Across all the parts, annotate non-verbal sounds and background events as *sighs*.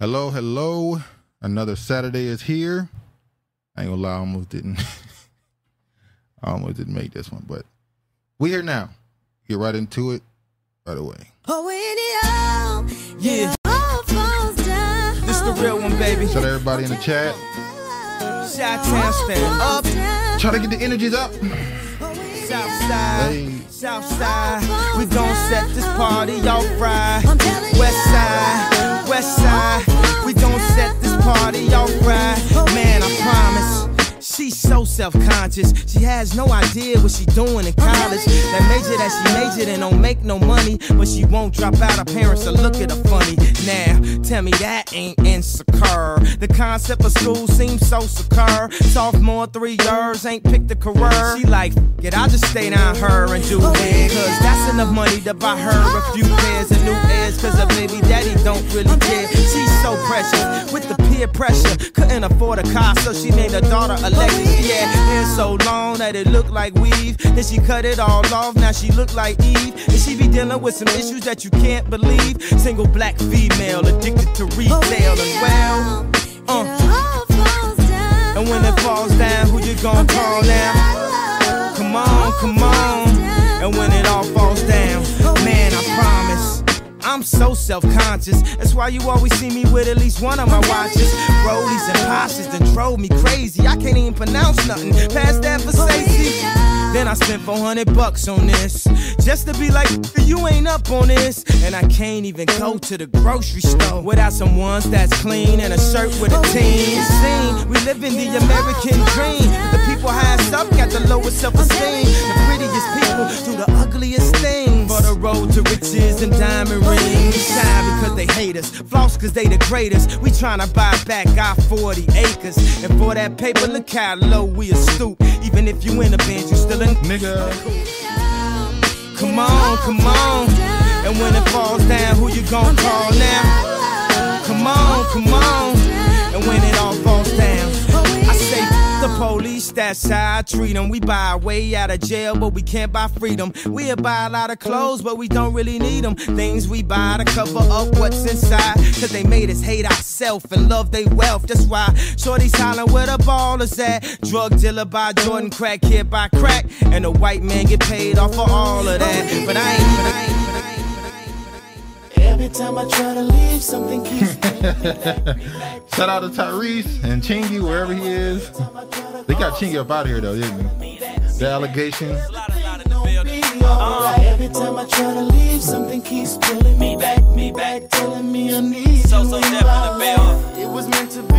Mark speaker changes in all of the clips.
Speaker 1: Hello, hello. Another Saturday is here. I ain't gonna lie, I almost didn't. *laughs* I almost didn't make this one, but we here now. Get right into it right away.
Speaker 2: Oh, when it all,
Speaker 3: Yeah.
Speaker 2: it all falls down.
Speaker 3: This the real one, baby.
Speaker 1: Shout out everybody in the chat.
Speaker 3: Chi-town stand
Speaker 1: Oh,
Speaker 3: up.
Speaker 1: Try to get the energies up. *laughs*
Speaker 3: Southside,
Speaker 1: Hey.
Speaker 3: Southside, we gon' set this party off right. Westside, Westside, we gon' set this party off right. Man, I promise. She's so self-conscious. She has no idea what she doing in college. That major that she majored in don't make no money, but she won't drop out. Her parents are looking at her funny. Now, tell me that ain't insecure. The concept of school seems so secure. Sophomore three years ain't picked a career. She like, "F- it, I'll just stay down her and do it. Cause that's enough money to buy her a few pairs of new airs. Cause her baby daddy don't really care. She's so precious with the peer pressure. Couldn't afford a car, so she named her daughter Alexis. Yeah, hair so long that it looked like weave. Then she cut it all off, now she look like Eve. And she be dealing with some issues that you can't believe. Single black female addicted to retail and well. uh. And when it falls down, who you gonna call now? Come on, come on. And when it all falls down, man, I promise. I'm so self-conscious. That's why you always see me with at least one of my watches. Rollies and posses that drove me crazy. I can't even pronounce nothing. Pass that for safety. Then I spent 400 bucks on this. Just to be like, you ain't up on this. And I can't even go to the grocery store without some ones that's clean and a shirt with a team. Scene. We live in the American dream. The people highest up got the lowest self-esteem. The prettiest people do the ugliest things. But the road to riches and diamond rings. We shine because they hate us. Floss because they the greatest. We tryna buy back our 40 acres. And for that paper, look how low we are stoop. Even if you in the bench, you still in.
Speaker 1: Nigga.
Speaker 3: Come on, come on. And when it falls down, who you gonna call now? Come on, come on. And when it all falls down, I say "F the police, that's how I treat them. We buy our way out of jail, but we can't buy freedom. We'll buy a lot of clothes, but we don't really need them. Things we buy to cover up what's inside. Cause they made us hate ourselves and love they wealth. That's why Shorty's hollering where the ball is at. Drug dealer by Jordan, crack kid by crack. And the white man get paid off for all of that. But I ain't, but I ain't, but I ain't.
Speaker 4: Every time I try to leave, something keeps me.
Speaker 1: Shout out to Tyrese and Chingy, wherever he is. They got Chingy up out of here though, didn't they? The allegations.
Speaker 4: alright. Every time I try to leave, something keeps pulling me back, me back, telling me I need so, you so Uh-huh. in my life. It was meant to be.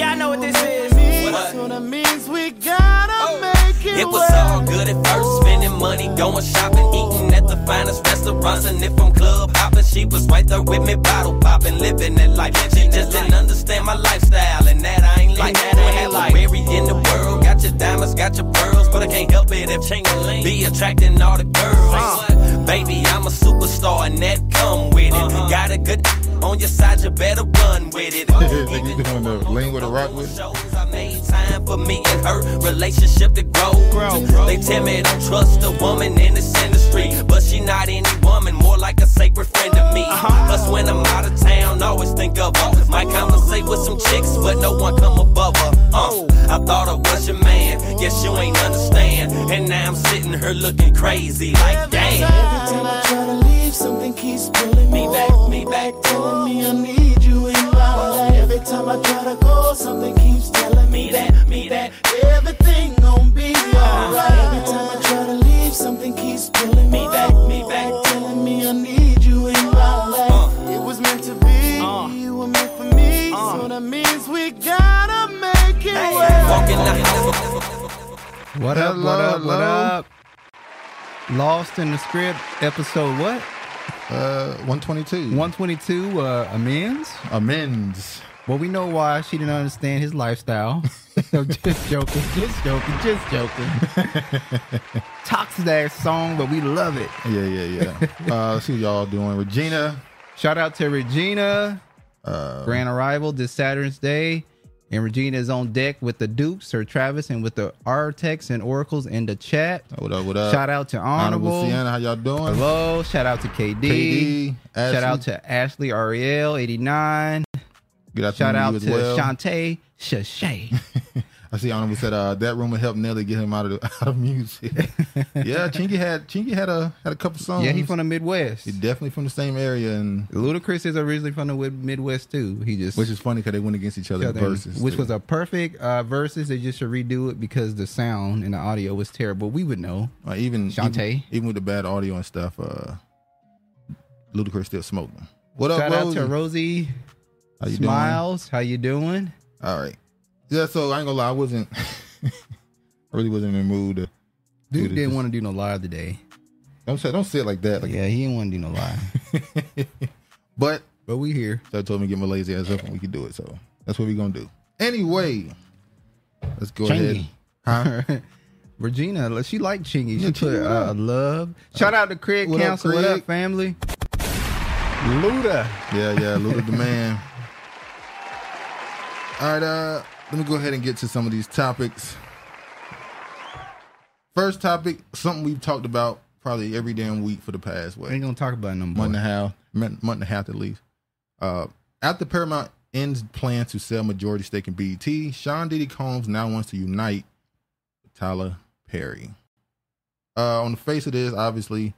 Speaker 3: Y'all know what this is.
Speaker 4: That's what it means. We gotta make Oh. it.
Speaker 5: It was
Speaker 4: work.
Speaker 5: all good at first, spending money, going shopping, eating at the finest restaurants. And if I'm club hopping, she was right there with me, bottle popping, living that life. She just didn't understand my lifestyle, and that I ain't like. When I buried in the world, got your diamonds, got your pearls, but I can't help it if Chingaling be attracting all the girls. Baby, I'm a superstar, and that come with it.
Speaker 4: Uh-huh.
Speaker 5: Got a good on your side, you better run with
Speaker 1: *laughs*
Speaker 5: it.
Speaker 1: Nigga doing the lane with a rock with.
Speaker 5: Shows I made time for me and her relationship to grow. They tell me don't trust a woman in this industry, but she not any woman, more like a sacred friend to me. Plus when I'm out of town, always think of her. Might conversate with some chicks, but no one come above her. Uh, I thought I was your man, guess you ain't understand. And now I'm sitting here looking crazy, like damn.
Speaker 4: Every time I try to leave, something keeps pulling me back, me back, telling me I need you in my life. Every time I try to go, something keeps telling me that, me that everything gon' be alright. Every time I try to leave, something keeps pulling me back, me back, Uh. telling me I need you in my life. It was meant to be, you were meant for me, so that means we gotta make it work.
Speaker 5: Walking the house.
Speaker 6: What up, what
Speaker 1: Hello,
Speaker 6: up, what
Speaker 1: hello.
Speaker 6: up? Lost in the script, episode what?
Speaker 1: Uh 122.
Speaker 6: 122, uh, amends?
Speaker 1: Amends.
Speaker 6: Well, we know why she didn't understand his
Speaker 1: *laughs*
Speaker 6: lifestyle. so just joking, just joking, just joking. Toxic ass song, but we love it.
Speaker 1: Yeah, yeah, *laughs* yeah. uh let's see what y'all doing. Regina.
Speaker 6: Shout out to Regina,
Speaker 1: Uh
Speaker 6: grand arrival this Saturday's day. And Regina is on deck with the Dukes, Sir Travis, and with the Artex and Oracles in the chat.
Speaker 1: what up, what up?
Speaker 6: Shout out to Honorable.
Speaker 1: Honorable Sienna, how y'all doing?
Speaker 6: Hello. Shout out to KD.
Speaker 1: KD,
Speaker 6: Shout out
Speaker 1: Ashley.
Speaker 6: to Ashley Ariel, 89.
Speaker 1: Good afternoon
Speaker 6: Shout
Speaker 1: to
Speaker 6: out
Speaker 1: you
Speaker 6: to
Speaker 1: as well.
Speaker 6: Shantae Shashay.
Speaker 1: I see Honorable said uh, that room would help Nelly get him out of *laughs* the, out of
Speaker 6: *laughs*
Speaker 1: music. yeah, Chingy had Chingy had a had a couple songs.
Speaker 6: yeah, he's from the Midwest.
Speaker 1: Um, He definitely from the same area, and
Speaker 6: Ludacris is originally from the wi- Midwest too. He just
Speaker 1: which is funny because they went against each other in verses,
Speaker 6: which
Speaker 1: too.
Speaker 6: was a perfect uh, versus. They just should redo it because the sound and the audio was terrible. We would know.
Speaker 1: Uh, even
Speaker 6: Shantae.
Speaker 1: even, even with the bad audio and stuff, uh, Ludacris still smoked them. What
Speaker 6: Shout
Speaker 1: up,
Speaker 6: out
Speaker 1: Rosie?
Speaker 6: to Rosie
Speaker 1: How you doing?
Speaker 6: Smiles. How you doing?
Speaker 1: All right. Yeah, so I ain't gonna lie, I wasn't. I really wasn't in the mood. To,
Speaker 6: Dude
Speaker 1: Dude,
Speaker 6: didn't
Speaker 1: this-
Speaker 6: want to do no live today.
Speaker 1: don't say don't say it like that. Like,
Speaker 6: Yeah, he didn't want to do no live.
Speaker 1: *laughs* But
Speaker 6: but we here.
Speaker 1: so I told me to get my lazy ass up and we can do it. So that's what we gonna do. Anyway, let's go ahead.
Speaker 6: Chingy.
Speaker 1: Huh?
Speaker 6: *laughs* Regina, li- she liked Chingy. She
Speaker 1: Yeah,
Speaker 6: put
Speaker 1: Chingy
Speaker 6: uh, love. *laughs* Shout out to Craig
Speaker 1: What up,
Speaker 6: Council. What
Speaker 1: Craig?
Speaker 6: up, family? Luda.
Speaker 1: Yeah, yeah, Luda the man. All right, uh, let me go ahead and get to some of these topics. First topic, something we've talked about probably every damn week for the past what
Speaker 6: We ain't gonna talk about it no more.
Speaker 1: month and a half, month month and a half at least. Uh, after Paramount ends plans to sell majority stake in BET, Sean Diddy Combs now wants to unite with Tyler Perry. Uh, on the face of this, obviously,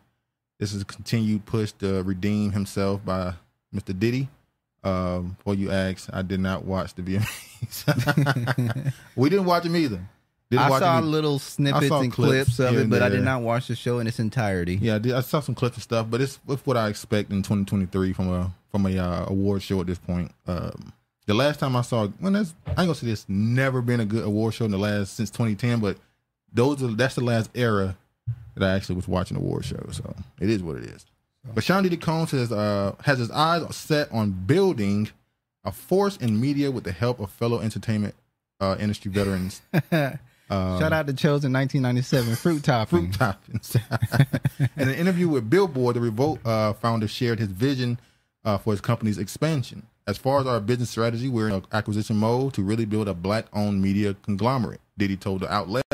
Speaker 1: this is a continued push to redeem himself by Mr. Diddy. Um, before you ask, I did not watch
Speaker 6: *laughs*
Speaker 1: the VMAs. we didn't watch him either. Didn't
Speaker 6: I
Speaker 1: watch
Speaker 6: saw
Speaker 1: him either.
Speaker 6: little snippets
Speaker 1: saw
Speaker 6: and
Speaker 1: clips
Speaker 6: clips, of
Speaker 1: here
Speaker 6: it,
Speaker 1: and
Speaker 6: but I
Speaker 1: there.
Speaker 6: did not watch the show in its entirety.
Speaker 1: Yeah, I, did, I saw some clips and stuff, but it's with what I expect in 2023 from a from a uh, award show at this point. Um, the last time I saw, when that's I ain't gonna say this, never been a good award show in the last since 2010, but those are that's the last era that I actually was watching award shows. So it is what it is. But Sean Diddy Combs has uh, has his eyes set on building a force in media with the help of fellow entertainment uh, industry veterans
Speaker 6: *laughs* Shout out to Chosen 1997 Fruit Topping.
Speaker 1: Um, fruit toppings. *laughs* in an interview with Billboard, the Revolt uh, founder shared his vision uh, for his company's expansion. As far as our business strategy, we're in an acquisition mode to really build a black-owned media conglomerate. Diddy told the outlet.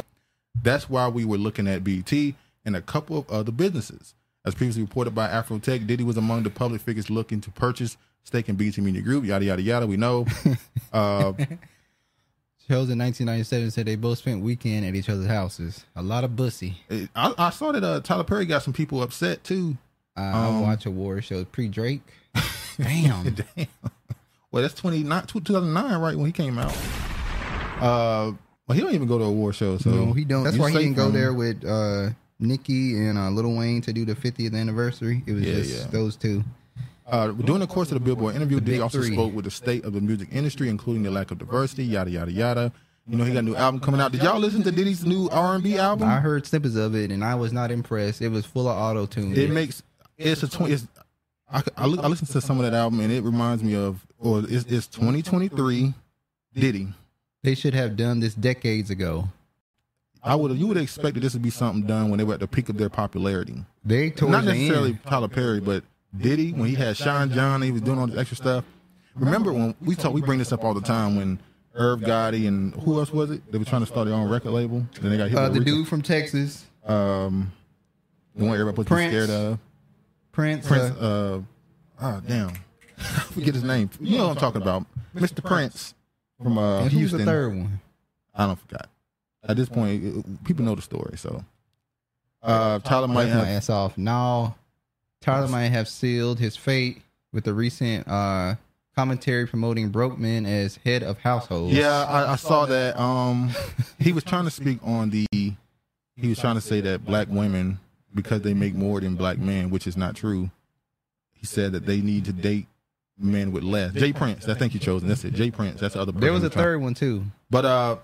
Speaker 1: That's why we were looking at BT and a couple of other businesses. As previously reported by Afrotech, Diddy was among the public figures looking to purchase stake in BT Media Group. Yada yada yada. We know. Uh,
Speaker 6: Chosen 1997 said they both spent weekend at each other's houses. A lot of bussy.
Speaker 1: I, I saw that uh, Tyler Perry got some people upset too.
Speaker 6: Uh, I
Speaker 1: Um,
Speaker 6: watch award shows pre Drake. Damn.
Speaker 1: *laughs* Damn. Well, that's 29, 2009, right, when he came out. Uh, well, he don't even go to award shows. So
Speaker 6: No, he don't. That's
Speaker 1: You
Speaker 6: why he
Speaker 1: safe
Speaker 6: didn't go
Speaker 1: from-
Speaker 6: there with uh, Nicki and uh, Lil Wayne to do the 50th anniversary. It was
Speaker 1: Yeah,
Speaker 6: just
Speaker 1: yeah.
Speaker 6: those two.
Speaker 1: Uh, during the course of the Billboard interview, Diddy
Speaker 6: big
Speaker 1: also
Speaker 6: three.
Speaker 1: spoke with the state of the music industry, including the lack of diversity, yada yada yada. You know, he got a new album coming out. Did y'all listen to Diddy's new R and B album?
Speaker 6: I heard snippets of it and I was not impressed. It was full of auto tune.
Speaker 1: it makes it's a twenty. It's, I c- I, look, I listened to some of that album and it reminds me of or it's, it's 2023 Diddy.
Speaker 6: They should have done this decades ago.
Speaker 1: I would you would have expected this would be something done when they were at the peak of their popularity.
Speaker 6: They towards
Speaker 1: not
Speaker 6: the
Speaker 1: necessarily
Speaker 6: end.
Speaker 1: Tyler Perry, but Diddy when he had Sean John, he was doing all this extra stuff. Remember when we talk, we bring this up all the time when Irv Gotti and who else was it? They were trying to start their own record label. Then they got hit
Speaker 6: Uh,
Speaker 1: with
Speaker 6: the
Speaker 1: a-
Speaker 6: dude from Texas,
Speaker 1: um, the one everybody was
Speaker 6: Prince.
Speaker 1: scared of.
Speaker 6: Prince.
Speaker 1: Prince.
Speaker 6: uh,
Speaker 1: Uh, oh damn, *laughs* I forget his name. You know what I'm talking about, Mr. Prince from uh,
Speaker 6: and who's the
Speaker 1: Houston.
Speaker 6: third one?
Speaker 1: I don't forgot. At this point, it- it- people know the story, so. Uh, Tyler might
Speaker 6: Laugh my
Speaker 1: have
Speaker 6: ass off. Now, Tyler might have sealed his fate with the recent uh, commentary promoting Brokeman as head of households.
Speaker 1: Yeah, I, I saw that. Um, he was trying to speak on the. He was trying to say that black women, because they make more than black men, which is not true. He said that they need to date men with less. Jay Prince, I think you chose. That's it. Jay Prince. That's the other.
Speaker 6: There
Speaker 1: person
Speaker 6: was
Speaker 1: I'm
Speaker 6: a
Speaker 1: trying-
Speaker 6: third one too.
Speaker 1: But uh,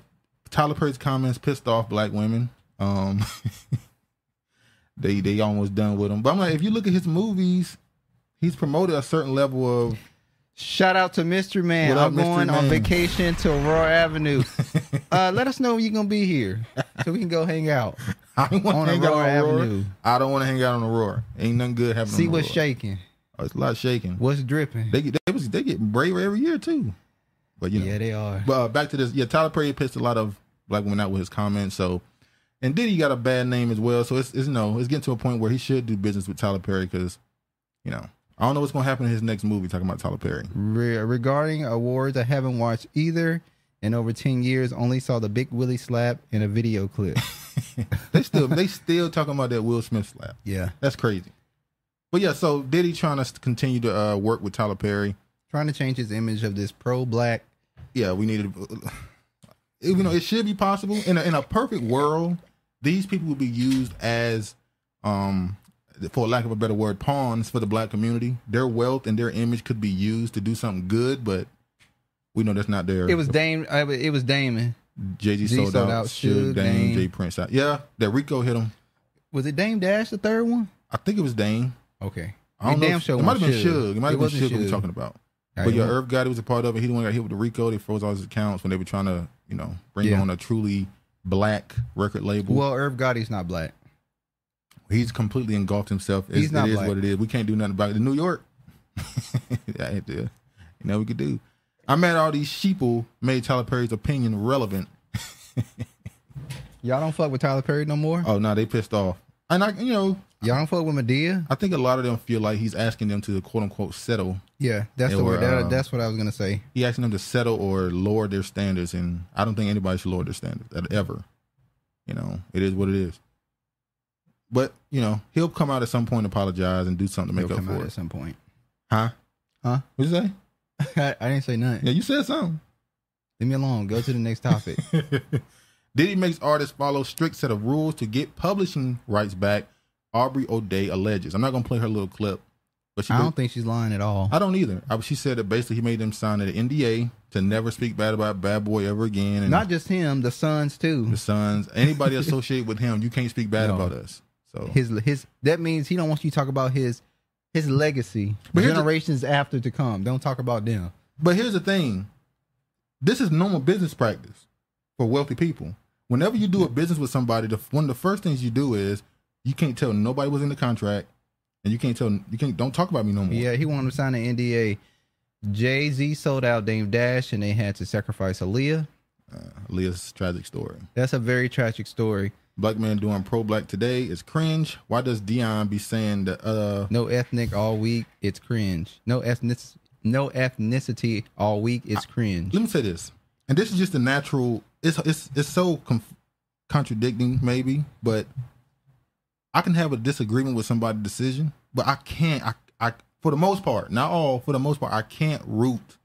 Speaker 1: Tyler Perry's comments pissed off black women. Um, *laughs* they they almost done with him. But I'm like, if you look at his movies, he's promoted a certain level of.
Speaker 6: Shout out to Mystery Man.
Speaker 1: What up,
Speaker 6: I'm
Speaker 1: Mystery
Speaker 6: going on
Speaker 1: Man?
Speaker 6: vacation to Aurora
Speaker 1: *laughs*
Speaker 6: Avenue. uh, let us know when you're gonna be here so we can go hang out.
Speaker 1: *laughs* I don't
Speaker 6: On
Speaker 1: want to hang out
Speaker 6: Aurora
Speaker 1: on Aurora.
Speaker 6: Avenue.
Speaker 1: I don't want to hang out on Aurora. Ain't nothing good happening.
Speaker 6: See
Speaker 1: on
Speaker 6: what's
Speaker 1: Aurora.
Speaker 6: shaking,
Speaker 1: Oh, it's a lot of shaking.
Speaker 6: what's dripping.
Speaker 1: They get they, was, they get braver every year too. But you know,
Speaker 6: yeah, they are.
Speaker 1: but uh, back to this. Yeah, Tyler Perry pissed a lot of black women out with his comments. So, and Diddy got a bad name as well. So it's, it's you know it's getting to a point where he should do business with Tyler Perry because you know I don't know what's gonna happen in his next movie. Talking about Tyler Perry.
Speaker 6: Re- regarding awards, I haven't watched either. And over 10 years, only saw the Big Willie slap in a video
Speaker 1: *laughs*
Speaker 6: clip.
Speaker 1: They still they still talking about that Will Smith slap.
Speaker 6: yeah.
Speaker 1: That's crazy. But yeah, so Diddy trying to s- continue to uh, work with Tyler Perry.
Speaker 6: Trying to change his image of this pro black.
Speaker 1: Yeah, we needed. uh, You know, it should be possible in a, in a perfect world. These people would be used as, um, for lack of a better word, pawns for the black community. Their wealth and their image could be used to do something good, but we know that's not their.
Speaker 6: It was Dame. I- It was Damon.
Speaker 1: Jay Z
Speaker 6: G
Speaker 1: sold,
Speaker 6: sold
Speaker 1: out.
Speaker 6: out,
Speaker 1: Suge
Speaker 6: Suge,
Speaker 1: Dame,
Speaker 6: Dame.
Speaker 1: Jay Prince out. Yeah, that Rico hit him.
Speaker 6: Was it Dame Dash, the third one?
Speaker 1: I think it was Dame.
Speaker 6: Okay.
Speaker 1: I don't
Speaker 6: It
Speaker 1: know.
Speaker 6: damn
Speaker 1: if-
Speaker 6: sure
Speaker 1: it might have
Speaker 6: wasn't
Speaker 1: been
Speaker 6: Suge.
Speaker 1: Suge. It might
Speaker 6: It
Speaker 1: have been
Speaker 6: wasn't
Speaker 1: Suge we're
Speaker 6: Suge.
Speaker 1: talking about.
Speaker 6: All
Speaker 1: But
Speaker 6: right,
Speaker 1: your
Speaker 6: well,
Speaker 1: Irv guy that was a part of it, he the one got hit with the Rico. They froze all his accounts when they were trying to, you know, bring
Speaker 6: Yeah.
Speaker 1: on a truly black record label.
Speaker 6: well, Irv Gotti's not black.
Speaker 1: he's completely engulfed himself. It's,
Speaker 6: He's not
Speaker 1: it is
Speaker 6: black.
Speaker 1: what it is. We can't do nothing about it. In New York, *laughs* I had to, you know, we could do. I'm mad all these sheeple made Tyler Perry's opinion relevant.
Speaker 6: Y'all don't fuck with Tyler Perry no more.
Speaker 1: Oh no, they pissed off. And I, you know,
Speaker 6: Y'all don't fuck with Medea.
Speaker 1: I think a lot of them feel like he's asking them to quote unquote settle.
Speaker 6: Yeah, that's
Speaker 1: They
Speaker 6: the word.
Speaker 1: were,
Speaker 6: that-
Speaker 1: um,
Speaker 6: that's what I was gonna say.
Speaker 1: He asking them to settle or lower their standards, and I don't think anybody should lower their standards at- ever. You know, it is what it is. But you know, he'll come out at some point, apologize, and do something to make
Speaker 6: It'll
Speaker 1: up
Speaker 6: come out
Speaker 1: for
Speaker 6: at
Speaker 1: it.
Speaker 6: some point.
Speaker 1: Huh?
Speaker 6: Huh?
Speaker 1: What you say?
Speaker 6: *laughs* I, I didn't say nothing.
Speaker 1: Yeah, you said something.
Speaker 6: Leave me alone. Go to the next topic.
Speaker 1: *laughs* Diddy makes artists follow strict set of rules to get publishing rights back. Aubrey O'Day alleges. I'm not gonna play her little clip, but she
Speaker 6: I
Speaker 1: ba-
Speaker 6: don't think she's lying at all.
Speaker 1: I don't either. I, she said that basically he made them sign an NDA to never speak bad about Bad Boy ever again, and
Speaker 6: Not just him, the sons too.
Speaker 1: the Sons, anybody associated with him, you can't speak bad
Speaker 6: No.
Speaker 1: about us. So
Speaker 6: His his that means he don't want you to talk about his his legacy,
Speaker 1: But here's the-
Speaker 6: generations after to come. Don't talk about them.
Speaker 1: But here's the thing. This is normal business practice for wealthy people. Whenever you do a business with somebody, the, one of the first things you do is you can't tell nobody was in the contract, and you can't tell you can't don't talk about me no more.
Speaker 6: Yeah, he wanted to sign an NDA. Jay Z sold out Dame Dash, and they had to sacrifice Aaliyah.
Speaker 1: Leah's Uh, tragic story.
Speaker 6: That's a very tragic story.
Speaker 1: Black man doing pro black today is cringe. Why does Dion be saying that? Uh,
Speaker 6: No ethnic all week. It's cringe. No ethnic. No ethnicity all week. It's cringe.
Speaker 1: let me say this, and this is just a natural. It's it's it's so conf- contradicting, maybe, but I can have a disagreement with somebody's decision, but I can't. I I for the most part, not all, for the most part, I can't root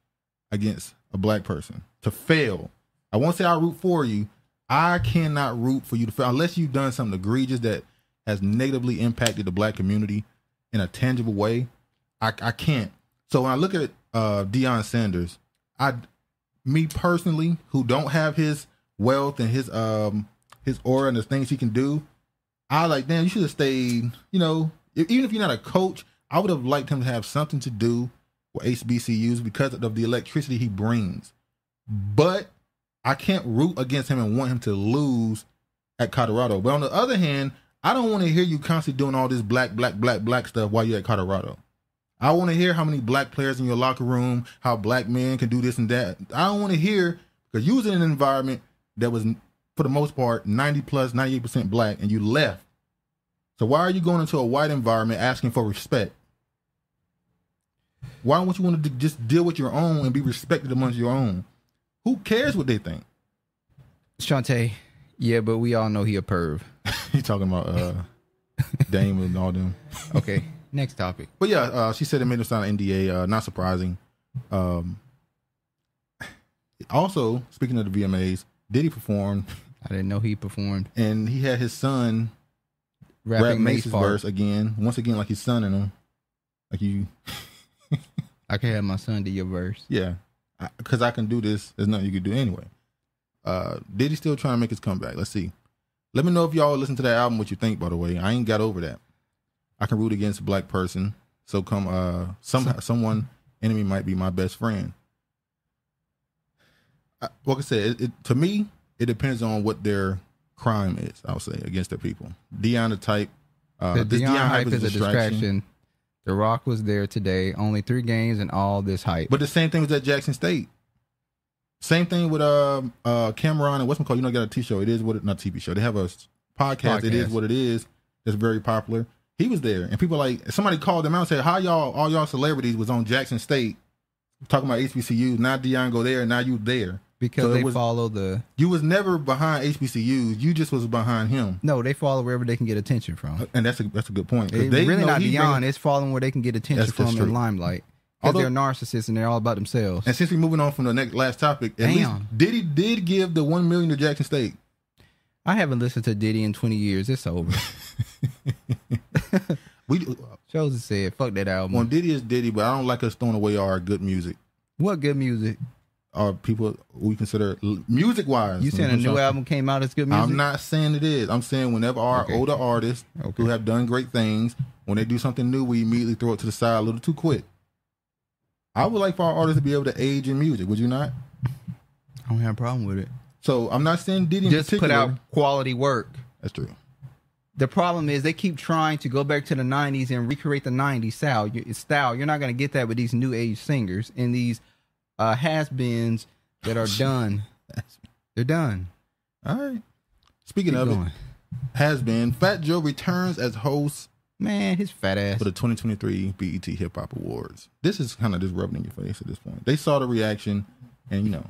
Speaker 1: against a black person to fail. I won't say I root for you. I cannot root for you to fail unless you've done something egregious that has negatively impacted the black community in a tangible way. I, I can't. So when I look at uh, Deion Sanders, I, me personally, who don't have his wealth and his um his aura and the things he can do, I like damn. You should have stayed. You know, e- even if you're not a coach, I would have liked him to have something to do with HBCUs because of the electricity he brings. But I can't root against him and want him to lose at Colorado. But on the other hand, I don't want to hear you constantly doing all this black, black, black, black stuff while you're at Colorado. I want to hear how many black players in your locker room, how black men can do this and that. I don't want to hear because you was in an environment that was, for the most part, 90 plus, 98% black, and you left. So why are you going into a white environment asking for respect? Why don't you want to just deal with your own and be respected amongst your own? Who cares what they think?
Speaker 6: Shantae. Yeah, but we all know he a perv.
Speaker 1: *laughs* You talking
Speaker 6: *laughs*
Speaker 1: about uh, Dame and all them?
Speaker 6: Okay. next topic.
Speaker 1: But yeah, uh, she said it made him sign an NDA. Uh, not surprising. Um, also, speaking of the VMAs, Diddy performed,
Speaker 6: I didn't know he performed
Speaker 1: and he had his son
Speaker 6: rapping
Speaker 1: rap
Speaker 6: Mace
Speaker 1: Mace's
Speaker 6: part.
Speaker 1: verse again. Once again, like his son in him. Like you,
Speaker 6: *laughs* I could have my son do your verse.
Speaker 1: yeah. Because I, can do this. There's nothing you can do anyway. Uh, Diddy still trying to make his comeback. Let's see. Let me know if y'all listen to that album. What you think? By the way, I ain't got over that. I can root against a black person. So come, uh, some someone enemy might be my best friend. I, like I said, it, it, to me, it depends on what their crime is. I'll say against their people. Deion the type. Uh,
Speaker 6: The
Speaker 1: this
Speaker 6: Deion hype is a distraction. The Rock was there today. Only three games and all this hype.
Speaker 1: But the same thing was at Jackson State. Same thing with um uh Cameron and what's called. You know, they got a T show. It is what it, not TV show. They have a s- podcast. It is
Speaker 6: Podcast.
Speaker 1: what it is. That's very popular. He was there, and people like somebody called him out and said, "How y'all, all y'all celebrities was on Jackson State talking about HBCUs? Now Dion go there, and now you there
Speaker 6: because
Speaker 1: So it
Speaker 6: they
Speaker 1: was-
Speaker 6: follow the
Speaker 1: You was never behind HBCUs. E You just was behind him,
Speaker 6: no, they follow wherever they can get attention from.
Speaker 1: and that's a that's a good point. 'cause
Speaker 6: It's really
Speaker 1: know
Speaker 6: not
Speaker 1: he
Speaker 6: beyond.
Speaker 1: bringing-
Speaker 6: it's following where they can get attention
Speaker 1: That's-
Speaker 6: from
Speaker 1: that's
Speaker 6: in
Speaker 1: true.
Speaker 6: limelight. Because
Speaker 1: Although-
Speaker 6: they're narcissists and they're all about themselves.
Speaker 1: And since we're moving on from the next last topic, at least
Speaker 6: Damn.
Speaker 1: Diddy did give the one million to Jackson State.
Speaker 6: I haven't listened to Diddy in 20 years. It's over.
Speaker 1: *laughs*
Speaker 6: *laughs*
Speaker 1: We uh,
Speaker 6: Joseph said, "Fuck that album."
Speaker 1: when Diddy is Diddy, but I don't like us throwing away our good music.
Speaker 6: what good music?
Speaker 1: Our people we consider music wise.
Speaker 6: You saying a new album came out? It's good music.
Speaker 1: I'm not saying it is. I'm saying whenever our
Speaker 6: Okay.
Speaker 1: older artists
Speaker 6: Okay.
Speaker 1: who have done great things, when they do something new, we immediately throw it to the side a little too quick. I would like for our artists to be able to age in music. Would you not?
Speaker 6: I don't have a problem with it.
Speaker 1: So I'm not saying Diddy in
Speaker 6: Just put
Speaker 1: particular.
Speaker 6: out quality work.
Speaker 1: That's true.
Speaker 6: The problem is they keep trying to go back to the '90s and recreate the '90s style. You- Style. You're not going to get that with these new age singers and these uh, has-beens that
Speaker 1: *laughs*
Speaker 6: are done. They're done.
Speaker 1: All right. Speaking
Speaker 6: Keep
Speaker 1: of
Speaker 6: going.
Speaker 1: it, has been Fat Joe returns as host
Speaker 6: Man, his fat ass.
Speaker 1: for the 2023 BET E Hip Hop Awards. This is kind of just rubbing in your face at this point. They saw the reaction, and you know,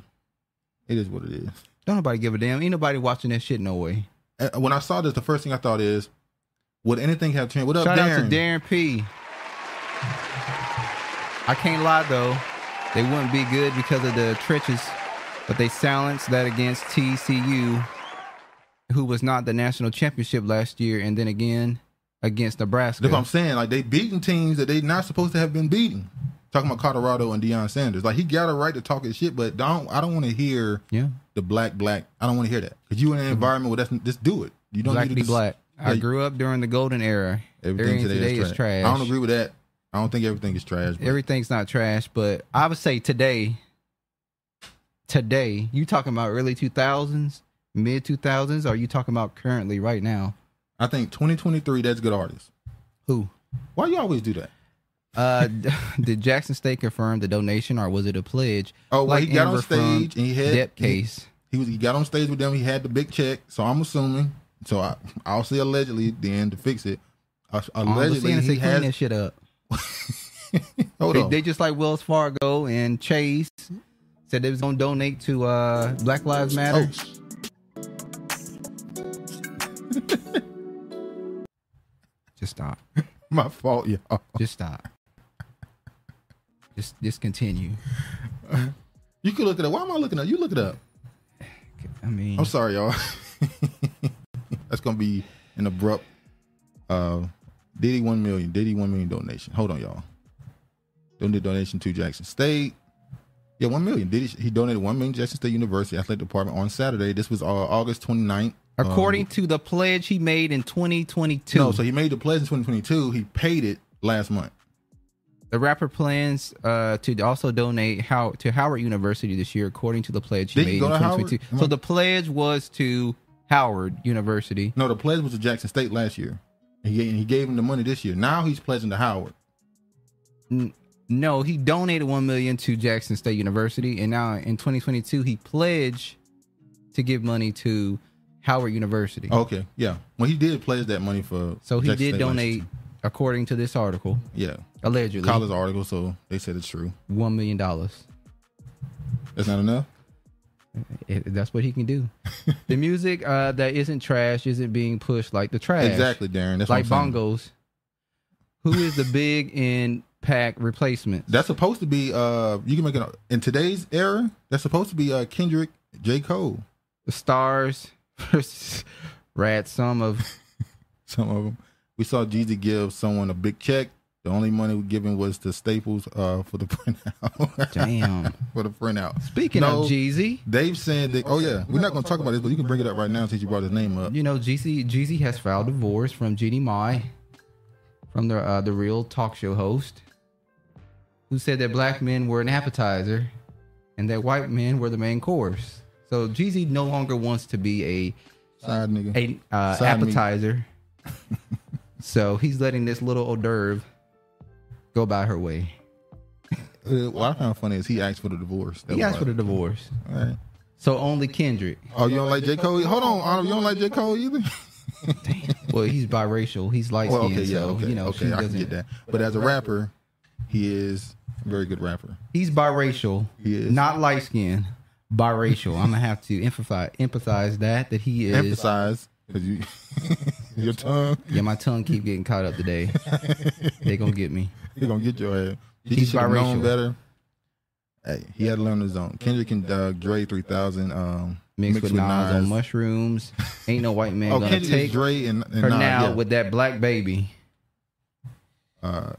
Speaker 1: it is what it is.
Speaker 6: Don't nobody give a damn. Ain't nobody watching that shit. No way.
Speaker 1: Uh, When I saw this, the first thing I thought is, would anything have changed? What up,
Speaker 6: Shout
Speaker 1: Darren?
Speaker 6: out to Darren P. I can't lie though, they wouldn't be good because of the trenches, but they silenced that against TCU, who was not the national championship last year, and then again against Nebraska.
Speaker 1: That's what I'm saying. Like they beating teams that they not supposed to have been beating. Talking about Colorado and Deion Sanders. Like he got a right to talk his shit, but don't I don't want to hear
Speaker 6: yeah,
Speaker 1: the black black. I don't want to hear that because you in an environment where that's just do it. You don't need to
Speaker 6: blackly
Speaker 1: just-
Speaker 6: black. I
Speaker 1: Yeah,
Speaker 6: grew up during the golden era.
Speaker 1: Everything today, is, trash. I don't agree with that. I don't think everything is trash. but-
Speaker 6: Everything's not trash, but I would say today, today, you talking about early 2000s, mid 2000s, or you talking about currently right now?
Speaker 1: I think 2023, that's good artists.
Speaker 6: Who?
Speaker 1: Why you always do that?
Speaker 6: Uh, *laughs* d- did Jackson State confirm the donation or was it a pledge?
Speaker 1: Oh, well, he got on
Speaker 6: Amber from
Speaker 1: stage and he had
Speaker 6: Dep case.
Speaker 1: He, he was he got on stage with them. He had the big check, so I'm assuming. So I, I'll say allegedly then to fix it. Uh,
Speaker 6: Allegedly,
Speaker 1: Allegedly,
Speaker 6: innocent,
Speaker 1: he
Speaker 6: clean
Speaker 1: has.
Speaker 6: that shit up.
Speaker 1: *laughs* Hold
Speaker 6: They,
Speaker 1: on.
Speaker 6: they just like Wells Fargo and Chase said they was gonna donate to uh Black Lives Matter.
Speaker 1: *laughs* oh,
Speaker 6: Just *laughs* stop.
Speaker 1: my fault, y'all.
Speaker 6: Just stop. just just
Speaker 1: *laughs*
Speaker 6: continue.
Speaker 1: Um, You can look it up. Why am I looking up? You look it up.
Speaker 6: I mean,
Speaker 1: I'm sorry, y'all. *laughs* That's gonna be an abrupt. Uh, Diddy one million. Diddy one million donation. Hold on, y'all. Donated donation to Jackson State. Yeah, one million. Diddy he donated one million to Jackson State University Athletic Department on Saturday. This was uh, August 29th. Um,
Speaker 6: according to the pledge he made in 2022.
Speaker 1: no, so he made the pledge in 2022. He paid it last month.
Speaker 6: The rapper plans uh, to also donate how to Howard University this year, according to the pledge he
Speaker 1: Did he
Speaker 6: made
Speaker 1: go
Speaker 6: in
Speaker 1: to Howard? Uh-huh.
Speaker 6: 2022.
Speaker 1: Am
Speaker 6: So
Speaker 1: I-
Speaker 6: the pledge was to Howard University.
Speaker 1: No, the pledge was to Jackson State last year. And he, and he gave him the money this year. Now he's pledging to Howard.
Speaker 6: No, he donated one million to Jackson State University, and now in 2022 he pledged to give money to Howard University.
Speaker 1: Oh, Okay, yeah. Well, he did pledge that money for.
Speaker 6: so he did
Speaker 1: Jackson State last
Speaker 6: donate,
Speaker 1: year.
Speaker 6: according to this article,
Speaker 1: Yeah.
Speaker 6: allegedly
Speaker 1: College article, so they said it's true.
Speaker 6: one million dollars.
Speaker 1: That's not enough.
Speaker 6: It- That's what he can do. the music uh, that isn't trash isn't being pushed like the trash.
Speaker 1: Exactly, Darren. That's what
Speaker 6: like
Speaker 1: I'm saying.
Speaker 6: bongos. Who is the
Speaker 1: *laughs*
Speaker 6: big impact replacement?
Speaker 1: That's supposed to be. Uh, you can make it in today's era. That's supposed to be uh, Kendrick, J. Cole,
Speaker 6: The stars *laughs* versus Rad Some of
Speaker 1: *laughs* some of them. We saw Jeezy give someone a big check. The only money we given was to Staples uh, for the *laughs* printout.
Speaker 6: Damn.
Speaker 1: *laughs* for the printout.
Speaker 6: Speaking
Speaker 1: No,
Speaker 6: of Jeezy,
Speaker 1: they've said that. Oh yeah, we're not going to talk about this, but you can bring it up right now since you brought his name up.
Speaker 6: you know Jeezy Jeezy has filed divorce from Jeannie Mai, from the uh, the real talk show host, who said that black men were an appetizer, and that white men were the main course. So Jeezy no longer wants to be a
Speaker 1: Side nigga.
Speaker 6: a uh,
Speaker 1: Side meat.
Speaker 6: appetizer. so he's letting this little hors d'oeuvre go by her way.
Speaker 1: Uh, what I found funny is he asked for the divorce. That
Speaker 6: He
Speaker 1: was
Speaker 6: asked for the divorce.
Speaker 1: like, All right.
Speaker 6: So only Kendrick.
Speaker 1: *laughs* Oh, you don't like J. Cole? Hold on, Honor, you don't like J. Cole either?
Speaker 6: Well, he's biracial. He's light
Speaker 1: Well,
Speaker 6: skinned,
Speaker 1: okay, yeah,
Speaker 6: so
Speaker 1: okay,
Speaker 6: you know
Speaker 1: okay,
Speaker 6: she
Speaker 1: I
Speaker 6: doesn't.
Speaker 1: can get that. But as a rapper, he is a very good rapper.
Speaker 6: He's biracial,
Speaker 1: He is.
Speaker 6: not light skinned. Biracial. I'm gonna have to emphasize empathize that that he is.
Speaker 1: Emphasize because you *laughs* your tongue,
Speaker 6: Yeah, my tongue keep getting caught up
Speaker 1: *laughs*
Speaker 6: today. they gonna get me.
Speaker 1: you're gonna get your head. He
Speaker 6: He's
Speaker 1: should have known
Speaker 6: biracial.
Speaker 1: better. Hey, he had to learn his own. Kendrick and uh, Dre 3000 um,
Speaker 6: Mixed, with Nas, on
Speaker 1: Nas. *laughs*
Speaker 6: mushrooms. Ain't no white man
Speaker 1: Oh,
Speaker 6: gonna
Speaker 1: Kendrick is
Speaker 6: take her
Speaker 1: Dre and, and Nas,
Speaker 6: now
Speaker 1: yeah.
Speaker 6: with that black baby.
Speaker 1: Uh,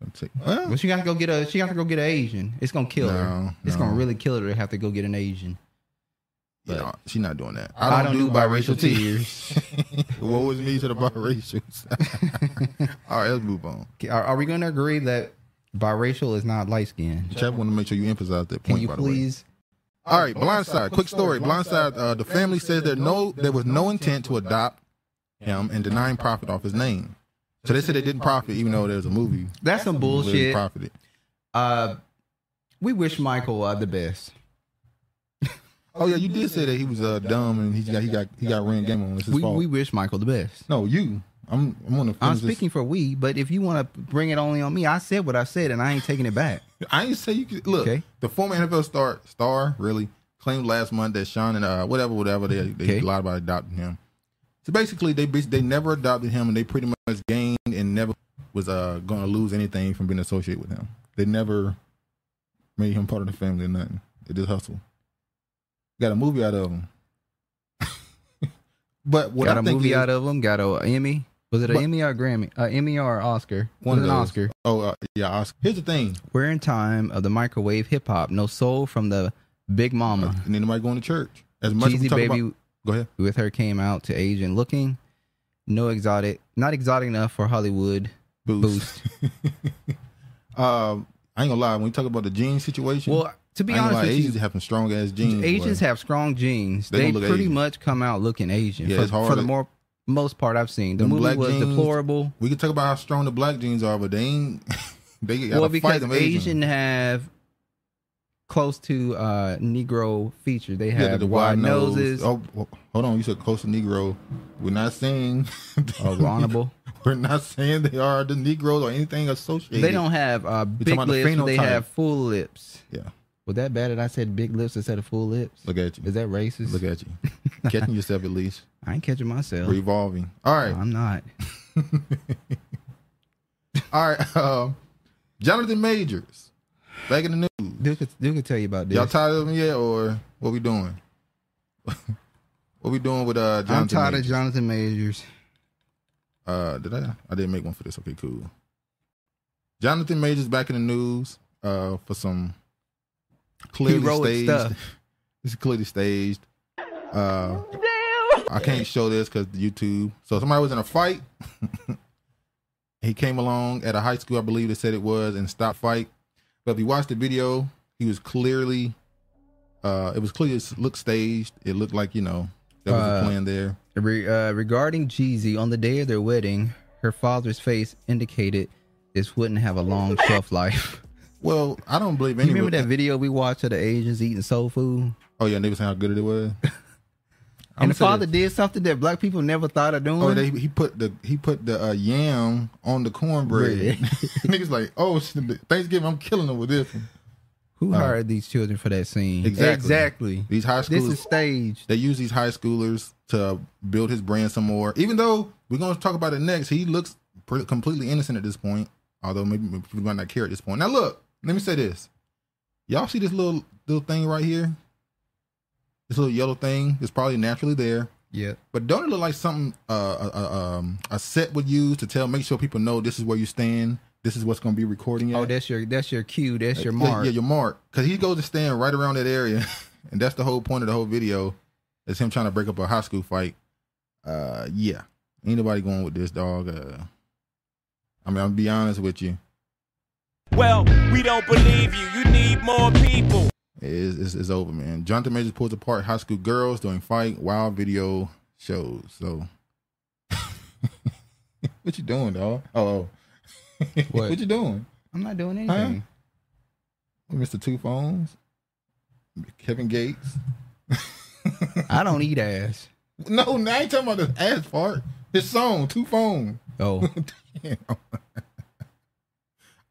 Speaker 1: let's see. Well,
Speaker 6: Well, she gotta go get a. She gotta go get an Asian. It's gonna kill her.
Speaker 1: No,
Speaker 6: It's
Speaker 1: no.
Speaker 6: gonna really kill her to have to go get an Asian.
Speaker 1: you know, she's not doing that.
Speaker 6: I don't do
Speaker 1: *laughs*
Speaker 6: biracial tears.
Speaker 1: what was me to the biracials? *laughs* All right, let's move on.
Speaker 6: Are, are we gonna agree that biracial is not light skinned?
Speaker 1: Chap, want to make sure you emphasize that
Speaker 6: Can
Speaker 1: point.
Speaker 6: you
Speaker 1: by the way.
Speaker 6: please?
Speaker 1: All right, Blindside. Quick story. Blindside. Uh, the family says there no there was no intent to adopt him and denying profit off his name. So they said they didn't profit, even though there was a movie.
Speaker 6: That's some
Speaker 1: who really
Speaker 6: bullshit.
Speaker 1: Profited.
Speaker 6: Uh, we wish Michael uh, the best.
Speaker 1: Oh yeah, you did say that he was uh, dumb and he got he got he got ran game on. It's his
Speaker 6: We,
Speaker 1: fault.
Speaker 6: we wish Michael the best.
Speaker 1: no, you. I'm I'm on the.
Speaker 6: I'm speaking for we, but if you want to bring it only on me, I said what I said, and I ain't taking it back.
Speaker 1: I ain't say you could look.
Speaker 6: Okay.
Speaker 1: The former NFL star star really claimed last month that Sean and uh whatever whatever they they
Speaker 6: Okay.
Speaker 1: lied about adopting him. So basically, they bas- they never adopted him, and they pretty much gained and never was uh going to lose anything from being associated with him. They never made him part of the family or nothing. They just hustled. Got a movie out of him. but what
Speaker 6: got
Speaker 1: I
Speaker 6: a
Speaker 1: think
Speaker 6: movie
Speaker 1: is,
Speaker 6: out of them. Got a Emmy. Was it an
Speaker 1: But-
Speaker 6: Emmy or a Grammy? Uh, Emmy or Oscar?
Speaker 1: one
Speaker 6: was
Speaker 1: of
Speaker 6: it an
Speaker 1: those-
Speaker 6: Oscar.
Speaker 1: Oh uh, yeah, Oscar. Here's the thing.
Speaker 6: We're in time of the microwave hip hop. No soul from the Big Mama.
Speaker 1: And anybody Uh, going to church? As much as we
Speaker 6: Cheesy
Speaker 1: talk
Speaker 6: baby
Speaker 1: about, go ahead.
Speaker 6: with her came out to Asian looking. No exotic, not exotic enough for Hollywood.
Speaker 1: *laughs* boost. um, I ain't gonna lie. When we talk about the jeans situation,
Speaker 6: Well, to be
Speaker 1: I ain't gonna
Speaker 6: honest
Speaker 1: lie,
Speaker 6: with
Speaker 1: Asians
Speaker 6: you,
Speaker 1: have some strong ass jeans.
Speaker 6: Asians have strong genes.
Speaker 1: They
Speaker 6: They,
Speaker 1: gonna look
Speaker 6: pretty
Speaker 1: Asian.
Speaker 6: much come out looking Asian
Speaker 1: Yeah,
Speaker 6: for,
Speaker 1: it's hard
Speaker 6: for the
Speaker 1: to-
Speaker 6: more most part I've seen. The
Speaker 1: Them
Speaker 6: movie
Speaker 1: black
Speaker 6: was
Speaker 1: jeans,
Speaker 6: deplorable.
Speaker 1: We can talk about how strong the black jeans are, but they ain't. *laughs* they gotta
Speaker 6: Well,
Speaker 1: fight
Speaker 6: because
Speaker 1: them Asians.
Speaker 6: Asian have close to uh Negro feature. They
Speaker 1: Yeah,
Speaker 6: have wide
Speaker 1: nose.
Speaker 6: noses.
Speaker 1: Oh, well, hold on. You said close to Negro. We're not saying. *laughs*
Speaker 6: Oh, vulnerable.
Speaker 1: We're not saying they are the Negroes or anything associated.
Speaker 6: They don't have uh, big
Speaker 1: about the
Speaker 6: lips. but They
Speaker 1: phenotype.
Speaker 6: have full lips.
Speaker 1: Yeah.
Speaker 6: Was that bad that I said big lips instead of full lips?
Speaker 1: Look at you.
Speaker 6: Is that racist?
Speaker 1: Look at
Speaker 6: *laughs*
Speaker 1: you. Catching yourself at least.
Speaker 6: I ain't catching myself.
Speaker 1: Revolving. All right.
Speaker 6: I'm not.
Speaker 1: All right. *laughs* Um, Jonathan Majors. Back in the news.
Speaker 6: Duke, could- Duke could tell you about this.
Speaker 1: Y'all tired of him yet, or what we doing? *laughs* what we doing with uh? Jonathan
Speaker 6: I'm tired
Speaker 1: Majors?
Speaker 6: of Jonathan Majors.
Speaker 1: Uh, did I? I didn't make one for this. Okay, cool. Jonathan Majors back in the news uh for some clearly
Speaker 6: Heroic
Speaker 1: staged.
Speaker 6: stuff.
Speaker 1: *laughs* This is clearly staged. Uh, I can't show this because YouTube. So somebody was in a fight. *laughs* he came along at a high school, I believe they said it was, and stopped fight. But if you watch the video, he was clearly. Uh, it was clear it looked staged. It looked like you know there was
Speaker 6: Uh,
Speaker 1: a plan there.
Speaker 6: Re- uh, regarding Jeezy, on the day of their wedding, her father's face indicated this wouldn't have a
Speaker 1: *laughs*
Speaker 6: long shelf life.
Speaker 1: Well, I don't believe
Speaker 6: You
Speaker 1: any.
Speaker 6: remember that video we watched of the Asians eating soul food?
Speaker 1: Oh yeah, and they were saying how good
Speaker 6: *laughs*
Speaker 1: it was.
Speaker 6: And the father did something that black people never thought of doing.
Speaker 1: Oh, they, he put the he put the uh, yam on the cornbread.
Speaker 6: Bread.
Speaker 1: *laughs* Niggas like, oh shit, Thanksgiving, I'm killing them with this. one.
Speaker 6: Who hired these children for that scene?
Speaker 1: oh. Exactly.
Speaker 6: Exactly.
Speaker 1: These high
Speaker 6: This
Speaker 1: schoolers,
Speaker 6: is staged.
Speaker 1: they use these high schoolers to build his brand some more. Even though we're gonna talk about it next, he looks pretty, completely innocent at this point. Although maybe maybe people might not care at this point. Now look, let me say this: y'all see this little little thing right here? This little yellow thing is probably naturally there.
Speaker 6: Yeah.
Speaker 1: But don't it look like something uh, a, a, um, a set would use to tell, make sure people know this is where you stand, this is what's going to be recording.
Speaker 6: Oh,
Speaker 1: at?
Speaker 6: that's your that's your cue. That's your
Speaker 1: Yeah,
Speaker 6: mark.
Speaker 1: Yeah, your mark. Because he goes to stand right around that area, *laughs* and that's the whole point of the whole video is him trying to break up a high school fight. Uh, yeah. Ain't nobody going with this dog. Uh, I mean, I'm gonna be honest with you.
Speaker 5: Well, we don't believe you. You need more people.
Speaker 1: It's, it's, it's over, man. Jonathan Majors pulls apart high school girls during fight. Wild video shows. So, *laughs* what you doing, dog? Oh, *laughs* oh.
Speaker 6: What?
Speaker 1: what? you doing,
Speaker 6: I'm not doing anything.
Speaker 1: Mister Two Phones? Kevin Gates?
Speaker 6: *laughs* I don't eat ass.
Speaker 1: No, no, I ain't talking about this ass part. His song, Two Phone.
Speaker 6: Oh,
Speaker 1: *laughs* Damn.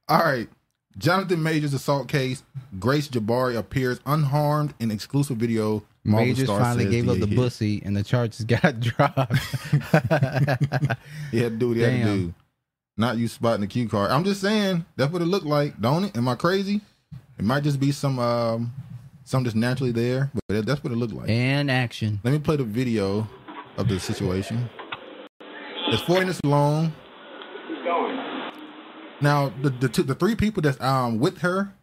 Speaker 1: All right. Jonathan Majors assault case. Grace Jabari appears unharmed in exclusive video. Marvel
Speaker 6: Majors
Speaker 1: star
Speaker 6: finally
Speaker 1: says
Speaker 6: gave up
Speaker 1: DA
Speaker 6: the
Speaker 1: hit.
Speaker 6: bussy, and the charges got *laughs* dropped.
Speaker 1: *laughs* He had to do what he had to
Speaker 6: Damn.
Speaker 1: do. Not you spotting the cue card. I'm just saying that's what it looked like, don't it? Am I crazy? It might just be some um some just naturally there, but that- that's what it looked like.
Speaker 6: and action.
Speaker 1: Let me play the video of the situation. It's four minutes long. Now the the, two, the three people that's um with her,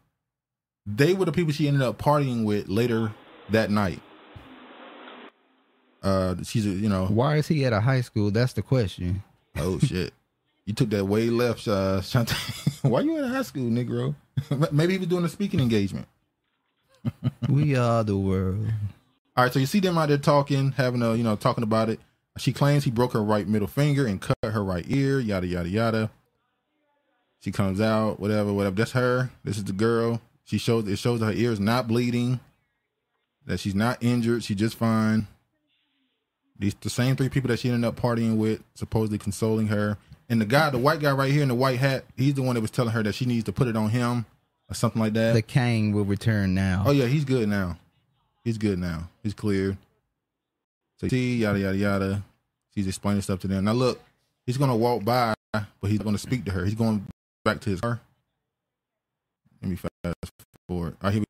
Speaker 1: they were the people she ended up partying with later that night. Uh, she's a- you know
Speaker 6: Why is he at a high school? That's the question. *laughs*
Speaker 1: Oh shit. You took that way left, uh, *laughs* Shantae. Why you in high school, Negro? *laughs* Maybe he was doing a speaking engagement. *laughs*
Speaker 6: we are the world.
Speaker 1: All right, so you see them out there talking, having a you know talking about it. She claims he broke her right middle finger and cut her right ear. Yada yada yada. She comes out, whatever, whatever. That's her. This is the girl. She shows it shows that her ear is not bleeding, that she's not injured. She's just fine. These the same three people that she ended up partying with, supposedly consoling her. And the guy, the white guy right here in the white hat, he's the one that was telling her that she needs to put it on him or something like that.
Speaker 6: The Kang will return now.
Speaker 1: Oh yeah, he's good now. He's good now. He's cleared. So see, yada yada yada. She's explaining stuff to them. Now look, he's gonna walk by, but he's gonna speak to her. He's going back to his car. Let me fast forward. I hear. We-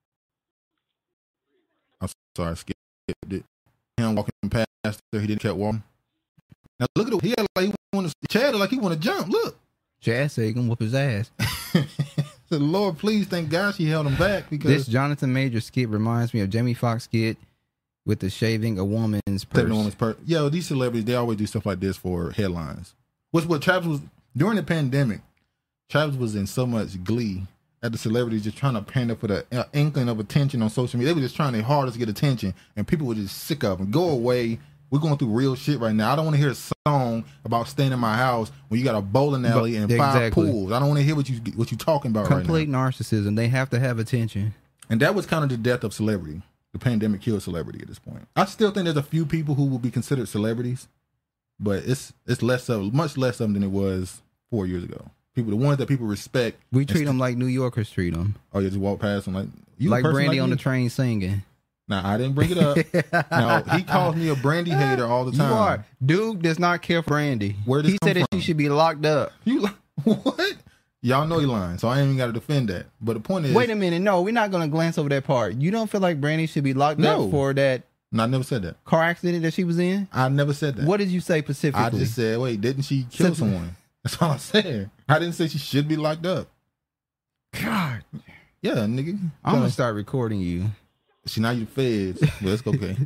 Speaker 1: I'm sorry, I skipped it. Him walking past her, he didn't kept walking. Now look at the, he had like he want to Chad like he want to jump. Look,
Speaker 6: Chad said he can whoop his
Speaker 1: *laughs*
Speaker 6: ass.
Speaker 1: the Lord, please, thank God she held him
Speaker 6: This
Speaker 1: back because
Speaker 6: Jonathan Major skit reminds me of Jamie Foxx skit with the shaving a woman's purse.
Speaker 1: Taking on his per- Yo, these celebrities, they always do stuff like this for headlines. Which what Travis was during the pandemic, Travis was in so much glee at the celebrities just trying to paint up with an inkling of attention on social media. They were just trying their hardest to get attention, and people were just sick of them. Go away. We're going through real shit right now. I don't want to hear a song about staying in my house when you got a bowling alley and five
Speaker 6: Exactly.
Speaker 1: pools. I don't want to hear what you what you talking about right now.
Speaker 6: Complete narcissism. They have to have attention.
Speaker 1: And that was kind of the death of celebrity. The pandemic killed celebrity at this point. I still think there's a few people who will be considered celebrities, but it's it's less of much less of them than it was four years ago. People, the ones that people respect,
Speaker 6: We treat them like New Yorkers treat them.
Speaker 1: oh, you just walk past them like you a
Speaker 6: Like
Speaker 1: person
Speaker 6: Brandy on
Speaker 1: me?
Speaker 6: the train singing.
Speaker 1: Now I didn't bring it up.
Speaker 6: *laughs*
Speaker 1: now he calls me a Brandy hater all the
Speaker 6: You
Speaker 1: time.
Speaker 6: are. Dude does not care for Brandy.
Speaker 1: Where did
Speaker 6: he
Speaker 1: this
Speaker 6: said
Speaker 1: come
Speaker 6: that
Speaker 1: from?
Speaker 6: she should be locked up.
Speaker 1: You like *laughs* what? Y'all know he lying, so I ain't even got to defend that. But the point is,
Speaker 6: Wait a minute. No, we're not going to glance over that part. You don't feel like Brandy should be locked
Speaker 1: No.
Speaker 6: up for that
Speaker 1: no, I never said that.
Speaker 6: car accident that she was in?
Speaker 1: I never said that.
Speaker 6: What did you say
Speaker 1: I
Speaker 6: specifically?
Speaker 1: just said, wait, didn't she kill
Speaker 6: Said-
Speaker 1: someone? *laughs* That's all I said. I didn't say she should be locked up.
Speaker 6: God,
Speaker 1: Yeah, nigga.
Speaker 6: I'm gonna
Speaker 1: So,
Speaker 6: start recording you.
Speaker 1: she now you feds, but
Speaker 6: *laughs*
Speaker 1: it's okay.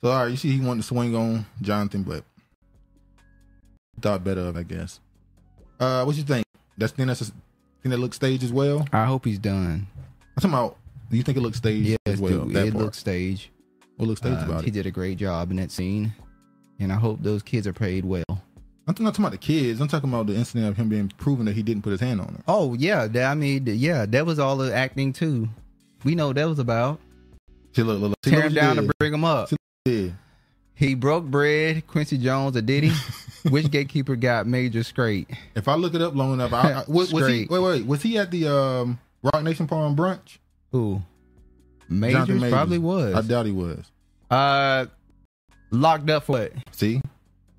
Speaker 1: so all right, you see, he wanted to swing on Jonathan, but thought better of, I guess. Uh, what you think? That's thing that's a thing that looks staged as well.
Speaker 6: I hope he's done.
Speaker 1: I'm talking about. Do you think it looks staged
Speaker 6: Yes,
Speaker 1: as well?
Speaker 6: dude,
Speaker 1: that
Speaker 6: it
Speaker 1: part.
Speaker 6: looks stage.
Speaker 1: what looks staged about
Speaker 6: he
Speaker 1: it?
Speaker 6: did a great job in that scene, and I hope those kids are paid well.
Speaker 1: I'm not talking about the kids. I'm talking about the incident of him being proven that he didn't put his hand on her.
Speaker 6: Oh yeah, that, I mean th- yeah, that was all the acting too. We know what that was about
Speaker 1: See, look, look, look. See,
Speaker 6: tear
Speaker 1: look
Speaker 6: him
Speaker 1: what
Speaker 6: down
Speaker 1: you
Speaker 6: to bring him up.
Speaker 1: She- did. Yeah.
Speaker 6: He broke bread. Quincy Jones a
Speaker 1: *laughs*
Speaker 6: Diddy. Which gatekeeper got major straight?
Speaker 1: If I look it up long
Speaker 6: *laughs*
Speaker 1: enough, I, I, uh, was, was he?
Speaker 6: Straight.
Speaker 1: Wait, wait. Was he at the um, Rock Nation Farm brunch?
Speaker 6: Who?
Speaker 1: Jonathan
Speaker 6: Majors
Speaker 1: Majors.
Speaker 6: probably
Speaker 1: I
Speaker 6: was.
Speaker 1: doubt he was.
Speaker 6: Uh, locked up for what?
Speaker 1: See,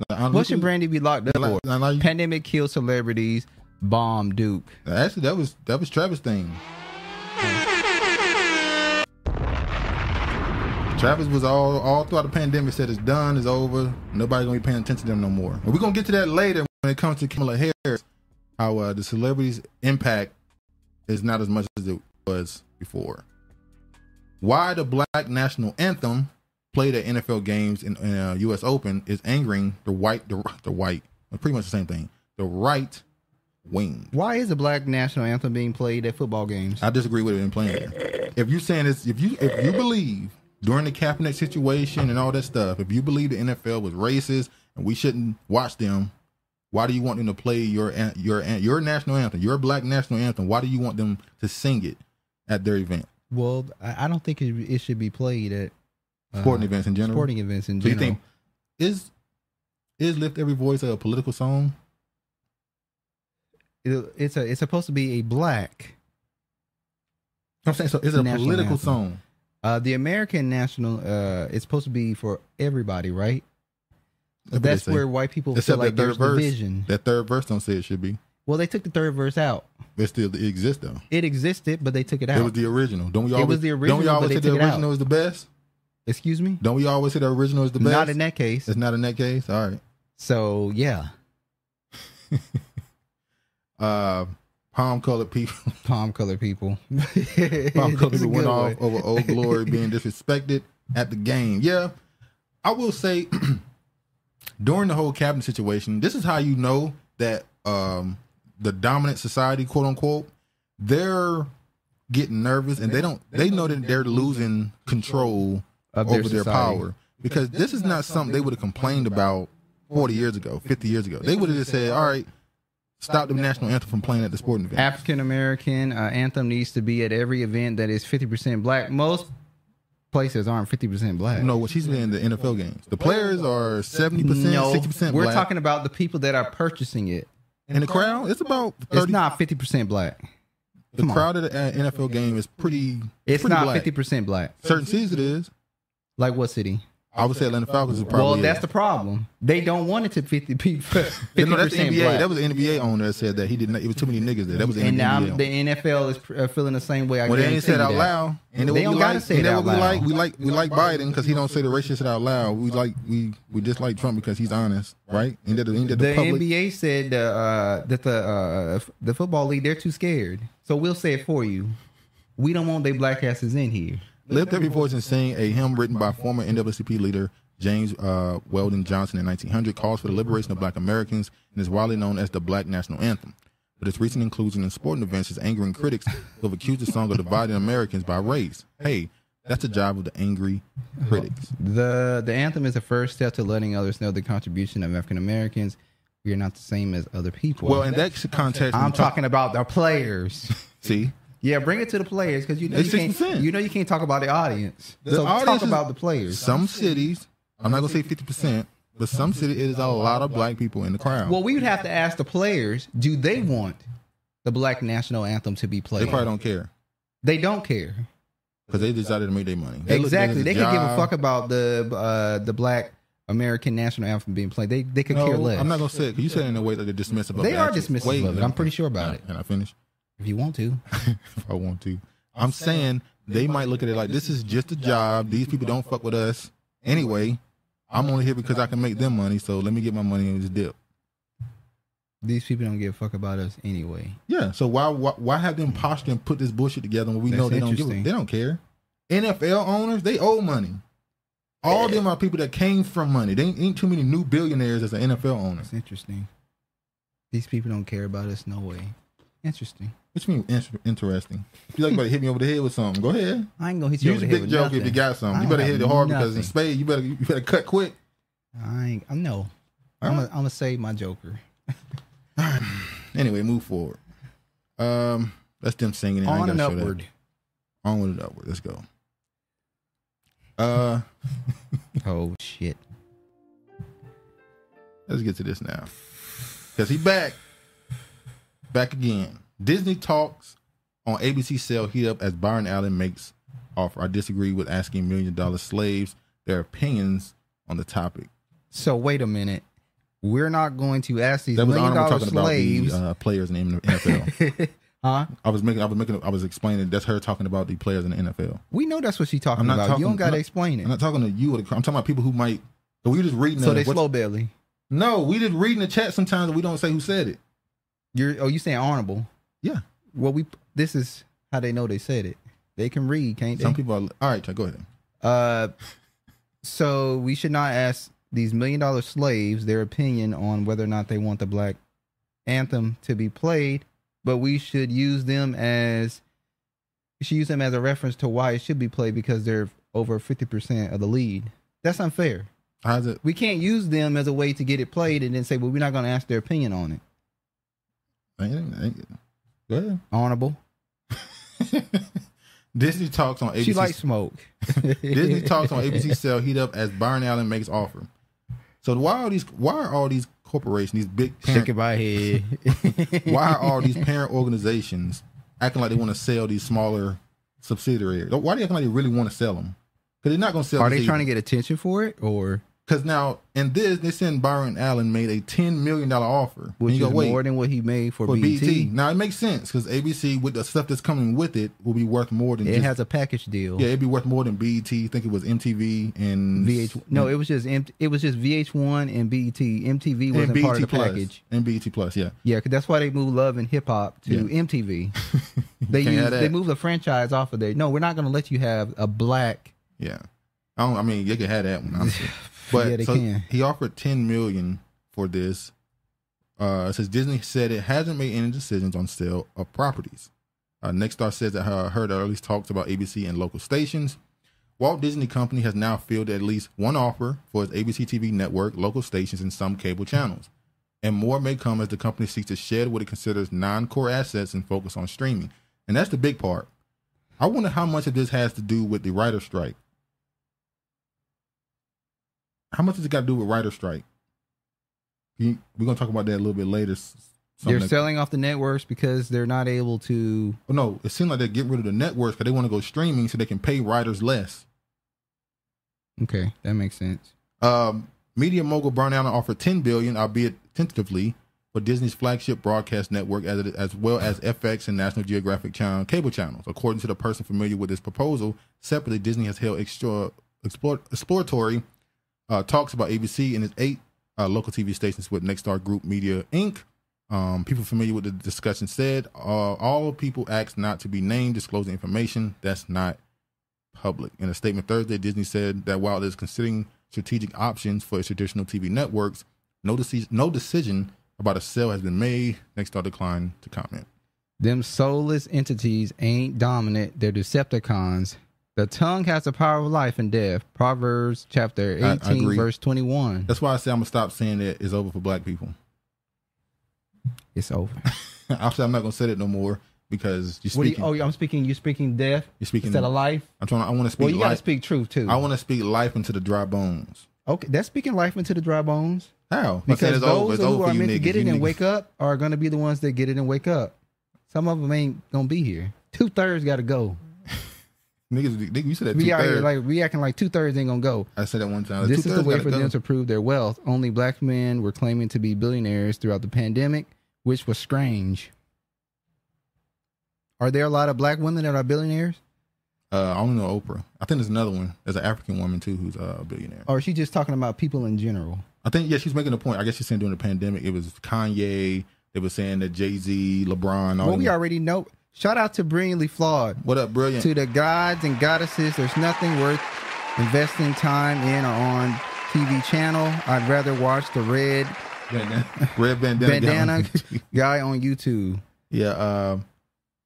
Speaker 1: I- I-
Speaker 6: What should
Speaker 1: look-
Speaker 6: Brandy be locked up
Speaker 1: Like-
Speaker 6: for?
Speaker 1: like- like-
Speaker 6: Pandemic kills celebrities. Bomb Duke.
Speaker 1: Actually, that was that was Travis thing. Travis was all all throughout the pandemic said it's done, it's over. Nobody gonna be paying attention to them no more. And we're gonna get to that later when it comes to Kamala Harris, how uh, the celebrities' impact is not as much as it was before. Why the black national anthem played at NFL games and uh, U.S. Open is angering the white the, the white pretty much the same thing the right wing.
Speaker 6: Why is the black national anthem being played at football games?
Speaker 1: I disagree with it in playing. If you saying this, if you if you believe during the Kaepernick situation and all that stuff, if you believe the NFL was racist and we shouldn't watch them, why do you want them to play your an- your an- your national anthem, your black national anthem? Why do you want them to sing it at their event,
Speaker 6: Well, I I don't think it, it should be played at
Speaker 1: sporting
Speaker 6: uh,
Speaker 1: events in general?
Speaker 6: sporting events in
Speaker 1: so you
Speaker 6: general.
Speaker 1: think is Is Lift Every Voice a political song?
Speaker 6: It- it's a it's supposed to be a black.
Speaker 1: I'm saying, so is it a
Speaker 6: National
Speaker 1: political
Speaker 6: anthem.
Speaker 1: song?
Speaker 6: Uh, the American national uh, it's supposed to be for everybody, right?
Speaker 1: what
Speaker 6: That's
Speaker 1: they say.
Speaker 6: where white people feel
Speaker 1: Except
Speaker 6: like
Speaker 1: that third
Speaker 6: there's
Speaker 1: verse.
Speaker 6: division.
Speaker 1: That third verse don't say it should be.
Speaker 6: Well, they took the third verse out.
Speaker 1: It still exists though.
Speaker 6: It existed, but they took it
Speaker 1: It
Speaker 6: out.
Speaker 1: was the original. Don't we
Speaker 6: It
Speaker 1: always?
Speaker 6: was the
Speaker 1: don't
Speaker 6: original,
Speaker 1: we
Speaker 6: but
Speaker 1: always
Speaker 6: they
Speaker 1: say the
Speaker 6: took it out.
Speaker 1: original is the best?
Speaker 6: Excuse me.
Speaker 1: Don't we always say the original is the best?
Speaker 6: Not in that case.
Speaker 1: It's not in that case. All right.
Speaker 6: So yeah,
Speaker 1: *laughs* Uh, palm colored people.
Speaker 6: *laughs* palm colored people.
Speaker 1: *laughs*
Speaker 6: *laughs*
Speaker 1: Palm colored
Speaker 6: That's a
Speaker 1: people went
Speaker 6: good
Speaker 1: off
Speaker 6: one.
Speaker 1: over
Speaker 6: *laughs*
Speaker 1: Old Glory being disrespected at the game. Yeah, I will say *clears throat* during the whole cabinet situation, this is how you know that um the dominant society, quote unquote, they're getting nervous and they don't. They know that they're losing control
Speaker 6: Of
Speaker 1: over
Speaker 6: their
Speaker 1: their
Speaker 6: society.
Speaker 1: power because this is not something they would have complained about 40 years ago, 50 years ago. They would have just said, all right, stop the national anthem from playing at the sporting event.
Speaker 6: African American uh, anthem needs to be at every event that is fifty percent black. Most places aren't fifty percent black.
Speaker 1: No, what she's been in the NFL games. The players are 70%,
Speaker 6: No,
Speaker 1: 60%
Speaker 6: we're
Speaker 1: black.
Speaker 6: talking about the people that are purchasing it.
Speaker 1: in the crowd, it's about 30.
Speaker 6: It's not fifty percent black.
Speaker 1: the uh,
Speaker 6: come on.
Speaker 1: crowd at an NFL game is pretty
Speaker 6: It's
Speaker 1: pretty
Speaker 6: not
Speaker 1: black.
Speaker 6: fifty percent black.
Speaker 1: Certain cities it is.
Speaker 6: Like what city?
Speaker 1: I would say Atlanta Falcons is probably
Speaker 6: Well,
Speaker 1: it.
Speaker 6: that's the problem. They don't want it to fifty *laughs* people.
Speaker 1: Yeah,
Speaker 6: Fifty
Speaker 1: no, that's the
Speaker 6: percent
Speaker 1: NBA.
Speaker 6: black.
Speaker 1: That was the NBA owner that said that he didn't. It was too many niggas there. That was the
Speaker 6: and
Speaker 1: NBA.
Speaker 6: now
Speaker 1: owner.
Speaker 6: the NFL is uh, feeling the same way. I
Speaker 1: Well, they
Speaker 6: guarantee
Speaker 1: ain't said
Speaker 6: you
Speaker 1: out
Speaker 6: that.
Speaker 1: loud. And
Speaker 6: They
Speaker 1: then what
Speaker 6: don't
Speaker 1: we
Speaker 6: gotta
Speaker 1: like,
Speaker 6: say
Speaker 1: and
Speaker 6: it
Speaker 1: then
Speaker 6: out
Speaker 1: what
Speaker 6: loud.
Speaker 1: we like, we like, we like Biden because he don't say the racist shit out loud. We like, we we just like Trump because he's honest, right? And that, and that the,
Speaker 6: The
Speaker 1: public,
Speaker 6: NBA said uh, uh, that the uh, f- the football league they're too scared. So we'll say it for you. We don't want they black asses in here.
Speaker 1: lift every voice and sing a hymn written by former NAACP leader James uh, Weldon Johnson in 1900 calls for the liberation of Black Americans and is widely known as the Black National Anthem. But its recent inclusion in sporting events is angering critics who have accused the song of dividing Americans by race. Hey, that's the job of the angry critics.
Speaker 6: The the anthem is the first step to letting others know the contribution of African Americans. We are not the same as other people.
Speaker 1: Well, in that context,
Speaker 6: I'm talking about the players.
Speaker 1: *laughs* See,
Speaker 6: Yeah, bring it to the players because you know you
Speaker 1: It's
Speaker 6: can't
Speaker 1: 6%.
Speaker 6: you know you can't talk about the audience.
Speaker 1: The
Speaker 6: so
Speaker 1: audience
Speaker 6: talk
Speaker 1: is-
Speaker 6: about the players.
Speaker 1: Some cities, I'm not gonna say 50 percent, but some cities it is a lot of black people in the crowd.
Speaker 6: Well, we would have to ask the players: Do they want the black national anthem to be
Speaker 1: they
Speaker 6: played?
Speaker 1: probably don't care
Speaker 6: They don't care.
Speaker 1: because they decided to make their money. They look-
Speaker 6: exactly. They
Speaker 1: there's
Speaker 6: could give a
Speaker 1: job.
Speaker 6: fuck about the uh, the black American national anthem being played. They they could
Speaker 1: No,
Speaker 6: care less.
Speaker 1: I'm not gonna say it. 'cause You said it in a way that they're dismissive. of
Speaker 6: They
Speaker 1: the
Speaker 6: are
Speaker 1: actual-
Speaker 6: dismissive
Speaker 1: Wait,
Speaker 6: of it. I'm pretty sure about it.
Speaker 1: Can I finish?
Speaker 6: If you want to,
Speaker 1: *laughs* if I want to, I'm saying they might look at it like this is just a job. These people don't fuck with us anyway. I'm only here because I can make them money. So let me get my money and just dip.
Speaker 6: these people don't give a fuck about us anyway.
Speaker 1: Yeah. So why why, why have them posture and put this bullshit together when we know
Speaker 6: That's
Speaker 1: they don't give a,
Speaker 6: interesting.
Speaker 1: they don't care? NFL owners they owe money. All them are people that came from money. They ain't, ain't too many new billionaires as an NFL owner.
Speaker 6: It's interesting. These people don't care about us. No way. Interesting.
Speaker 1: Which means in- interesting. If you like about to hit me over the head with something, go ahead.
Speaker 6: I ain't gonna hit you.
Speaker 1: Use
Speaker 6: over the
Speaker 1: a
Speaker 6: head
Speaker 1: big
Speaker 6: with
Speaker 1: joke
Speaker 6: nothing.
Speaker 1: if you got something.
Speaker 6: I
Speaker 1: You
Speaker 6: don't
Speaker 1: better
Speaker 6: have
Speaker 1: hit it hard because in
Speaker 6: nothing.
Speaker 1: spade you better you better cut quick.
Speaker 6: I ain't. I'm no. I'm gonna I'm save my Joker.
Speaker 1: Anyway, move forward. Um, that's them singing. it. I ain't
Speaker 6: On and
Speaker 1: gotta show that.
Speaker 6: upward.
Speaker 1: Onward and upward. Let's go. Uh, *laughs*
Speaker 6: Oh shit.
Speaker 1: Let's get to this now. Cause he back. Back again. Disney talks on ABC sale heat up as Byron Allen makes offer. I disagree with asking million dollar slaves their opinions on the topic.
Speaker 6: So wait a minute. We're not going to ask these
Speaker 1: That was
Speaker 6: million
Speaker 1: honorable
Speaker 6: dollar
Speaker 1: talking
Speaker 6: slaves.
Speaker 1: about the uh, players in the NFL.
Speaker 6: *laughs* huh?
Speaker 1: I was making I was making I was explaining that's her talking about the players in the NFL.
Speaker 6: We know that's what she's talking
Speaker 1: I'm not
Speaker 6: about.
Speaker 1: talking
Speaker 6: you don't
Speaker 1: I'm
Speaker 6: gotta
Speaker 1: not-
Speaker 6: explain it.
Speaker 1: I'm not talking to you or the I'm talking about people who might we were just reading
Speaker 6: so
Speaker 1: the-
Speaker 6: they
Speaker 1: what's-
Speaker 6: slow belly.
Speaker 1: No, we just reading the chat sometimes and we don't say who said it.
Speaker 6: You're oh you saying honorable.
Speaker 1: Yeah.
Speaker 6: Well we this is how they know they said it. They can read, can't
Speaker 1: Some
Speaker 6: they?
Speaker 1: people are all right, go ahead.
Speaker 6: Uh so we should not ask these million dollar slaves their opinion on whether or not they want the black anthem to be played, but we should use them as we should use them as a reference to why it should be played because they're over fifty percent of the lead. That's unfair.
Speaker 1: How's it
Speaker 6: We can't use them as a way to get it played and then say, well, we're not going to ask their opinion on it.
Speaker 1: Ain't- ain't- Go ahead.
Speaker 6: Honorable.
Speaker 1: Disney talks on ABC. *laughs*
Speaker 6: She likes smoke. *laughs*
Speaker 1: Disney talks on ABC sale heat up as Byron Allen makes offer. So why are these? Why are all these corporations, these big parent,
Speaker 7: Shook my head.
Speaker 1: *laughs* why
Speaker 6: *laughs*
Speaker 1: are all these parent organizations acting like they want to sell these smaller subsidiaries? Why are they acting like they really want to sell them? Because they're not going to sell.
Speaker 6: Are they trying to get attention for it or
Speaker 1: Because now in this, they send Byron Allen made a ten million dollar offer.
Speaker 6: which
Speaker 1: and
Speaker 6: is
Speaker 1: you go, wait,
Speaker 6: more than what he made for, E
Speaker 1: for E
Speaker 6: BT?
Speaker 1: BT. Now it makes sense because ABC with the stuff that's coming with it will be worth more than
Speaker 6: It
Speaker 1: just,
Speaker 6: has a package deal.
Speaker 1: yeah, it'd be worth more than BET. I think it was MTV and
Speaker 6: VH no, it was just M- it was just VH1 and E BET. MTV
Speaker 1: and
Speaker 6: wasn't
Speaker 1: BET
Speaker 6: part of the
Speaker 1: Plus
Speaker 6: package.
Speaker 1: and BET Plus. Yeah,
Speaker 6: Yeah, 'cause that's why they moved Love and Hip Hop to
Speaker 1: Yeah. *laughs*
Speaker 6: MTV. They
Speaker 1: can't
Speaker 6: use,
Speaker 1: have
Speaker 6: they
Speaker 1: that.
Speaker 6: moved the franchise off of there. No, we're not going to let you have a black.
Speaker 1: Yeah, I don't. I mean, they could have that one,
Speaker 6: *laughs*
Speaker 1: honestly. But
Speaker 6: Yeah, they
Speaker 1: so
Speaker 6: can.
Speaker 1: he offered ten million for this. Uh, it says Disney said it hasn't made any decisions on sale of properties. Uh, Nextstar says that her heard at least talks about ABC and local stations. Walt Disney Company has now fielded at least one offer for its ABC TV network, local stations, and some cable channels. And more may come as the company seeks to shed what it considers non core assets and focus on streaming. And that's the big part. I wonder how much of this has to do with the writer strike. How much does it got to do with writer strike? You- We're gonna talk about that a little bit later. s- something
Speaker 6: they're
Speaker 1: that-
Speaker 6: selling off the networks because they're not able to.
Speaker 1: Oh, no, it seems like they're getting rid of the networks because they want to go streaming so they can pay writers less.
Speaker 6: Okay, that makes sense.
Speaker 1: Um, media mogul Brown Allen offered ten billion, albeit tentatively, for Disney's flagship broadcast network, as it, as well as FX and National Geographic channel, cable channels. According to the person familiar with this proposal, separately Disney has held extra explore, exploratory uh, talks about ABC and its eight uh, local TV stations with Nextstar Group Media Inc. Um, people familiar with the discussion said uh, all people asked not to be named, disclosing information that's not public. In a statement Thursday, Disney said that while it is considering strategic options for its traditional TV networks, no, deci- no decision about a sale has been made. Nextstar declined to comment.
Speaker 6: Them soulless entities ain't dominant. They're Decepticons. The tongue has the power of life and death. Proverbs chapter
Speaker 1: I
Speaker 6: 18,
Speaker 1: agree.
Speaker 6: verse 21.
Speaker 1: That's why I say I'm gonna stop saying that it's over for black people.
Speaker 6: It's over.
Speaker 1: *laughs* I say I'm not gonna say that no more because you're
Speaker 6: What do you,
Speaker 1: speaking.
Speaker 6: oh, I'm speaking. You're speaking death
Speaker 1: You're speaking-
Speaker 6: instead of life.
Speaker 1: I'm trying. I want to speak
Speaker 6: Well, you got to
Speaker 1: life.
Speaker 6: speak truth too.
Speaker 1: I want to speak life into the dry bones.
Speaker 6: okay, that's speaking life into the dry bones.
Speaker 1: How? I said
Speaker 6: Because
Speaker 1: it's
Speaker 6: those
Speaker 1: over. It's
Speaker 6: who
Speaker 1: over
Speaker 6: are
Speaker 1: for you
Speaker 6: meant to
Speaker 1: niggas.
Speaker 6: get it
Speaker 1: You
Speaker 6: and
Speaker 1: niggas-
Speaker 6: wake up are going to be the ones that get it and wake up. Some of them ain't going to be here. Two thirds got to go.
Speaker 1: *laughs* Niggas, nigga, you said that
Speaker 6: We
Speaker 1: two
Speaker 6: out here
Speaker 1: thirds.
Speaker 6: like we acting like two thirds ain't going to go.
Speaker 1: I said that one time.
Speaker 6: This is the
Speaker 1: Two-thirds
Speaker 6: way
Speaker 1: Uh, gotta
Speaker 6: for
Speaker 1: go.
Speaker 6: them to prove their wealth. Only black men were claiming to be billionaires throughout the pandemic, which was strange. Are there a lot of black women that are billionaires?
Speaker 1: Uh, I only know Oprah. I think there's another one. There's an African woman too who's uh, a billionaire.
Speaker 6: Or is she just talking about people in general?
Speaker 1: I think yeah, she's making a point. I guess she's saying during the pandemic it was Kanye. They were saying that Jay Z, LeBron, all
Speaker 6: Well,
Speaker 1: them-
Speaker 6: we already know. Shout out to Brilliantly Flawed.
Speaker 1: What up, brilliant?
Speaker 6: To the gods and goddesses, there's nothing worth investing time in or on TV channel. I'd rather watch the red
Speaker 1: Bandana- Red bandana.
Speaker 6: bandana
Speaker 1: *laughs* gown.
Speaker 6: guy on YouTube.
Speaker 1: yeah, uh,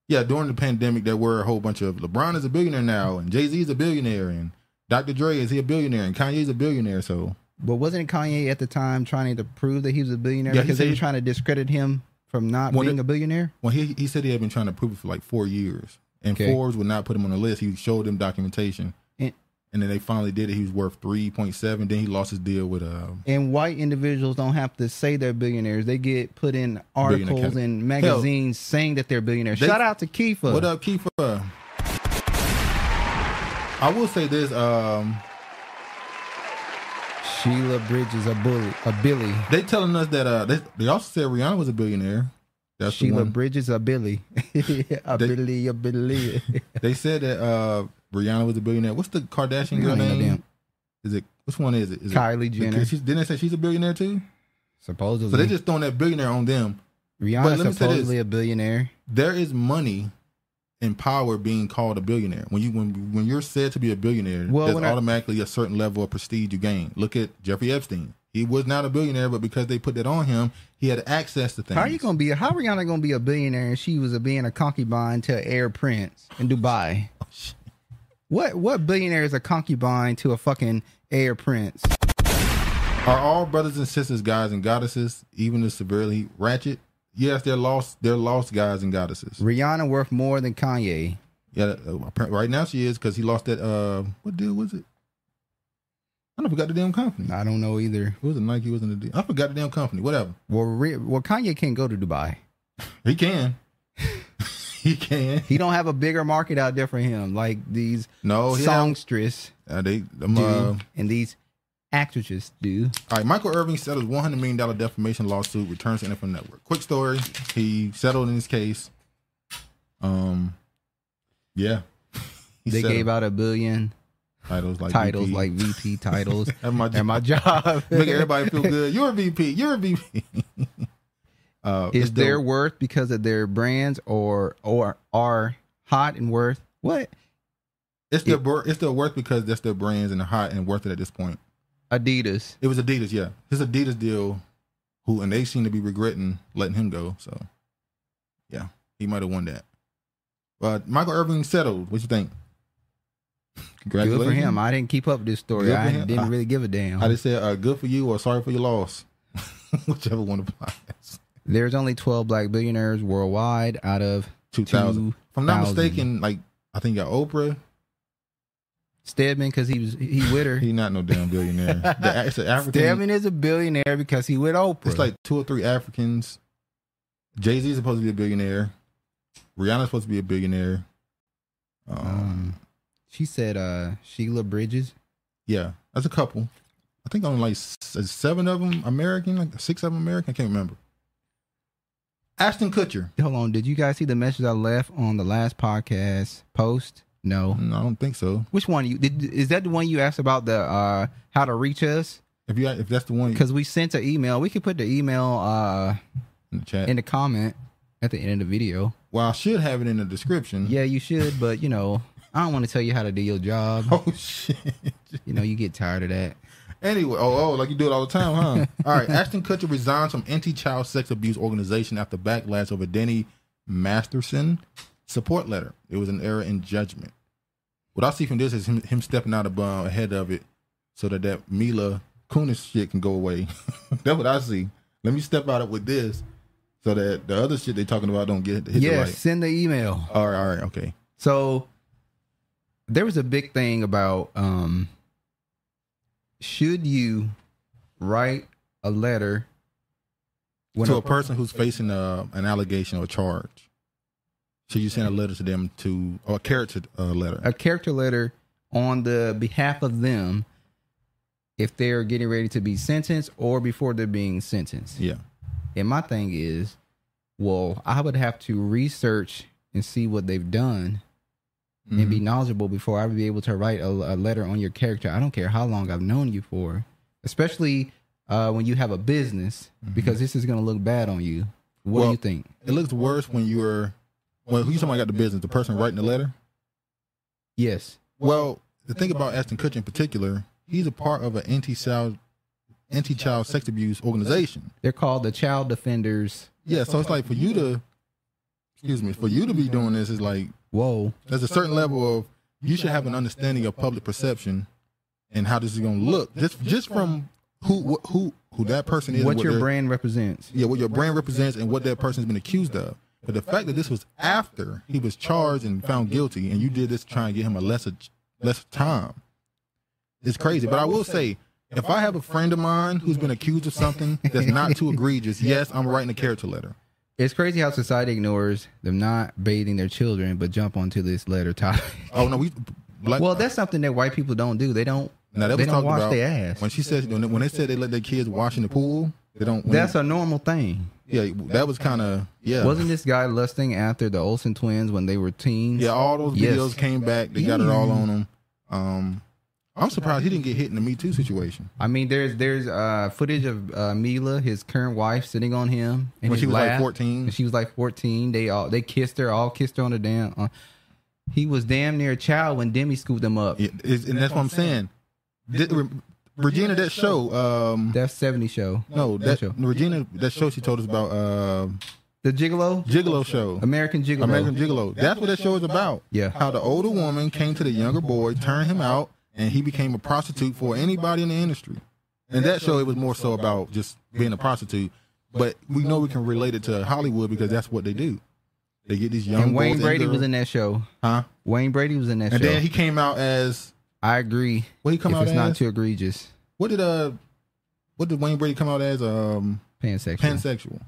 Speaker 1: yeah. During the pandemic, there were a whole bunch of LeBron is a billionaire now, and Jay Z is a billionaire, and Dr. Dre is he a billionaire, and Kanye's a billionaire. So
Speaker 6: But wasn't Kanye at the time trying to prove that he was a billionaire
Speaker 1: Yeah, he
Speaker 6: because they
Speaker 1: said-
Speaker 6: were trying to discredit him from not
Speaker 1: Well,
Speaker 6: being
Speaker 1: the-
Speaker 6: a billionaire?
Speaker 1: Well, he he said he had been trying to prove it for like four years, and
Speaker 6: Okay.
Speaker 1: Forbes would not put him on the list. He showed them documentation,
Speaker 6: And-
Speaker 1: and then they finally did it. He was worth three point seven. Then he lost his deal with um.
Speaker 6: And white individuals don't have to say they're billionaires. They get put in articles
Speaker 1: category.
Speaker 6: and
Speaker 1: Hell,
Speaker 6: magazines saying that they're billionaires.
Speaker 1: they-
Speaker 6: Shout out to Kiefer.
Speaker 1: What up, Keeper? I will say this. Um,
Speaker 6: Sheila Bridges, a bully, a Billy.
Speaker 1: they telling us that uh, they, they also said Rihanna was a billionaire. That's the
Speaker 6: Sheila
Speaker 1: one.
Speaker 6: Bridges or Billy? *laughs* a
Speaker 1: They-
Speaker 6: Billy, a Billy.
Speaker 1: *laughs* They said that uh, Rihanna was a billionaire. What's the Kardashian girl
Speaker 6: I don't know,
Speaker 1: name?
Speaker 6: damn.
Speaker 1: Is it which one is it? Is
Speaker 6: Kylie
Speaker 1: it,
Speaker 6: Jenner.
Speaker 1: She's, didn't they say she's a billionaire too?
Speaker 6: Supposedly.
Speaker 1: So they just throwing that billionaire on them. but
Speaker 6: Rihanna's
Speaker 1: let me say
Speaker 6: supposedly a billionaire.
Speaker 1: there is money and power being called a billionaire. When you when when you're said to be a billionaire,
Speaker 6: Well,
Speaker 1: there's
Speaker 6: when I-
Speaker 1: automatically a certain level of prestige you gain. Look at Jeffrey Epstein. He was not a billionaire, but because they put that on him, he had access to things.
Speaker 6: How are you gonna be? How Rihanna gonna be a billionaire and she was a being a concubine to Air Prince in
Speaker 1: *laughs*
Speaker 6: Dubai?
Speaker 1: Oh, shit.
Speaker 6: what what billionaire is a concubine to a fucking Air Prince?
Speaker 1: Are all brothers and sisters guys and goddesses, even the severely ratchet? Yes, they're lost. They're lost guys and goddesses.
Speaker 6: Rihanna worth more than Kanye.
Speaker 1: Yeah, uh, apparent- right now she is because he lost that. Uh, what deal was it? I don't forgot the damn company.
Speaker 6: I don't know either.
Speaker 1: It was a Nike, it wasn't a D. I forgot the damn company. Whatever.
Speaker 6: Well, re- well, Kanye can't go to Dubai.
Speaker 1: He can. *laughs* he can.
Speaker 6: He don't have a bigger market out there for him, like these
Speaker 1: No, he don't.
Speaker 6: songstress
Speaker 1: Uh, they, them,
Speaker 6: do
Speaker 1: uh,
Speaker 6: and these actresses do.
Speaker 1: All right, Michael Irving settles one hundred million dollar defamation lawsuit. Returns to NFL Network. Quick story: He settled in his case. Um, yeah,
Speaker 6: *laughs*
Speaker 1: He
Speaker 6: They
Speaker 1: settled.
Speaker 6: gave out a billion
Speaker 1: titles like
Speaker 6: titles,
Speaker 1: VP.
Speaker 6: like
Speaker 1: *laughs*
Speaker 6: VP titles,
Speaker 1: At my
Speaker 6: and my job.
Speaker 1: *laughs* make
Speaker 6: *laughs*
Speaker 1: everybody feel good. You're a VP. You're a VP. uh, it's
Speaker 6: is their
Speaker 1: dope.
Speaker 6: worth because of their brands or or are hot and worth what
Speaker 1: It's their wor- it's their worth because that's their brands and they're hot and worth it at this point.
Speaker 6: Adidas?
Speaker 1: It was Adidas, yeah. His Adidas deal, who and they seem to be regretting letting him go. So, yeah, he might have won that. But Michael Irving settled. What you think? Congratulations.
Speaker 6: Good for him. I didn't keep up with this story.
Speaker 1: Good for
Speaker 6: I
Speaker 1: him.
Speaker 6: didn't
Speaker 1: *laughs* I-
Speaker 6: really give a damn.
Speaker 1: I just said, uh, good for you or sorry for
Speaker 6: *laughs*
Speaker 1: your loss, whichever one applies.
Speaker 6: There's only 12 black billionaires worldwide out of
Speaker 1: Two thousand. If I'm not
Speaker 6: 2000.
Speaker 1: mistaken, like I think you got Oprah.
Speaker 6: Stedman because he was he with her.
Speaker 1: He not no *laughs* damn billionaire. the, it's an African.
Speaker 6: Stedman is a billionaire because he with Oprah.
Speaker 1: It's like two or three Africans. Jay Z is supposed to be a billionaire. Rihanna's supposed to be a billionaire. Um,
Speaker 6: um, she said uh Sheila Bridges.
Speaker 1: yeah, that's a couple. I think only like s- seven of them American, like six of them American. I can't remember. Ashton Kutcher.
Speaker 6: Hold on, did you guys see the message I left on the last podcast post? No.
Speaker 1: No, I don't think so.
Speaker 6: Which one you did is that the one you asked about the uh how to reach us?
Speaker 1: If you if that's the one
Speaker 6: Because we sent an email. We could put the email uh
Speaker 1: in the chat,
Speaker 6: in the comment at the end of the video.
Speaker 1: well, I should have it in the description.
Speaker 6: Yeah, you should, but you know, I don't want to tell you how to do your job.
Speaker 1: *laughs* Oh shit.
Speaker 6: You know, you get tired of that.
Speaker 1: Anyway, oh, oh, like you do it all the
Speaker 6: *laughs*
Speaker 1: time, huh? all right. Ashton Kutcher resigns from anti-child sex abuse organization after backlash over Denny Masterson support letter. It was an error in judgment. What I see from this is him, him stepping out above ahead of it, so that that Mila Kunis shit can go away. *laughs* That's what I see. Let me step out with this, so that the other shit they talking about don't get hit
Speaker 6: Yes,
Speaker 1: the right.
Speaker 6: send the email.
Speaker 1: All right, all right, okay.
Speaker 6: So there was a big thing about um should you write a letter when
Speaker 1: to a person who's facing a, an allegation or charge, should you send a letter to them to or a character uh, letter?
Speaker 6: a character letter on the behalf of them if they're getting ready to be sentenced or before they're being sentenced.
Speaker 1: Yeah.
Speaker 6: And my thing is, well, I would have to research and see what they've done and
Speaker 1: Mm-hmm.
Speaker 6: be knowledgeable before I would be able to write a, a letter on your character. I don't care how long I've known you for, especially uh, when you have a business, because this is going to look bad on you. What do
Speaker 1: Mm-hmm. Well,
Speaker 6: you think?
Speaker 1: It looks worse when you're well, who's somebody got the business, the person writing the letter?
Speaker 6: Yes.
Speaker 1: Well, the thing about Ashton Kutcher in particular, he's a part of an anti child anti child sex abuse organization.
Speaker 6: They're called the child defenders.
Speaker 1: Yeah, so it's like for you to excuse me, for you to be doing this is like
Speaker 6: Whoa.
Speaker 1: there's a certain level of you should have an understanding of public perception and how this is going to look just just from who wh- who who that person is
Speaker 6: What
Speaker 1: their
Speaker 6: your brand represents.
Speaker 1: yeah what your brand represents and what that person's been accused of but the fact that this was after he was charged and found guilty and you did this to try and get him a lesser less time it's crazy but i will say if i have a friend of mine who's been accused of something that's not too egregious yes i'm writing a character letter
Speaker 6: It's crazy how society ignores them not bathing their children, but jump onto this letter topic.
Speaker 1: oh no we black
Speaker 6: Well, that's something that white people don't do. They don't.
Speaker 1: Now that
Speaker 6: they
Speaker 1: was
Speaker 6: don't
Speaker 1: talked
Speaker 6: wash
Speaker 1: about
Speaker 6: their ass.
Speaker 1: when she says when they, when they said they let their kids wash in the pool, they don't. When
Speaker 6: That's a normal thing.
Speaker 1: yeah, that was kind of yeah.
Speaker 6: Wasn't this guy lusting after the Olsen twins when they were teens?
Speaker 1: yeah, all those
Speaker 6: Yes. Mm.
Speaker 1: videos came back. They got it all on them. Um, I'm surprised he didn't get hit in the Me Too situation
Speaker 6: I mean, there's there's uh, footage of uh, Mila, his current wife, sitting on him in
Speaker 1: when
Speaker 6: his
Speaker 1: she was like
Speaker 6: lap.
Speaker 1: 14.
Speaker 6: And she was like 14. They all they kissed her, all kissed her on the damn. Uh, he was damn near a child when Demi scooped him up.
Speaker 1: Yeah, it's- and that's what I'm saying. Did- Re- Regina, that show. Um,
Speaker 6: That's 70 show.
Speaker 1: no, that
Speaker 6: show.
Speaker 1: Regina, that show she told us about. Uh,
Speaker 6: The Gigolo,
Speaker 1: Gigolo show.
Speaker 6: American Gigolo.
Speaker 1: American Gigolo. That's what that show is about.
Speaker 6: Yeah.
Speaker 1: How the older woman came to the younger boy, turned him out, and he became a prostitute for anybody in the industry. And that show, it was more so about just being a prostitute. But we know we can relate it to Hollywood because that's what they do. They get these young
Speaker 6: and Wayne
Speaker 1: boys
Speaker 6: Brady
Speaker 1: girls-
Speaker 6: was in that show.
Speaker 1: huh?
Speaker 6: Wayne Brady was in that
Speaker 1: And
Speaker 6: show.
Speaker 1: then he came out as
Speaker 6: I agree.
Speaker 1: What he come
Speaker 6: if
Speaker 1: out
Speaker 6: it's not
Speaker 1: as?
Speaker 6: too egregious,
Speaker 1: What did uh, what did Wayne Brady come out as? Um,
Speaker 6: pansexual.
Speaker 1: pansexual.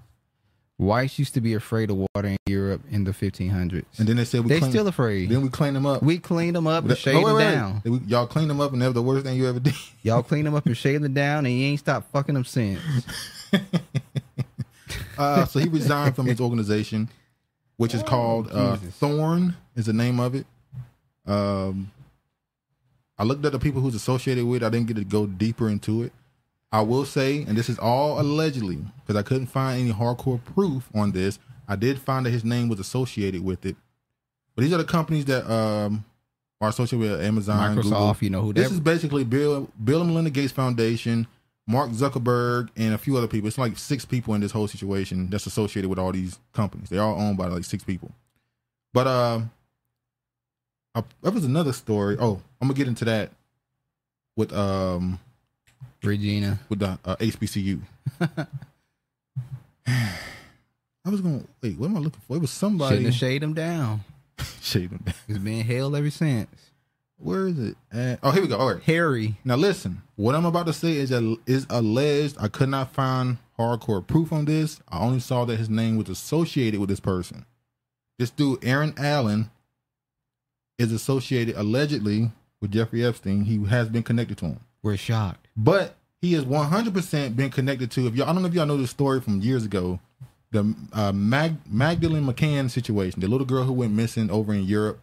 Speaker 6: Whites used to be afraid of water in Europe in the 1500s.
Speaker 1: And then they said we
Speaker 6: they
Speaker 1: clean-
Speaker 6: still afraid.
Speaker 1: Then we cleaned him up.
Speaker 6: we cleaned them up
Speaker 1: Oh,
Speaker 6: and shaved
Speaker 1: wait,
Speaker 6: them
Speaker 1: wait, wait.
Speaker 6: down.
Speaker 1: They- we- Y'all cleaned him up, and that was the worst thing you ever did.
Speaker 6: *laughs* Y'all cleaned them up and shaved them down, and you ain't stopped fucking them since.
Speaker 1: *laughs* Uh, so he resigned from his organization, which is called uh,
Speaker 6: Oh, Jesus.
Speaker 1: Thorn. Is the name of it. Um, I looked at the people who's associated with. it. I didn't get to go deeper into it. I will say, and this is all allegedly because I couldn't find any hardcore proof on this. I did find that his name was associated with it, but these are the companies that um, are associated with Amazon,
Speaker 6: Microsoft,
Speaker 1: Google.
Speaker 6: you know who
Speaker 1: This
Speaker 6: that-
Speaker 1: is basically Bill Bill and Melinda Gates Foundation, Mark Zuckerberg, and a few other people. It's like six people in this whole situation that's associated with all these companies. They're all owned by like six people. But uh, uh, that was another story. Oh, I'm gonna get into that with um
Speaker 6: Regina.
Speaker 1: with the uh, HBCU. *sighs* I was gonna wait. What am I looking for? It was
Speaker 6: Shouldn't
Speaker 1: somebody.
Speaker 6: have shaved them
Speaker 1: *laughs*
Speaker 6: down.
Speaker 1: Shave them down.
Speaker 6: It's been hell ever since.
Speaker 1: Where is it? At? Oh, here we go. All right.
Speaker 6: Harry.
Speaker 1: Now listen, what I'm about to say is is alleged. I could not find hardcore proof on this. I only saw that his name was associated with this person. This dude, Aaron Allen, is associated allegedly with Jeffrey Epstein. He has been connected to him,
Speaker 6: We're shocked.
Speaker 1: but he has 100% been connected to. If y'all, I don't know if y'all know this story from years ago, the uh, Mag, Magdalene McCann situation, the little girl who went missing over in Europe.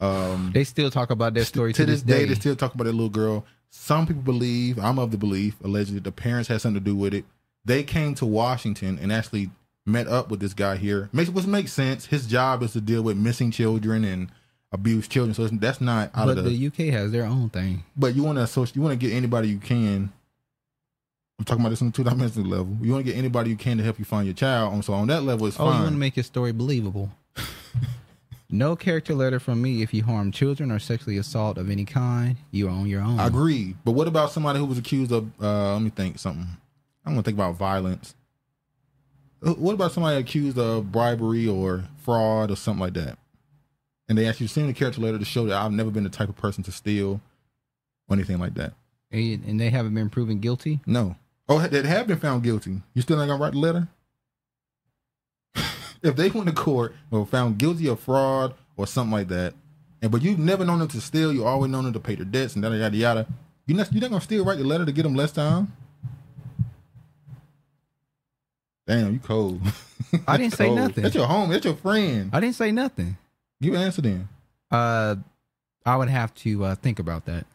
Speaker 1: Um,
Speaker 6: *laughs* They still talk about that story to, this day.
Speaker 1: they still talk about that little girl. Some people believe, I'm of the belief, allegedly the parents had something to do with it. They came to Washington and actually met up with this guy here. Makes which makes sense. His job is to deal with missing children and abused children. So it's- that's not out
Speaker 6: but
Speaker 1: of the,
Speaker 6: the UK has their own thing.
Speaker 1: but you want to associate, you want to get anybody you can. I'm talking about this on a two dimensional level. You want to get anybody you can to help you find your child. And so on that level, it's
Speaker 6: Oh, you
Speaker 1: fine.
Speaker 6: want to make your story believable. no character letter from me if you harm children or sexually assault of any kind. You are on your own.
Speaker 1: I agree. But what about somebody who was accused of? Uh, let me think something. I'm gonna think about violence. Uh, What about somebody accused of bribery or fraud or something like that? And they actually send a character letter to show that I've never been the type of person to steal or anything like that.
Speaker 6: And, and they haven't been proven guilty.
Speaker 1: No. Oh, ha- that have been found guilty. You still not gonna write the letter? if they went to court or found guilty of fraud or something like that, and but you've never known them to steal, you always known them to pay their debts and yada yada yada. You not you're not gonna still write the letter to get them less time. Damn, you cold.
Speaker 6: *laughs* I didn't say
Speaker 1: Cold.
Speaker 6: nothing.
Speaker 1: That's your home. That's your friend.
Speaker 6: I didn't say nothing.
Speaker 1: you answer them.
Speaker 6: Uh, I would have to uh, think about that.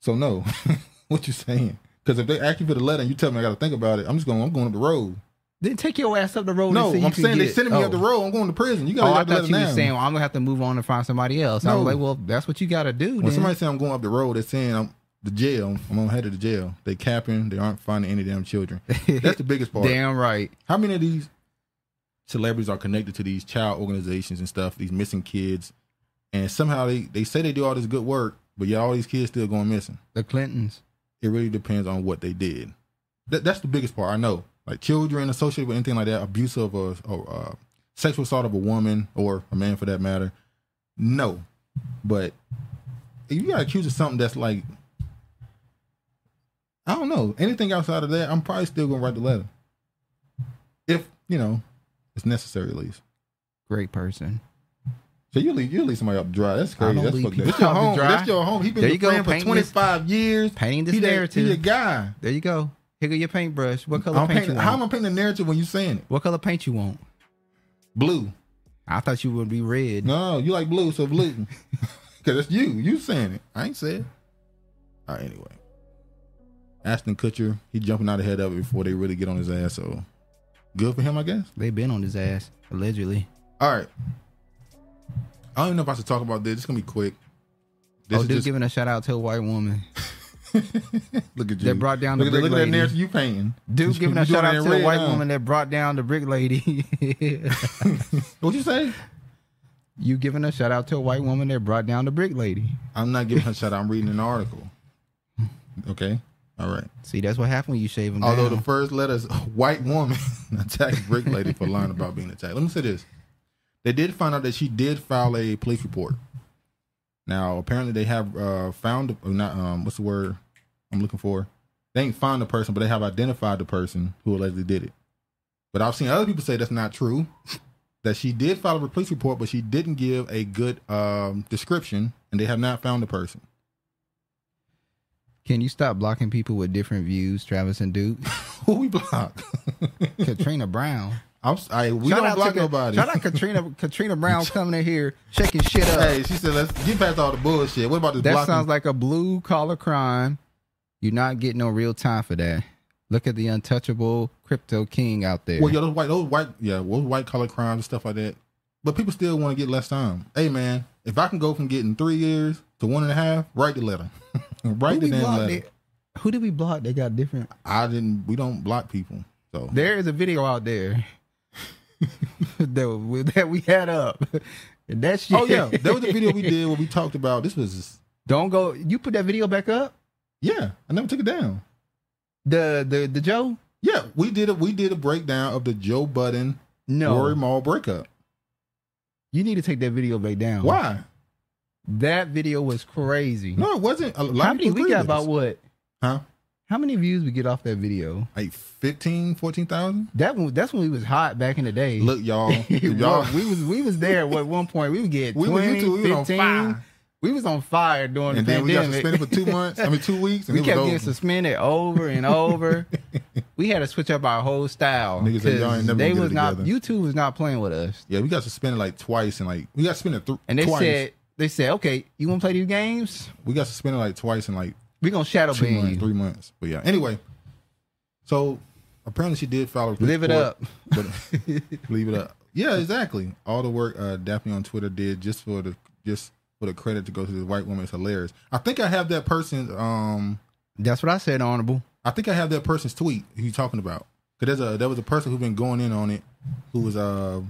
Speaker 1: So no, *laughs* what you saying? Because if they ask you for the letter and you tell me I got to think about it, I'm just going. I'm going up the road.
Speaker 6: Then take your ass up the road.
Speaker 1: No,
Speaker 6: and see
Speaker 1: I'm
Speaker 6: you can
Speaker 1: saying they
Speaker 6: get-
Speaker 1: sending me up
Speaker 6: oh.
Speaker 1: the road. I'm going to prison. You
Speaker 6: Oh,
Speaker 1: gotta
Speaker 6: I
Speaker 1: let
Speaker 6: thought
Speaker 1: them
Speaker 6: you were
Speaker 1: down.
Speaker 6: saying well, I'm gonna have to move on and find somebody else. I was
Speaker 1: No.
Speaker 6: like, well, that's what you gotta do.
Speaker 1: when
Speaker 6: Then.
Speaker 1: somebody say I'm going up the road, they're saying I'm the jail. I'm on headed to jail. They capping. They aren't finding any damn children. That's the biggest part.
Speaker 6: *laughs* Damn right.
Speaker 1: How many of these celebrities are connected to these child organizations and stuff? These missing kids, and somehow they they say they do all this good work, but yeah, all these kids still going missing.
Speaker 6: The Clintons.
Speaker 1: It really depends on what they did. That, that's the biggest part. I know, like children associated with anything like that, abuse of a or, uh, sexual assault of a woman or a man for that matter. No, but if you got accused of something that's like, I don't know, anything outside of that, I'm probably still gonna write the letter. If you know, it's necessary at least.
Speaker 6: Great person.
Speaker 1: So you leave you leave somebody up dry. That's
Speaker 6: I
Speaker 1: crazy.
Speaker 6: don't
Speaker 1: That's
Speaker 6: leave
Speaker 1: fucked up.
Speaker 6: people
Speaker 1: That's your
Speaker 6: up
Speaker 1: home.
Speaker 6: dry.
Speaker 1: That's your home. He been
Speaker 6: There
Speaker 1: your
Speaker 6: you go,
Speaker 1: friend for
Speaker 6: painting
Speaker 1: twenty
Speaker 6: this-
Speaker 1: five years.
Speaker 6: painting this
Speaker 1: he that-
Speaker 6: narrative.
Speaker 1: He a guy.
Speaker 6: There you go. Here go your paintbrush. What color
Speaker 1: I'm
Speaker 6: paint
Speaker 1: painting,
Speaker 6: you
Speaker 1: how
Speaker 6: want?
Speaker 1: am I painting the narrative when you saying it?
Speaker 6: What color paint you want?
Speaker 1: Blue.
Speaker 6: I thought you would be red.
Speaker 1: No, you like blue, so blue. *laughs* Because it's you. You saying it. I ain't said. it. All right, anyway. Ashton Kutcher, he jumping out ahead of it before they really get on his ass. So good for him, I guess.
Speaker 6: They've been on his ass allegedly.
Speaker 1: All right. I don't even know if I should talk about this. It's gonna be quick. This
Speaker 6: oh,
Speaker 1: is
Speaker 6: dude,
Speaker 1: just-
Speaker 6: giving a shout out to a white woman.
Speaker 1: *laughs* look at you.
Speaker 6: that brought down the
Speaker 1: look at,
Speaker 6: big
Speaker 1: look at that
Speaker 6: lady.
Speaker 1: narrative you painting.
Speaker 6: Dude,
Speaker 1: You
Speaker 6: giving a
Speaker 1: doing
Speaker 6: shout
Speaker 1: it
Speaker 6: out
Speaker 1: in
Speaker 6: to a
Speaker 1: red,
Speaker 6: white
Speaker 1: huh?
Speaker 6: woman that brought down the brick lady. *laughs*
Speaker 1: What you say?
Speaker 6: you giving a shout out to a white woman that brought down the brick lady.
Speaker 1: I'm not giving her a shout out. I'm reading an article. Okay. All right.
Speaker 6: See, that's what happened when you shave him.
Speaker 1: Although the
Speaker 6: down.
Speaker 1: first letter is white woman *laughs* attacked brick lady for lying about being attacked. Let me say this. They did find out that she did file a police report. Now, apparently, they have uh, found or not. Um, what's the word I'm looking for? They ain't found the person, but they have identified the person who allegedly did it. But I've seen other people say that's not true. *laughs* That she did file a police report, but she didn't give a good um, description, and they have not found the person.
Speaker 6: Can you stop blocking people with different views, Travis and Duke?
Speaker 1: *laughs* Who we block?
Speaker 6: Katrina Brown.
Speaker 1: I'm, s- I we
Speaker 6: Shout out
Speaker 1: don't
Speaker 6: to
Speaker 1: block
Speaker 6: Ka-
Speaker 1: nobody.
Speaker 6: Shout out Katrina Katrina
Speaker 1: *laughs*
Speaker 6: Brown coming in here shaking shit up.
Speaker 1: Hey, she said, let's get past all the bullshit. What about this
Speaker 6: that
Speaker 1: blocking?
Speaker 6: sounds like a blue collar crime. You're not getting no real time for that. Look at the untouchable crypto king out there.
Speaker 1: Well, yeah, those white, those white, yeah, those white collar crimes and stuff like that. But people still want to get less time. Hey, man, if I can go from getting three years to one and a half, write the letter. *laughs*
Speaker 6: who,
Speaker 1: write the
Speaker 6: we
Speaker 1: damn
Speaker 6: blocked
Speaker 1: letter.
Speaker 6: that- who did we block? They got different.
Speaker 1: I didn't. We don't block people. So
Speaker 6: There is a video out there *laughs* that, we, that we had up. *laughs* And that shit.
Speaker 1: oh yeah, that was the video we did where we talked about this was just,
Speaker 6: Don't go. You put that video back up.
Speaker 1: yeah. I never took it down.
Speaker 6: The the the Joe.
Speaker 1: Yeah, we did a we did a breakdown of the Joe Budden
Speaker 6: No,
Speaker 1: Rory Mall breakup.
Speaker 6: you need to take that video back down.
Speaker 1: Why?
Speaker 6: That video was crazy.
Speaker 1: No, it wasn't. A lot
Speaker 6: How
Speaker 1: of
Speaker 6: many
Speaker 1: people
Speaker 6: we
Speaker 1: agree
Speaker 6: got
Speaker 1: with
Speaker 6: about
Speaker 1: us.
Speaker 6: what?
Speaker 1: huh?
Speaker 6: How many views we get off that video?
Speaker 1: Like 15, 14,000?
Speaker 6: That one, that's when we was hot back in the day. *laughs*
Speaker 1: Look, y'all, y'all,
Speaker 6: we was we was there at one point. We would get
Speaker 1: We
Speaker 6: 20,
Speaker 1: was YouTube, we was on
Speaker 6: 15.
Speaker 1: fire.
Speaker 6: We was on fire during
Speaker 1: and
Speaker 6: the
Speaker 1: then we got
Speaker 6: pandemic.
Speaker 1: suspended for two months. I mean, two weeks.
Speaker 6: *laughs*
Speaker 1: And
Speaker 6: we
Speaker 1: it
Speaker 6: kept
Speaker 1: was
Speaker 6: getting
Speaker 1: over.
Speaker 6: suspended over and
Speaker 1: *laughs*
Speaker 6: over. we had to switch up our whole style.
Speaker 1: Niggas said, "Y'all ain't
Speaker 6: 'cause
Speaker 1: never
Speaker 6: they
Speaker 1: gonna get
Speaker 6: was
Speaker 1: it
Speaker 6: not
Speaker 1: together."
Speaker 6: YouTube was not playing with us.
Speaker 1: Yeah, we got suspended like twice, and like we got suspended th-
Speaker 6: And they
Speaker 1: twice.
Speaker 6: said they said, Okay, you wanna play these games?
Speaker 1: we got suspended like twice in like
Speaker 6: We're gonna shadow
Speaker 1: two
Speaker 6: ban
Speaker 1: months,
Speaker 6: you.
Speaker 1: three months. But yeah, anyway. So apparently she did file a police
Speaker 6: Live it
Speaker 1: report,
Speaker 6: up.
Speaker 1: but *laughs* leave it up. Yeah, exactly. All the work uh, Daphne on Twitter did just for the just for the credit to go to the white woman is hilarious. I think I have that person's um
Speaker 6: That's what I said, honorable.
Speaker 1: I think I have that person's tweet who you talking about. Cause there's a there was a person who been going in on it who was uh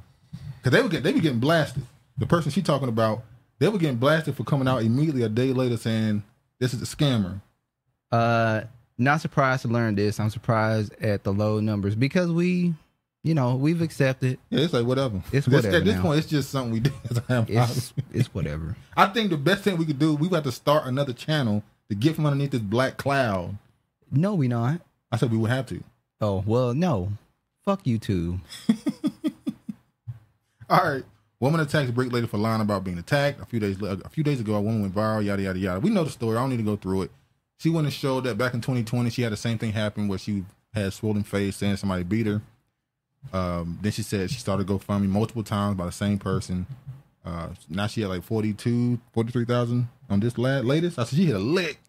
Speaker 1: cause they were get, they were getting blasted. The person she talking about, they were getting blasted for coming out immediately a day later saying this is a scammer.
Speaker 6: Uh not surprised to learn this. I'm surprised at the low numbers because we you know, we've accepted
Speaker 1: Yeah, it's like whatever.
Speaker 6: It's
Speaker 1: This-
Speaker 6: whatever
Speaker 1: at this
Speaker 6: now.
Speaker 1: point. It's just something we *laughs* do.
Speaker 6: it's it's whatever.
Speaker 1: I think the best thing we could do, we have to start another channel to get from underneath this black cloud.
Speaker 6: No, we not.
Speaker 1: I said we would have to.
Speaker 6: Oh well, no. Fuck you two.
Speaker 1: *laughs* All right. Woman attacks break lady for lying about being attacked. A few days a few days ago, a woman went viral. Yada yada yada. We know the story. I don't need to go through it. She went and showed that back in 2020, she had the same thing happen where she had swollen face, saying somebody beat her. Um, then she said she started GoFundMe multiple times by the same person. Uh, now she had like 42, 43,000 on this lad latest. I said she hit
Speaker 6: *laughs*
Speaker 1: a lick,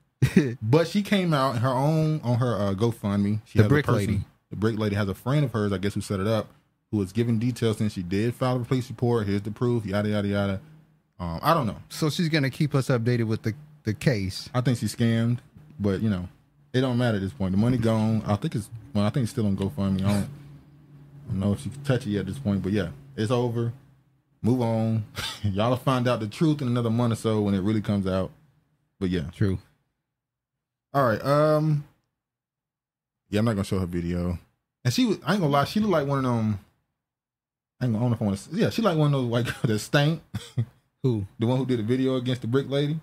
Speaker 1: but she came out in her own on her uh, GoFundMe. She
Speaker 6: The
Speaker 1: has a
Speaker 6: brick
Speaker 1: person-
Speaker 6: lady.
Speaker 1: The brick lady has a friend of hers, I guess, who set it up, who was giving details saying she did file a police report. Here's the proof. Yada yada yada. Um, I don't know.
Speaker 6: So she's gonna keep us updated with the the case.
Speaker 1: I think she scammed, but you know, it don't matter at this point. The money gone. I think it's well, I think it's still on GoFundMe. I don't, I don't know if she can touch it yet at this point, but yeah, it's over. Move on. *laughs* Y'all will find out the truth in another month or so when it really comes out. But yeah.
Speaker 6: True.
Speaker 1: All right. Um Yeah, I'm not gonna show her video. And she was I ain't gonna lie, she looked like one of them I ain't gonna I don't know if I wanna s- yeah, she like one of *laughs* those like that stank,
Speaker 6: *laughs* Who?
Speaker 1: the one who did the video against the brick lady.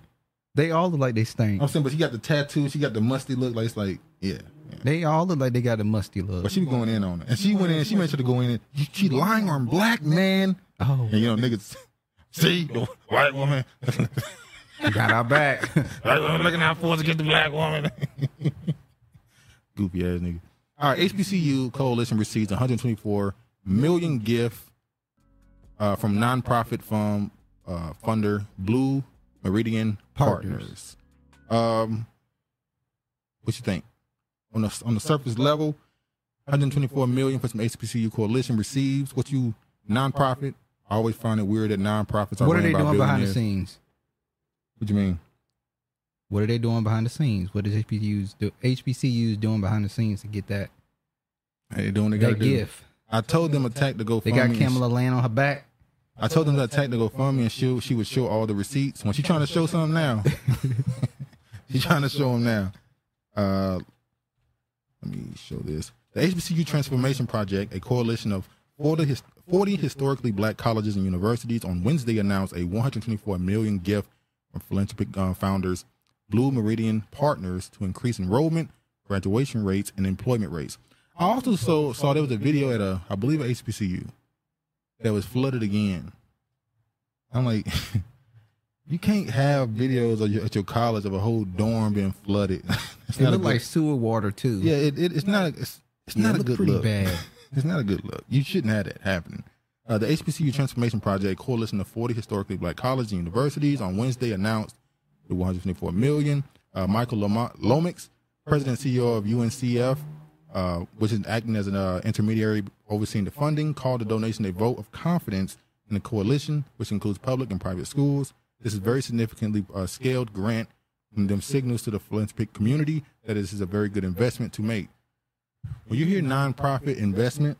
Speaker 6: They all look like they stink.
Speaker 1: I'm saying, but she got the tattoo, she got the musty look, like it's like, yeah. yeah.
Speaker 6: They all look like they got a musty look.
Speaker 1: But she was going in on it. And she went in, she made sure to go in and she, she lying on black man.
Speaker 6: oh,
Speaker 1: And you know, niggas *laughs* see the
Speaker 6: *laughs*
Speaker 1: white woman.
Speaker 6: got our
Speaker 1: *laughs*
Speaker 6: back.
Speaker 1: White woman looking out for
Speaker 6: *laughs*
Speaker 1: us against the black woman. Goopy ass nigga. All right, HBCU Coalition receives 124 million gift uh, from nonprofit fund uh, funder Blue Meridian Partners. Um, what you think? On the on the surface level, 124 million for some HBCU coalition receives. What you nonprofit? I always find it weird that nonprofits are
Speaker 6: what are
Speaker 1: ran
Speaker 6: they
Speaker 1: by
Speaker 6: doing behind the
Speaker 1: billionaires.
Speaker 6: scenes?
Speaker 1: What do you mean?
Speaker 6: What are they doing behind the scenes? What is HBCU's do? HBCU's doing behind the scenes to get that
Speaker 1: They doing what they
Speaker 6: that
Speaker 1: gotta do.
Speaker 6: gift?
Speaker 1: I told them attack the GoFundMe.
Speaker 6: They got
Speaker 1: and-
Speaker 6: Kamala Land on her back.
Speaker 1: I told them to attack the GoFundMe and she she would show all the receipts. When she trying to show something now, *laughs* she trying to show them now. Uh, let me show this. The HBCU Transformation Project, a coalition of 40, his, 40 historically black colleges and universities, on Wednesday announced a 124 million gift from philanthropic uh, founders Blue Meridian Partners to increase enrollment, graduation rates, and employment rates. I also saw, saw there was a video at a, I believe, a HBCU that was flooded again. I'm like, *laughs* you can't have videos of your, at your college of a whole dorm being flooded. *laughs* It's
Speaker 6: It
Speaker 1: not a
Speaker 6: looked
Speaker 1: good-
Speaker 6: like sewer water too.
Speaker 1: yeah, it, it, it's not a, it's, it's
Speaker 6: Yeah, it
Speaker 1: not a
Speaker 6: looked
Speaker 1: good
Speaker 6: pretty *laughs*
Speaker 1: look.
Speaker 6: bad.
Speaker 1: it's not a good look. You shouldn't have that happening. Uh, the HBCU Transformation Project, coalition of 40 historically black colleges and universities, on Wednesday announced the 124 million. Uh, Michael Loma- Lomax, president and CEO of UNCF, uh, which is acting as an uh, intermediary overseeing the funding, called the donation a vote of confidence in the coalition, which includes public and private schools. This is very significantly uh, scaled grant and them signals to the philanthropic community that this is a very good investment to make. When you hear nonprofit investment,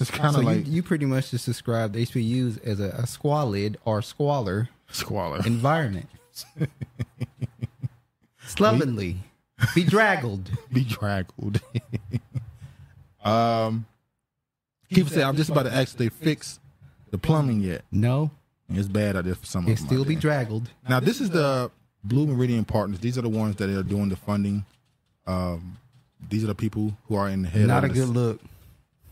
Speaker 1: it's kind
Speaker 6: So
Speaker 1: of
Speaker 6: you,
Speaker 1: like
Speaker 6: you pretty much just described HBUs as a, a squalid or squalor
Speaker 1: squalor. *laughs*
Speaker 6: environment. Slovenly, bedraggled.
Speaker 1: *laughs* bedraggled. Uh, um, people say I'm just about to ask if they fix the plumbing yet.
Speaker 6: No,
Speaker 1: It's bad out there for some
Speaker 6: they
Speaker 1: of them. out
Speaker 6: still
Speaker 1: there.
Speaker 6: bedraggled.
Speaker 1: Now this is the Blue Meridian Partners. These are the ones that are doing the funding. Um, these are the people who are in the head.
Speaker 6: Not a
Speaker 1: of
Speaker 6: good
Speaker 1: this.
Speaker 6: look.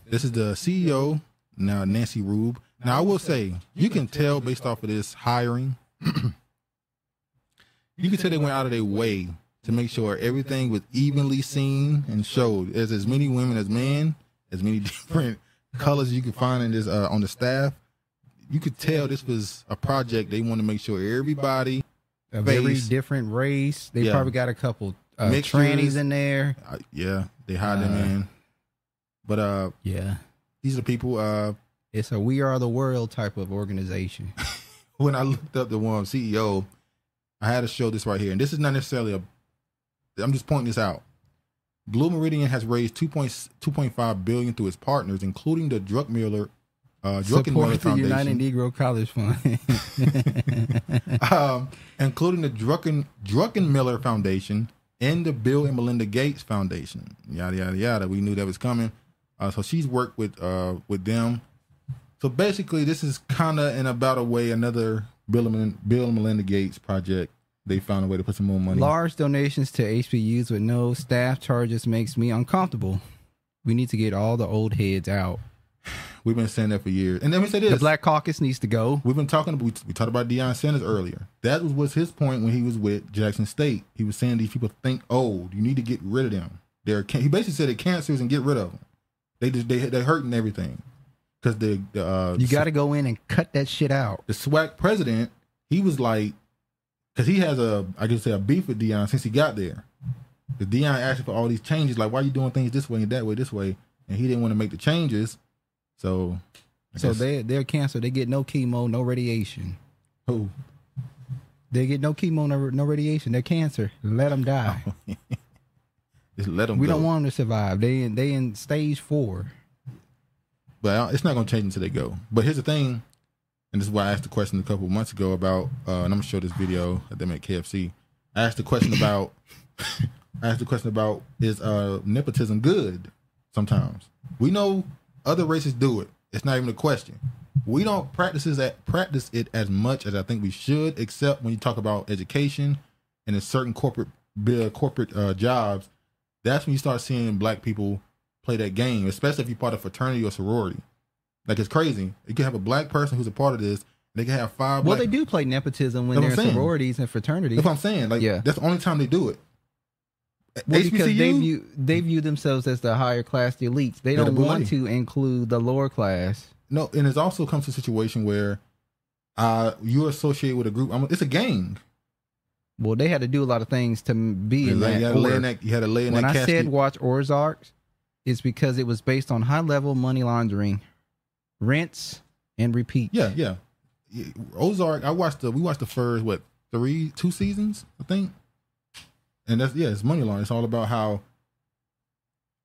Speaker 1: This is the CEO now, Nancy Rube. Now I will say you can tell based off of this hiring, you can tell they went out of their way to make sure everything was evenly seen and showed. There's as many women as men, as many *laughs* different colors you can find in this uh, on the staff. You could tell this was a project they want to make sure everybody
Speaker 6: A very
Speaker 1: Face.
Speaker 6: different race. They
Speaker 1: Yeah.
Speaker 6: probably got a couple uh,
Speaker 1: Mixtures.
Speaker 6: trannies in there.
Speaker 1: I, yeah, they hired them
Speaker 6: Uh,
Speaker 1: in. But uh,
Speaker 6: Yeah,
Speaker 1: these are the people. Uh,
Speaker 6: it's a "We Are the World" type of organization.
Speaker 1: *laughs* when I looked up the one E CEO, I had to show this right here, and this is not necessarily a. I'm just pointing this out. Blue Meridian has raised 2.2.5 billion through its partners, including the Druckmuller, uh, Druckenmiller
Speaker 6: Support the United
Speaker 1: Foundation,
Speaker 6: Negro College Fund.
Speaker 1: *laughs* um, including the Drucken Druckenmiller Foundation and the Bill and Melinda Gates Foundation. Yada yada yada. We knew that was coming, uh, so she's worked with uh, with them. So basically, this is kind of in about a way another Bill and, Melin- Bill and Melinda Gates project. They found a way to put some more money.
Speaker 6: Large donations to HBUs with no staff charges makes me uncomfortable. We need to get all the old heads out.
Speaker 1: We've been saying that for years. And let me say this:
Speaker 6: The Black Caucus nenes to go.
Speaker 1: We've been talking. We, we talked about Deion Sanders earlier. That was, was his point when he was with Jackson State. He was saying these people think old. You need to get rid of them. They're can- he basically said they're cancers and get rid of them. They just they they're hurting everything because the the uh,
Speaker 6: You got to go in and cut that shit out.
Speaker 1: the SWAC president. He was like because he has a I guess say a beef with Deion since he got there. Because Deion asked for all these changes. Like why you doing things this way and that way this way, and he didn't want to make the changes. So I
Speaker 6: So
Speaker 1: guess-
Speaker 6: they they're cancer. They get no chemo, no radiation.
Speaker 1: who
Speaker 6: They get no chemo, no, no radiation. They're cancer. Let them die.
Speaker 1: *laughs* just let them.
Speaker 6: We
Speaker 1: go.
Speaker 6: don't want them to survive. They in, they in stage four.
Speaker 1: but I- it's not going to change until they go. But here's the thing, and this is why I asked the question a couple months ago about, uh, and I'm gonna show this video at them at KFC. I asked the question about, I asked the question about is uh, nepotism good? Sometimes we know other races do it. It's not even a question. We don't practice that practice it as much as I think we should, except when you talk about education and in certain corporate bill corporate uh, jobs. That's when you start seeing black people play that game, especially if you're part of fraternity or sorority. Like it's crazy. You can have a black person who's a part of this. and They can have five.
Speaker 6: Well,
Speaker 1: black-
Speaker 6: they do play nepotism when
Speaker 1: That's what
Speaker 6: they're in
Speaker 1: I'm saying.
Speaker 6: sororities and fraternities.
Speaker 1: That's what I'm saying. Like
Speaker 6: Yeah.
Speaker 1: that's the only time they do it.
Speaker 6: Well,
Speaker 1: HBCU,
Speaker 6: because they view they view themselves as the higher class elites. They
Speaker 1: They're
Speaker 6: don't
Speaker 1: the boy.
Speaker 6: want to include the lower class.
Speaker 1: no, and it also comes to a situation where uh you associate with a group. I'm, it's a gang.
Speaker 6: Well, they had to do a lot of things to m- be in
Speaker 1: Like,
Speaker 6: that.
Speaker 1: you had to lay
Speaker 6: order.
Speaker 1: in that. You had to lay in
Speaker 6: when
Speaker 1: that
Speaker 6: I
Speaker 1: casket.
Speaker 6: said watch Ozark, it's because it was based on high level money laundering, rinse and repeat.
Speaker 1: yeah, yeah. Yeah, Ozark. I watched the. We watched the first what three, two seasons, I think. And that's yeah, it's money laundering. It's all about how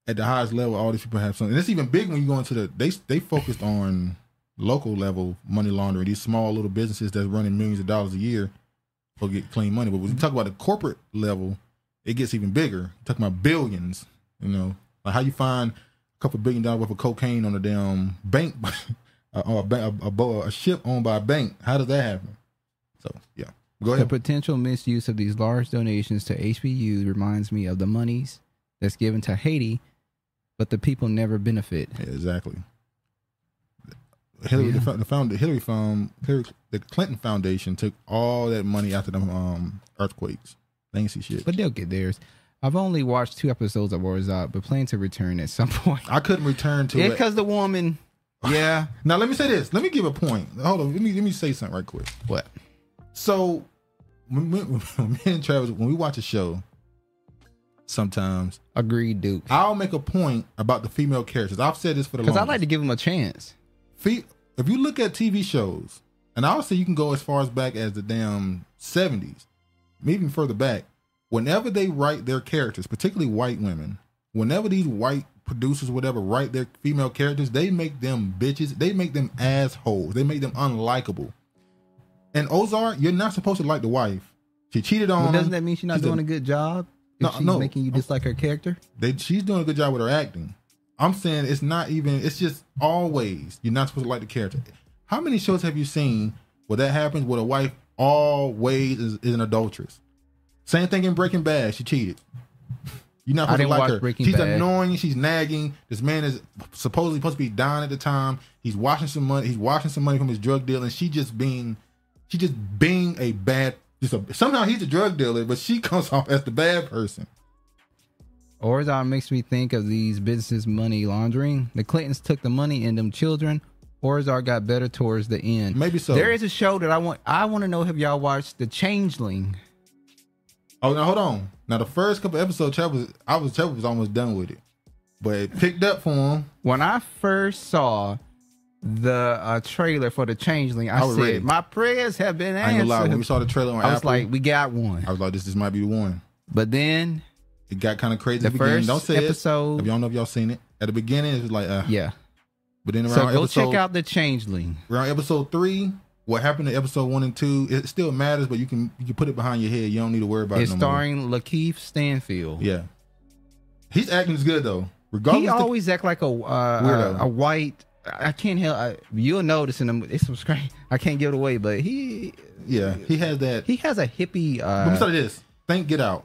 Speaker 1: at the highest level, all these people have something. And it's even big when you go into the they they focused on local level money laundering. These small little businesses that's running millions of dollars a year will get clean money. But when you talk about the corporate level, it gets even bigger. You're talking about billions, you know, like how you find a couple billion dollars worth of cocaine on a damn bank, *laughs* or a, ba- a, bo- a ship owned by a bank. How does that happen? So yeah, Go
Speaker 6: The
Speaker 1: ahead.
Speaker 6: potential misuse of these large donations to HBUs reminds me of the monies that's given to Haiti, but the people never benefit.
Speaker 1: Yeah, exactly. Hillary, the,
Speaker 6: Yeah.
Speaker 1: fo- the found Hillary found Hillary, the Clinton Foundation took all that money after them um, earthquakes. They ain't see shit.
Speaker 6: But they'll get theirs. I've only watched two episodes of Wars Out, but plan to return at some *laughs* point.
Speaker 1: I couldn't return to
Speaker 6: Yeah,
Speaker 1: it. *sighs*
Speaker 6: because the woman. Yeah.
Speaker 1: Now let me say this. Let me give a point. Hold on. Let me let me say something right quick.
Speaker 6: What?
Speaker 1: So, when, *laughs* when, when me and Travis, when we watch a show, sometimes
Speaker 6: Agreed, Duke.
Speaker 1: I'll make a point about the female characters. I've said this for the
Speaker 6: Because
Speaker 1: longest.
Speaker 6: I like to give him a chance.
Speaker 1: Fe- if you look at TV shows, and I'll say you can go as far as back as the damn seventies, even further back. Whenever they write their characters, particularly white women, whenever these white producers, whatever, write their female characters, they make them bitches. They make them assholes. They make them unlikable. And Ozark, you're not supposed to like the wife. She cheated on.
Speaker 6: But doesn't
Speaker 1: him.
Speaker 6: that mean she's not
Speaker 1: She's a-
Speaker 6: doing a, good job? If
Speaker 1: No,
Speaker 6: she's
Speaker 1: no.
Speaker 6: making you dislike her character?
Speaker 1: they she's doing a good job with her acting. I'm saying it's not even. It's just always you're not supposed to like the character. How many shows have you seen where that happens? Where the wife always is, is an adulteress. Same thing in Breaking Bad. She cheated. You're not
Speaker 6: I
Speaker 1: supposed to
Speaker 6: didn't
Speaker 1: like
Speaker 6: watch
Speaker 1: her.
Speaker 6: Breaking
Speaker 1: she's
Speaker 6: Bad.
Speaker 1: annoying. She's nagging. This man is supposedly supposed to be dying at the time. He's washing some money. He's washing some money from his drug deal, and she just being, she just being a bad. Just a, somehow he's a drug dealer, but she *laughs* comes off as the bad person.
Speaker 6: Or that makes me think of these businesses money laundering. The Clintons took the money and them children. Orzar got better towards the end.
Speaker 1: Maybe so.
Speaker 6: There is a show that I want. I want to know have y'all watched The Changeling?
Speaker 1: Oh, now hold on. Now the first couple episodes, Trevor was, I was Trevor was almost done with it, but it picked up for him.
Speaker 6: When I first saw the uh, trailer for The Changeling, I,
Speaker 1: I was
Speaker 6: said
Speaker 1: ready.
Speaker 6: my prayers have been
Speaker 1: I ain't gonna lie. When we
Speaker 6: answered.
Speaker 1: saw the trailer on
Speaker 6: I was
Speaker 1: Apple,
Speaker 6: like, we got one.
Speaker 1: I was like, this this might be the one.
Speaker 6: But then,
Speaker 1: It got kind of crazy.
Speaker 6: The
Speaker 1: at the beginning.
Speaker 6: first
Speaker 1: Don't say
Speaker 6: episode-
Speaker 1: It. If y'all know if y'all seen it at the beginning, it was like, uh,
Speaker 6: yeah.
Speaker 1: But then around
Speaker 6: So go
Speaker 1: episode
Speaker 6: check out The Changeling.
Speaker 1: around episode three, what happened to episode one and two? It still matters, but you can you can put it behind your head. You don't need to worry about
Speaker 6: It's
Speaker 1: it. No
Speaker 6: starring Lakeith Stanfield.
Speaker 1: More. Yeah, he's acting is good though. Regardless,
Speaker 6: He
Speaker 1: the-
Speaker 6: always act like a uh,
Speaker 1: Weirdo.
Speaker 6: a, a white. I can't help. I, you'll notice in the it's subscribe. I can't give it away, but he
Speaker 1: yeah, he has that.
Speaker 6: he has a hippie.
Speaker 1: let me
Speaker 6: Uh,
Speaker 1: start this. Think Get Out.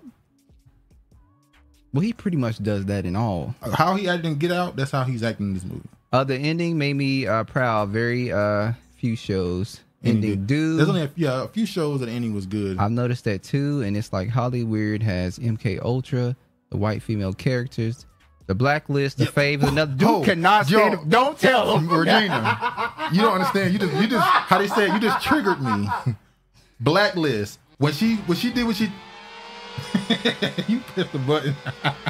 Speaker 6: well, he pretty much does that in all.
Speaker 1: How he acted in Get Out, that's how he's acting in this movie.
Speaker 6: Uh, the ending made me uh, proud. Very uh, few shows
Speaker 1: Ending
Speaker 6: ending
Speaker 1: good.
Speaker 6: dude.
Speaker 1: There's only a, yeah, a few shows that the ending was good.
Speaker 6: I've noticed that too, and it's like Holly Weird has MK Ultra, the white female characters, the blacklist, the faves, another dude
Speaker 1: Oh,
Speaker 6: cannot
Speaker 1: yo.
Speaker 6: stand. Don't
Speaker 1: *laughs*
Speaker 6: tell him.
Speaker 1: Regina, you don't understand. You just you just how they say it, you just triggered me. *laughs* Blacklist. When she when she did what she *laughs* you pressed the button.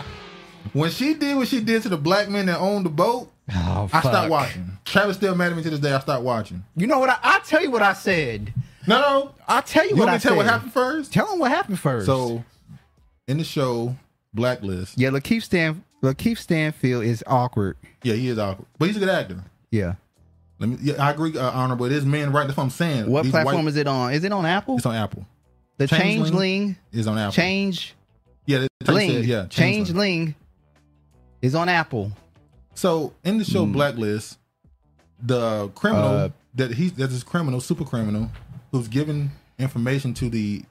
Speaker 1: *laughs* when she did what she did to the black men that owned the boat,
Speaker 6: Oh,
Speaker 1: I
Speaker 6: fuck.
Speaker 1: stopped watching. Travis still mad at me to this day. I stopped watching.
Speaker 6: You know what? I, I'll tell you what I said.
Speaker 1: No, no.
Speaker 6: I'll tell you,
Speaker 1: You
Speaker 6: what
Speaker 1: want
Speaker 6: I
Speaker 1: me to tell what
Speaker 6: said.
Speaker 1: happened first?
Speaker 6: Tell him what happened first.
Speaker 1: So in the show, Blacklist.
Speaker 6: yeah, Lakeith Stan Lakeith Stanfield is awkward.
Speaker 1: Yeah, he is awkward. But he's a good actor.
Speaker 6: Yeah.
Speaker 1: Let me. Yeah, I agree, uh, honorable. It is men, right? That's what I'm saying.
Speaker 6: What
Speaker 1: These
Speaker 6: platform
Speaker 1: white-
Speaker 6: is it on? Is it on Apple?
Speaker 1: It's on Apple.
Speaker 6: the
Speaker 1: Changeling?
Speaker 6: Changeling,
Speaker 1: It's on Apple.
Speaker 6: Change
Speaker 1: Yeah, they- they
Speaker 6: Ling,
Speaker 1: said- yeah. Changeling.
Speaker 6: Changeling is on Apple. Hmm.
Speaker 1: So in the show Blacklist, the criminal
Speaker 6: Uh,
Speaker 1: that he's that's this criminal, super criminal, who's giving information to the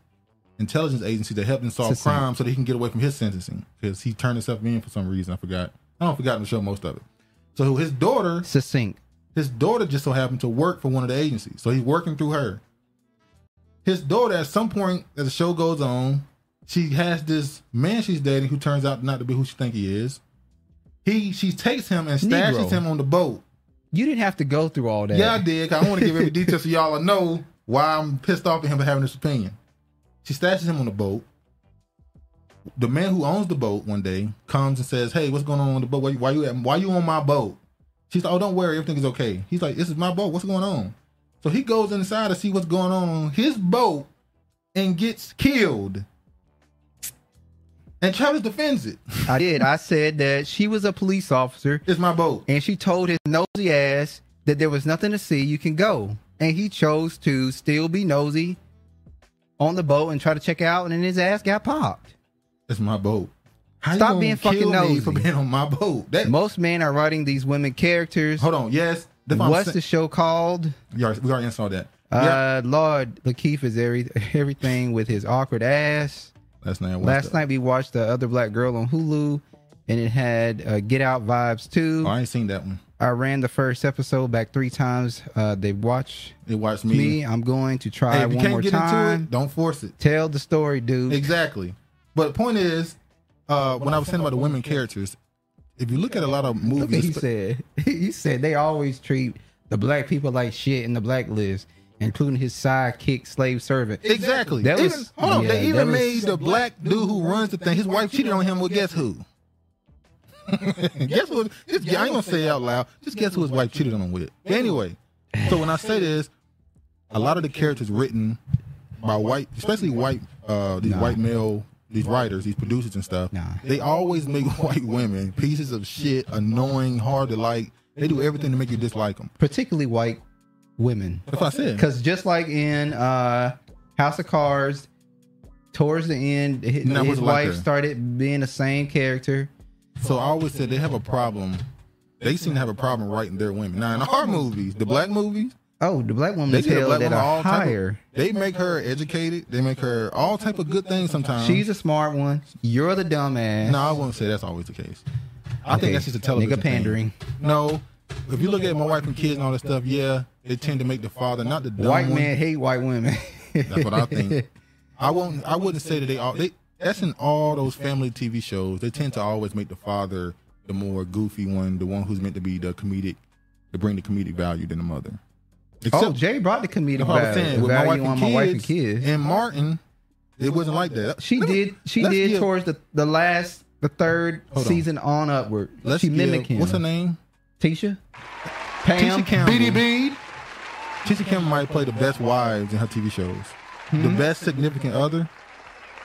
Speaker 1: intelligence agency to help him solve
Speaker 6: Sentencing.
Speaker 1: crime so that he can get away from his sentencing because he turned himself in for some reason. I forgot. I don't forgot to show most of it. So his daughter,
Speaker 6: Succinct.
Speaker 1: his daughter just so happened to work for one of the agencies, so he's working through her. His daughter, at some point as the show goes on, she has this man she's dating who turns out not to be who she think he is. He she takes him and stashes
Speaker 6: Negro.
Speaker 1: him on the boat.
Speaker 6: You didn't have to go through all that.
Speaker 1: Yeah, I did. 'cause I want to give every detail so y'all will know why I'm pissed off at him for having this opinion. She stashes him on the boat. The man who owns the boat one day comes and says, "Hey, what's going on on the boat? Why, why you at? Why you on my boat?" She's like, "Oh, don't worry, everything is okay." He's like, "This is my boat. What's going on?" So he goes inside to see what's going on on his boat and gets killed. And Travis defends it.
Speaker 6: I did. I said that she was a police officer
Speaker 1: It's my boat.
Speaker 6: and she told his nosy ass that there was nothing to see. You can go, and he chose to still be nosy on the boat and try to check out, and then his ass got popped.
Speaker 1: It's my boat. How you
Speaker 6: Stop
Speaker 1: gonna
Speaker 6: being fucking
Speaker 1: kill me
Speaker 6: nosy.
Speaker 1: for being on my boat. That
Speaker 6: Most men are writing these women characters.
Speaker 1: Hold on. Yes. That's what I'm
Speaker 6: What's
Speaker 1: saying.
Speaker 6: the show called?
Speaker 1: We already, we already answered all that.
Speaker 6: Uh, Lord Lakeith is every *laughs* everything with his awkward ass.
Speaker 1: Last night. I watched
Speaker 6: Last
Speaker 1: that.
Speaker 6: night we watched the other black girl on Hulu, and it had uh, Get Out vibes too.
Speaker 1: Oh, I ain't seen that one.
Speaker 6: I ran the first episode back three times. Uh, they watched
Speaker 1: It watched
Speaker 6: me.
Speaker 1: me.
Speaker 6: I'm going to try
Speaker 1: Hey, if you
Speaker 6: one
Speaker 1: can't
Speaker 6: more
Speaker 1: get into
Speaker 6: time.
Speaker 1: it, don't force it.
Speaker 6: Tell the story, dude.
Speaker 1: Exactly. But the point is, uh, when I was saying about the women characters, if you look at a lot of
Speaker 6: Look what *laughs*
Speaker 1: movies,
Speaker 6: he said. He said they always treat the black people like shit in the blacklist, including his sidekick slave servant.
Speaker 1: Exactly.
Speaker 6: That
Speaker 1: even,
Speaker 6: was-
Speaker 1: hold on.
Speaker 6: yeah,
Speaker 1: they
Speaker 6: that
Speaker 1: even
Speaker 6: was-
Speaker 1: made the black dude who runs the thing. His wife cheated on him. Well, guess who? *laughs* guess what? This guy, I ain't gonna say it out loud. Just guess who his wife cheated on him with. But anyway, so when I say this, a lot of the characters written by white, especially white, uh, these white male, these writers, these producers and stuff,
Speaker 6: Nah.
Speaker 1: they always make *laughs* white women pieces of shit, annoying, hard to like. They do everything to make you dislike them.
Speaker 6: Particularly white women.
Speaker 1: That's what I said.
Speaker 6: Because just like in uh, House of Cards, towards the end, his,
Speaker 1: No, it
Speaker 6: his
Speaker 1: wasn't like
Speaker 6: wife
Speaker 1: that.
Speaker 6: started being the same character.
Speaker 1: So I always said they have a problem. They seem to have a problem writing their women. Now in our movies, the black movies,
Speaker 6: Oh, the black woman
Speaker 1: they
Speaker 6: is
Speaker 1: get a
Speaker 6: held
Speaker 1: black
Speaker 6: at
Speaker 1: woman
Speaker 6: a
Speaker 1: all type
Speaker 6: higher.
Speaker 1: of, They make her educated. They make her all type of good things sometimes.
Speaker 6: She's a smart one. You're the dumbass.
Speaker 1: no, I wouldn't say that's always the case. I think that's just a television
Speaker 6: Nigga
Speaker 1: thing.
Speaker 6: pandering.
Speaker 1: No, if you look at my wife and kids and all that stuff, yeah, they tend to make the father not the dumb
Speaker 6: White
Speaker 1: one.
Speaker 6: men hate white women.
Speaker 1: That's what
Speaker 6: *laughs*
Speaker 1: I think. I won't. I wouldn't say that they all. They, that's in all those family TV shows. They tend to always make the father the more goofy one, the one who's meant to be the comedic, to bring the comedic value than the mother. Except,
Speaker 6: oh, Jay brought the comedic
Speaker 1: that's what I'm
Speaker 6: value,
Speaker 1: saying, with my
Speaker 6: value
Speaker 1: wife, and
Speaker 6: on
Speaker 1: kids,
Speaker 6: my wife and kids.
Speaker 1: and Martin, it wasn't like that.
Speaker 6: she
Speaker 1: Let me-
Speaker 6: did. She
Speaker 1: let's
Speaker 6: did
Speaker 1: give-
Speaker 6: towards the, the last, the third
Speaker 1: Hold on.
Speaker 6: season on, upward.
Speaker 1: Let's
Speaker 6: she
Speaker 1: give-
Speaker 6: mimicked him.
Speaker 1: What's her name?
Speaker 6: Tisha. Pam.
Speaker 1: Tisha Campbell. Tisha Campbell might play the best wives in her TV shows. The
Speaker 6: Hmm?
Speaker 1: best significant other.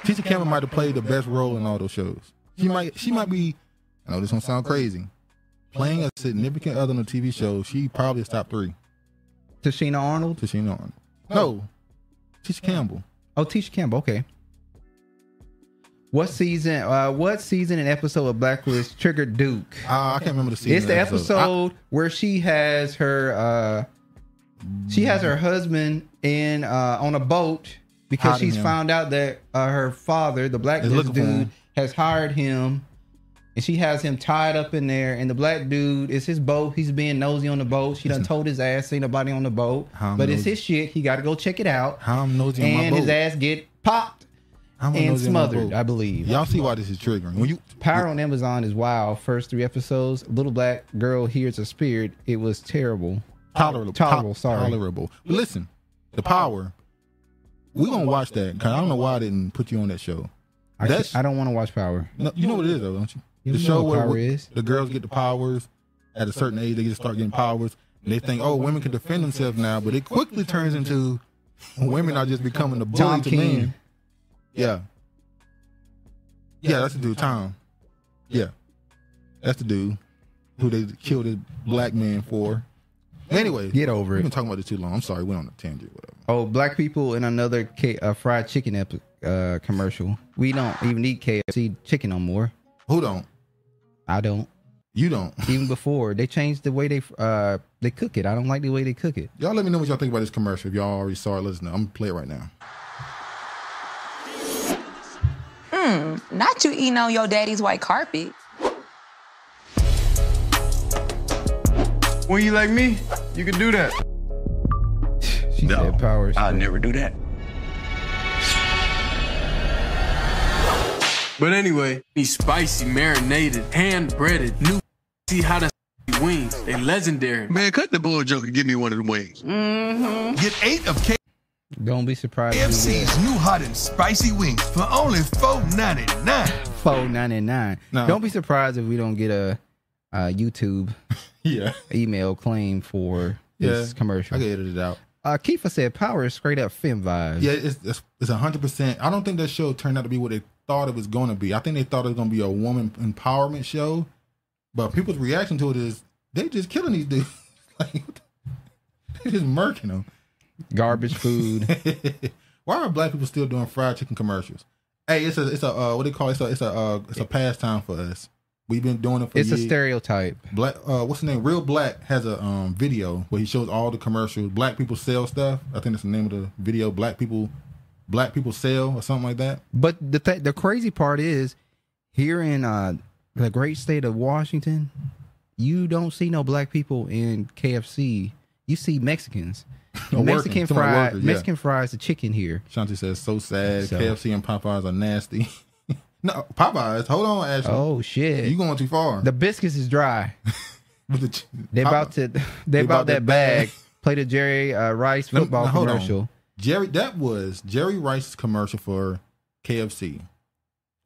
Speaker 1: Tisha Campbell might have played the best role in all those shows. She might she might be I know this gonna sound crazy. Playing a significant other on a TV show, she probably is top three.
Speaker 6: Tashina Arnold.
Speaker 1: Tisha on. No. Tisha Campbell.
Speaker 6: Oh, Tisha Campbell. Okay. What season? Uh, what season and episode of Blacklist triggered Duke?
Speaker 1: Uh, I can't remember the season.
Speaker 6: It's the
Speaker 1: I-
Speaker 6: episode where she has her uh she has her husband in uh on a boat because
Speaker 1: Hiding
Speaker 6: she's
Speaker 1: him.
Speaker 6: found out that uh, her father, the black
Speaker 1: Is looking
Speaker 6: dude,
Speaker 1: for him.
Speaker 6: has hired him and she has him tied up in there and the black dude is his boat. He's being nosy on the boat. She done told his ass ain't nobody on the boat.
Speaker 1: How
Speaker 6: But it's
Speaker 1: nosy.
Speaker 6: his shit. He gotta go check it out.
Speaker 1: how I'm nosy on my
Speaker 6: And
Speaker 1: boat.
Speaker 6: his ass get popped
Speaker 1: How I'm
Speaker 6: and
Speaker 1: nosy on my
Speaker 6: smothered,
Speaker 1: boat.
Speaker 6: I believe.
Speaker 1: Y'all see why this is triggering. When you
Speaker 6: Power on Amazon is wild. First three episodes. Little Black Girl Hears a Spirit. It was terrible.
Speaker 1: tolerable.
Speaker 6: Tolerable,
Speaker 1: to-
Speaker 6: sorry.
Speaker 1: Tolerable. But listen, the power. We're gonna watch that. Cause I don't know why I didn't put you on that show.
Speaker 6: I,
Speaker 1: That's-
Speaker 6: ca- I don't want to watch Power.
Speaker 1: No, you know what it is though, don't you?
Speaker 6: You
Speaker 1: the
Speaker 6: know
Speaker 1: show
Speaker 6: what
Speaker 1: where
Speaker 6: power
Speaker 1: we-
Speaker 6: is.
Speaker 1: the girls get the powers at a certain age, they just start getting powers, and they think, oh, women can defend themselves now, but it quickly turns into women are just becoming the bully
Speaker 6: Tom
Speaker 1: to
Speaker 6: Keene.
Speaker 1: men. Yeah. Yeah, that's the dude, Tom. Yeah. That's the dude who they killed this black man for. Anyway,
Speaker 6: Get over
Speaker 1: We've been
Speaker 6: it.
Speaker 1: talking about this too long. I'm sorry, we on a tangent, whatever.
Speaker 6: Oh, black people in another K- uh, fried chicken epi- uh, commercial. We don't even eat KFC chicken no more.
Speaker 1: Who don't?
Speaker 6: I don't.
Speaker 1: You don't. *laughs*
Speaker 6: Even before they changed the way they uh, they cook it. I don't like the way they cook it.
Speaker 1: Y'all let me know what y'all think about this commercial. If y'all already saw it, let us know. I'm gonna play it right now.
Speaker 7: Hmm, Not you eating on your daddy's white carpet.
Speaker 8: *laughs* When you like me, you can do that.
Speaker 6: She said Power.
Speaker 9: I'll never do that.
Speaker 8: But anyway, these spicy, marinated, hand breaded, new *laughs* see how to wings. They legendary.
Speaker 9: Man, cut the bull joke and give me one of the wings. Get eight of
Speaker 6: Don't be surprised.
Speaker 9: KFC's new hot and spicy wings for only $4.99.
Speaker 6: Four ninety nine.
Speaker 1: No.
Speaker 6: Don't be surprised if we don't get a, a YouTube
Speaker 1: *laughs* Yeah.
Speaker 6: email claim for this commercial.
Speaker 1: I can edit it out.
Speaker 6: Uh, Keefa said power is straight up fem vibes.
Speaker 1: Yeah, it's it's- it's hundred percent. I don't think that show turned out to be what they thought it was going to be. I think they thought it was going to be a woman empowerment show, but people's reaction to it is they just killing these dudes. *laughs* like what the- they just murking them.
Speaker 6: Garbage food.
Speaker 1: *laughs* Why are black people still doing fried chicken commercials? Hey, it's a it's a uh, what do you call it? it's a it's a uh, it's a pastime for us. We've been doing it for
Speaker 6: It's a
Speaker 1: years.
Speaker 6: stereotype.
Speaker 1: Black, uh, what's the name? Real Black has a um, video where he shows all the commercials. Black people sell stuff. I think that's the name of the video. Black people, black people sell or something like that.
Speaker 6: But the th- the crazy part is here in uh, the great state of Washington, you don't see no black people in KFC. You see
Speaker 1: *laughs*
Speaker 6: Mexicans.
Speaker 1: Or
Speaker 6: Mexican
Speaker 1: working. Some are
Speaker 6: fried
Speaker 1: workers, yeah.
Speaker 6: Mexican fries the chicken here.
Speaker 1: Shanti says so sad.
Speaker 6: So-
Speaker 1: KFC and Popeyes are nasty. no, Popeyes. Hold on, Ashley.
Speaker 6: Oh shit.
Speaker 1: You going too far?
Speaker 6: the biscuits is dry.
Speaker 1: *laughs* With the ch-
Speaker 6: They
Speaker 1: Popeye-
Speaker 6: about to *laughs* they about that
Speaker 1: *laughs*
Speaker 6: bag. Play the Jerry uh, Rice
Speaker 1: Let me-
Speaker 6: football
Speaker 1: now, hold on.
Speaker 6: commercial.
Speaker 1: Jerry, that was Jerry Rice's commercial for KFC.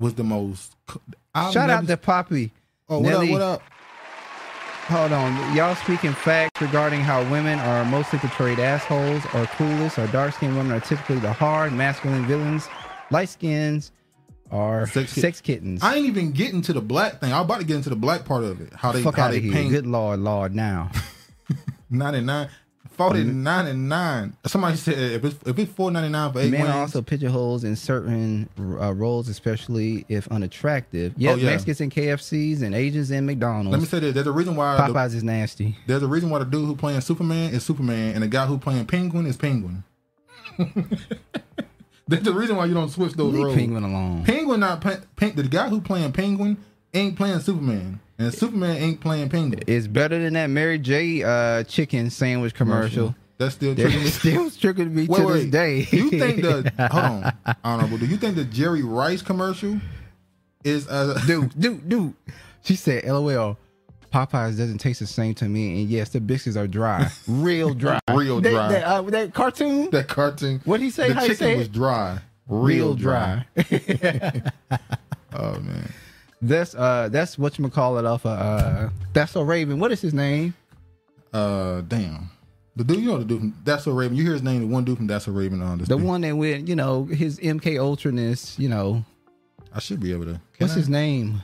Speaker 1: Was the most. I've
Speaker 6: Shout out
Speaker 1: never-
Speaker 6: to Poppy.
Speaker 1: Oh, what
Speaker 6: Nelly.
Speaker 1: up? What up?
Speaker 6: Hold on. Y'all speaking facts regarding how women are mostly portrayed assholes or coolest, or dark skinned women are typically the hard, masculine villains. Light skins are
Speaker 1: Sex
Speaker 6: sex,
Speaker 1: kit-
Speaker 6: kittens.
Speaker 1: I ain't even getting to the black thing. I'm about to get into the black part of it. How they
Speaker 6: Fuck
Speaker 1: how
Speaker 6: out
Speaker 1: they
Speaker 6: of here.
Speaker 1: paint
Speaker 6: Good lord, lord,
Speaker 1: *laughs*
Speaker 6: now.
Speaker 1: 99
Speaker 6: Mm-hmm.
Speaker 1: 49 and 9. Somebody said if it's if it's 4.99 for 8
Speaker 6: Men
Speaker 1: wings,
Speaker 6: are also pigeonholes in certain uh, roles, especially if unattractive. Yes,
Speaker 1: Oh, yeah.
Speaker 6: Mexicans in KFCs and Asians in McDonald's.
Speaker 1: Let me say this, there's a reason why the,
Speaker 6: Popeyes is nasty.
Speaker 1: there's a reason why the dude who playing Superman is Superman and the guy who playing Penguin is Penguin. there's a reason why you don't switch those
Speaker 6: Leave
Speaker 1: roles.
Speaker 6: Penguin alone.
Speaker 1: Penguin not pe- pe- the guy who playing Penguin ain't playing Superman and Superman ain't playing Penguin.
Speaker 6: It's better than that Mary J. Uh, chicken sandwich commercial.
Speaker 1: That's still
Speaker 6: That
Speaker 1: tricking me.
Speaker 6: still tricking me
Speaker 1: Wait,
Speaker 6: to
Speaker 1: wait.
Speaker 6: this day.
Speaker 1: you
Speaker 6: *laughs*
Speaker 1: think the hold on, Um, honorable? Do you think the Jerry Rice commercial is uh,
Speaker 6: dude, dude, dude. She said, "LOL, Popeyes doesn't taste the same to me." And yes, the biscuits are dry, real dry,
Speaker 1: Real
Speaker 6: That-
Speaker 1: dry.
Speaker 6: That, uh, that cartoon,
Speaker 1: that cartoon?
Speaker 6: What'd he say?
Speaker 1: The
Speaker 6: How he
Speaker 1: chicken
Speaker 6: say it?
Speaker 1: was dry, real,
Speaker 6: real
Speaker 1: dry.
Speaker 6: dry.
Speaker 1: *laughs*
Speaker 6: *laughs*
Speaker 1: Oh man,
Speaker 6: that's uh, that's what you call it off of. Uh, that's a Raven. What is his name?
Speaker 1: uh, damn. The dude, you know the dude from That's a Raven. You hear his name, the one dude from That's a Raven on this.
Speaker 6: The
Speaker 1: thing.
Speaker 6: one that went, you know, his MK Ultraness. You know,
Speaker 1: I should be able to. Can
Speaker 6: what's
Speaker 1: I?
Speaker 6: his name?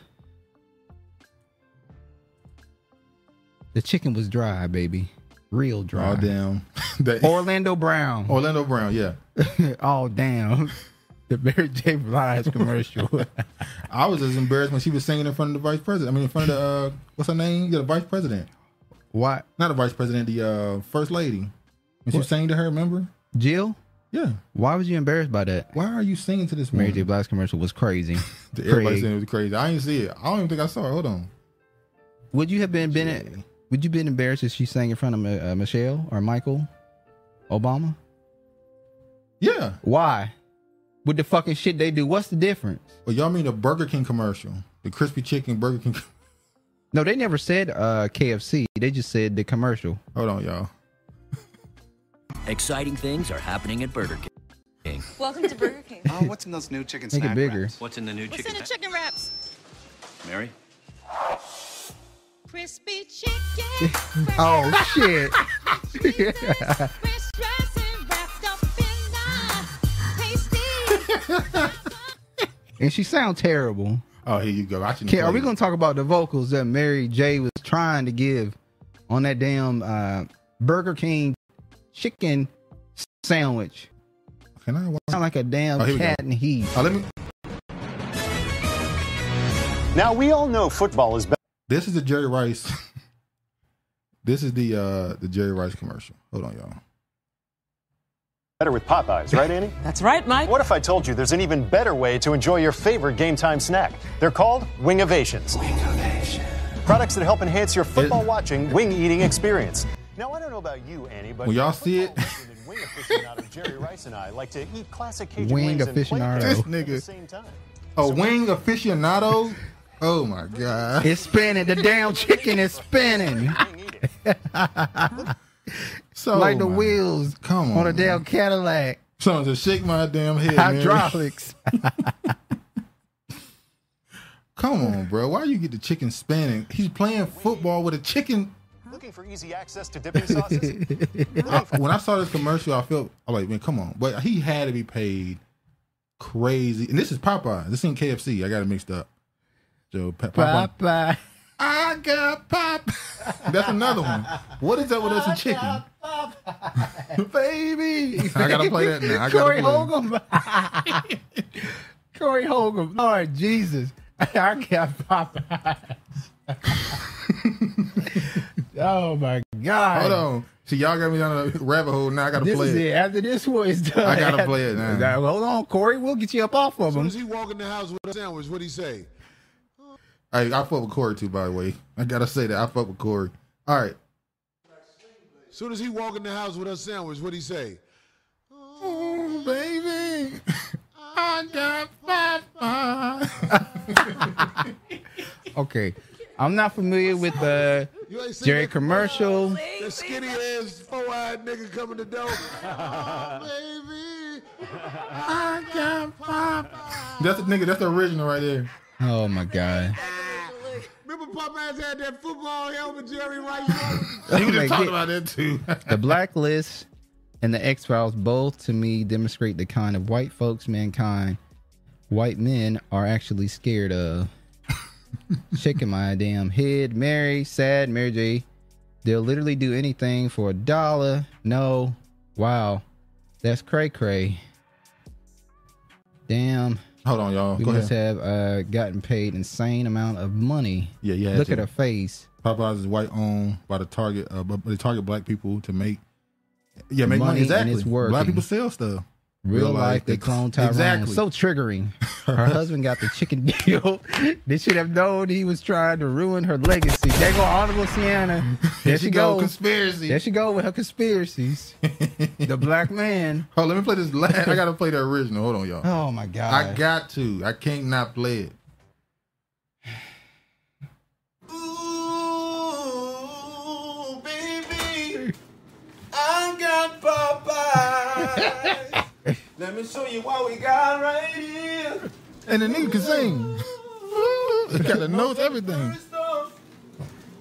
Speaker 6: The chicken was dry, baby, real dry.
Speaker 1: Oh damn, that,
Speaker 6: Orlando Brown.
Speaker 1: Orlando Brown. Yeah,
Speaker 6: *laughs* oh damn. The Mary J. Blige commercial.
Speaker 1: *laughs* I was as embarrassed when she was singing in front of the vice president. I mean, in front of the uh, what's her name? Yeah, the vice president.
Speaker 6: Why?
Speaker 1: Not the vice president, the uh, first lady. When she
Speaker 6: What?
Speaker 1: sang to her, remember?
Speaker 6: Jill,
Speaker 1: Yeah.
Speaker 6: why was you embarrassed by that?
Speaker 1: Why are you singing to this
Speaker 6: Mary
Speaker 1: woman?
Speaker 6: J. Blige commercial was
Speaker 1: *laughs*
Speaker 6: crazy.
Speaker 1: Everybody
Speaker 6: Craig.
Speaker 1: said it was crazy. I didn't see it. I don't even think I saw it. Hold on.
Speaker 6: Would you have been, been would you been embarrassed if she sang in front of uh, Michelle or Michael Obama?
Speaker 1: Yeah.
Speaker 6: Why? With the fucking shit they do, what's the difference?
Speaker 1: Well, y'all mean the Burger King commercial, the crispy chicken Burger King.
Speaker 6: No, they never said uh, KFC. They just said the commercial.
Speaker 1: Hold on, y'all.
Speaker 10: Exciting things are happening at Burger King.
Speaker 2: Welcome to Burger King.
Speaker 11: Oh, what's in those new chicken
Speaker 6: Make it bigger.
Speaker 5: What's in the new
Speaker 2: What's in the chicken wraps?
Speaker 10: Mary?
Speaker 2: Crispy
Speaker 12: *laughs*
Speaker 2: chicken.
Speaker 1: *laughs*
Speaker 6: Oh shit!
Speaker 2: French dressing wrapped up in the tasty.
Speaker 6: and she sound terrible.
Speaker 1: Oh, here you go. I should.
Speaker 6: Can, are we gonna talk about the vocals that Mary J was trying to give on that damn uh, Burger King chicken sandwich?
Speaker 1: Can I? Watch?
Speaker 6: Sound like a damn
Speaker 1: Oh, here we
Speaker 6: cat in heat.
Speaker 1: Oh, let me.
Speaker 11: Now, we all know football is
Speaker 1: This is the Jerry Rice. *laughs* this is the uh the Jerry Rice commercial. Hold on, y'all.
Speaker 11: better with Popeyes, right, Annie?
Speaker 7: *laughs* That's right, Mike.
Speaker 11: What if I told you there's an even better way to enjoy your favorite game time snack? They're called Wingovations. Products that help enhance your football watching, wing eating experience. Now, I don't know about you, Annie, but
Speaker 1: When y'all see it-
Speaker 11: football legend and wing aficionado Jerry Rice and I like to eat classic Cajun
Speaker 6: Wing
Speaker 11: wings and play
Speaker 6: aficionado.
Speaker 11: games
Speaker 1: This nigga.
Speaker 11: at the same time.
Speaker 1: A wing aficionado. Oh my god.
Speaker 6: It's spinning. The damn chicken is spinning
Speaker 11: Wing eating.
Speaker 1: So
Speaker 6: like the
Speaker 1: my-
Speaker 6: wheels
Speaker 1: Come on,
Speaker 6: on a damn
Speaker 1: man.
Speaker 6: Cadillac.
Speaker 1: Something to shake my damn head. man.
Speaker 6: Hydraulics.
Speaker 1: *laughs* Come on, bro. Why you get the chicken spinning? He's playing football with a chicken.
Speaker 11: Looking for easy access to dipping sauces?
Speaker 1: when I saw this commercial, I felt I'm like, man, come on. But he had to be paid crazy. And this is Popeye. This ain't KFC. I got it mixed up. So Pop- Popeye.
Speaker 6: Popeye.
Speaker 1: I got pop. That's another one. What is up with us and chicken? Baby. I gotta play that now. I
Speaker 6: Corey
Speaker 1: gotta *laughs* play. *laughs*
Speaker 6: Holcomb. Corey Holcomb. Lord Jesus. I got Popeyes. oh my god!
Speaker 1: Hold on. See, y'all got me down a rabbit hole. Now I gotta
Speaker 6: this
Speaker 1: play
Speaker 6: is
Speaker 1: it.
Speaker 6: it. After this one is done, *laughs*
Speaker 1: I gotta play it now.
Speaker 6: Now, Hold on, Corey. We'll get you up off of
Speaker 13: As soon
Speaker 6: him.
Speaker 13: as he walk in the house with a sandwich, what'd he say?
Speaker 1: Hey, I fuck with Corey too, by the way. I gotta say that I fuck with Corey. All right,
Speaker 13: As soon as he walk in the house with a sandwich, what'd he say?
Speaker 1: Oh, baby. *laughs* I got
Speaker 13: *laughs*
Speaker 6: Okay, I'm not familiar with the
Speaker 13: You ain't seen
Speaker 6: Jerry
Speaker 13: that-
Speaker 6: commercial.
Speaker 13: The skinny ass four eyed nigga coming to door. oh, baby. I got Popeye.
Speaker 1: that's the nigga. That's the original right there.
Speaker 6: Oh my god!
Speaker 13: Remember Popeye's had that football helmet Jerry Rice wore?
Speaker 1: *laughs*
Speaker 6: Oh
Speaker 1: You
Speaker 6: my
Speaker 1: just talked
Speaker 6: God.
Speaker 1: about that too.
Speaker 6: *laughs* the Blacklist and the X Files both, to me, demonstrate the kind of white folks mankind, white men are actually scared
Speaker 1: *laughs*
Speaker 6: of. Shaking my damn head. Mary, sad Mary J. They'll literally do anything for a dollar. No. Wow. That's cray cray. Damn.
Speaker 1: Hold on, y'all.
Speaker 6: We
Speaker 1: Oh, Go
Speaker 6: must have uh, gotten paid insane amount of money.
Speaker 1: Yeah, yeah.
Speaker 6: Look at her face.
Speaker 1: Popeyes is white owned by the target. Uh, but they target black people to make. Yeah, make money.
Speaker 6: Money and
Speaker 1: Exactly.
Speaker 6: it's
Speaker 1: black
Speaker 6: working.
Speaker 1: people sell stuff.
Speaker 6: Real, life, they
Speaker 1: ex-
Speaker 6: clone Tyrone.
Speaker 1: Exactly.
Speaker 6: So
Speaker 1: *laughs*
Speaker 6: triggering. Her husband got the chicken *laughs* deal. they should have known he was trying to ruin her legacy. There go Honorable Sienna. There
Speaker 1: Here
Speaker 6: she,
Speaker 1: she go,
Speaker 6: goes.
Speaker 1: conspiracy.
Speaker 6: There she go with her
Speaker 1: *laughs*
Speaker 6: conspiracies. the black man.
Speaker 1: Oh, let me play this last. I gotta play the original. Hold on, y'all.
Speaker 6: Oh my god.
Speaker 1: I got to. I can't not play it.
Speaker 4: Ooh, baby, I got Popeye. Let me show you what we got right here.
Speaker 1: And the nigga can sing. It got the notes, everything. *laughs*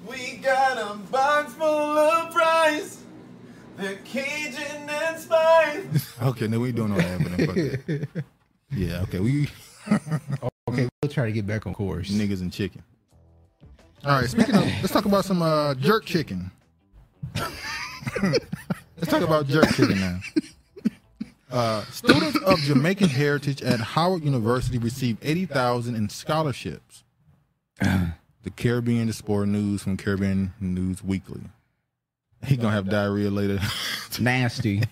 Speaker 4: We got a box full of fries. The Cajun and spice.
Speaker 1: Okay, no, we doing all that. But fuck
Speaker 6: *laughs*
Speaker 1: that. Yeah. Okay, we
Speaker 6: Okay, we'll try to get back on course.
Speaker 1: niggas and chicken. All right. Speaking of, let's talk about some uh, jerk chicken. *laughs* let's talk about jerk chicken now. Uh, students of Jamaican heritage at Howard University received eighty thousand in scholarships. The Caribbean Sport News from Caribbean News Weekly. He gonna have diarrhea later. *laughs*
Speaker 6: Nasty.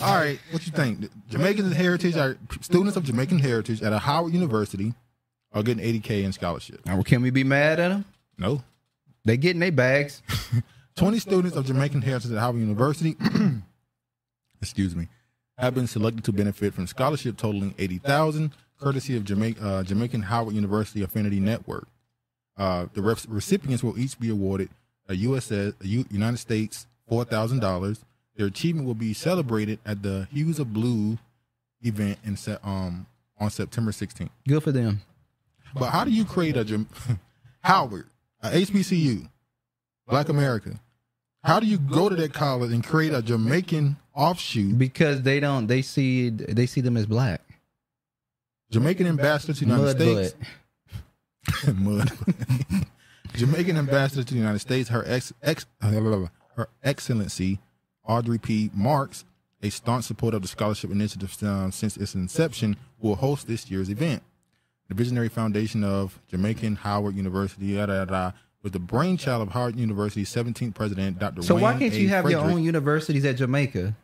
Speaker 1: All right, what you think? Jamaican heritage are students of Jamaican heritage at a Howard University are getting eighty k in scholarship.
Speaker 6: Now, can we be mad at them?
Speaker 1: No.
Speaker 6: They getting their
Speaker 1: *laughs*
Speaker 6: bags.
Speaker 1: 20 students of Jamaican heritage at Howard University, *clears throat* excuse me, have been selected to benefit from scholarship totaling 80,000 courtesy of Jamaica, uh, Jamaican Howard University Affinity Network. Uh, the ref- recipients will each be awarded a US a U- United States $4,000. Their achievement will be celebrated at the Hues of Blue event in se- um, on September 16th.
Speaker 6: *laughs* Good for them.
Speaker 1: But how do you create a Jam- *laughs* Howard, a HBCU, Black America? How do you go to that college and create a Jamaican offshoot,
Speaker 6: Because they don't they see they see them as black.
Speaker 1: Jamaican ambassador to the United States?
Speaker 6: butt.
Speaker 1: Mud. *laughs* Jamaican ambassador to the United States, her ex, ex *laughs* her excellency Audrey P. Marks, a staunch supporter of the scholarship initiative um, since its inception, will host this year's event. The visionary foundation of Jamaican Howard University, yada yada, yada, was the brainchild of Howard University's 17th president, Dr.
Speaker 6: So
Speaker 1: Wayne
Speaker 6: why can't
Speaker 1: A.
Speaker 6: you have your
Speaker 1: Frederick.
Speaker 6: own universities at Jamaica,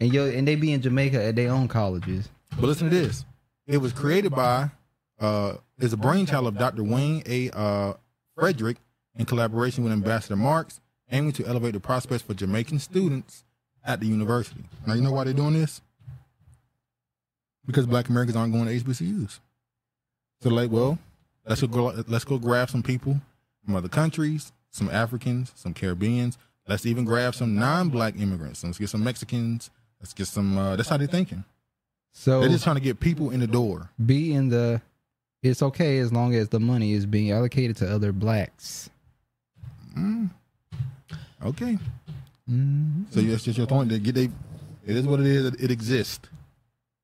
Speaker 6: and your and they be in Jamaica at their own colleges?
Speaker 1: But listen to this. It was created by, uh, is a brainchild of Dr. Wayne A. Uh, Frederick in collaboration with Ambassador Marks, aiming to elevate the prospects for Jamaican students at the university. Now, you know why they're doing this? Because black Americans aren't going to HBCUs. So, like, well, let's go, gro- let's go grab some people from other countries, some Africans, some Caribbeans. Let's even grab some non black immigrants. Let's get some Mexicans. Let's get some, uh, that's how they're thinking.
Speaker 6: So
Speaker 1: They're just trying to get people in the door.
Speaker 6: be in the. It's okay as long as the money is being allocated to other blacks.
Speaker 1: Mm. Okay. So that's just your point. They get they. It is what it is. It exists.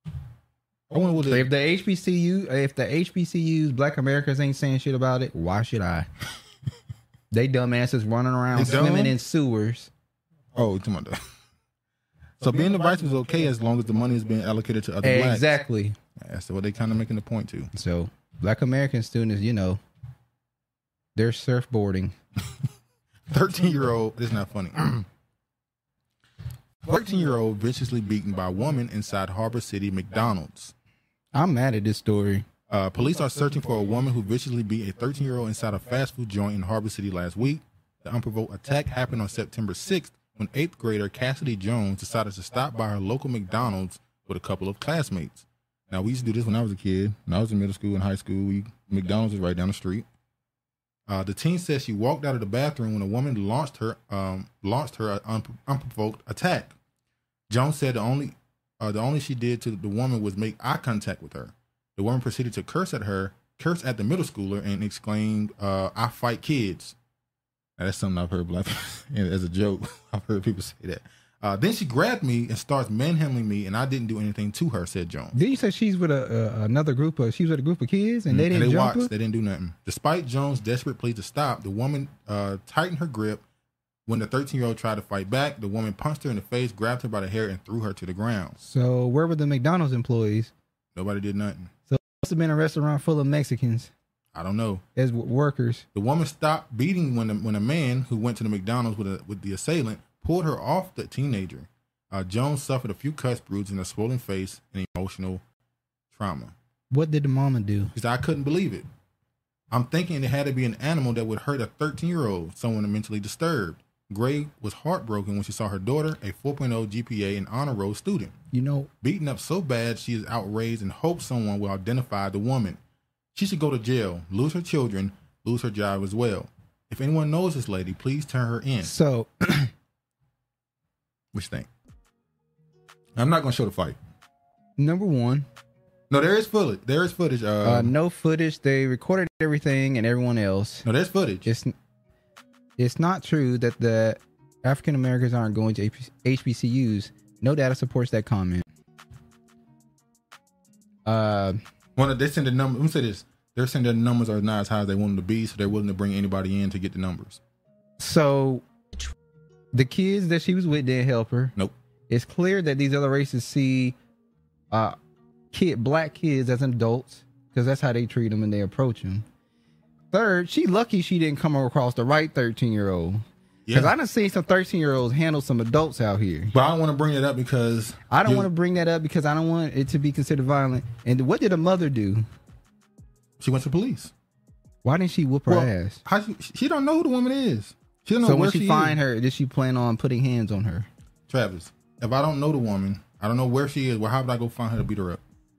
Speaker 1: I wonder what
Speaker 6: So if the HBCU, if the HBCUs, Black Americans ain't saying shit about it, why should
Speaker 1: *laughs*
Speaker 6: I? they dumbasses running around
Speaker 1: They dumb?
Speaker 6: swimming in sewers.
Speaker 1: Oh, you talking about that. So being the vice was okay as long as the money is being allocated to other blacks.
Speaker 6: Exactly.
Speaker 1: That's what they kind of making the point to.
Speaker 6: So black American students, you know, they're surfboarding.
Speaker 1: 13 year old, this is not funny. *clears throat* 13 year old viciously beaten by woman inside Harbor City McDonald's.
Speaker 6: I'm mad at this story.
Speaker 1: Uh, police are searching for a woman who viciously beat a 13 year old inside a fast food joint in Harbor City last week. The unprovoked attack happened on September 6th when eighth grader Cassidy Jones decided to stop by her local McDonald's with a couple of classmates. Now, we used to do this when I was a kid. When I was in middle school and high school, we, McDonald's was right down the street. Uh, the teen says she walked out of the bathroom when a woman launched her um, launched her un- unprovoked attack. Jones said the only uh, the only she did to the woman was make eye contact with her. The woman proceeded to curse at her, curse at the middle schooler, and exclaimed, uh, "I fight kids." Now, that's something I've heard black and *laughs* as a joke. *laughs* I've heard people say that. Uh, then she grabbed me and starts manhandling me, and I didn't do anything to her," said Jones.
Speaker 6: Did you say she's with a, uh, another group of? She was with a group of kids, and they
Speaker 1: Mhm.
Speaker 6: didn't jump
Speaker 1: watched.
Speaker 6: her?
Speaker 1: They didn't do nothing. Despite Jones' desperate plea to stop, the woman uh, tightened her grip. When the 13 year old tried to fight back, the woman punched her in the face, grabbed her by the hair, and threw her to the ground.
Speaker 6: So where were the McDonald's employees?
Speaker 1: Nobody did nothing.
Speaker 6: So it must have been a restaurant full of Mexicans
Speaker 1: I don't know.
Speaker 6: as w- workers.
Speaker 1: The woman stopped beating when the, when a man who went to the McDonald's with a, with the assailant pulled her off the teenager. Uh, Jones suffered a few cuss bruises and a swollen face and emotional trauma.
Speaker 6: What did the mama do?
Speaker 1: He said, I couldn't believe it. I'm thinking it had to be an animal that would hurt a 13 year old, someone mentally disturbed. Gray was heartbroken when she saw her daughter, a 4.0 GPA and honor roll student,
Speaker 6: You know,
Speaker 1: beaten up so bad she is outraged and hopes someone will identify the woman. She should go to jail, lose her children, lose her job as well. If anyone knows this lady, please turn her in. *clears throat*
Speaker 6: so
Speaker 1: Which thing? I'm not gonna show the fight.
Speaker 6: number one,
Speaker 1: No, there is footage. There is footage.
Speaker 6: uh,
Speaker 1: Uh,
Speaker 6: no footage. They recorded everything and everyone else.
Speaker 1: no, there's footage.
Speaker 6: It's it's not true that the African Americans aren't going to HP HBCUs. No data supports that comment. Uh,
Speaker 1: One of they send the number. Let me say this: they're saying their numbers are not as high as they want them to be, so they're willing to bring anybody in to get the numbers.
Speaker 6: so the kids that she was with didn't help her.
Speaker 1: Nope.
Speaker 6: It's clear that these other races see uh kid black kids as adults because that's how they treat them and they approach them. Third, she lucky she didn't come across the right thirteen year old. Because
Speaker 1: Yeah.
Speaker 6: I done seen some thirteen year olds handle some adults out here.
Speaker 1: But I don't want to bring it up because
Speaker 6: I don't
Speaker 1: you-
Speaker 6: want to bring that up because I don't want it to be considered violent. And what did a mother do?
Speaker 1: She went to police.
Speaker 6: Why didn't she whoop her
Speaker 1: Well,
Speaker 6: ass?
Speaker 1: How she, she don't know who the woman is. She don't know
Speaker 6: So
Speaker 1: where
Speaker 6: when she,
Speaker 1: she
Speaker 6: find
Speaker 1: is.
Speaker 6: her, did she plan on putting hands on her?
Speaker 1: Travis. If I don't know the woman, I don't know where she is. Well, how would I go find her to beat her up?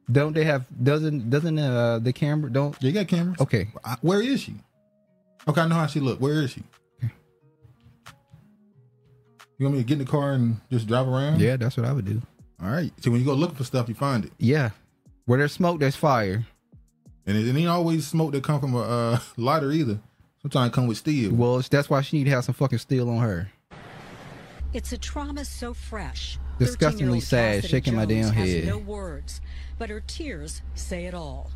Speaker 6: Don't they have doesn't doesn't uh the camera don't
Speaker 1: You got cameras?
Speaker 6: okay.
Speaker 1: I- where is she? Okay, I know how she look. Where is she? You want me to get in the car and just drive around?
Speaker 6: Yeah, that's what I would do.
Speaker 1: All right. So when you go looking for stuff, you find it.
Speaker 6: Yeah. Where there's smoke, there's fire.
Speaker 1: And it, it ain't always smoke that come from a uh, *laughs* lighter either. Sometimes it come with steel.
Speaker 6: Well, that's why she need to have some fucking steel on her.
Speaker 14: It's a trauma so fresh.
Speaker 6: Disgustingly
Speaker 14: 13-year-old
Speaker 6: sad,
Speaker 14: Cassidy
Speaker 6: shaking my
Speaker 14: Jones
Speaker 6: damn
Speaker 14: has
Speaker 6: head.
Speaker 14: No words, but her tears say it all.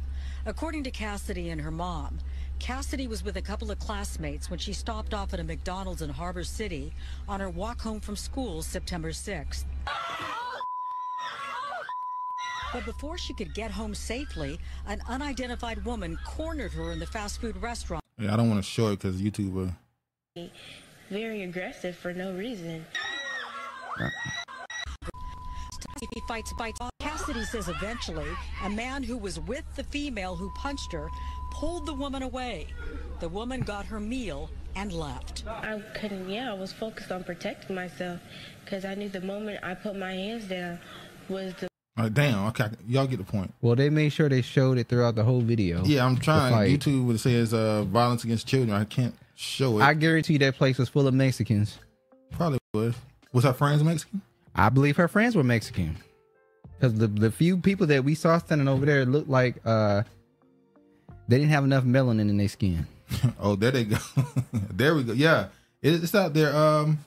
Speaker 14: According to Cassidy and her mom, Cassidy was with a couple of classmates when she stopped off at a McDonald's in Harbor City on her walk home from school September 6th. But before she could get home safely, an unidentified woman cornered her in the fast food restaurant.
Speaker 1: Yeah, I don't want to show it because YouTube. Uh,
Speaker 9: Very aggressive for no reason.
Speaker 6: Uh,
Speaker 14: He fights, bites. Cassidy says eventually, a man who was with the female who punched her pulled the woman away. The woman got her meal and left.
Speaker 9: I couldn't, *laughs* yeah, I was focused on protecting myself because I knew the moment I put my hands down was the
Speaker 1: all right, Uh, damn. Okay, I- y'all get the point.
Speaker 6: Well, they made sure they showed it throughout the whole video.
Speaker 1: Yeah, I'm
Speaker 6: The
Speaker 1: trying.
Speaker 6: fight.
Speaker 1: YouTube it says uh, violence against children. I can't show it.
Speaker 6: I guarantee you that place was full of Mexicans.
Speaker 1: Probably was. Was her friends Mexican?
Speaker 6: I believe her friends were Mexican. Because the, the few people that we saw standing over there looked like uh they didn't have enough melanin in their skin.
Speaker 1: *laughs* oh, there they go. *laughs* there we go. Yeah, it, it's out there. Um,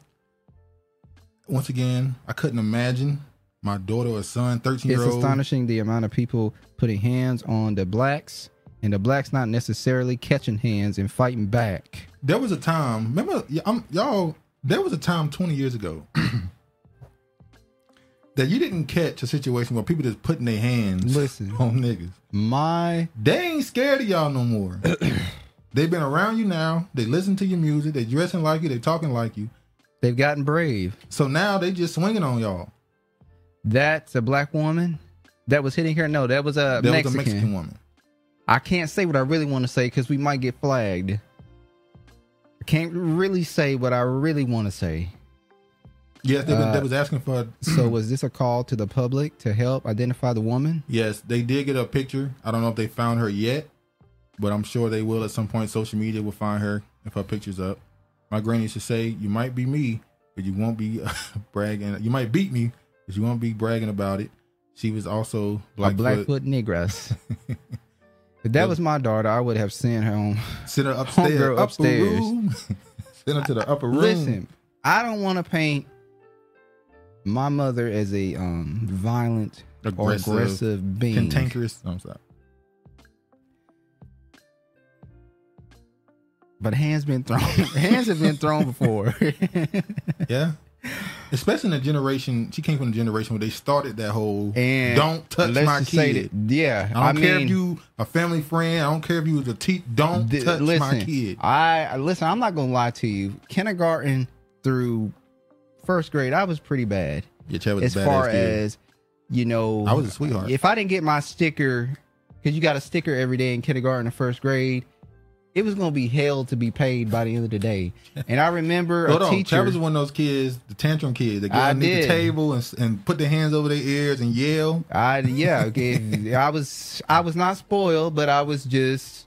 Speaker 1: once again, I couldn't imagine my daughter or son, thirteen
Speaker 6: It's
Speaker 1: year old.
Speaker 6: astonishing the amount of people putting hands on the blacks and the blacks not necessarily catching hands and fighting back.
Speaker 1: There was a time. Remember, y- I'm, y'all. There was a time twenty years ago *clears throat* that you didn't catch a situation where people just putting their hands Listen, *laughs* on niggas.
Speaker 6: My
Speaker 1: they ain't scared of y'all
Speaker 6: *clears throat*
Speaker 1: no more. They've been around you now. They listen to your music. They dressing like you. They talking like you.
Speaker 6: They've gotten brave.
Speaker 1: So now they just swinging on y'all.
Speaker 6: That's a black woman that was hitting her. No, that was a,
Speaker 1: That was a
Speaker 6: Mexican.
Speaker 1: Mexican woman.
Speaker 6: I can't say what I really want to say because we might get flagged. I can't really say what I really want to say.
Speaker 1: Yes, they, was-
Speaker 6: Uh,
Speaker 1: they was asking for.
Speaker 6: *clears throat* so was this a call to the public to help identify the woman?
Speaker 1: Yes, they did get a picture. I don't know if they found her yet, but I'm sure they will at some point. Social media will find her if her picture's up. My granny used to say, "You might be me, but you won't be uh, *laughs* bragging. You might beat me, but you won't be bragging about it." She was also
Speaker 6: Blackfoot,
Speaker 1: Blackfoot.
Speaker 6: a Blackfoot
Speaker 1: *laughs*
Speaker 6: Negress. if that was my daughter, I would have sent her home.
Speaker 1: Send her upstairs.
Speaker 6: Homegirl
Speaker 1: upper
Speaker 6: upstairs.
Speaker 1: room. *laughs* Send her to the upper room.
Speaker 6: Listen, I don't want to paint my mother as a um violent
Speaker 1: Aggressive,
Speaker 6: or aggressive being.
Speaker 1: cantankerous. I'm sorry.
Speaker 6: But hands been thrown. *laughs* hands have been thrown before. *laughs*
Speaker 1: yeah. Especially in the generation, she came from the generation where they started that whole
Speaker 6: And
Speaker 1: "don't touch
Speaker 6: let's
Speaker 1: my
Speaker 6: just say
Speaker 1: kid."
Speaker 6: that- yeah,
Speaker 1: I
Speaker 6: I
Speaker 1: don't care
Speaker 6: mean-
Speaker 1: if you a family friend. I don't care if you was a teacher. Don't
Speaker 6: Th-
Speaker 1: touch
Speaker 6: listen,
Speaker 1: my kid.
Speaker 6: I I- listen. I'm not gonna lie to you. Kindergarten through first grade, I was pretty bad.
Speaker 1: Yeah, Chad was a
Speaker 6: as
Speaker 1: badass
Speaker 6: far
Speaker 1: kid.
Speaker 6: as you know,
Speaker 1: I was a sweetheart.
Speaker 6: If I didn't get my sticker, because you got a sticker every day in kindergarten and first grade, it was gonna be hell to be paid by the end of the
Speaker 1: *laughs*
Speaker 6: day. And I remember
Speaker 1: Hold
Speaker 6: a
Speaker 1: on,
Speaker 6: teacher.
Speaker 1: Chad was one of those kids, the tantrum kids, that get
Speaker 6: I
Speaker 1: underneath the
Speaker 6: did.
Speaker 1: table and, s- and put their hands over their ears and yell.
Speaker 6: I
Speaker 1: *laughs*
Speaker 6: yeah, okay. I was I was not spoiled, but I was just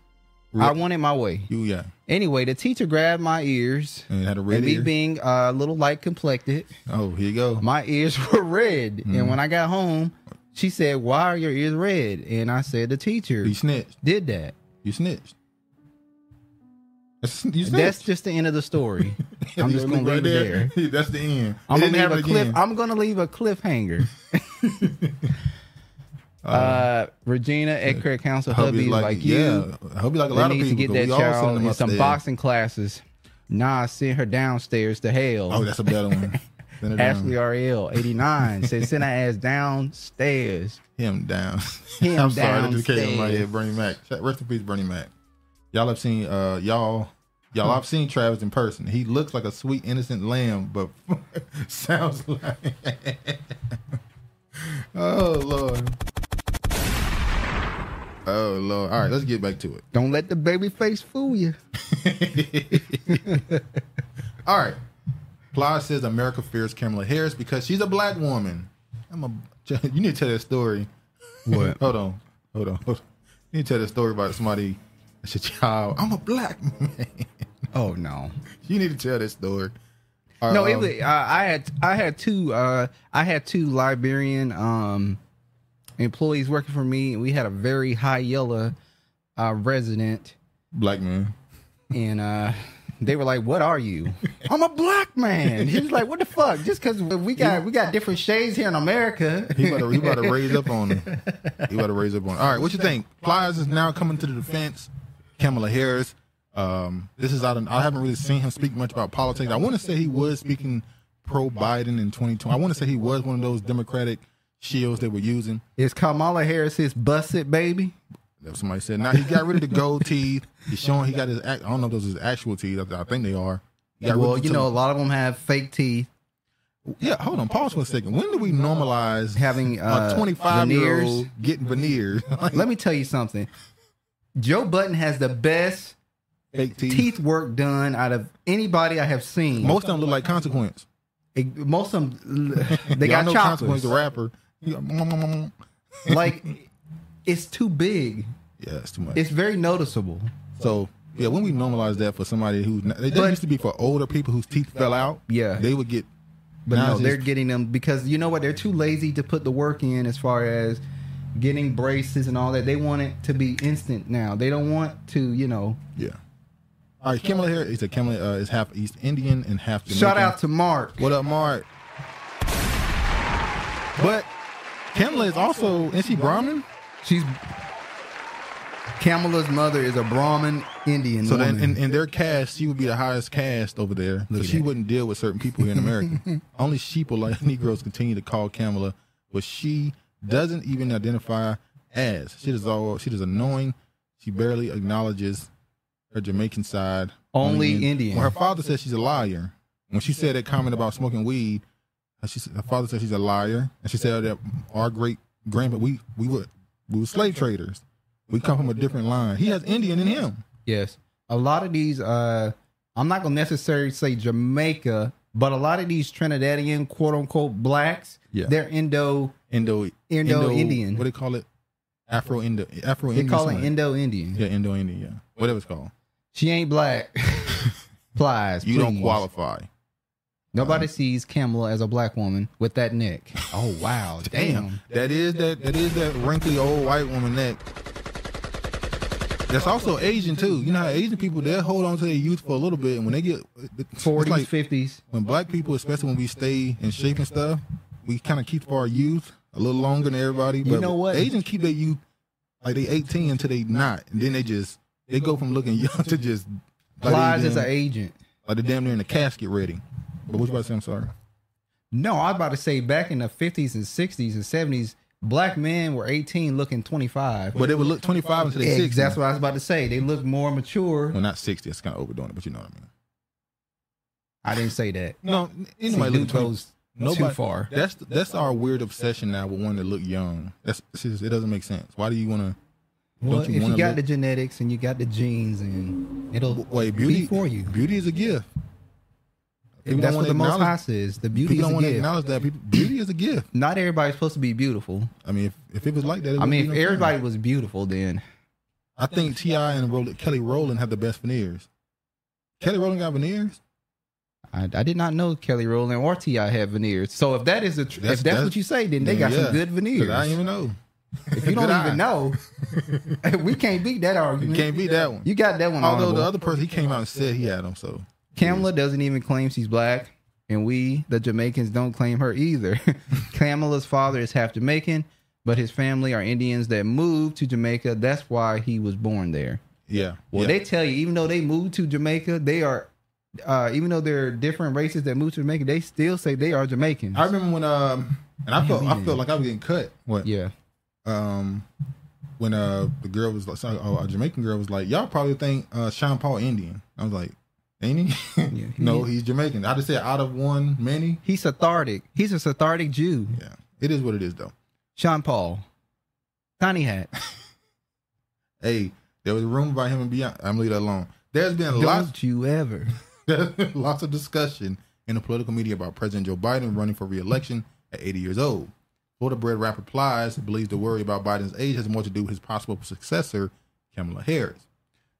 Speaker 6: I wanted my way.
Speaker 1: You yeah.
Speaker 6: Anyway, the teacher grabbed my ears
Speaker 1: And had a red
Speaker 6: and me
Speaker 1: ear.
Speaker 6: being uh, a little light complected.
Speaker 1: Oh, here you go. Mm.
Speaker 6: My ears *laughs* were red, and when I got home, she said, "Why are your ears red?" And I said, "The teacher
Speaker 1: You snitched.
Speaker 6: did that."
Speaker 1: You snitched. That's, *laughs* you snitched.
Speaker 6: That's just the end of the
Speaker 1: *laughs*
Speaker 6: story. I'm just gonna leave it there.
Speaker 1: That's the end.
Speaker 6: I'm gonna
Speaker 1: It didn't
Speaker 6: leave
Speaker 1: happen
Speaker 6: a cliff.
Speaker 1: again.
Speaker 6: I'm gonna leave a
Speaker 1: *laughs*
Speaker 6: cliffhanger. *laughs* uh, Regina at Craig Council
Speaker 1: I hope
Speaker 6: hubby
Speaker 1: he's
Speaker 6: is
Speaker 1: like-
Speaker 6: like, you.
Speaker 1: yeah, I hope he's like a
Speaker 6: They
Speaker 1: lot of
Speaker 6: need to
Speaker 1: people,
Speaker 6: get that
Speaker 1: 'cause we all send
Speaker 6: child
Speaker 1: them
Speaker 6: in some
Speaker 1: upstairs.
Speaker 6: boxing classes. Nah, send her downstairs to hell.
Speaker 1: Oh, that's a better
Speaker 6: *laughs*
Speaker 1: one. Send her down.
Speaker 6: Ashley RL eighty nine says send her ass downstairs.
Speaker 1: Him down. *laughs*
Speaker 6: Him
Speaker 1: I'm sorry, that
Speaker 6: downstairs.
Speaker 1: just came in my head. Bernie Mac. Rest in peace, Bernie Mac. Y'all have seen, uh, y'all, y'all, I've seen Travis in person. He looks like a sweet, innocent lamb, but *laughs* sounds like. *laughs* oh lord. Oh lord. All right, let's get back to it.
Speaker 6: Don't let the baby face fool you.
Speaker 1: *laughs* All right. Ply says America fears Kamala Harris because she's a black woman. *laughs* I'm a. You need to tell that story.
Speaker 6: What?
Speaker 1: hold on. Hold on. Hold on. You need to tell that story about somebody. That's a child. I'm a black man. *laughs*
Speaker 6: Oh no.
Speaker 1: You need to tell that story. All right,
Speaker 6: no, it
Speaker 1: um,
Speaker 6: was, uh, I had I had two uh, I had two Liberian um, employees working for me, and we had a very high yellow uh, resident
Speaker 1: black man,
Speaker 6: and uh, they were like, "What are you?" I'm a black man. He was like, "What the fuck?" Just because we got we got different shades here in America.
Speaker 1: He about, to, he about to raise up on him. He about to raise up on him. All right, what you think? Pliers is now coming to the defense. Kamala Harris. Um, this is out. Of, I haven't really seen him speak much about politics. I want to say he was speaking pro Biden in 2020. I want to say he was one of those Democratic shields they were using.
Speaker 6: Is Kamala Harris his busset baby?
Speaker 1: That's somebody said. Now he got rid of the gold teeth. He's showing he got his. Act, I don't know if those are his actual teeth. I, I think they are. He got rid
Speaker 6: well,
Speaker 1: of
Speaker 6: you know, a
Speaker 1: some-
Speaker 6: lot of them have fake teeth.
Speaker 1: Yeah, hold on. Pause for a second. When do we normalize
Speaker 6: having
Speaker 1: a
Speaker 6: uh,
Speaker 1: 25 year
Speaker 6: veneers?
Speaker 1: old
Speaker 6: *laughs*
Speaker 1: getting veneers?
Speaker 6: Let me tell you something. Joe Button has the best
Speaker 1: teeth.
Speaker 6: work done out of anybody I have seen.
Speaker 1: Most of them look like consequence.
Speaker 6: It- most of them, *laughs* they
Speaker 1: Y'all
Speaker 6: got
Speaker 1: know
Speaker 6: choppers.
Speaker 1: Consequence the rapper. He go, "Mm, mm, mm, mm."
Speaker 6: like, it's too big.
Speaker 1: yeah, it's too much.
Speaker 6: It's very noticeable.
Speaker 1: so yeah, when we normalize that for somebody who's not, they, they
Speaker 6: But-
Speaker 1: used to be for older people whose teeth fell out.
Speaker 6: Yeah.
Speaker 1: they would get.
Speaker 6: But
Speaker 1: now
Speaker 6: no,
Speaker 1: it's
Speaker 6: they're
Speaker 1: just-
Speaker 6: getting them because you know what? They're too lazy to put the work in as far as getting braces and all that. They want it to be instant now. They don't want to, you know.
Speaker 1: yeah. All right, Kimberly here is a Kimberly uh, is half East Indian and half. Jamaican.
Speaker 6: Shout out to Mark.
Speaker 1: What up, Mark? But Kimla is also is she Brahmin?
Speaker 6: She's Kamala's mother is a Brahmin Indian
Speaker 1: So
Speaker 6: woman.
Speaker 1: then, in, in their cast, she would be the highest cast over there. So
Speaker 6: Look at
Speaker 1: she
Speaker 6: that.
Speaker 1: wouldn't deal with certain people here
Speaker 6: *laughs*
Speaker 1: in America. Only sheeple like Negroes continue to call Kamala what she doesn't even identify as. She is all she is annoying. She barely acknowledges her Jamaican side.
Speaker 6: Only Indian.
Speaker 1: Well, her father said she's a liar. When she said that comment about smoking weed, uh, she said- her father said she's a liar, and she said that our great grandpa we we were we were slave traders. We come from a different line. He has Indian in him.
Speaker 6: Yes. A lot of these, uh, I'm not going to necessarily say Jamaica, but a lot of these Trinidadian quote unquote blacks,
Speaker 1: Yeah.
Speaker 6: they're Indo
Speaker 1: Indo
Speaker 6: Indo Indian.
Speaker 1: What do they call it? Afro Indo Afro
Speaker 6: They
Speaker 1: Indian.
Speaker 6: call it Indo Indian.
Speaker 1: Yeah, Indo Indian. Yeah, whatever it's called.
Speaker 6: She ain't
Speaker 1: *laughs*
Speaker 6: black. Plies.
Speaker 1: You don't
Speaker 6: please.
Speaker 1: qualify.
Speaker 6: Nobody sees Kamala as a black woman with that neck. Oh *laughs* wow, damn.
Speaker 1: that is that that is that wrinkly old white woman neck. That's also Asian too. You know how Asian people they hold on to their youth for a little bit, and when they get forties,
Speaker 6: fifties,
Speaker 1: when black people, especially when we stay in shape and stuff, we kind of keep our youth a little longer than everybody. But
Speaker 6: You know what?
Speaker 1: Asians keep their youth like they eighteen until they not, and then they just they go from looking *laughs* young to just like they
Speaker 6: Lies
Speaker 1: damn-
Speaker 6: is an agent.
Speaker 1: Like they damn near in the casket ready. But what you about to say? I'm sorry.
Speaker 6: No, I was about to say back in the fifties and sixties and seventies, black men were eighteen, looking twenty five.
Speaker 1: But they would look 25 until they 60.
Speaker 6: That's what I was about to say. They look more mature.
Speaker 1: Well, not sixty. That's kind of overdoing it, but you know what I mean.
Speaker 6: I didn't say that.
Speaker 1: No,
Speaker 6: See,
Speaker 1: anybody
Speaker 6: dude
Speaker 1: look twenty-
Speaker 6: goes
Speaker 1: nobody-
Speaker 6: too far.
Speaker 1: That's that's our weird obsession now with wanting to look young. That's it's just- it doesn't make sense. Why do you want to?
Speaker 6: Well,
Speaker 1: don't you
Speaker 6: if
Speaker 1: want
Speaker 6: you
Speaker 1: to
Speaker 6: got
Speaker 1: look?
Speaker 6: the genetics and you got the genes, and it'll
Speaker 1: Wait, beauty
Speaker 6: be for you.
Speaker 1: Beauty is a gift. People don't
Speaker 6: that's what
Speaker 1: wanna
Speaker 6: the most high
Speaker 1: acknowledge-
Speaker 6: says. The beauty
Speaker 1: people
Speaker 6: is
Speaker 1: don't
Speaker 6: a
Speaker 1: want to
Speaker 6: gift.
Speaker 1: acknowledge that. People, beauty is a gift.
Speaker 6: *clears throat* Not everybody's supposed to be beautiful.
Speaker 1: I mean, if, if it was like that, it
Speaker 6: I
Speaker 1: wouldn't
Speaker 6: mean,
Speaker 1: be
Speaker 6: if
Speaker 1: no problem.
Speaker 6: everybody was beautiful, then
Speaker 1: I think Ti and Roll- Kelly Rowland have the best veneers. Kelly Rowland got veneers.
Speaker 6: I, I did not know Kelly Rowland or Ti had veneers. So if that is the tr-
Speaker 1: That's-
Speaker 6: if that's,
Speaker 1: that's-
Speaker 6: what you say, then they
Speaker 1: then
Speaker 6: got
Speaker 1: yeah.
Speaker 6: some good veneers.
Speaker 1: 'Cause I didn't even know.
Speaker 6: If you don't
Speaker 1: *laughs* Good eye.
Speaker 6: even know, *laughs* we can't beat that
Speaker 1: You
Speaker 6: argument.
Speaker 1: can't beat that one.
Speaker 6: You got that one.
Speaker 1: Although
Speaker 6: honorable.
Speaker 1: the other person, he came out and said he had them. So
Speaker 6: Kamala doesn't even claim she's black, and we, the Jamaicans, don't claim her either. *laughs* Kamala's father is half Jamaican, but his family are Indians that moved to Jamaica. That's why he was born there.
Speaker 1: yeah.
Speaker 6: Well,
Speaker 1: yeah.
Speaker 6: they tell you, even though they moved to Jamaica, they are, uh, even though they're different races that moved to Jamaica, they still say they are Jamaican.
Speaker 1: I remember when um and I felt
Speaker 6: we
Speaker 1: I
Speaker 6: did.
Speaker 1: felt like I was getting cut. What?
Speaker 6: Yeah.
Speaker 1: Um when uh the girl was like sorry, oh, a Jamaican girl was like, Y'all probably think uh Sean Paul Indian. I was like, Ain't he? *laughs* no, he's Jamaican. I just said out of one many.
Speaker 6: He's cathartic. He's a cathartic Jew.
Speaker 1: Yeah. It is what it is though.
Speaker 6: Sean Paul, tiny hat.
Speaker 1: *laughs* Hey, there was a room about him and Beyonce. I'm gonna leave that alone. There's been lots
Speaker 6: Don't you ever? *laughs*
Speaker 1: there's been *laughs* lots of discussion in the political media about President Joe Biden running for reelection at 80 years old. Florida bred rapper Plies believes the worry about Biden's age has more to do with his possible successor, Kamala Harris.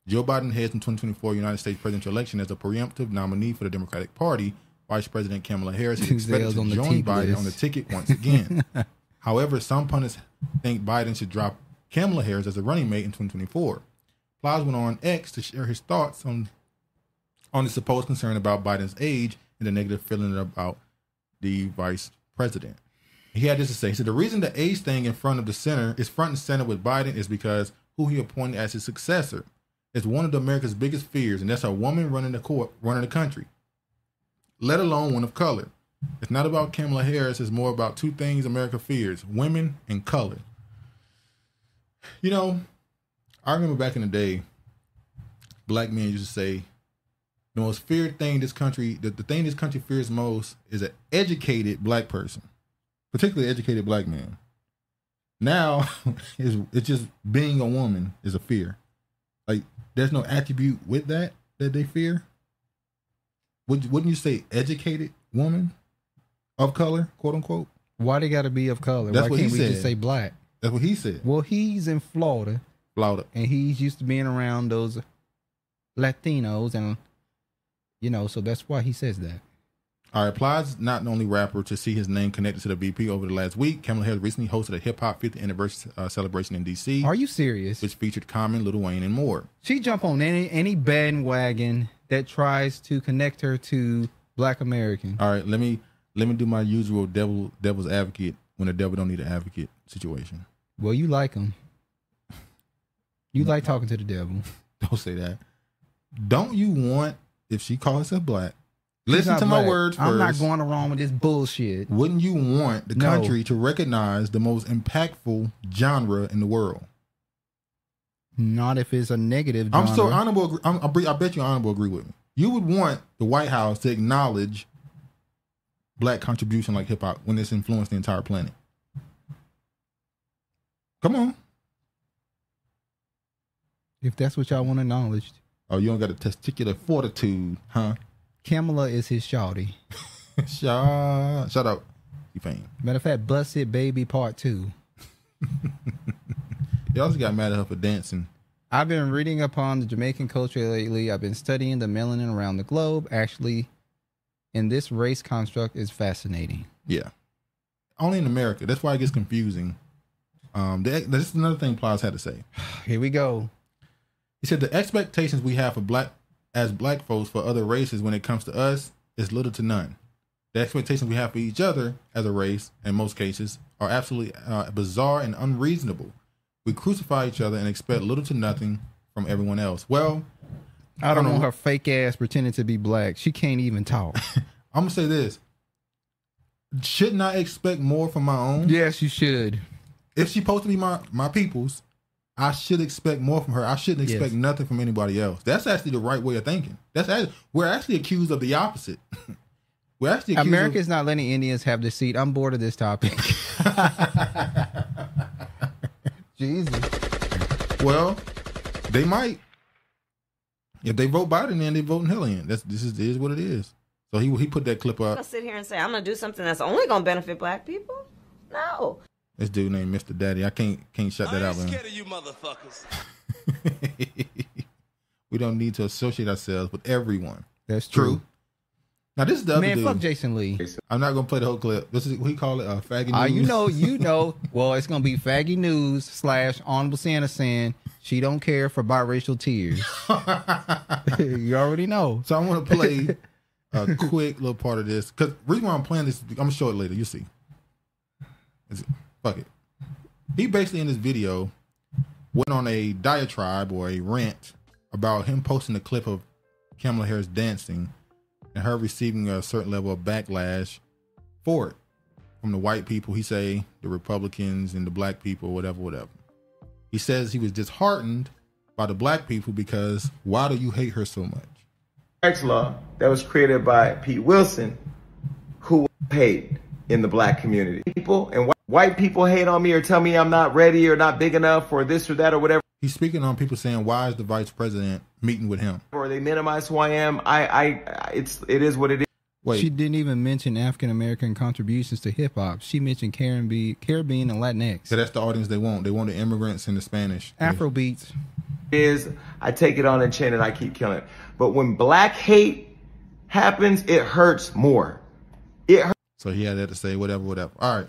Speaker 1: Joe Biden heads in 2024 United States presidential election as a preemptive nominee for the Democratic Party. Vice President Kamala Harris is expected
Speaker 6: Tuesday's
Speaker 1: to
Speaker 6: on the
Speaker 1: join
Speaker 6: teeth
Speaker 1: Biden
Speaker 6: list.
Speaker 1: on the
Speaker 6: *laughs*
Speaker 1: ticket once again. *laughs* However, some pundits think Biden should drop Kamala Harris as a running mate in 2024. Plies went on X to share his thoughts on on the supposed concern about Biden's age and the negative feeling about the vice president. He had this to say. He said, The reason the age thing in front of the center is front and center with Biden is because who he appointed as his successor. It's one of America's biggest fears, and that's a woman running the court, running the country, let alone one of color. It's not about Kamala Harris. It's more about two things America fears women and color. You know, I remember back in the day, black men used to say, the most feared thing this country, the, the thing this country fears most is an educated black person, particularly educated black man. Now, *laughs* it's, it's just being a woman is a fear. Like, there's no attribute with that that they fear. Would, wouldn't you say educated woman of color, quote unquote?
Speaker 6: Why they got to be of color?
Speaker 1: That's
Speaker 6: Why
Speaker 1: what he
Speaker 6: can't we
Speaker 1: said.
Speaker 6: just say black?
Speaker 1: That's what he said.
Speaker 6: Well, he's in Florida.
Speaker 1: Florida.
Speaker 6: and he's used to being around those Latinos, and you know, so that's why he says that.
Speaker 1: All right, Plies not the only rapper to see his name connected to the BP over the last week. Kamala Harris recently hosted a hip hop 50th anniversary uh, celebration in DC. Are
Speaker 6: you serious?
Speaker 1: Which featured Common, Lil Wayne, and more.
Speaker 6: She jump on any any bandwagon that tries to connect her to Black American.
Speaker 1: All right, let me let me do my usual devil devil's advocate when the devil don't need an advocate situation.
Speaker 6: Well, you like him. You like talking to the devil.
Speaker 1: *laughs* Don't say that. Don't you want if she calls herself black? Listen
Speaker 6: not
Speaker 1: to my
Speaker 6: black.
Speaker 1: words first.
Speaker 6: I'm not going along with this bullshit.
Speaker 1: Wouldn't you want the
Speaker 6: No.
Speaker 1: country to recognize the most impactful genre in the world?
Speaker 6: Not if it's a negative.
Speaker 1: I'm so
Speaker 6: genre.
Speaker 1: honorable. agree- I'm, I be- I bet you honorable agree with me. You would want the White House to acknowledge black contribution like hip hop when it's influenced the entire planet. Come on.
Speaker 6: If that's what y'all want acknowledged.
Speaker 1: Oh, you don't got a testicular fortitude, huh?
Speaker 6: Kamala is his
Speaker 1: *laughs*
Speaker 6: shawty.
Speaker 1: shout, shout out, you fame.
Speaker 6: Matter of fact, Bust It Baby Part 2.
Speaker 1: They also got mad at her for dancing.
Speaker 6: I've been reading upon the Jamaican culture lately. I've been studying the melanin around the globe. Actually, and this race construct is fascinating.
Speaker 1: Yeah. Only in America. That's why it gets confusing. Um, the, this is another thing Plies had to say.
Speaker 6: *sighs* Here we go.
Speaker 1: He said the expectations we have for black as black folks for other races when it comes to us is little to none. The expectations we have for each other as a race, in most cases, are absolutely uh, bizarre and unreasonable. We crucify each other and expect little to nothing from everyone else. Well,
Speaker 6: I don't know her fake ass pretending to be black. She can't even talk.
Speaker 1: *laughs* I'm gonna say this. Shouldn't I expect more from my own?
Speaker 6: Yes, you should.
Speaker 1: If she's supposed to be my my people's, I should expect more from her. I shouldn't
Speaker 6: Yes.
Speaker 1: expect nothing from anybody else. That's actually the right way of thinking. That's act- we're actually accused of the opposite. *laughs* we're actually accused
Speaker 6: America's not letting Indians have the seat. I'm bored of this topic.
Speaker 1: *laughs*
Speaker 6: *laughs* Jesus.
Speaker 1: Of, well, they might. If they vote Biden in, they voting hell in. That's this is is what it is. So he he put that clip
Speaker 15: I'm gonna
Speaker 1: up.
Speaker 15: sit here and say I'm gonna do something that's only gonna benefit black people? No.
Speaker 1: This dude named Mr. Daddy. I can't can't shut that out. man.
Speaker 4: of you motherfuckers.
Speaker 1: *laughs* we don't need to associate ourselves with everyone.
Speaker 6: That's
Speaker 1: true. Now this is the other
Speaker 6: Man,
Speaker 1: dude.
Speaker 6: fuck Jason Lee.
Speaker 1: I'm not gonna play the whole clip. This is we call it a faggot.
Speaker 6: Uh, you
Speaker 1: news.
Speaker 6: know,
Speaker 1: *laughs*
Speaker 6: you know. Well, it's gonna be faggy news slash honorable Santa saying she don't care for biracial
Speaker 1: *laughs*
Speaker 6: tears. *laughs* you already know.
Speaker 1: So I want to play a quick little part of this because reason why I'm playing this, I'm gonna show it later. You see, It's- fuck it. He basically in this video went on a diatribe or a rant about him posting a clip of Kamala Harris dancing and her receiving a certain level of backlash for it from the white people. He say the Republicans and the black people, whatever, whatever. He says he was disheartened by the black people because why do you hate her so much?
Speaker 16: tax law that was created by Pete Wilson, who was hate in the black community. People and wh- white people hate on me or tell me I'm not ready or not big enough or this or that or whatever.
Speaker 1: He's speaking on people saying, "Why is the vice president meeting with him?"
Speaker 16: Or they minimize who I am. I, I, I- it's, it is what it is.
Speaker 6: She didn't even mention African American contributions to hip hop. She mentioned Caribbean, Caribbean and Latinx,
Speaker 1: So that's the audience they want. They want the immigrants and the Spanish.
Speaker 6: Afrobeats.
Speaker 16: is I take it on the chin and I keep killing it. But when black hate happens, it hurts more. It hurts.
Speaker 1: So he had that to say, whatever, whatever. All right.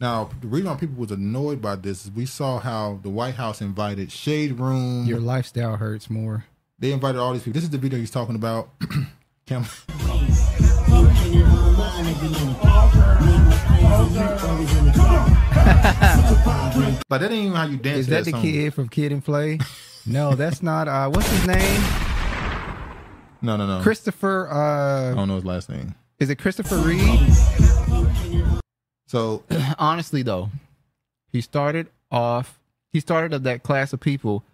Speaker 1: Now, the reason why people was annoyed by this is we saw how the White House invited Shade Room.
Speaker 6: Your lifestyle hurts more.
Speaker 1: They invited all these people. This is the video he's talking about. *clears throat* Cam- *laughs* But that ain't even how you dance.
Speaker 6: Is
Speaker 1: to
Speaker 6: that, the
Speaker 1: song.
Speaker 6: kid from Kid and
Speaker 1: *laughs*
Speaker 6: Play? no, that's not. Uh, what's his name?
Speaker 1: No, no, no.
Speaker 6: Christopher. Uh,
Speaker 1: I don't know his last name.
Speaker 6: Is it Christopher Reed?
Speaker 1: So
Speaker 6: *clears throat* honestly, though, he started off. He started of that class of people.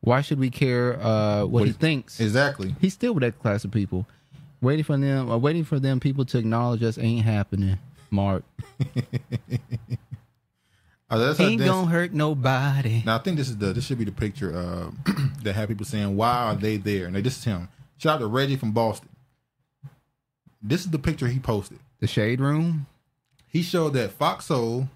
Speaker 6: Why should we care uh, what, he thinks?
Speaker 1: Exactly.
Speaker 6: He's still with that class of people, waiting for them. Uh, waiting for them people to acknowledge us ain't happening. Mark
Speaker 1: *laughs* Oh, that's how
Speaker 6: ain't
Speaker 1: dance-
Speaker 6: gonna hurt nobody.
Speaker 1: Now I think this is the this should be the picture uh, *clears throat* that had people saying why are they there? And this is him. Shout out to Reggie from Boston. This is the picture he posted.
Speaker 6: The shade room.
Speaker 1: He showed that Fox Soul.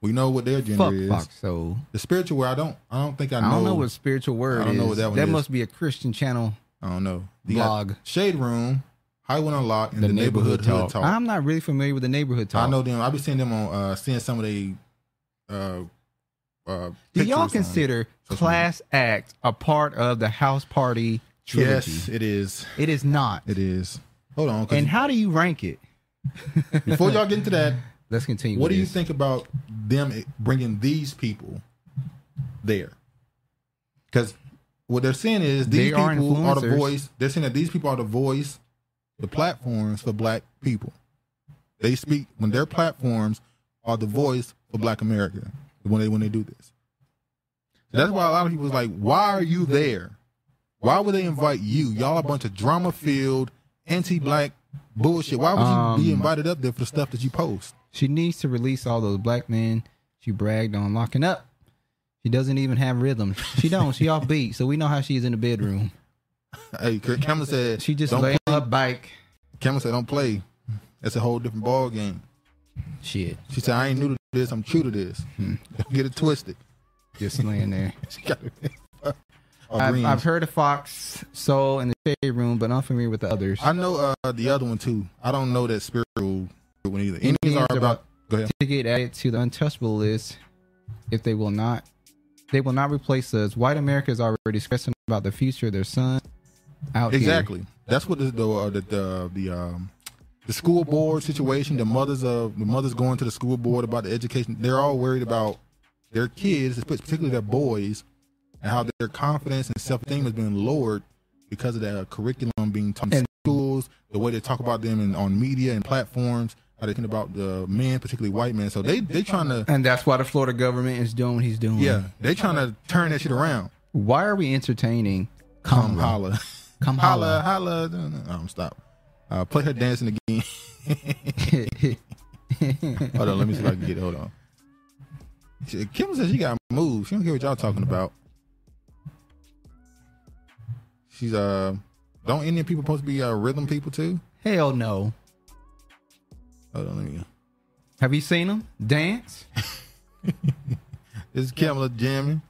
Speaker 1: We know what their gender
Speaker 6: Fuck
Speaker 1: is.
Speaker 6: Fox Soul.
Speaker 1: The spiritual word. I don't. I don't think I
Speaker 6: I,
Speaker 1: know.
Speaker 6: don't know what spiritual word.
Speaker 1: I don't know
Speaker 6: is.
Speaker 1: what that one
Speaker 6: That
Speaker 1: is.
Speaker 6: must be a Christian channel.
Speaker 1: I don't know. You got
Speaker 6: Blog.
Speaker 1: Shade Room, High One Unlocked, and the, neighborhood, Hood talk.
Speaker 6: I'm not really familiar with the neighborhood talk.
Speaker 1: I know them. I've been seeing them on uh, seeing some of they. Uh, uh,
Speaker 6: Do y'all
Speaker 1: pictures on-
Speaker 6: consider Class Act a part of the House Party trilogy?
Speaker 1: Yes, it is.
Speaker 6: It is not.
Speaker 1: It is. Hold on. 'cause
Speaker 6: And how do you rank it?
Speaker 1: *laughs* Before y'all get into that,
Speaker 6: *laughs* let's continue.
Speaker 1: What
Speaker 6: with
Speaker 1: do you
Speaker 6: this.
Speaker 1: think about them bringing these people there? Because what they're saying is
Speaker 17: They
Speaker 1: these
Speaker 17: are
Speaker 1: people are the
Speaker 17: influencers.
Speaker 1: voice. They're saying that these people are the voice, the platforms for black people. They speak when their platforms are the voice for black America when they when they do this. So that's why a lot of people is like, why are you there? Why would they invite you? Y'all a bunch of drama filled, anti black bullshit. Why would you be
Speaker 17: Um,
Speaker 1: invited up there for the stuff that you post?
Speaker 6: She needs to release all those black men she bragged on locking up. She doesn't even have rhythm.
Speaker 1: *laughs*
Speaker 6: She don't. She offbeat. So we know how she is in the bedroom.
Speaker 1: Hey, Cameron said
Speaker 6: she just
Speaker 1: don't
Speaker 6: lay
Speaker 1: play-
Speaker 6: on her bike.
Speaker 1: Cameron said, "Don't play. That's a whole different ball game."
Speaker 6: Shit. Hmm.
Speaker 1: She said, "I ain't new to this. I'm true to this. Don't *laughs* get it twisted."
Speaker 6: Just laying there.
Speaker 1: *laughs* she got it.
Speaker 6: I've, I've heard of Fox, Soul, and the Shade Room, but I'm familiar with the others.
Speaker 1: I know uh, the other one too. I don't know that spiritual one either. Enemies, are about. Go ahead.
Speaker 6: to get added to the untouchable list if they will not. They will not replace us. White America is already stressing about the future of their son out here.
Speaker 1: exactly. That's what the the uh, the the, the, um, the school board situation. The mothers of the mothers going to the school board about the education. They're all worried about their kids, particularly their boys, and how their confidence and self esteem has been lowered because of that curriculum being taught in schools. The way they talk about them and on media and platforms. How they think about the men, particularly white men. So they they trying to
Speaker 6: And that's why the Florida government is doing what he's doing.
Speaker 1: yeah they trying to turn that shit around.
Speaker 6: Why are we entertaining?
Speaker 1: Come holla.
Speaker 6: Come
Speaker 1: holla. Holla. No, no, no, um, stop. Uh, play her dancing again.
Speaker 6: *laughs*
Speaker 1: hold on. Let me see if I can get it. Hold on. She- Kim says she got moves. She don't care what y'all talking about. She's, uh, don't Indian people supposed to be uh, rhythm people too?
Speaker 6: Hell no.
Speaker 1: Hold on. Let me.
Speaker 6: Have you seen him dance?
Speaker 1: This is Kamala jamming.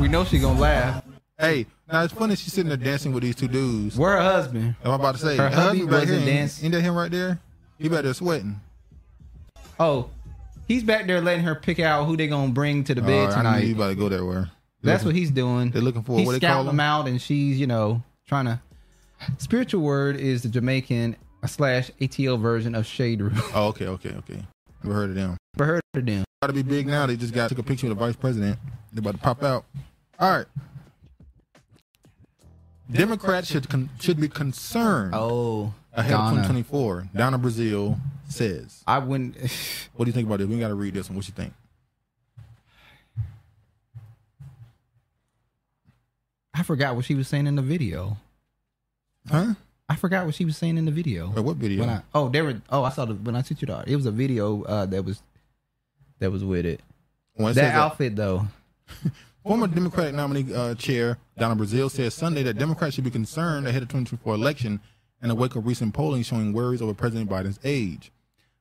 Speaker 6: we know she gonna laugh.
Speaker 1: Hey, now it's funny she's sitting there dancing with these two dudes.
Speaker 6: Where her husband?
Speaker 1: I'm about to say
Speaker 6: Her hubby
Speaker 1: husband right
Speaker 6: wasn't
Speaker 1: here, ain't-
Speaker 6: dancing.
Speaker 1: Ain't that him right there? He better sweating.
Speaker 6: Oh, he's back there letting her pick out who they gonna bring to the
Speaker 1: Oh,
Speaker 6: bed
Speaker 1: I knew you
Speaker 6: tonight.
Speaker 1: about to go there. Where
Speaker 6: That's what he's doing.
Speaker 1: They're looking for
Speaker 6: he's
Speaker 1: what they
Speaker 6: scouting
Speaker 1: call
Speaker 6: them
Speaker 1: them.
Speaker 6: out, and she's you know trying to. Spiritual word is the Jamaican slash ATL version of shade room.
Speaker 1: Oh, okay, okay, okay. Never heard of them.
Speaker 6: Never heard of them.
Speaker 1: Got to be big now. They just got took a picture with the vice president. They about to pop out. All right. Democrats should con- should be concerned.
Speaker 6: Oh,
Speaker 1: ahead
Speaker 6: Donna.
Speaker 1: of 2024. Donna Brazil says.
Speaker 6: I wouldn't. *laughs*
Speaker 1: what do you think about this? We got to read this one. What you think?
Speaker 6: I forgot what she was saying in the video.
Speaker 1: Huh?
Speaker 6: I forgot what she was saying in the video.
Speaker 1: what video?
Speaker 6: When I, oh, there. were- Oh, I saw the when I sent you the. It was a video uh, that was that was with it.
Speaker 1: When it says
Speaker 6: that
Speaker 1: that-
Speaker 6: outfit though.
Speaker 1: *laughs* Former Democratic nominee uh, chair Donna Brazile said Sunday that Democrats should be concerned ahead of 2024 election in the wake of recent polling showing worries over President Biden's age.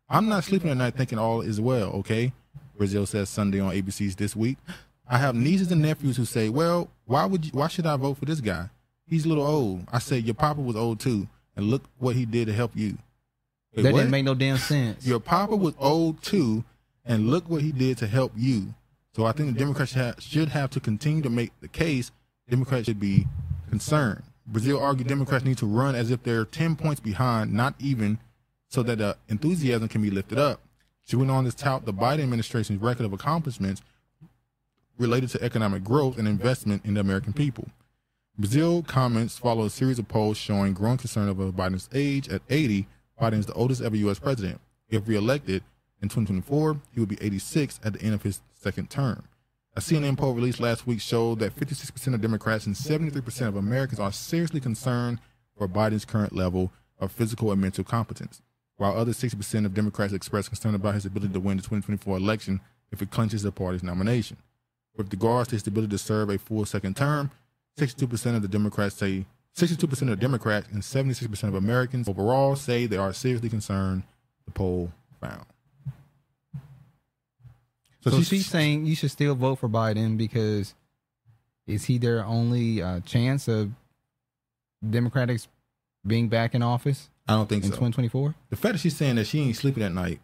Speaker 1: I'm not sleeping at night thinking all is well, okay? Brazile says Sunday on ABC's This Week. I have nieces and nephews who say, "Well, why would you, why should I vote for this guy? He's a little old." I said, "Your papa was old too, and look what he did to help you." Wait,
Speaker 6: that
Speaker 1: what?
Speaker 6: didn't make no damn sense.
Speaker 1: Your papa was old too, and look what he did to help you. So I think the Democrats should have, should have to continue to make the case. Democrats should be concerned. Brazil argued Democrats need to run as if they're 10 points behind, not even, so that the enthusiasm can be lifted up. She went on to tout the Biden administration's record of accomplishments related to economic growth and investment in the American people. Brazil comments follow a series of polls showing growing concern over Biden's age. At 80, Biden is the oldest ever U.S. president. If reelected in 2024, he will be 86 at the end of his second term. A CNN poll released last week showed that 56% of Democrats and 73% of Americans are seriously concerned for Biden's current level of physical and mental competence, while other 60% of Democrats expressed concern about his ability to win the 2024 election if it clinches the party's nomination. With regards to his ability to serve a full second term, 62% of the Democrats say 62% of Democrats and 76% of Americans overall say they are seriously concerned. The poll found.
Speaker 6: So,
Speaker 1: she's-
Speaker 6: she's, saying you should still vote for Biden because is he their only uh, chance of Democrats being back in office?
Speaker 1: I don't think
Speaker 6: in
Speaker 1: so.
Speaker 6: 2024.
Speaker 1: The fact that she's saying that she ain't sleeping
Speaker 6: *laughs*
Speaker 1: at night.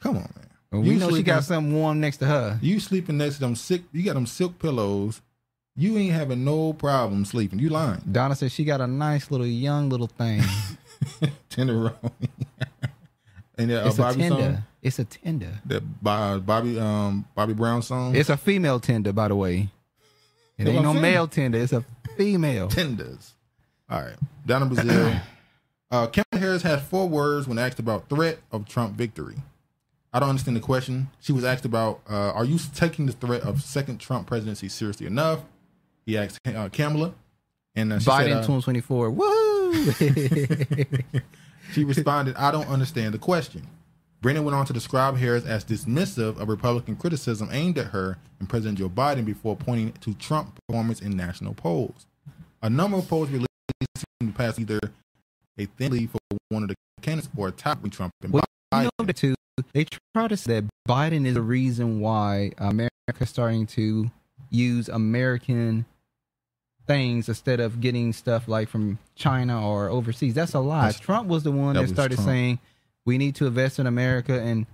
Speaker 1: Come on, man.
Speaker 6: we know she
Speaker 1: sleeping-
Speaker 6: got something warm next to her.
Speaker 1: You sleeping next to them sick. You got them silk pillows. You ain't having no problem sleeping. You lying.
Speaker 6: Donna says she got a nice little
Speaker 1: *laughs*
Speaker 6: young little thing.
Speaker 1: Tenderoni. and that uh,
Speaker 6: It's a
Speaker 1: Bobby
Speaker 6: tender.
Speaker 1: song.
Speaker 6: It's a tender.
Speaker 1: That Bo- Bobby um Bobby Brown song.
Speaker 6: It's a female tender, by the way. It
Speaker 1: It
Speaker 6: ain't
Speaker 1: was
Speaker 6: no
Speaker 1: female.
Speaker 6: male tender. It's a female.
Speaker 1: Tenders. All right. Down in
Speaker 6: *coughs*
Speaker 1: Brazil. uh, Kamala Harris had four words when asked about threat of Trump victory. I don't understand the question. She was asked about, uh, are you taking the threat of second Trump presidency seriously enough? He asked uh, Kamala. And uh, she
Speaker 6: Biden
Speaker 1: said, uh,
Speaker 6: 2024. *laughs* Woo!
Speaker 1: she responded, I don't understand the question. Brennan went on to describe Harris as dismissive of Republican criticism aimed at her and President Joe Biden before pointing to Trump performance in national polls. A number of polls released in the past either a thin lead for one of the candidates or a top with Trump and
Speaker 6: Well,
Speaker 1: Biden.
Speaker 6: you know the two. They try to say that Biden is the reason why America's starting to use American things instead of getting stuff like from China or overseas. That's a lie.
Speaker 16: That's-
Speaker 6: Trump was the one
Speaker 16: that
Speaker 6: that,
Speaker 16: was
Speaker 6: started
Speaker 16: Trump.
Speaker 6: saying we need to invest in America and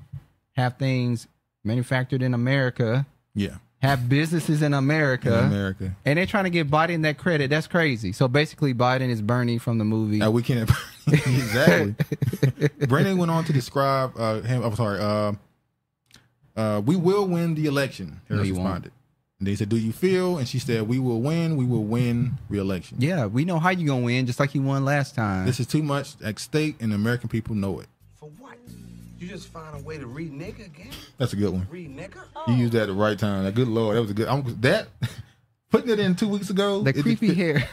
Speaker 6: have things manufactured in America.
Speaker 1: Yeah.
Speaker 6: Have businesses in America.
Speaker 1: In America.
Speaker 6: And they're trying to give Biden that credit. That's crazy. So basically Biden is Bernie from the movie.
Speaker 1: we can't *laughs* exactly. Brennan went on to describe uh, him. I'm sorry. Uh, uh, we will win the election.
Speaker 6: No,
Speaker 1: Harris
Speaker 6: you won't.
Speaker 1: responded. And they said, "Do you feel?" And she said, "We will win. We will win re-election."
Speaker 6: Yeah, we know how you gonna win, just like you won last time.
Speaker 1: This is too much at stake, and the American people know it.
Speaker 4: For what? You just find a way to read nigga again?
Speaker 1: That's a good one.
Speaker 4: Read nigga?
Speaker 1: You used that at the right time. Like, good lord, that was a good. I'm, that *laughs* putting it in two weeks ago.
Speaker 6: The
Speaker 1: it just
Speaker 6: creepy
Speaker 1: fit-
Speaker 6: hair.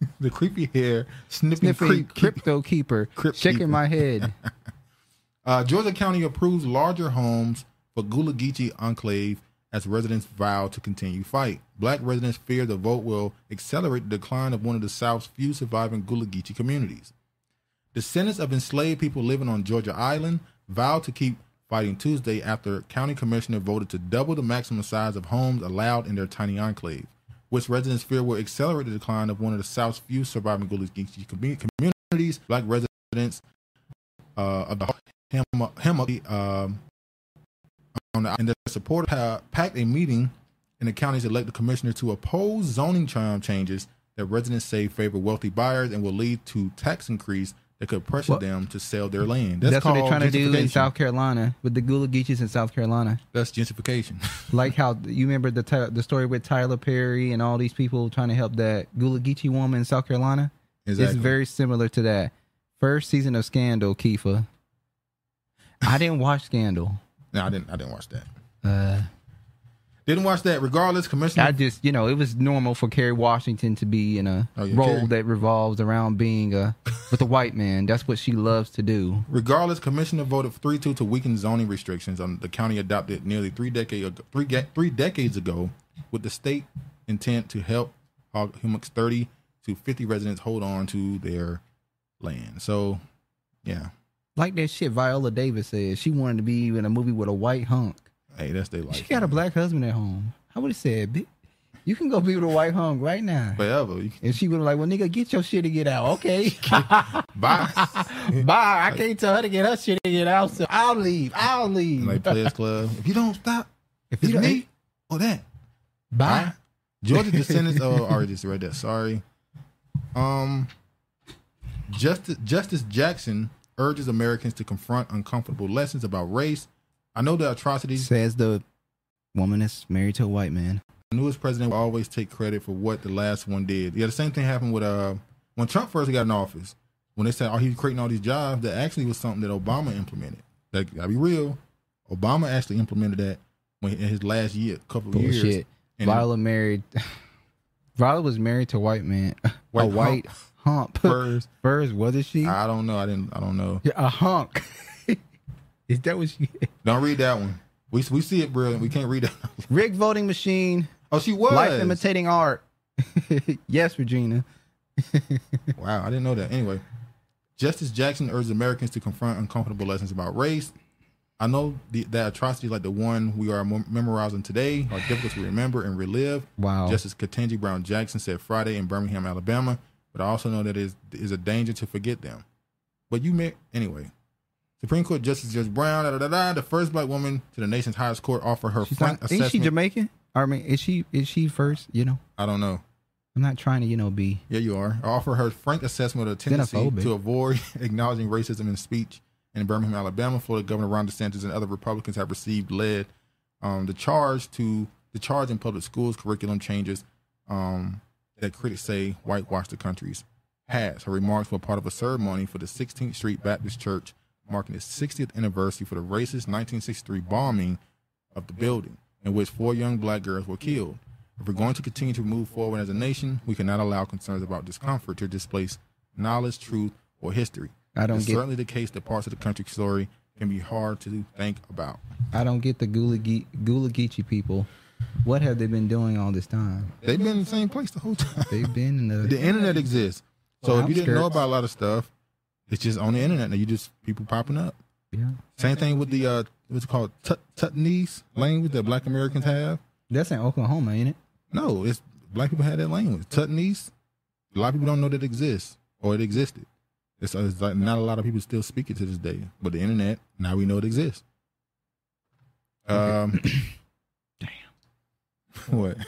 Speaker 1: *laughs* the creepy hair, sniffing,
Speaker 6: Sniffing
Speaker 1: creep,
Speaker 6: crypto keeper, shaking
Speaker 1: keeper.
Speaker 6: my head.
Speaker 1: *laughs* Uh, Georgia County approves larger homes for Gula Geechee enclave as residents vow to continue fight. Black residents fear the vote will accelerate the decline of one of the South's few surviving Gula Geechee communities. Descendants of enslaved people living on Georgia Island vowed to keep fighting Tuesday after county commissioner voted to double the maximum size of homes allowed in their tiny enclave, which residents fear will accelerate the decline of one of the South's few surviving Gullah Geechee commu- communities. Black residents uh, of the Hema, Hema um, on the, and their supporters pa- packed a meeting in the county's elected commissioner to oppose zoning charm changes that residents say favor wealthy buyers and will lead to tax increase that could pressure them to sell their land.
Speaker 6: That's, what they're
Speaker 1: called
Speaker 6: trying to do in
Speaker 1: gentrification.
Speaker 6: South Carolina with the Gula Geechies in South Carolina.
Speaker 1: That's gentrification.
Speaker 6: *laughs* like how you remember the Ty- the story with Tyler Perry and all these people trying to help that Gula Geechee woman in South Carolina. It's
Speaker 1: Exactly.
Speaker 6: very similar to that. First season of Scandal, Kifa. I didn't watch Scandal.
Speaker 1: No, I didn't. I didn't watch that.
Speaker 6: Uh,
Speaker 1: Didn't watch that. Regardless, Commissioner.
Speaker 6: I just, you know, it was normal for Kerry Washington to be in a
Speaker 1: Oh, yeah,
Speaker 6: role
Speaker 1: Kerry-
Speaker 6: that revolves around being a with a white man. That's what she loves to do.
Speaker 1: Regardless, Commissioner voted three two to weaken zoning restrictions on the county adopted nearly three decade ago, three, ga- three decades ago, with the state intent to help Hummock's thirty to fifty residents hold on to their land. So, yeah,
Speaker 6: Like that shit Viola Davis said. She wanted to be in a movie with a white hunk.
Speaker 1: hey, that's their
Speaker 6: She
Speaker 1: life
Speaker 6: got a black husband at home. I would have said, "Bi- you can go be with a white hunk right now.
Speaker 1: forever. You
Speaker 6: And she would have like, well, nigga, get your shit to get out. Okay.
Speaker 1: *laughs* Bye.
Speaker 6: *laughs* Bye. I can't tell her to get her shit to get out. So I'll leave. I'll leave.
Speaker 1: can, like Players Club. If you don't stop,
Speaker 6: If
Speaker 1: it's
Speaker 6: you don't-
Speaker 1: me or that.
Speaker 6: Bye.
Speaker 1: Georgia
Speaker 6: *laughs*
Speaker 1: descendants of artists right there. Sorry. Um Justice Justice Jackson urges Americans to confront uncomfortable lessons about race. I know the atrocities
Speaker 6: Says the woman that's married to a white man.
Speaker 1: the newest president will always take credit for what the last one did. Yeah, the same thing happened with uh when Trump first got in office. When they said, "Oh, he's creating all these jobs," that actually was something that Obama implemented. Like, gotta be real, Obama actually implemented that when in his last year, couple of years.
Speaker 6: Bullshit.
Speaker 1: And
Speaker 6: Viola married. *laughs* Viola was married to a white man. *laughs* a
Speaker 1: White
Speaker 6: white hump.
Speaker 1: Furs.
Speaker 6: *laughs* Furs, wasn't she?
Speaker 1: I don't know. I didn't. I don't know.
Speaker 6: Yeah, a hunk. *laughs* Is that what she?
Speaker 1: Don't read that one. We we see it, brilliant. We can't read that.
Speaker 6: Rigged voting machine.
Speaker 1: Oh, she was.
Speaker 6: Life imitating art. *laughs* yes, Regina.
Speaker 1: wow, I didn't know that. Anyway, Justice Jackson urged Americans to confront uncomfortable lessons about race. I know the, that atrocities like the one we are mem- memorizing today are difficult to remember and relive.
Speaker 6: Wow.
Speaker 1: Justice Katanji Brown Jackson said Friday in Birmingham, Alabama, but I also know that it is, is a danger to forget them. But you may, anyway. Supreme Court Justice Judge Brown, da, da, da, da, the first black woman to the nation's highest court, offered her
Speaker 6: She's
Speaker 1: frank
Speaker 6: not, is she
Speaker 1: assessment-
Speaker 6: Jamaican? I mean, is she is she first? You know,
Speaker 1: I don't know.
Speaker 6: I'm not trying to you know be
Speaker 1: Yeah, you are. I offer her frank assessment of the tendency *laughs*
Speaker 6: Xenophobic.
Speaker 1: to avoid acknowledging racism in speech in Birmingham, Alabama. Florida Governor Ron DeSantis and other Republicans have received led um, the charge to the charge in public schools curriculum changes um, that critics say whitewash the country's past. Her remarks were part of a ceremony for the 16th Street Baptist Church, marking its 60th anniversary for the racist 1963 bombing of the building, in which four young black girls were killed. If we're going to continue to move forward as a nation, we cannot allow concerns about discomfort to displace knowledge, truth, or history.
Speaker 6: I don't
Speaker 1: It's
Speaker 6: get-
Speaker 1: certainly the case that parts of the country's story can be hard to think about.
Speaker 6: I don't get the Gula Ge- Gula Geechee people. What have they been doing all this time?
Speaker 1: They've been in the same place the whole time.
Speaker 6: They've been in the
Speaker 1: *laughs* The internet exists, so if you didn't know
Speaker 6: Outskirts.
Speaker 1: about a lot of stuff, it's just on the internet now. You just people popping up.
Speaker 6: Yeah.
Speaker 1: Same thing with the uh, what's it called Tut- Tutnese language that Black Americans have.
Speaker 6: That's in Oklahoma, ain't it?
Speaker 1: No, it's Black people had that language. Tutnese. A lot of people don't know that it exists or it existed. It's, it's like not a lot of people still speak it to this day. But the internet now we know it exists.
Speaker 6: *coughs*
Speaker 1: Um, damn. *laughs* What?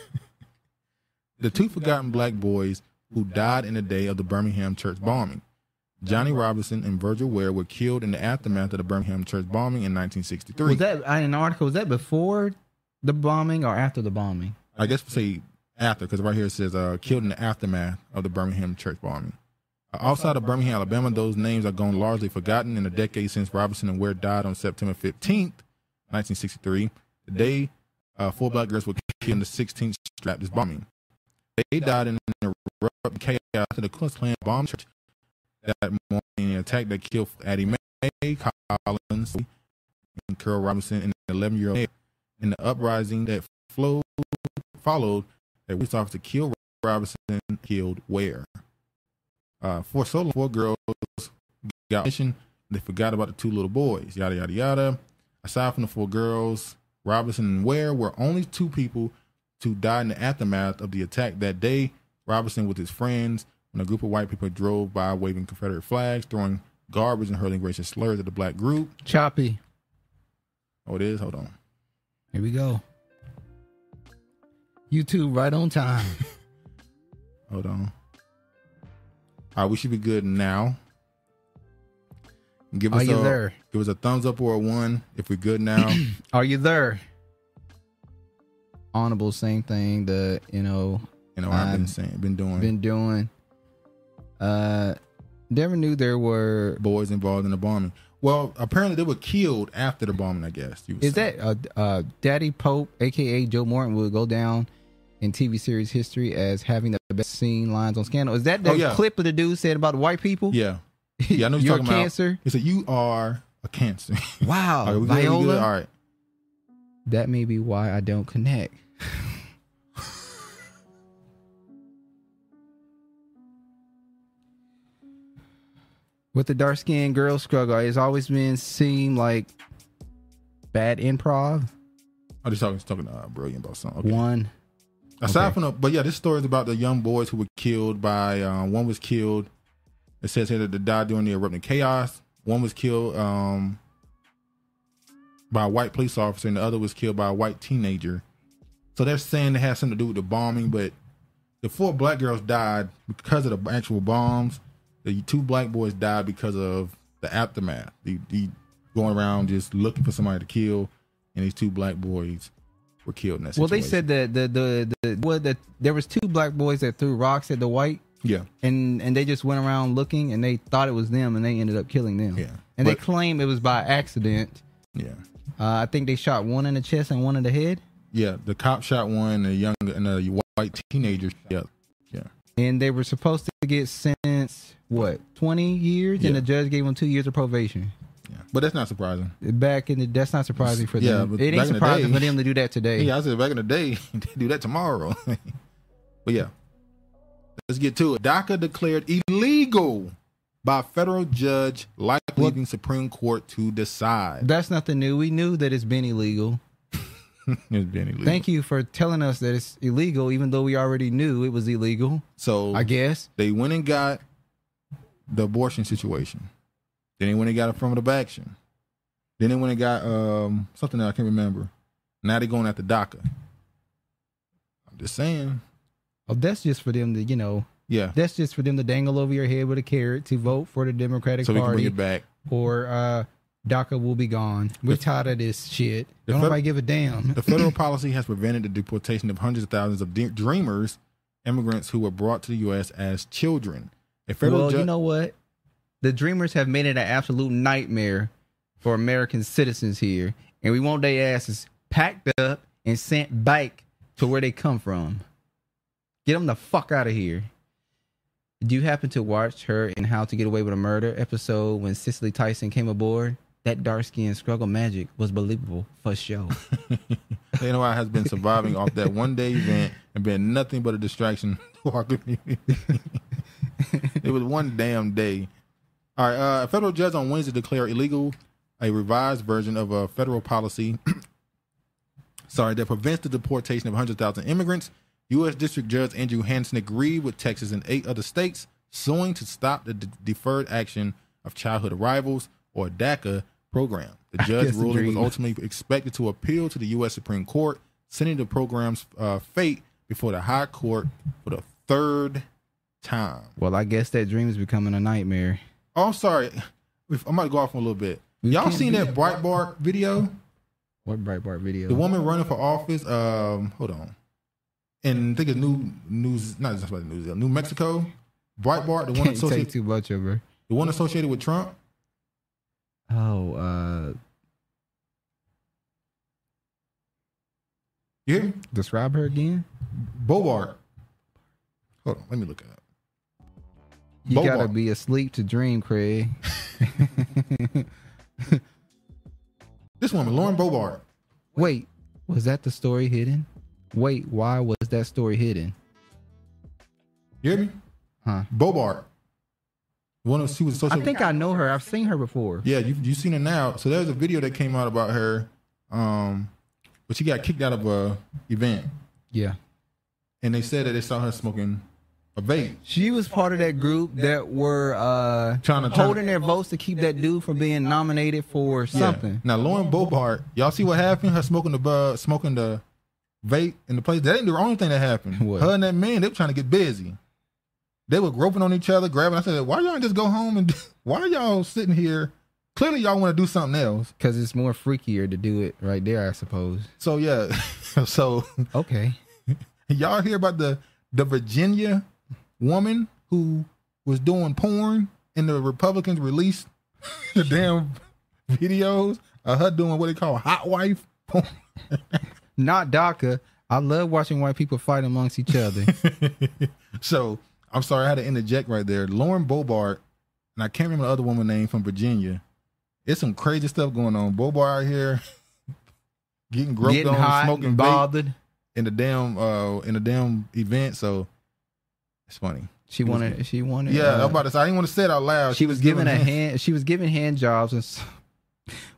Speaker 1: the two forgotten black boys who died in the day of the Birmingham church bombing. Johnny Robinson and Virgil Ware were killed in the aftermath of the Birmingham church bombing in 1963.
Speaker 6: Was that in an article? Was that before the bombing or after the bombing?
Speaker 1: I guess say after, because right here it says uh, killed in the aftermath of the Birmingham church bombing. Uh, outside of Birmingham, Alabama, those names are gone largely forgotten in the decade since Robinson and Ware died on September 15th, 1963, the day uh, four black girls were killed in the 16th Baptist bombing. They died in an erupting chaos after the Ku Klux Klan bombed church that morning in an attack that killed Addie Mae Collins and Carol Robinson and an 11-year-old male. in the uprising that flowed followed that police officer killed Robinson and killed Ware. Uh, for so long, four girls got mission. They forgot about the two little boys. Yada yada yada. Aside from the four girls, Robinson and Ware were only two people to die in the aftermath of the attack that day. Robinson with his friends when a group of white people drove by waving Confederate flags, throwing garbage and hurling racist slurs at the black group.
Speaker 6: Choppy.
Speaker 1: Oh, it is. Hold on.
Speaker 6: Here we go. YouTube right on time.
Speaker 1: *laughs* Hold on. All right, we should be good now. Give
Speaker 6: Are
Speaker 1: us
Speaker 6: you
Speaker 1: a,
Speaker 6: there?
Speaker 1: Give us a thumbs up or a one if we're good now.
Speaker 6: Are you there? Honorable, same thing. The you know,
Speaker 1: you know, I've been saying- been doing.
Speaker 6: been doing. Uh, *clears throat* never knew there were
Speaker 1: boys involved in the bombing. well, apparently they were killed after the bombing. I guess. You were
Speaker 6: Is that uh, uh, Daddy Pope, aka Joe Morton, will go down in TV series history as having the best scene lines on Scandal? Is that the
Speaker 1: Oh, yeah.
Speaker 6: clip of the dude said about white people?
Speaker 1: Yeah, yeah. I know what
Speaker 6: You're
Speaker 1: you're talking
Speaker 6: cancer?
Speaker 1: about. He said you are a cancer. *laughs*
Speaker 6: Wow,
Speaker 1: Are we good? We good?
Speaker 6: Viola?
Speaker 1: All right.
Speaker 6: That may be why I don't connect. With the dark skinned girl struggle, it's always been seemed like bad improv.
Speaker 1: I'm just talking, just talking to uh, Brilliant about something. Okay.
Speaker 6: One.
Speaker 1: Aside
Speaker 6: Okay.
Speaker 1: from the, but yeah, this story is about the young boys who were killed by uh, one was killed. It says here that they died during the erupting chaos. One was killed um, by a white police officer, and the other was killed by a white teenager. So they're saying it has something to do with the bombing, but the four black girls died because of the actual bombs. The two black boys died because of the aftermath. The, the going around just looking for somebody to kill, and these two black boys were killed in that
Speaker 6: Well,
Speaker 1: situation.
Speaker 6: they said that the the the what that there was two black boys that threw rocks at the white.
Speaker 1: Yeah.
Speaker 6: And and they just went around looking and they thought it was them and they ended up killing them. Yeah. And they
Speaker 1: but-
Speaker 6: claim it was by accident.
Speaker 1: Yeah.
Speaker 6: Uh, I think they shot one in the chest and one in the head.
Speaker 1: Yeah, the cop shot one, a young and a white teenager. Yeah, yeah.
Speaker 6: And they were supposed to get sentenced what twenty years, and the judge gave them two years of probation.
Speaker 1: But that's not surprising.
Speaker 6: Back in the that's not surprising for
Speaker 1: Yeah,
Speaker 6: them. it
Speaker 1: but back
Speaker 6: ain't
Speaker 1: in the
Speaker 6: surprising
Speaker 1: day-
Speaker 6: for them to do that today.
Speaker 1: Yeah, I said back in the day, *laughs* they do that tomorrow. *laughs* but yeah, let's get to it. DACA declared illegal by federal judge, like leaving Supreme Court to decide. *laughs*
Speaker 6: That's nothing new. We knew that it's been illegal.
Speaker 1: It's been illegal.
Speaker 6: Thank you for telling us that it's illegal, even though we already knew it was illegal.
Speaker 1: So
Speaker 6: I guess
Speaker 1: they went and got the abortion situation. Then they went and got affirmative action. Then they went and got um, something that I can't remember. Now they're going after DACA. I'm just saying.
Speaker 6: Oh, that's just for them to, you know.
Speaker 1: Yeah.
Speaker 6: That's just for them to dangle over your head with a carrot to vote for the Democratic
Speaker 1: So we can
Speaker 6: Party.
Speaker 1: bring it back.
Speaker 18: or uh, DACA will be gone. We're tired of this shit.
Speaker 1: The
Speaker 18: Don't
Speaker 1: fed-
Speaker 18: nobody give a damn.
Speaker 1: *laughs* The federal policy has prevented the deportation of hundreds of thousands of de- dreamers, immigrants who were brought to the U.S. as children. A federal
Speaker 6: well,
Speaker 1: ju-
Speaker 6: you know what? The Dreamers have made it an absolute nightmare for American citizens here, and we want their asses packed up and sent back to where they come from. Get them the fuck out of here. Do you happen to watch her in How to Get Away with a Murder episode when Cicely Tyson came aboard? That dark skin struggle magic was believable for sure.
Speaker 1: NY has been surviving off that one day event and been nothing but a distraction to our community. it was one damn day. All right. Uh, a federal judge on Wednesday declared illegal a revised version of a federal policy. *clears throat* sorry, that prevents the deportation of 100,000 immigrants. U.S. District Judge Andrew Hansen agreed with Texas and eight other states suing to stop the de- deferred action of childhood arrivals or DACA program.
Speaker 18: *laughs*
Speaker 1: The
Speaker 18: I
Speaker 1: judge
Speaker 18: guess the
Speaker 1: ruling was
Speaker 18: dream.
Speaker 1: ultimately expected to appeal to the U.S. Supreme Court, sending the program's uh, fate before the High Court for the third time.
Speaker 6: well, I guess that dream is becoming a nightmare.
Speaker 1: Oh, I'm sorry. If- I might go off on a little bit. Y'all
Speaker 6: can't
Speaker 1: seen
Speaker 6: do
Speaker 1: that Breitbart video?
Speaker 6: What Breitbart video?
Speaker 1: The woman running for office. Um, hold on. And I think it's New New not just about New Zealand, New Mexico. Breitbart, the one
Speaker 18: Can't take
Speaker 1: associated
Speaker 18: too much of her.
Speaker 1: the one associated with Trump.
Speaker 6: Oh, uh,
Speaker 1: You hear me?
Speaker 18: Describe her again.
Speaker 1: Bobart. Hold on, let me look it up.
Speaker 18: You
Speaker 1: Bobart.
Speaker 18: gotta be asleep to dream, Craig.
Speaker 1: *laughs* This woman, Lauren Bobart.
Speaker 18: Wait, was that the story hidden? Wait, why was that story hidden?
Speaker 1: You hear me?
Speaker 18: Huh?
Speaker 1: Bobart. The one who she was
Speaker 18: I
Speaker 1: associated.
Speaker 18: think I know her. I've seen her before.
Speaker 1: Yeah, you you seen her now. So there's a video that came out about her. Um, but she got kicked out of a event,
Speaker 18: Yeah.
Speaker 1: and they said that they saw her smoking a vape.
Speaker 6: She was part of that group that were uh,
Speaker 1: Trying to-
Speaker 6: holding their votes to keep that dude from being nominated for
Speaker 1: Yeah.
Speaker 6: something.
Speaker 1: Now Lauren Bobart, y'all see what happened? Her smoking the bud, smoking the vape in the place. That ain't the only thing that happened.
Speaker 18: What?
Speaker 1: Her and that man, they were trying to get busy. They were groping on each other, grabbing. I said, "Why y'all just go home and *laughs* why y'all sitting here? Clearly, y'all want to do something else."
Speaker 18: Because it's more freakier to do it right there, I suppose.
Speaker 1: So yeah, *laughs* so
Speaker 18: Okay.
Speaker 1: *laughs* y'all hear about the the Virginia woman who was doing porn, and the Republicans released *laughs* the damn videos of her doing what they call hot wife *laughs* porn.
Speaker 18: Not DACA. I love watching white people fight amongst
Speaker 1: *laughs*
Speaker 18: each other.
Speaker 1: So I'm sorry I had to interject right there. Lauren Bobart, and I can't remember the other woman name from Virginia. It's some crazy stuff going on. Bobart out here *laughs* getting groped
Speaker 6: Getting
Speaker 1: on,
Speaker 6: hot,
Speaker 1: smoking
Speaker 6: and
Speaker 1: bothered
Speaker 6: bothered.
Speaker 1: in the damn uh in the damn event. So it's funny.
Speaker 6: She
Speaker 1: It was
Speaker 6: wanted.
Speaker 1: good.
Speaker 6: she wanted.
Speaker 1: Yeah,
Speaker 6: uh,
Speaker 1: I'm about to say I didn't want to say it out loud.
Speaker 6: she was giving a
Speaker 1: *laughs* hand.
Speaker 6: hand. She was giving hand jobs and s-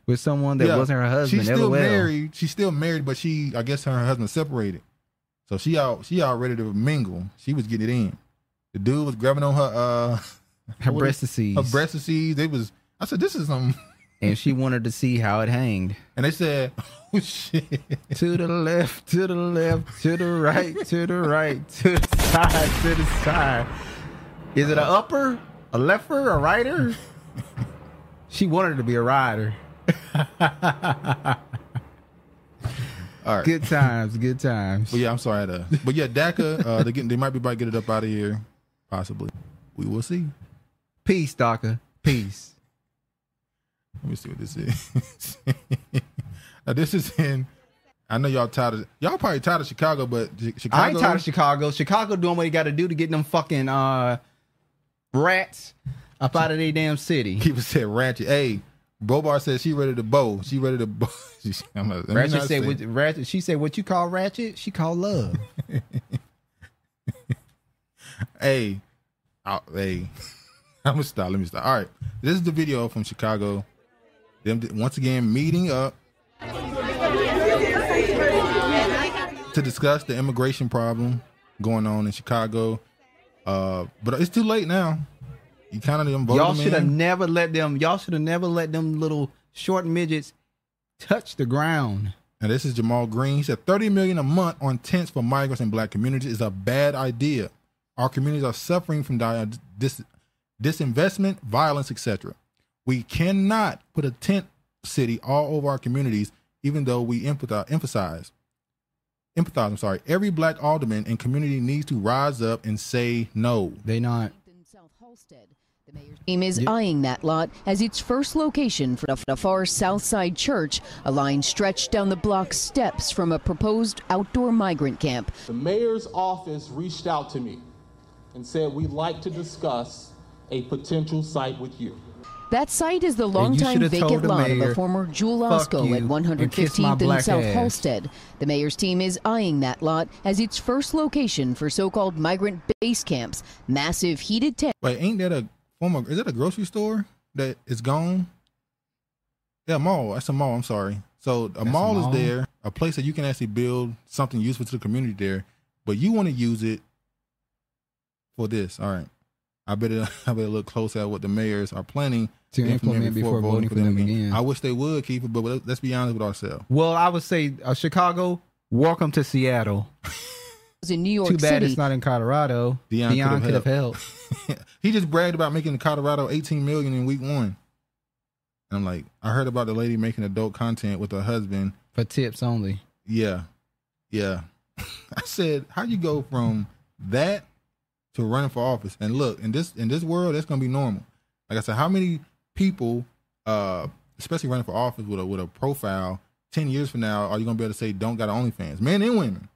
Speaker 6: with someone that
Speaker 1: Yeah.
Speaker 6: wasn't her husband.
Speaker 1: She's still
Speaker 6: LOL.
Speaker 1: married. She's still married, but she I guess her and her husband separated. So she out she out ready to mingle. She was getting it in. The dude was grabbing on her uh *laughs*
Speaker 6: Her
Speaker 1: what
Speaker 6: breast
Speaker 1: is-
Speaker 6: disease.
Speaker 1: Her breast disease. They was I said this is some
Speaker 6: and she wanted to see how it hanged.
Speaker 1: and they said *laughs* oh shit.
Speaker 6: To the left, to the left, to the right, to the right, to the side, to the side. Is it a upper, a lefter, a
Speaker 1: *laughs*
Speaker 6: righter? She wanted to be a rider.
Speaker 1: All right.
Speaker 6: Good times, good times.
Speaker 1: But yeah, I'm sorry I had to- but yeah, DACA, uh they getting they might be about to get it up out of here. Possibly. We will see.
Speaker 6: Peace, Docker. Peace.
Speaker 1: Let me see what this is. *laughs* now this is in I know y'all tired of y'all probably tired of Chicago, but Chi- Chicago
Speaker 6: I ain't tired of Chicago. Chicago doing what he got to do to get them fucking uh, rats up out of their damn city.
Speaker 1: *laughs* People said ratchet. Hey, Bobar said she ready to bow. She ready to bow. *laughs* I'm not, let me
Speaker 6: Ratchet
Speaker 1: not
Speaker 6: said,
Speaker 1: say-
Speaker 6: what, ratchet, "She said what you call ratchet, she call love."
Speaker 1: "Hey, i hey, *laughs* I'm gonna stop. Let me stop. All right, this is the video from Chicago. Them d- once again meeting up to discuss the immigration problem going on in Chicago. Uh, but it's too late now. You kind of them voted
Speaker 6: y'all
Speaker 1: them
Speaker 6: should have
Speaker 1: in.
Speaker 6: never let them. Y'all should have never let them little short midgets touch the ground.
Speaker 1: And this is Jamal Green. He said 30 million a month on tents for migrants and black communities is a bad idea. Our communities are suffering from di- dis- disinvestment, violence, etc. We cannot put a tent city all over our communities, even though we empathize, emphasize, empathize. I'm sorry. Every black alderman and community needs to rise up and say no.
Speaker 6: They not.
Speaker 19: Team is eyeing that lot as its first location for the far south side church, a line stretched down the block steps from a proposed outdoor migrant camp.
Speaker 14: The mayor's office reached out to me and said, We'd like to discuss a potential site with you.
Speaker 19: That site is the
Speaker 14: you
Speaker 19: longtime
Speaker 14: shoulda told
Speaker 19: vacant
Speaker 14: the
Speaker 19: lot of
Speaker 14: mayor,
Speaker 19: the former Jewel
Speaker 14: "Fuck
Speaker 19: Osco
Speaker 14: you,
Speaker 19: at
Speaker 14: and kiss my
Speaker 19: 115th and
Speaker 14: black
Speaker 19: South
Speaker 14: ass."
Speaker 19: Halstead. The mayor's team is eyeing that lot as its first location for so called migrant base camps, massive heated tents.
Speaker 1: Wait, ain't that a former? Is that a grocery store that is gone? Yeah, mall. That's a mall. I'm sorry. So a mall,
Speaker 6: mall?
Speaker 1: is there, a place that you can actually build something useful to the community there, but you want to use it for this. All right. I better *laughs* I better look close at what the mayors are planning
Speaker 6: To implement before voting for them again.
Speaker 1: I wish they would keep it, but let- let's be honest with ourselves.
Speaker 6: Well, I would say uh, Chicago. Welcome to Seattle.
Speaker 19: in New York
Speaker 6: Too bad
Speaker 19: City.
Speaker 6: it's not in Colorado.
Speaker 1: Deion could've
Speaker 6: could have helped.
Speaker 1: *laughs* he just bragged about making Colorado 18 million in week one. And I'm like, I heard about the lady making adult content with her husband
Speaker 6: for tips only.
Speaker 1: Yeah, yeah. *laughs* I said, how you go from that to running for office? And look, in this in this world, that's gonna be normal. Like I said, how many people, uh, especially running for office with a with a profile, ten years from now, are you gonna be able to say don't got OnlyFans, men and women?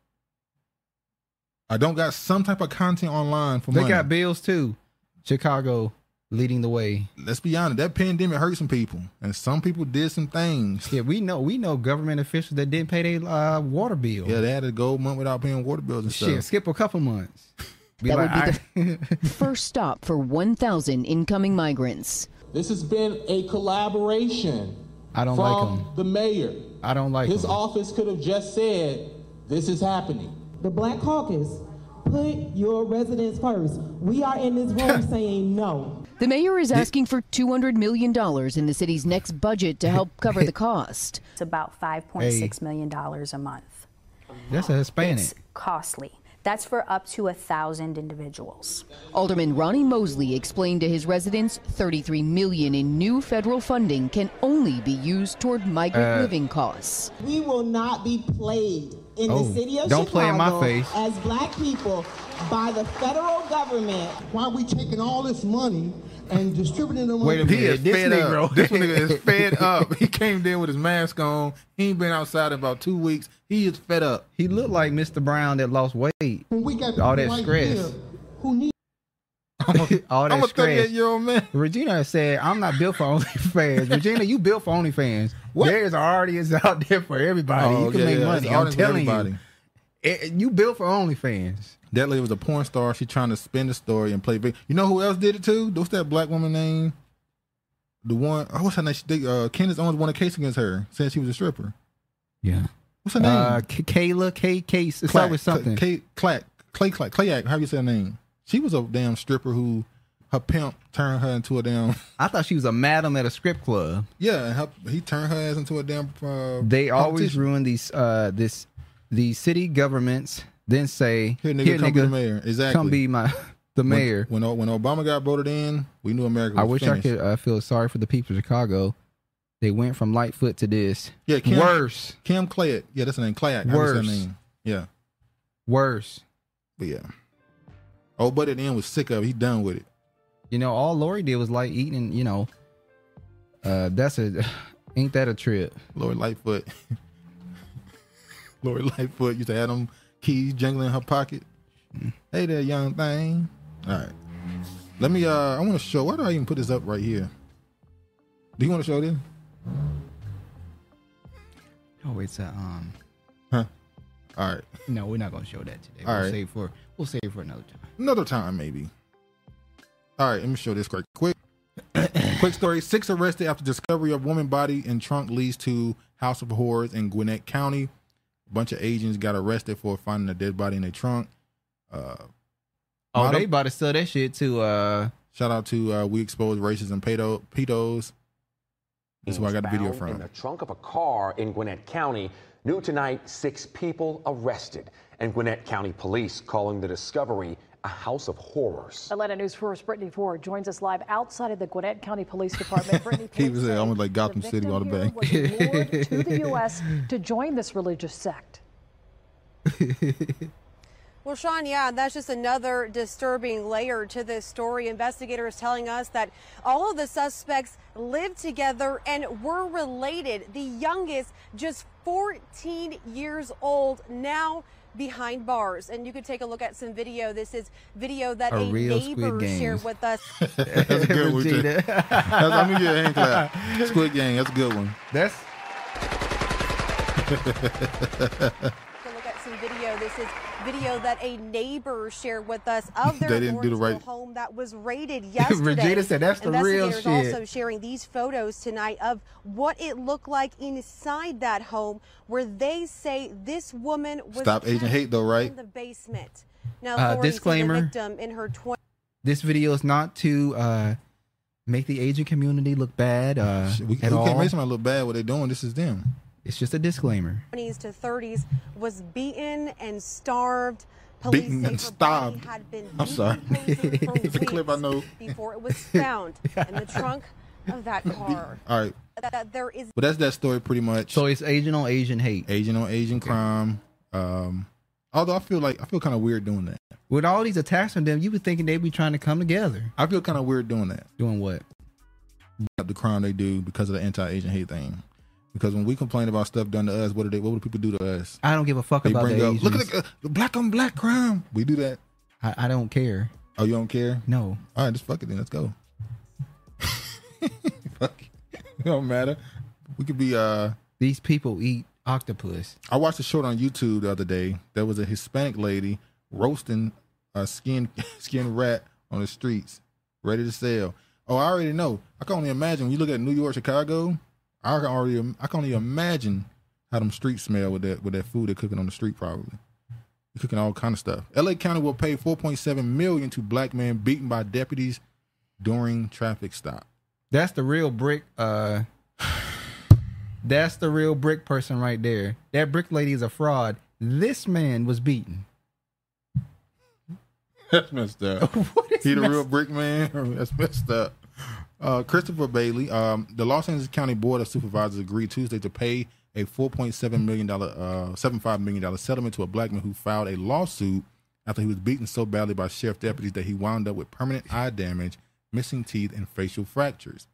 Speaker 1: I don't got some type of content online for
Speaker 6: They
Speaker 1: money.
Speaker 6: got bills too. Chicago leading the way.
Speaker 1: Let's be honest, that pandemic hurt some people, and some people did some things.
Speaker 6: Yeah, we know we know government officials that didn't pay their uh, water bill.
Speaker 1: Yeah, they had to go a month without paying water bills and
Speaker 6: Shit,
Speaker 1: stuff.
Speaker 6: skip a couple months. Be
Speaker 19: that
Speaker 6: like, "I- *laughs*
Speaker 19: would be the first stop for 1,000 incoming migrants.
Speaker 14: This has been a collaboration
Speaker 6: I don't like
Speaker 14: from the mayor.
Speaker 6: I don't like
Speaker 14: His
Speaker 6: him.
Speaker 14: office could have just said, This is happening.
Speaker 4: The Black Caucus, put your residents first. We are in this room saying no.
Speaker 19: The mayor is asking for $200 million in the city's next budget to help cover
Speaker 6: *laughs*
Speaker 19: the cost.
Speaker 20: It's about five point six million dollars a month.
Speaker 6: That's a Hispanic.
Speaker 20: It's costly. That's for up to a thousand individuals.
Speaker 19: Alderman Ronnie Mosley explained to his residents 33 million in new federal funding can only be used toward migrant
Speaker 6: Uh,
Speaker 19: living costs.
Speaker 4: We will not be played in
Speaker 6: Oh,
Speaker 4: the city of
Speaker 6: don't
Speaker 4: Chicago
Speaker 6: play in my face.
Speaker 4: as black people by the federal government. Why are we taking all this money and distributing it
Speaker 1: Wait a minute. this nigga, *laughs* This nigga is fed up. *laughs* He came in with his mask on. He ain't been outside in about two weeks. He is fed up.
Speaker 6: He looked like Mr. Brown that lost weight.
Speaker 4: When we got
Speaker 6: all that
Speaker 4: people like
Speaker 6: stress.
Speaker 4: him who need
Speaker 6: *laughs* All that
Speaker 4: I'm a
Speaker 6: stress.
Speaker 1: 38-year-old man.
Speaker 6: Regina said, "I'm not built for *laughs* OnlyFans." Regina, you built for OnlyFans. There's an audience out there for everybody.
Speaker 1: Oh,
Speaker 6: you can
Speaker 1: yeah,
Speaker 6: make
Speaker 1: yeah, it's
Speaker 6: money.
Speaker 1: an
Speaker 6: I'm
Speaker 1: audience for
Speaker 6: telling you.
Speaker 1: everybody.
Speaker 6: It- you built for OnlyFans.
Speaker 1: That lady was a porn star. She trying to spin the story and play big. You know who else did it too? What's that black woman name? The one, oh, what's her name? She, they, uh, Candace Owens won a case against her, saying she was a stripper.
Speaker 6: Yeah.
Speaker 1: What's her name?
Speaker 6: Uh, K- Kayla K Case. It's
Speaker 1: Clack,
Speaker 6: always something.
Speaker 1: Clay, Clack, Clay, Clack, Clayak. How you say her name? She was a damn stripper who her pimp turned her into a damn.
Speaker 6: I thought she was a madam at a strip club.
Speaker 1: Yeah, and her, he turned her ass into a damn. Uh,
Speaker 6: They always
Speaker 1: competition.
Speaker 6: ruin these uh this the city governments. Then say
Speaker 1: Here, nigga, come be the mayor. Exactly.
Speaker 6: Come be my *laughs* the
Speaker 1: When-
Speaker 6: mayor.
Speaker 1: When, O- when Obama got voted in, we knew America. Was
Speaker 6: I wish
Speaker 1: finished.
Speaker 6: I could uh, feel sorry for the people of Chicago. They went from Lightfoot to this.
Speaker 1: Yeah, Cam,
Speaker 6: worse,
Speaker 1: Cam Clayack. Yeah, that's her name. Clayack. I
Speaker 6: Worse.
Speaker 1: guess her name. Yeah,
Speaker 6: worse.
Speaker 1: but yeah. Oh, but at the end was sick of. it. He done with it.
Speaker 6: You know, all Lori did was like eating. and, You know, uh, that's a *sighs* ain't that a trip? *laughs*
Speaker 1: Lori Lightfoot. *laughs* Lori Lightfoot used to have them keys jingling in her pocket. Hey there, young thing. All right. Let me. Uh, I want to show. Why do I even put this up right here? Do you want to show this?
Speaker 6: Oh, it's a um.
Speaker 1: Huh. All right.
Speaker 6: No, we're not gonna show that today.
Speaker 1: All
Speaker 6: we'll
Speaker 1: right.
Speaker 6: save for we'll save it for another time.
Speaker 1: Another time, maybe. All right, let me show this quick. Quick, *coughs* quick story. Six arrested after discovery of woman body in trunk leads to house of horrors in Gwinnett County. A bunch of agents got arrested for finding a dead body in a trunk. Uh,
Speaker 6: Oh,
Speaker 1: model-
Speaker 6: they about to sell that shit to uh.
Speaker 1: shout out to uh, we expose racism pedo pedos. This is where I got the video
Speaker 21: found In
Speaker 1: from.
Speaker 21: the trunk of a car in Gwinnett County. New tonight, six people arrested, and Gwinnett County police calling the discovery a house of horrors.
Speaker 3: Atlanta News First Brittany Ford joins us live outside of the Gwinnett County Police Department. Brittany,
Speaker 1: *laughs* He was there almost like Gotham City on the bank.
Speaker 3: to the U.S. to join this religious sect.
Speaker 8: Well, Sean, yeah, and that's just another disturbing layer to this story. Investigators telling us that all of the suspects lived together and were related. The youngest, just 14 years old, now behind bars. And you can take a look at some video. This is video that
Speaker 1: A
Speaker 8: a,
Speaker 1: real Squid
Speaker 8: neighbor
Speaker 1: Game.
Speaker 8: shared with us.
Speaker 1: *laughs* That's a good one. too.
Speaker 6: Regina.
Speaker 1: That's, I'm gonna give you a hand clap. Squid Game. That's a good one. *laughs*
Speaker 6: That's.
Speaker 8: Take a look at some video. This is video that a neighbor shared with us of their
Speaker 1: *laughs* They didn't do the
Speaker 8: Lawrenceville
Speaker 1: right-
Speaker 8: home that was raided yesterday.
Speaker 1: *laughs* Regina said, "That's the real
Speaker 8: Investigators
Speaker 1: shit."
Speaker 8: also sharing these photos tonight of what it looked like inside that home, where they say this woman was
Speaker 1: Stop Asian
Speaker 8: kept
Speaker 1: hate, though, right?
Speaker 8: in the basement. Now,
Speaker 6: Uh,
Speaker 8: authorities say
Speaker 6: disclaimer.
Speaker 8: The victim in her 20s.
Speaker 6: This video is not to uh, make the Asian community look bad uh,
Speaker 1: We, we
Speaker 6: at
Speaker 1: can't
Speaker 6: all.
Speaker 1: make somebody look bad. What they doing? This is them.
Speaker 6: It's just a disclaimer.
Speaker 8: 20s to 30s was beaten and starved. Police
Speaker 1: Beaten
Speaker 8: say
Speaker 1: and
Speaker 8: her
Speaker 1: starved.
Speaker 8: body had been
Speaker 1: I'm sorry. *laughs* it's a clip I know.
Speaker 8: before it was found in
Speaker 1: *laughs*
Speaker 8: the trunk of that car.
Speaker 1: All right.
Speaker 8: That- That there is
Speaker 1: But that's that story pretty much. So
Speaker 6: it's Asian on Asian hate.
Speaker 1: Asian on Asian crime. Um, although I feel like I feel kind of weird doing that.
Speaker 6: With all these attacks on them, you would thinking they'd be trying to come together.
Speaker 1: I feel kind of weird doing that.
Speaker 6: Doing what?
Speaker 1: The crime they do because of the anti-Asian hate thing. Because when we complain about stuff done to us, what do they? What do people do to us?
Speaker 6: I don't give a fuck
Speaker 1: They
Speaker 6: about
Speaker 1: bring
Speaker 6: the
Speaker 1: up,
Speaker 6: Asians.
Speaker 1: look at the, uh, the black on black crime. We do that.
Speaker 6: I, I don't care.
Speaker 1: Oh, you don't care?
Speaker 6: No.
Speaker 1: All right, just fuck it then. Let's go. fuck it. it. *laughs* Don't matter. We could be uh
Speaker 6: These people eat octopus.
Speaker 1: I watched a short on YouTube the other day. There was a Hispanic lady roasting a skin *laughs* skin rat on the streets, ready to sell. Oh, I already know. I can only imagine when you look at New York, Chicago. I can already I can only imagine how them streets smell with that with that food they're cooking on the street. Probably they're cooking all kind of stuff. L.A. County will pay 4.7 million to black man beaten by deputies during traffic stop.
Speaker 6: That's the real brick. Uh, that's the real brick person right there. That brick lady is a fraud. This man was beaten.
Speaker 1: *laughs* That's
Speaker 6: *laughs*
Speaker 1: messed up.
Speaker 6: is
Speaker 1: he the
Speaker 6: messed-
Speaker 1: real
Speaker 6: *laughs*
Speaker 1: brick man? *laughs* That's messed up. Uh, Christopher Bailey, um, the Los Angeles County Board of Supervisors agreed Tuesday to pay a four point seven million dollar, uh, seven five million dollar settlement to a black man who filed a lawsuit after he was beaten so badly by sheriff deputies that he wound up with permanent eye damage, missing teeth, and facial fractures.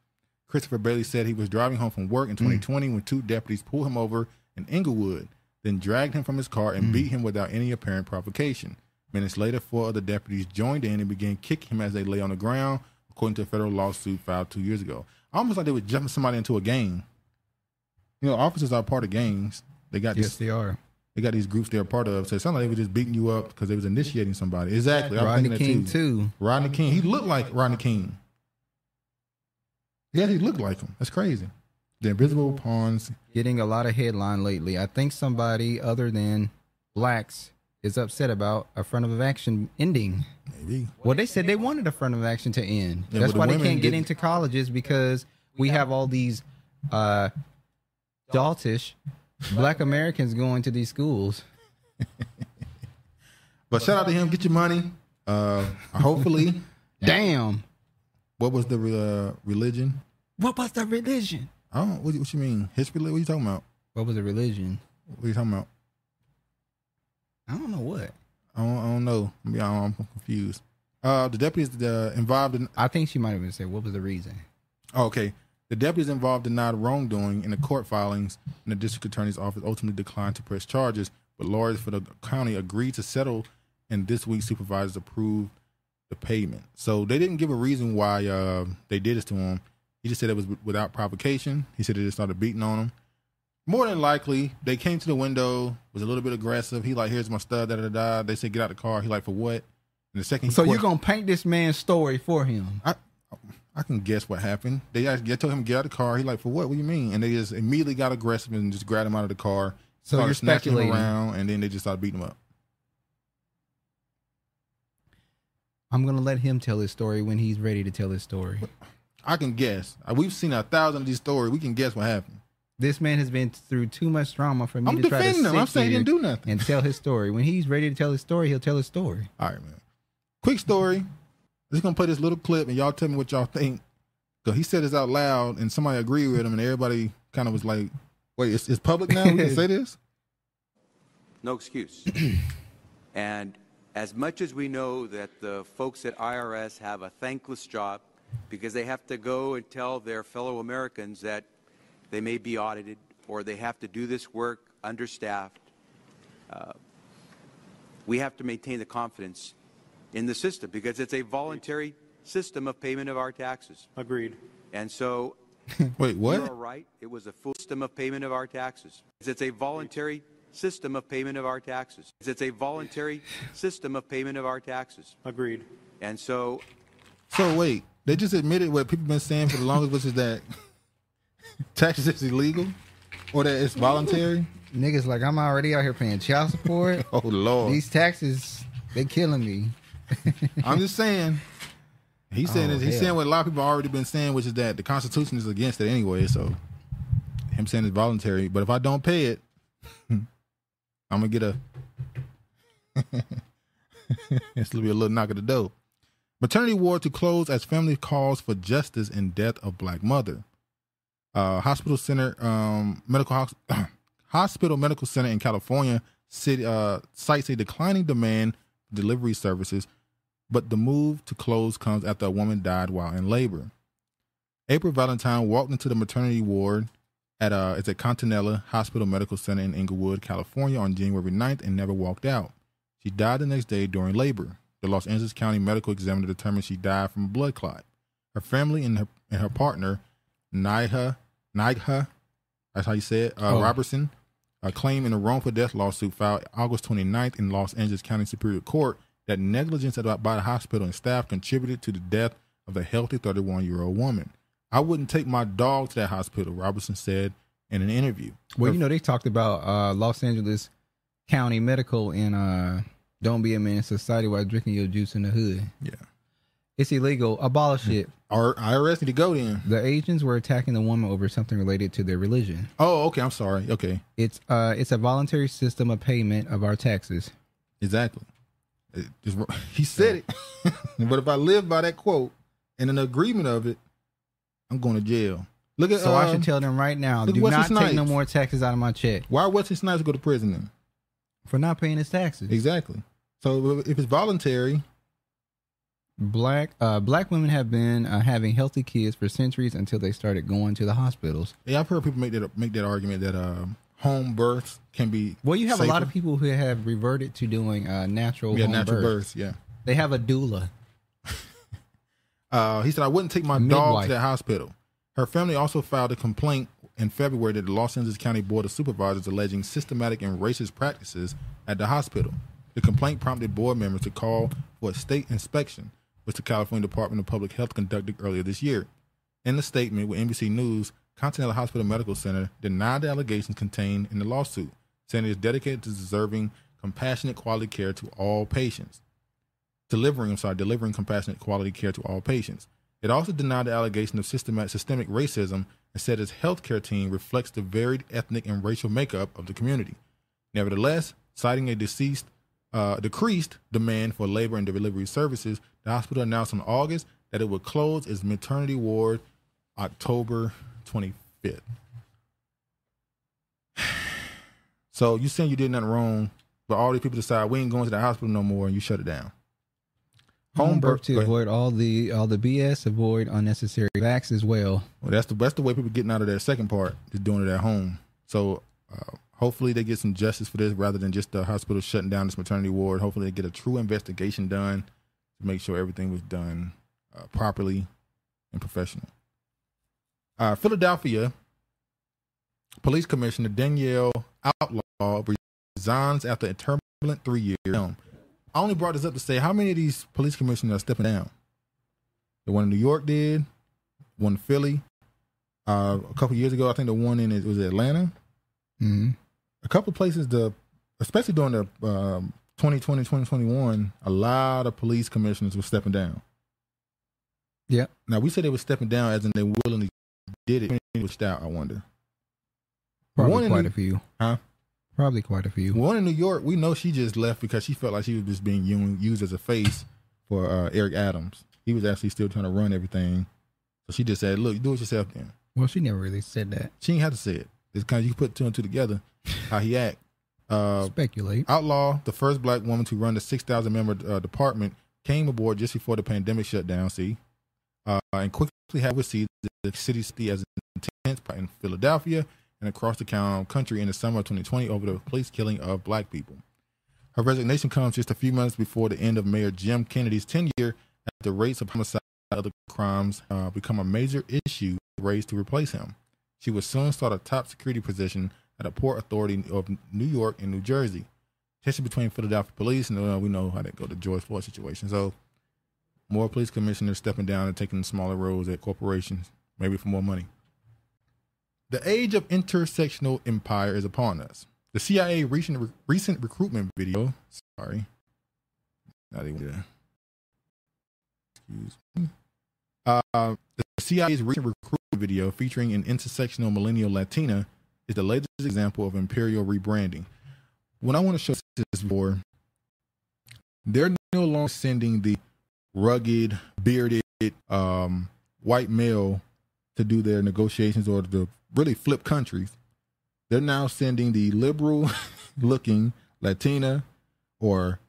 Speaker 1: Christopher Bailey said he was driving home from
Speaker 6: Mm.
Speaker 1: work in 2020 when two deputies pulled him over in Inglewood, then dragged him from his car
Speaker 6: Mm.
Speaker 1: and beat him without any apparent provocation. Minutes later, four other deputies joined in and began kicking him as they lay on the ground, according to a federal lawsuit filed two years ago. Almost like they were jumping somebody into a gang. You know, officers are part of gangs. They got
Speaker 6: Yes,
Speaker 1: this,
Speaker 6: they are.
Speaker 1: They got these groups they're part of. So it sounded like they were just beating you up because they was initiating somebody. Exactly. I'm
Speaker 6: Rodney
Speaker 1: thinking
Speaker 6: King
Speaker 1: that
Speaker 6: too.
Speaker 1: Rodney King. He looked like Rodney King. Yeah, he looked like him. That's crazy. The invisible pawns.
Speaker 6: Getting a lot of headline lately. I think somebody other than blacks is upset about affirmative action ending.
Speaker 1: Maybe.
Speaker 6: Well, they said they wanted affirmative action to end.
Speaker 1: Yeah,
Speaker 6: That's
Speaker 1: but the
Speaker 6: why they
Speaker 1: women
Speaker 6: can't get
Speaker 1: didn't-
Speaker 6: into colleges because we have all these uh, Daltish black Americans going to these schools.
Speaker 1: *laughs* But shout out to him. Get your money. Uh, hopefully.
Speaker 6: Damn.
Speaker 1: What was the uh, religion?
Speaker 6: What was the religion?
Speaker 1: I don't. What, what you mean? His religion? What you talking about?
Speaker 6: What was the religion?
Speaker 1: What you talking about?
Speaker 6: I don't know what.
Speaker 1: I don't, I don't know. I mean, I'm, I'm confused. Uh, the deputies uh, involved in.
Speaker 6: I think she might have even said, "What was the reason?"
Speaker 1: Oh, okay. The deputies involved denied wrongdoing in the court filings, and the district attorney's office ultimately declined to press charges. But lawyers for the county agreed to settle, and this week supervisors approved the payment. So they didn't give a reason why uh, they did this to him. He just said it was without provocation. He said they just started beating on him. More than likely, they came to the window, was a little bit aggressive. He like, here's my stud, da da da, da. They said, get out the car. He like, for what? And the second he
Speaker 6: So you're
Speaker 1: questioned-
Speaker 6: gonna paint this man's story for him?
Speaker 1: I I can guess what happened. They asked, they told him get out of the car. He like, for what? What do you mean? And they just immediately got aggressive and just grabbed him out of the car.
Speaker 6: So
Speaker 1: started
Speaker 6: you're
Speaker 1: snatching him
Speaker 6: speculating.
Speaker 1: around, and then they just started beating him up.
Speaker 6: I'm gonna let him tell his story when he's ready to tell his story.
Speaker 1: I can guess. Uh, We've seen a thousand of these stories. We can guess what happened.
Speaker 6: This man has been through too much trauma for me
Speaker 1: I'm
Speaker 6: to try to
Speaker 1: defending him. I'm
Speaker 6: sit
Speaker 1: saying he
Speaker 6: here
Speaker 1: didn't do nothing.
Speaker 6: and tell his story. When he's ready to tell his story, he'll tell his story.
Speaker 1: All right, man. Quick story. Just gonna play this little clip, and y'all tell me what y'all think. So he said this out loud, and somebody agreed with him, and everybody kind of was like, "Wait, it's, it's public now? We can say this?"
Speaker 2: no excuse. and as much as we know that the folks at IRS have a thankless job because they have to go and tell their fellow Americans that they may be audited or they have to do this work understaffed, uh, we have to maintain the confidence in the system because it's a voluntary system of payment of our taxes. Agreed. And so
Speaker 1: Wait, what?
Speaker 2: you are right. It was a full system of payment of our taxes. It's a voluntary system of payment of our taxes. It's a voluntary system of payment of our taxes. Agreed. And so
Speaker 1: So wait, they just admitted what people been saying for the longest, which is that *laughs* taxes is illegal, or that it's voluntary.
Speaker 18: Niggas like I'm already out here paying child support.
Speaker 1: *laughs* oh lord,
Speaker 18: these taxes they killing me.
Speaker 1: *laughs* I'm just saying. He's saying
Speaker 18: Oh,
Speaker 1: this- he's
Speaker 18: hell.
Speaker 1: saying what a lot of people already been saying, which is that the Constitution is against it anyway. So him saying it's voluntary, but if I don't pay it, *laughs* I'm gonna get a *laughs* it's gonna be a little knock at the door. Maternity ward to close as family calls for justice in death of black mother. Uh, hospital center, um, medical hos- *clears throat* hospital medical center in California city uh, cites a declining demand for delivery services, but the move to close comes after a woman died while in labor. April Valentine walked into the maternity ward at uh it's at Continella Hospital Medical Center in Inglewood, California on January 9th and never walked out. She died the next day during labor. The Los Angeles County Medical Examiner determined she died from a blood clot. Her family and her and her partner, Naiha Naiha, that's how you say it, uh,
Speaker 18: Oh.
Speaker 1: Robertson, a claim in a wrongful death lawsuit filed August 29th in Los Angeles County Superior Court that negligence at- by the hospital and staff contributed to the death of the healthy 31 year old woman. I wouldn't take my dog to that hospital, Robertson said in an interview.
Speaker 18: Well, you know they talked about uh, Los Angeles County Medical and uh, don't be a man in society while drinking your juice in the hood.
Speaker 1: Yeah, Hmm.
Speaker 18: it's illegal. Abolish it.
Speaker 1: Our IRS need to go then.
Speaker 18: The Asians were attacking the woman over something related to their religion.
Speaker 1: Oh, okay. I'm sorry. Okay.
Speaker 18: It's uh, it's a voluntary system of payment of our taxes.
Speaker 1: Exactly. It- it's- *laughs* he said it. but if I live by that quote and an agreement of it, I'm going to jail. Look at
Speaker 18: so I
Speaker 1: um,
Speaker 18: should tell them right now:
Speaker 1: look
Speaker 18: do
Speaker 1: at
Speaker 18: not
Speaker 1: Wesley
Speaker 18: take no
Speaker 1: Snipes.
Speaker 18: more taxes out of my check
Speaker 1: Why Wesley Snipes go to prison then?
Speaker 18: for not paying his taxes.
Speaker 1: Exactly. So if it's voluntary,
Speaker 18: Black uh, black women have been uh, having healthy kids for centuries until they started going to the hospitals.
Speaker 1: Yeah, I've heard people make that make that argument that um, home births can be
Speaker 18: Well, you have a lot
Speaker 1: safer.
Speaker 18: of people who have reverted to doing uh, natural
Speaker 1: Yeah,
Speaker 18: home
Speaker 1: natural
Speaker 18: births.
Speaker 1: births, yeah.
Speaker 18: they have a doula.
Speaker 1: Uh, he said, I wouldn't take my dog
Speaker 18: Midwife.
Speaker 1: to that hospital. Her family also filed a complaint in February to the Los Angeles County Board of Supervisors alleging systematic and racist practices at the hospital. The complaint prompted board members to call for a state inspection, which the California Department of Public Health conducted earlier this year. In a statement with NBC News, Continental Hospital Medical Center denied the allegations contained in the lawsuit, saying it is dedicated to deserving compassionate quality care to all patients delivering, I'm sorry, delivering compassionate quality care to all patients. It also denied the allegation of systematic, systemic racism and said its healthcare team reflects the varied ethnic and racial makeup of the community. Nevertheless, citing a deceased, uh, decreased demand for labor and delivery services, the hospital announced in August that it would close its maternity ward October 25th. *sighs* So you saying you did nothing wrong, but all these people decide we ain't going to the hospital no more, and you shut it down.
Speaker 18: Home birth to
Speaker 1: go ahead.
Speaker 18: avoid all the all the BS, avoid unnecessary vax as well.
Speaker 1: Well, that's the that's the way people getting out of their second part is doing it at home. So uh, hopefully they get some justice for this rather than just the hospital shutting down this maternity ward. Hopefully they get a true investigation done to make sure everything was done uh, properly and professional. Uh, Philadelphia Police Commissioner Danielle Outlaw resigns after a turbulent three-year term. I only brought this up to say how many of these police commissioners are stepping down. The one in New York did, one in Philly. Uh, a couple years ago, I think the one in it was Atlanta.
Speaker 18: Mm-hmm.
Speaker 1: A couple places, the especially during the um, 2020, 2021, a lot of police commissioners were stepping down.
Speaker 18: Yep.
Speaker 1: Now we said they were stepping down as in they willingly did it. How many Pushed out. I wonder.
Speaker 18: Probably
Speaker 1: One in
Speaker 18: quite
Speaker 1: New-
Speaker 18: a few.
Speaker 1: Huh?
Speaker 18: Probably quite a few.
Speaker 1: One in New York, we know she just left because she felt like she was just being u- used as a face for uh, Eric Adams. He was actually still trying to run everything. So she just said, "Look, do it yourself then."
Speaker 18: Well, she never really said that.
Speaker 1: She ain't had to say it. It's kind of you put two and two together, how he act. Uh,
Speaker 18: Speculate.
Speaker 1: Outlaw, the first black woman to run the six thousand member uh, department, came aboard just before the pandemic shutdown. See, uh, and quickly had received the city city as intense in Philadelphia and across the coun- country in the summer of 2020 over the police killing of black people. Her resignation comes just a few months before the end of Mayor Jim Kennedy's tenure as the rates of homicide and other crimes uh, become a major issue raised to replace him. She would soon start a top security position at a port authority of New York and New Jersey. Tension between Philadelphia police and uh, we know how that go, the George Floyd situation. So more police commissioners stepping down and taking smaller roles at corporations, maybe for more money. The age of intersectional empire is upon us. The CIA recent recent recruitment video. Sorry, not even there. Excuse me. Uh, the CIA's recent recruitment video featuring an intersectional millennial Latina is the latest example of imperial rebranding. What I want to show this for, they're no longer sending the rugged, bearded um, white male to do their negotiations or to really flip countries. They're now sending the liberal *laughs* looking Latina or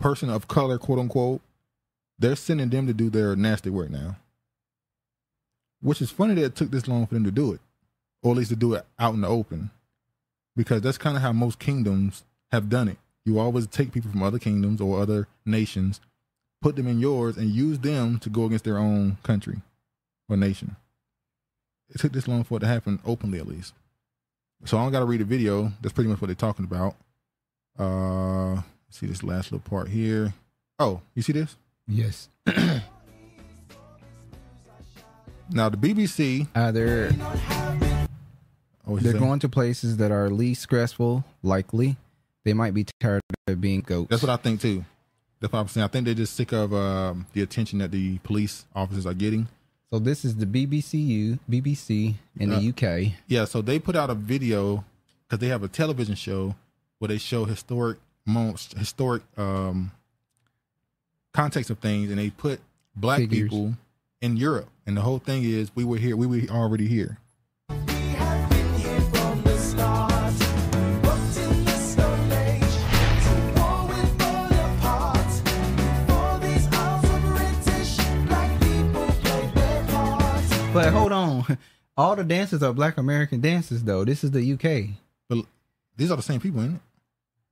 Speaker 1: person of color, quote unquote. They're sending them to do their nasty work now. Which is funny that it took this long for them to do it, or at least to do it out in the open, because that's kind of how most kingdoms have done it. You always take people from other kingdoms or other nations put them in yours and use them to go against their own country or nation. It took this long for it to happen openly, at least. So I don't got to read the video. That's pretty much what they're talking about. Uh, see this last little part here. Oh, you see this? *clears throat*
Speaker 18: Yes.
Speaker 1: now the BBC.
Speaker 18: Uh, they're
Speaker 1: Oh, what you
Speaker 18: they're
Speaker 1: saying?
Speaker 18: going to places that are least stressful. Likely, they might be tired of being goats.
Speaker 1: That's what I think too. That's what I'm saying. I think they're just sick of um, the attention that the police officers are getting.
Speaker 18: So this is the BBCU, BBC in
Speaker 1: Uh,
Speaker 18: the UK.
Speaker 1: Yeah, so they put out a video because they have a television show where they show historic moments, historic um, context of things, and they put black
Speaker 18: Figures.
Speaker 1: people in Europe. And the whole thing is, we were here, we were already here.
Speaker 18: But hold on, *laughs* all the dances are Black American dances, though. This is the UK.
Speaker 1: But these are the same people, ain't it?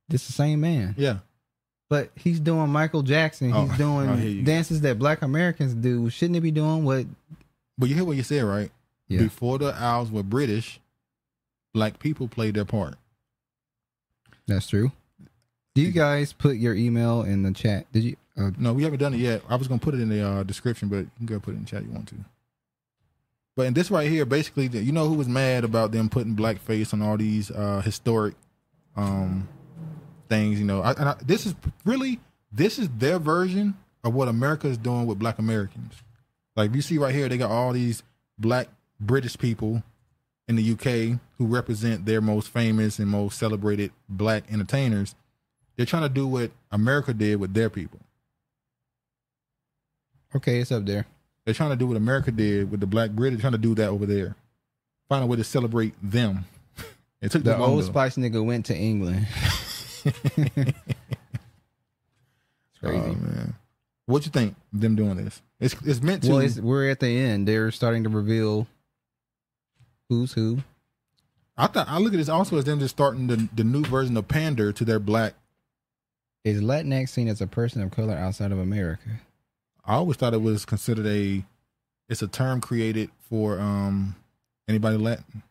Speaker 18: This the same man.
Speaker 1: Yeah.
Speaker 18: But he's doing Michael Jackson.
Speaker 1: Oh, *laughs*
Speaker 18: he's
Speaker 1: I hear
Speaker 18: doing
Speaker 1: you.
Speaker 18: dances that Black Americans do. Shouldn't he be doing what?
Speaker 1: But you hear what you said, right?
Speaker 18: Yeah.
Speaker 1: Before the Isles were British, black people played their part.
Speaker 18: That's true. Do you guys put your email in the chat? Did you? Uh,
Speaker 1: No, we haven't done it yet. I was gonna put it in the uh, description, but you can go put it in chat. You want to? But in this right here, basically, the- you know who was mad about them putting blackface on all these uh, historic um, things? You know, I, and I, this is really this is their version of what America is doing with Black Americans. Like you see right here, they got all these Black British people in the UK who represent their most famous and most celebrated Black entertainers. They're trying to do what America did with their people.
Speaker 18: okay, it's up there.
Speaker 1: They're trying to do what America did with the black bread. They're trying to do that over there. Find a way to celebrate them. *laughs* It took
Speaker 18: The
Speaker 1: that long,
Speaker 18: old
Speaker 1: though.
Speaker 18: Spice nigga went to
Speaker 1: *laughs*
Speaker 18: England. it's crazy.
Speaker 1: Oh, man. What you think them doing this? It's it's meant to.
Speaker 18: well, it's, we're at the end. They're starting to reveal who's who.
Speaker 1: I thought I look at this also as them just starting the, the new version of pander to their black.
Speaker 18: Is Latinx seen as a person of color outside of America?
Speaker 1: I always thought it was considered a. It's a term created for um anybody Latin.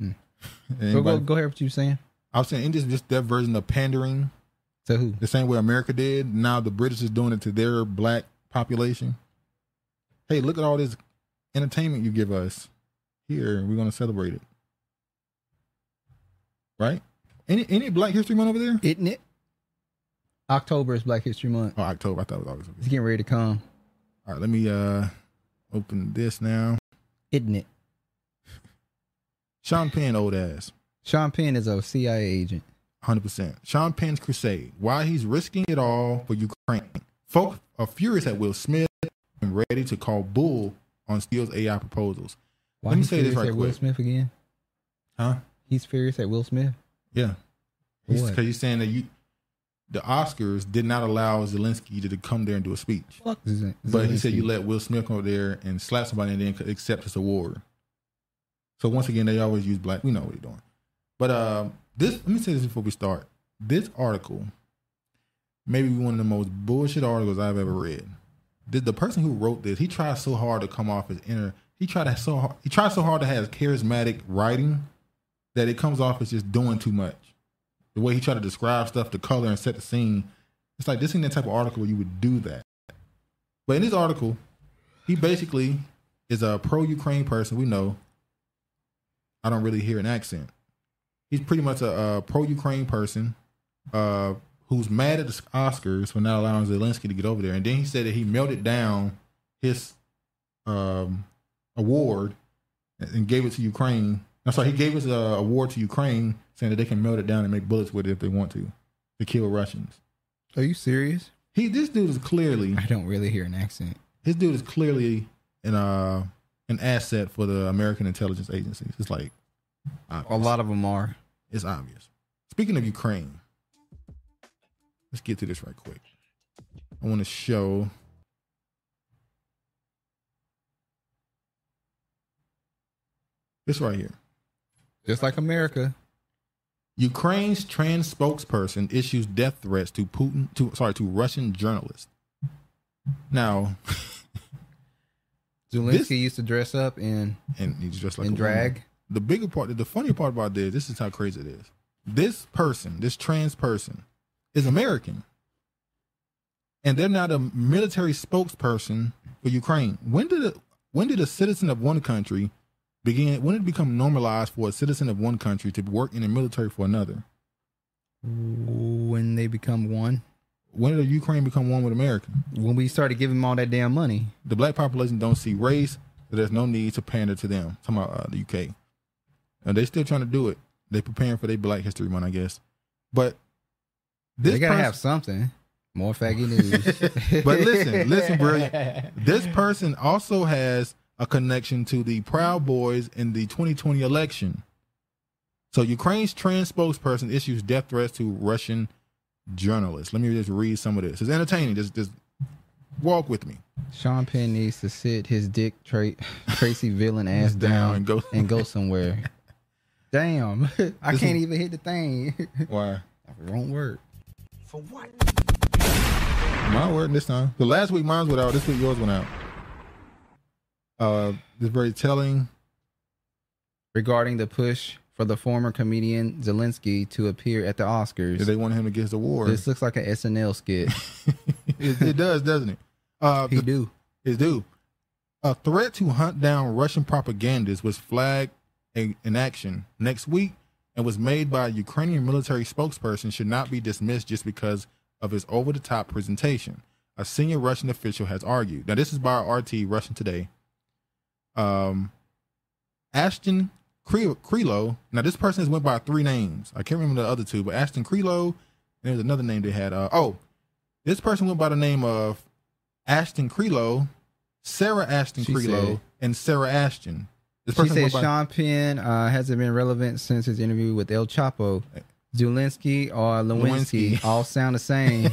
Speaker 1: *laughs*
Speaker 18: Hmm. Go, go,
Speaker 1: Anybody-
Speaker 18: go ahead. What you saying?
Speaker 1: I was saying in just just their version of pandering
Speaker 18: to who?
Speaker 1: The same way America did. Now the British is doing it to their black population. Hey, look at all this entertainment you give us. Here, we're gonna celebrate it. Right? Any any Black History Month over there?
Speaker 18: Isn't it? October is Black History Month.
Speaker 1: Oh, October. I thought it was August.
Speaker 18: It's getting ready to come.
Speaker 1: All right, let me uh open this now.
Speaker 18: Isn't it?
Speaker 1: Sean Penn, old ass.
Speaker 18: Sean Penn is a CIA agent.
Speaker 1: 100%. Sean Penn's crusade. Why he's risking it all for Ukraine. Folk are furious at Will Smith and ready to call bull on Steele's AI proposals.
Speaker 18: Why
Speaker 1: Let me
Speaker 18: he's
Speaker 1: say this
Speaker 18: furious
Speaker 1: right
Speaker 18: at
Speaker 1: quick.
Speaker 18: Will Smith again?
Speaker 1: Huh?
Speaker 18: He's furious at Will Smith.
Speaker 1: Yeah. He's,
Speaker 18: What?
Speaker 1: Cause he's saying that you, the Oscars did not allow Zelensky to come there and do a speech.
Speaker 18: Fuck Zen-
Speaker 1: But he said you
Speaker 18: Zelensky.
Speaker 1: let Will Smith come up there and slap somebody and then accept this award. So once again, they always use black. We know what they're doing. But um, this, let me say this before we start. This article, maybe one of the most bullshit articles I've ever read. The, the person who wrote this, he tried so hard to come off as inner. He tried so hard. He tried so hard to have charismatic writing that it comes off as just doing too much. The way he tried to describe stuff, the color, and set the scene. It's like this ain't that type of article where you would do that. But in this article, he basically is a pro Ukraine person. We know. I don't really hear an accent. He's pretty much a, a pro Ukraine person uh, who's mad at the Oscars for not allowing Zelensky to get over there. And then he said that he melted down his um, award and gave it to Ukraine. I'm sorry, he gave his uh, award to Ukraine saying that they can melt it down and make bullets with it if they want to to kill Russians.
Speaker 18: Are you serious?
Speaker 1: He this dude is clearly
Speaker 18: I don't really hear an accent.
Speaker 1: this dude is clearly an uh an asset for the American intelligence agencies. It's like
Speaker 18: A lot of them are.
Speaker 1: It's obvious. Speaking of Ukraine, let's get to this right quick. I want to show. This right here.
Speaker 18: Just like America.
Speaker 1: Ukraine's trans spokesperson issues death threats to Putin to sorry to Russian journalists. Now
Speaker 18: *laughs* Zelensky used to dress up in
Speaker 1: and he's just like
Speaker 18: In
Speaker 1: a woman.
Speaker 18: drag?
Speaker 1: The bigger part, the funnier part about this, this is how crazy it is. This person, this trans person, is American, and they're not a military spokesperson for Ukraine. When did a, when did a citizen of one country begin? When did it become normalized for a citizen of one country to work in the military for another?
Speaker 18: when they become one.
Speaker 1: When did Ukraine become one with America?
Speaker 18: When we started giving them all that damn money.
Speaker 1: The black population don't see race, so there's no need to pander to them. Talking about uh, the UK, and they still trying to do it. They preparing for their Black History Month, I guess. But this
Speaker 18: they gotta
Speaker 1: pers-
Speaker 18: have something. More faggy news.
Speaker 1: *laughs* but listen, listen, brilliant.
Speaker 18: *laughs*
Speaker 1: This person also has a connection to the Proud Boys in the 2020 election. So Ukraine's trans spokesperson issues death threats to Russian journalists. Let me just read some of this. It's entertaining. Just, just walk with me.
Speaker 18: Sean Penn needs to sit his dick tra- Tracy villain ass
Speaker 1: *laughs* Down
Speaker 18: down,
Speaker 1: and
Speaker 18: and
Speaker 1: go-
Speaker 18: go
Speaker 1: *laughs*
Speaker 18: somewhere. Damn, *laughs* I
Speaker 1: This
Speaker 18: can't
Speaker 1: is-
Speaker 18: even hit the thing. *laughs*
Speaker 1: Why?
Speaker 18: Wrong word.
Speaker 22: For what?
Speaker 1: My word this time. The last week mine went out. This week yours went out. Uh, this very telling.
Speaker 18: Regarding the push for the former comedian Zelensky to appear at the Oscars,
Speaker 1: They wanted him to get his award.
Speaker 18: this looks like an SNL
Speaker 1: *laughs*
Speaker 18: skit.
Speaker 1: it, it does, doesn't it? Uh, he
Speaker 18: do.
Speaker 1: It do. A threat to hunt down Russian propagandists was flagged in, in action next week and was made by a Ukrainian military spokesperson should not be dismissed just because of his over-the-top presentation. A senior Russian official has argued. Now, this is by RT Russian Today. Um, Ashton Cre- Crelo. Now, this person has went by three names. I can't remember the other two, but Ashton Crelo, and there's another name they had. Uh, oh, this person went by the name of Ashton Crelo, Sarah Ashton
Speaker 18: She
Speaker 1: Crelo,
Speaker 18: said-
Speaker 1: and Sarah Ashton. This
Speaker 18: She
Speaker 1: person
Speaker 18: said
Speaker 1: went by-
Speaker 18: Sean Penn uh, hasn't been relevant since his interview with El Chapo. Zelensky or Lewinsky,
Speaker 1: Lewinsky.
Speaker 18: all sound the
Speaker 1: *laughs*
Speaker 18: same.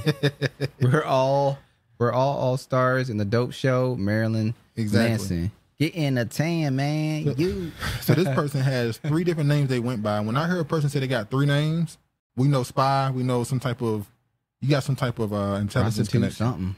Speaker 18: we're all we're all all stars in the dope show. Marilyn
Speaker 1: Exactly.
Speaker 18: Manson, get in the tan,
Speaker 1: *laughs*
Speaker 18: man. You
Speaker 1: so this person has three different names they went by. When I hear a person say they got three names, we know spy, we know some type of, you got some type of uh, intelligence
Speaker 18: prostitute
Speaker 1: connection.
Speaker 18: something.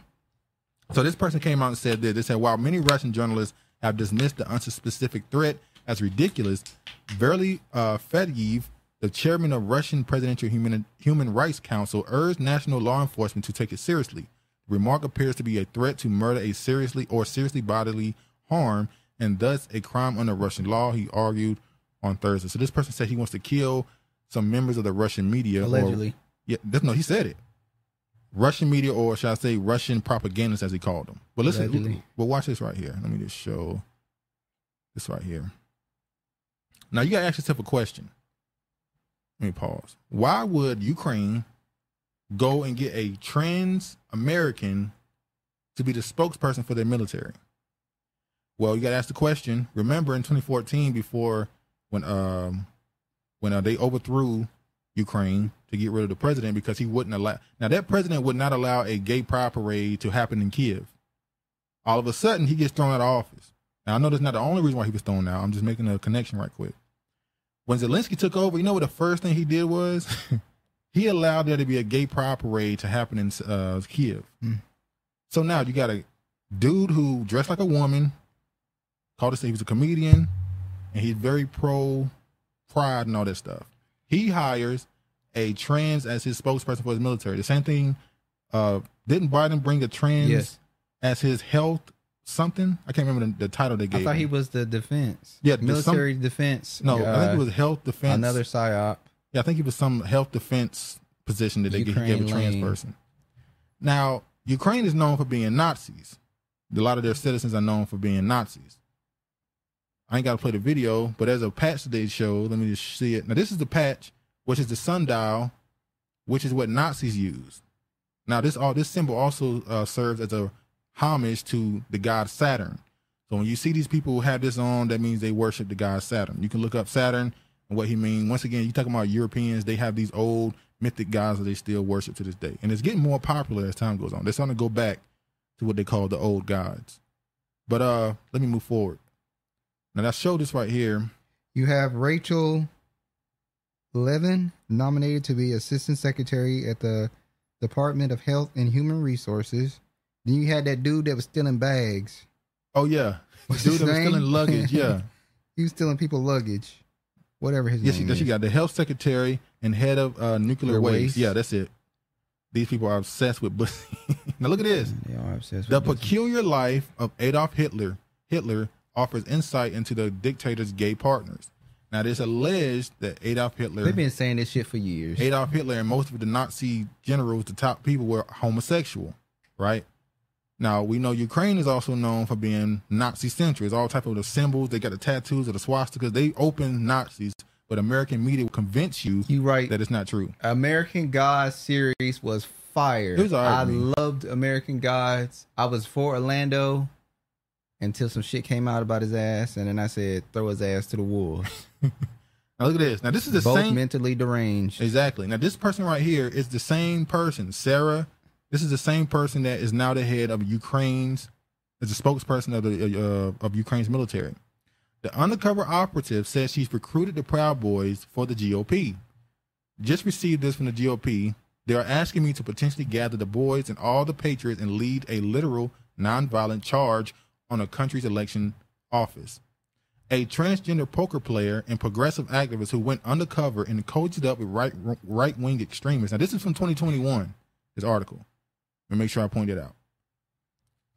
Speaker 1: So this person came out and said this. They said, while many Russian journalists have dismissed the unspecific threat as ridiculous, Verily uh, Fedyev, the chairman of Russian Presidential Human, Human Rights Council, urged national law enforcement to take it seriously. The remark appears to be a threat to murder, a seriously or seriously bodily harm, and thus a crime under Russian law, he argued on Thursday. So this person said he wants to kill some members of the Russian media. or-
Speaker 18: Allegedly.
Speaker 1: yeah, that's, no, he said it. Russian media, or should I say Russian propagandists, as he called them. But listen,
Speaker 18: Allegedly.
Speaker 1: well, watch this right here. Let me just show this right here. Now you gotta ask yourself a question. Let me pause. Why would Ukraine go and get a trans American to be the spokesperson for their military? Well, you got to ask the question. Remember in 2014, before when um when uh, they overthrew Ukraine to get rid of the president because he wouldn't allow. Now that president would not allow a gay pride parade to happen in Kiev. All of a sudden, he gets thrown out of office. Now I know that's not the only reason why he was thrown out. I'm just making a connection right quick. When Zelensky took over, you know what the first thing he did was *laughs* he allowed there to be a gay pride parade to happen in uh, Kiev. So now you got a dude who dressed like a woman, called to say he was a comedian, and he's very pro pride and all that stuff. He hires a trans as his spokesperson for his military. The same thing. Uh, didn't Biden bring a trans
Speaker 6: Yes.
Speaker 1: as his health something? I can't remember the, the title they
Speaker 6: I
Speaker 1: gave.
Speaker 6: thought
Speaker 1: him.
Speaker 6: he was the defense.
Speaker 1: Yeah, there's some-
Speaker 6: military defense.
Speaker 1: No, I think
Speaker 6: uh,
Speaker 1: it was health defense.
Speaker 6: Another psyop.
Speaker 1: Yeah, I think it was some health defense position that they gave-
Speaker 6: Ukraine
Speaker 1: gave a trans
Speaker 6: lane.
Speaker 1: person. Now, Ukraine is known for being Nazis. A lot of their citizens are known for being Nazis. I ain't got to play the video, but as a patch that they showed, let me just see it. Now, this is the patch, which is the sundial, which is what Nazis used. Now, this all this symbol also uh, serves as a homage to the god Saturn. So when you see these people who have this on, that means they worship the god Saturn. You can look up Saturn and what he means. Once again, you talking about Europeans, they have these old mythic gods that they still worship to this day. And it's getting more popular as time goes on. They're starting to go back to what they call the old gods. But uh let me move forward. Now that showed this right here.
Speaker 6: You have Rachel Levin nominated to be Assistant Secretary at the Department of Health and Human Resources. Then you had that dude that was stealing bags.
Speaker 1: Oh yeah,
Speaker 6: *laughs* What's
Speaker 1: Dude
Speaker 6: his
Speaker 1: that was
Speaker 6: name?
Speaker 1: stealing luggage, yeah.
Speaker 6: *laughs* he was stealing people luggage. Whatever his
Speaker 1: Yes, she,
Speaker 6: name
Speaker 1: she
Speaker 6: is.
Speaker 1: got the health secretary and head of uh, nuclear
Speaker 6: Nuclear
Speaker 1: waste.
Speaker 6: waste.
Speaker 1: Yeah, that's it. These people are obsessed with pussy. *laughs* now look at this.
Speaker 6: They are obsessed
Speaker 1: The
Speaker 6: with pussy.
Speaker 1: peculiar life of Adolf Hitler. Hitler offers insight into the dictator's gay partners. Now it is alleged that Adolf Hitler
Speaker 6: They've been saying this shit for years.
Speaker 1: Adolf Hitler and most of the Nazi generals, the top people, were homosexual, right? Now we know Ukraine is also known for being Nazi centric. It's all type of the symbols. They got the tattoos of the swastikas. They open Nazis, but American media will convince you
Speaker 6: you right
Speaker 1: that it's not true.
Speaker 6: American Gods series was fire.
Speaker 1: It was all right
Speaker 6: I
Speaker 1: with me.
Speaker 6: loved American Gods. I was for Orlando until some shit came out about his ass, and then I said, throw his ass to the wolves.
Speaker 1: *laughs* now look at this. Now this is the
Speaker 6: Both
Speaker 1: same-
Speaker 6: mentally deranged.
Speaker 1: Exactly. Now this person right here is the same person, Sarah. This is the same person that is now the head of Ukraine's, is the spokesperson of the uh, of Ukraine's military. The undercover operative says she's recruited the Proud Boys for the GOP. Just received this from the GOP. They are asking me to potentially gather the boys and all the patriots and lead a literal nonviolent charge on a country's election office a transgender poker player and progressive activist who went undercover and coached up with right right wing extremists. Now, this is from 2021. This article. Let me make sure I point it out.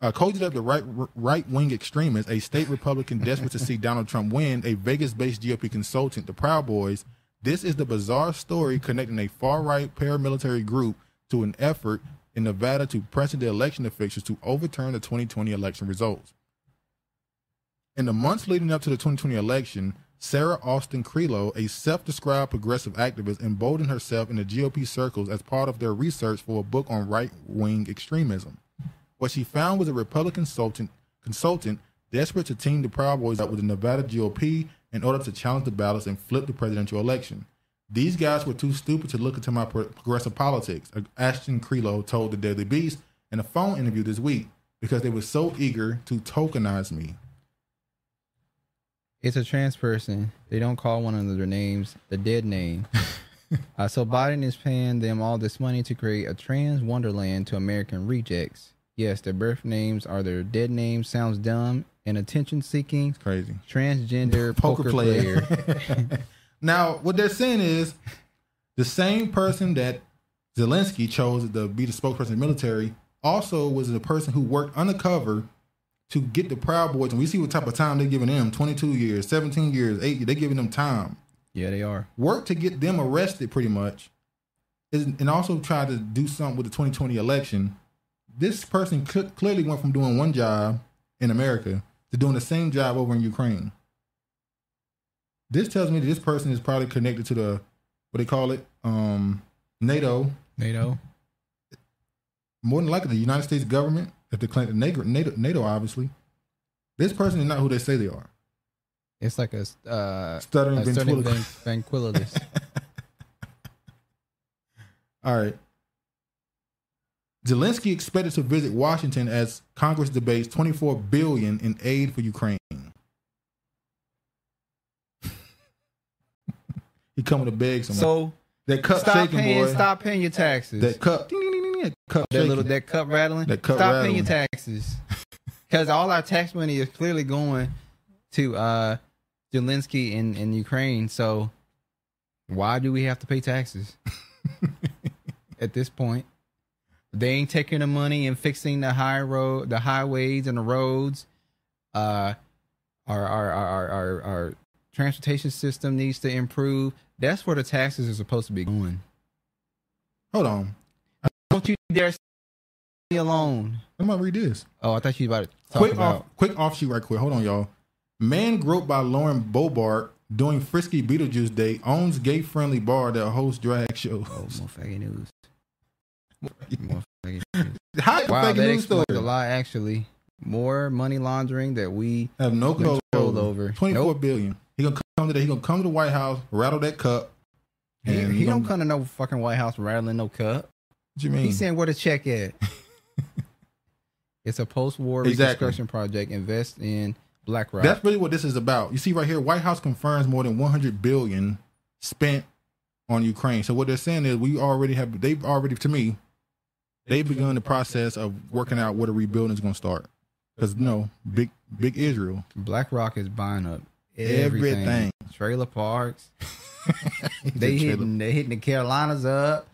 Speaker 1: Uh, coached up the right right wing extremists, a state Republican desperate to see Donald Trump win, a Vegas based GOP consultant, the Proud Boys. This is the bizarre story connecting a far right paramilitary group to an effort in Nevada to pressure the election officials to overturn the 2020 election results. In the months leading up to the 2020 election, Sarah Austin Crelo, a self described progressive activist, emboldened herself in the GOP circles as part of their research for a book on right wing extremism. What she found was a Republican consultant, consultant desperate to team the Proud Boys up with the Nevada GOP in order to challenge the ballots and flip the presidential election. These guys were too stupid to look into my pro- progressive politics, uh, Ashton Crelo told the Daily Beast in a phone interview this week, because they were so eager to tokenize me.
Speaker 6: It's a trans person. They don't call one another names, the dead
Speaker 1: *laughs*
Speaker 6: name. uh, so Biden is paying them all this money to create a trans wonderland to American rejects. Yes, their birth names are their dead names. Sounds dumb and attention seeking.
Speaker 1: Crazy. *laughs*
Speaker 6: Transgender poker, player.
Speaker 1: now, what they're saying is the same person that Zelensky chose to be the spokesperson of the military also was the person who worked undercover to get the Proud Boys. And we see what type of time they're giving them 22 years, 17 years, 8 years. They're giving them time.
Speaker 6: Yeah, they are.
Speaker 1: Work to get them arrested, pretty much, is- and also try to do something with the 2020 election. This person cl- clearly went from doing one job in America to doing the same job over in Ukraine this tells me that this person is probably connected to the what they call it um nato
Speaker 6: NATO.
Speaker 1: more than likely the united states government have declared to NATO, NATO, NATO, obviously. This person is not who they say they are.
Speaker 6: It's like a uh,
Speaker 1: Stuttering
Speaker 6: a stuttering
Speaker 1: ventriloquist.
Speaker 6: van-
Speaker 1: *laughs*
Speaker 6: ventriloquist.
Speaker 1: All right. Zelensky expected to visit Washington as Congress debates 24 billion in aid for Ukraine. *laughs* he coming to beg someone.
Speaker 6: So,
Speaker 1: that cup
Speaker 6: stop
Speaker 1: shaking
Speaker 6: paying,
Speaker 1: boy.
Speaker 6: stop paying your taxes.
Speaker 1: That cup, ding, ding, ding, ding, that cup,
Speaker 6: that little
Speaker 1: shaking.
Speaker 6: that cup rattling.
Speaker 1: That cup
Speaker 6: Stop
Speaker 1: rattling.
Speaker 6: paying your
Speaker 1: *laughs*
Speaker 6: taxes, because all our tax money is clearly going to uh Zelensky in in Ukraine. So why do we have to pay
Speaker 1: *laughs*
Speaker 6: taxes at this point? They ain't taking the money and fixing the high road, the highways and the roads. Uh, our our our our, our, our transportation system needs to improve. That's where the taxes are supposed to be going.
Speaker 1: Hold on.
Speaker 6: Don't you dare me alone.
Speaker 1: I'm gonna read this.
Speaker 6: Oh, I thought you about to talk
Speaker 1: quick
Speaker 6: about.
Speaker 1: off, quick offshoot, right quick. Hold on, y'all. Man groped by Lauren Bobart during Frisky Beetlejuice Day owns gay-friendly bar that hosts drag shows. Oh,
Speaker 6: more faggy news.
Speaker 1: *laughs* More
Speaker 6: faggy
Speaker 1: *laughs* How
Speaker 6: wow, that
Speaker 1: faggy
Speaker 6: explains
Speaker 1: news story?
Speaker 6: a lot. Actually, more money laundering that we
Speaker 1: have no
Speaker 6: control, over.
Speaker 1: Twenty-four billion. He gonna come today. He gonna come to the White House, rattle that cup.
Speaker 6: He,
Speaker 1: And
Speaker 6: he don't come to no fucking White House rattling no cup.
Speaker 1: What you mean?
Speaker 6: He saying where the check
Speaker 1: *laughs*
Speaker 6: at. it's a post-war
Speaker 1: Exactly.
Speaker 6: reconstruction project. Invest in Black Rock.
Speaker 1: That's really what this is about. You see right here, White House confirms more than 100 billion spent on Ukraine. So what they're saying is we already have they've already to me they've begun the process of working out where the rebuilding is going to start. Cuz no, big big Israel,
Speaker 6: Black Rock is buying up
Speaker 1: Everything.
Speaker 6: Trailer *laughs* parks. they
Speaker 1: trailer-
Speaker 6: hitting they hitting the Carolinas up.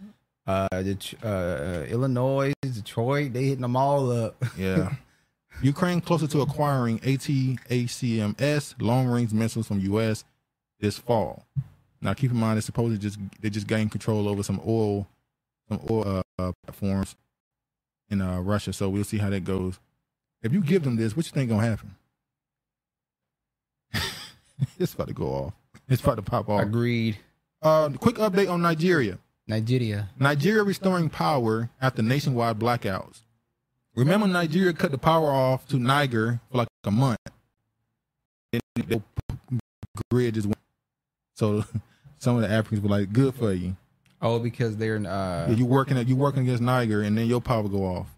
Speaker 6: Uh, the, uh, Illinois, Detroit, they hitting them all up.
Speaker 1: Yeah. Ukraine closer to acquiring ATACMS long range missiles from US this fall. Now keep in mind they supposedly just they just gained control over some oil some oil uh, platforms in uh, Russia. So we'll see how that goes. If you give them this, what you think gonna happen? *laughs* it's about to go off. It's about to pop off.
Speaker 6: Agreed.
Speaker 1: Uh, quick update on Nigeria.
Speaker 6: Nigeria.
Speaker 1: Nigeria restoring power after nationwide blackouts. Remember, Nigeria cut the power off to Niger for like a month. Then the grid just went. So *laughs* some of the Africans were like, "Good for you.
Speaker 6: Oh, because they're uh,
Speaker 1: Yeah, you working you working against Niger, and then your power go off."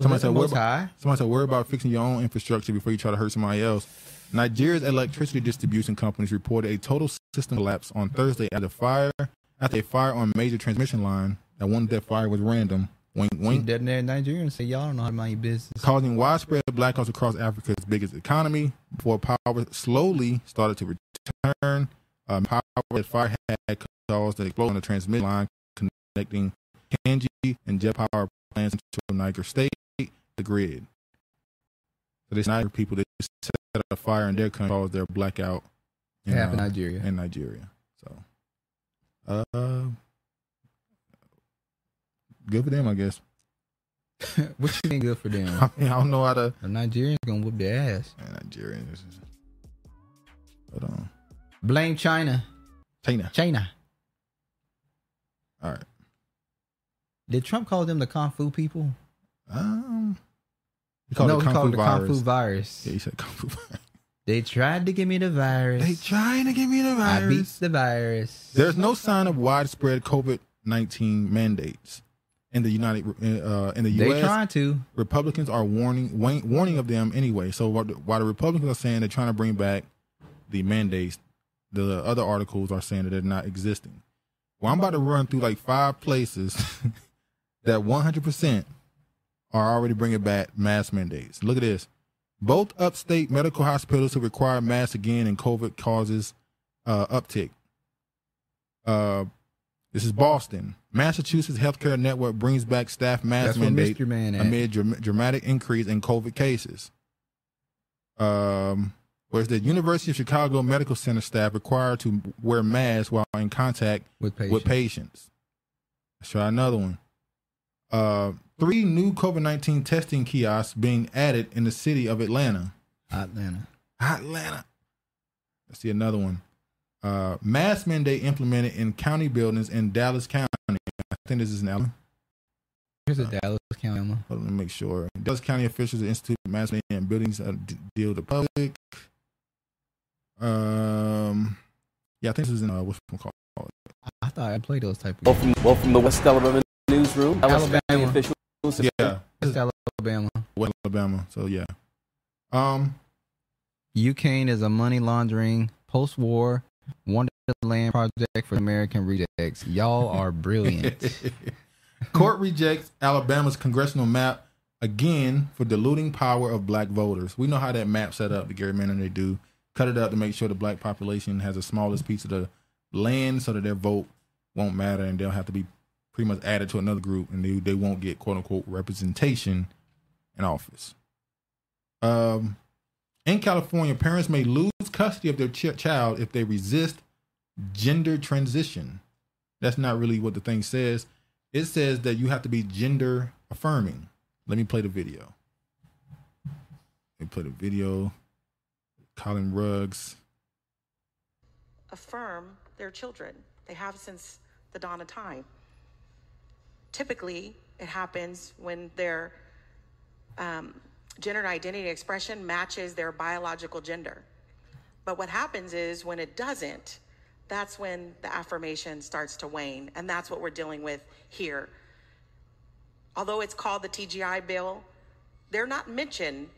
Speaker 1: Somebody
Speaker 6: Was it
Speaker 1: said,
Speaker 6: the
Speaker 1: worry
Speaker 6: Most High?
Speaker 1: about, somebody said, worry about fixing your own infrastructure before you try to hurt somebody else. Nigeria's electricity distribution companies reported a total system collapse on Thursday after fire after a fire on a major transmission line. That one that fire was random. Wink,
Speaker 6: we
Speaker 1: wink.
Speaker 6: dead in there in Nigeria and say y'all don't know how to mind your business.
Speaker 1: Causing widespread blackouts across Africa's biggest economy before power slowly started to return. Um, power that fire had caused an explosion on the transmission line connecting Kanji and jet power plants to Niger State, the grid. So these Niger people they set a fire in their country caused their blackout
Speaker 6: It happened in Nigeria.
Speaker 1: In Nigeria. So uh good for them, I guess.
Speaker 6: *laughs* what you mean good for them?
Speaker 1: *laughs* I, mean, I don't know how to.
Speaker 6: The Nigerians gonna whoop their ass.
Speaker 1: Nigerians. Hold on.
Speaker 6: Blame China.
Speaker 1: China.
Speaker 6: China.
Speaker 1: All right.
Speaker 6: Did Trump call them the Kung Fu people?
Speaker 1: Um, he
Speaker 6: no,
Speaker 1: it
Speaker 6: he
Speaker 1: Kung
Speaker 6: called
Speaker 1: Fu
Speaker 6: it the Kung Fu virus.
Speaker 1: Yeah, he said Kung Fu virus.
Speaker 6: They tried to give me the virus. They
Speaker 1: trying to give me the
Speaker 6: I beat the virus.
Speaker 1: There's no sign of widespread COVID 19 mandates in the United uh, in the
Speaker 6: They
Speaker 1: U.S.
Speaker 6: trying to.
Speaker 1: Republicans are warning wa- warning of them anyway. So while the, while the Republicans are saying they're trying to bring back the mandates, the other articles are saying that they're not existing. Well, I'm about to run through like five places that 100% are already bringing back mask mandates. Look at this. Both upstate medical hospitals who require masks again and COVID causes uh, uptick. Uh, this is Boston. Massachusetts Healthcare Network brings back staff mask
Speaker 6: That's where
Speaker 1: mandate
Speaker 6: Mr. Man at.
Speaker 1: amid dram- dramatic increase in COVID cases. Um, whereas the University of Chicago Medical Center staff required to wear masks while in contact
Speaker 6: with
Speaker 1: patients. With patients. Let's try another one. Uh, three new COVID nineteen testing kiosks being added in the city of Atlanta.
Speaker 6: Atlanta.
Speaker 1: Atlanta. Let's see another one. Uh, mask mandate implemented in county buildings in Dallas County. I think this is in Alabama.
Speaker 6: Here's a Dallas County.
Speaker 1: Hold on, let me make sure. Dallas County officials and Institute of Management and Buildings uh, d- deal to public. Um, yeah, I think this is in uh, what's it called?
Speaker 6: I thought I played those type of
Speaker 7: Well, from, well, from the West Alabama newsroom, Alabama
Speaker 6: Alabama.
Speaker 7: officials.
Speaker 1: Yeah,
Speaker 6: West Alabama.
Speaker 1: West Alabama. So yeah, Um,
Speaker 6: Ukraine is a money laundering post-war wonderland project for American rejects. Y'all are brilliant.
Speaker 1: *laughs* Court rejects Alabama's congressional map again for diluting power of black voters. We know how that map set up, the gerrymandering they do. Cut it up to make sure the black population has the smallest piece of the land so that their vote won't matter and they'll have to be pretty much added to another group and they, they won't get quote unquote representation in office. Um, in California, parents may lose custody of their ch- child if they resist gender transition. That's not really what the thing says. It says that you have to be gender affirming. Let me play the video. Let me play the video. Colin Ruggs.
Speaker 9: affirm their children. They have since the dawn of time. Typically, it happens when their um, gender identity expression matches their biological gender. But what happens is when it doesn't, that's when the affirmation starts to wane. And that's what we're dealing with here. Although it's called the TGI bill, they're not mentioned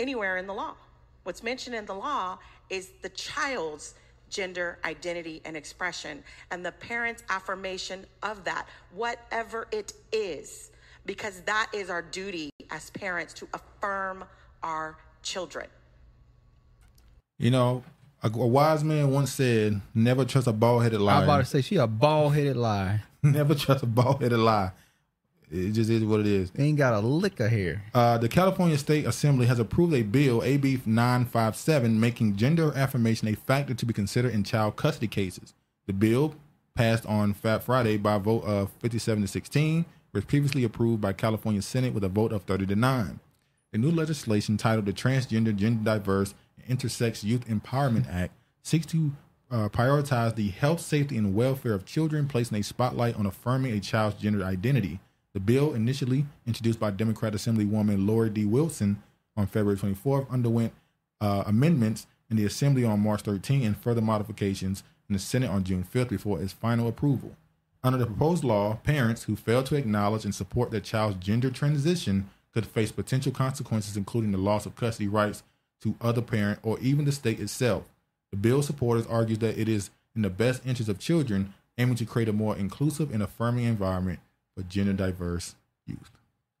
Speaker 9: anywhere in the law. What's mentioned in the law is the child's gender identity and expression and the parent's affirmation of that, whatever it is, because that is our duty as parents to affirm our children.
Speaker 1: You know, a, a wise man once said, "Never trust a bald-headed liar."
Speaker 6: I was about to say she a bald-headed liar.
Speaker 1: *laughs* Never trust a bald-headed lie. It just is what it is.
Speaker 6: Ain't got a lick of hair.
Speaker 1: Uh, the California State Assembly has approved a bill, AB 957, making gender affirmation a factor to be considered in child custody cases. The bill, passed on Fat Friday by a vote of 57 to 16, was previously approved by California Senate with a vote of 30 to 9. The new legislation, titled the Transgender, Gender Diverse, and Intersex Youth Empowerment Act, seeks to uh, prioritize the health, safety, and welfare of children, placing a spotlight on affirming a child's gender identity. The bill, initially introduced by Democrat Assemblywoman Lori D. Wilson on February 24th, underwent uh, amendments in the Assembly on March 13 and further modifications in the Senate on June 5th before its final approval. Under the proposed law, parents who fail to acknowledge and support their child's gender transition could face potential consequences, including the loss of custody rights to other parent or even the state itself. The bill supporters argue that it is in the best interest of children, aiming to create a more inclusive and affirming environment for gender diverse youth.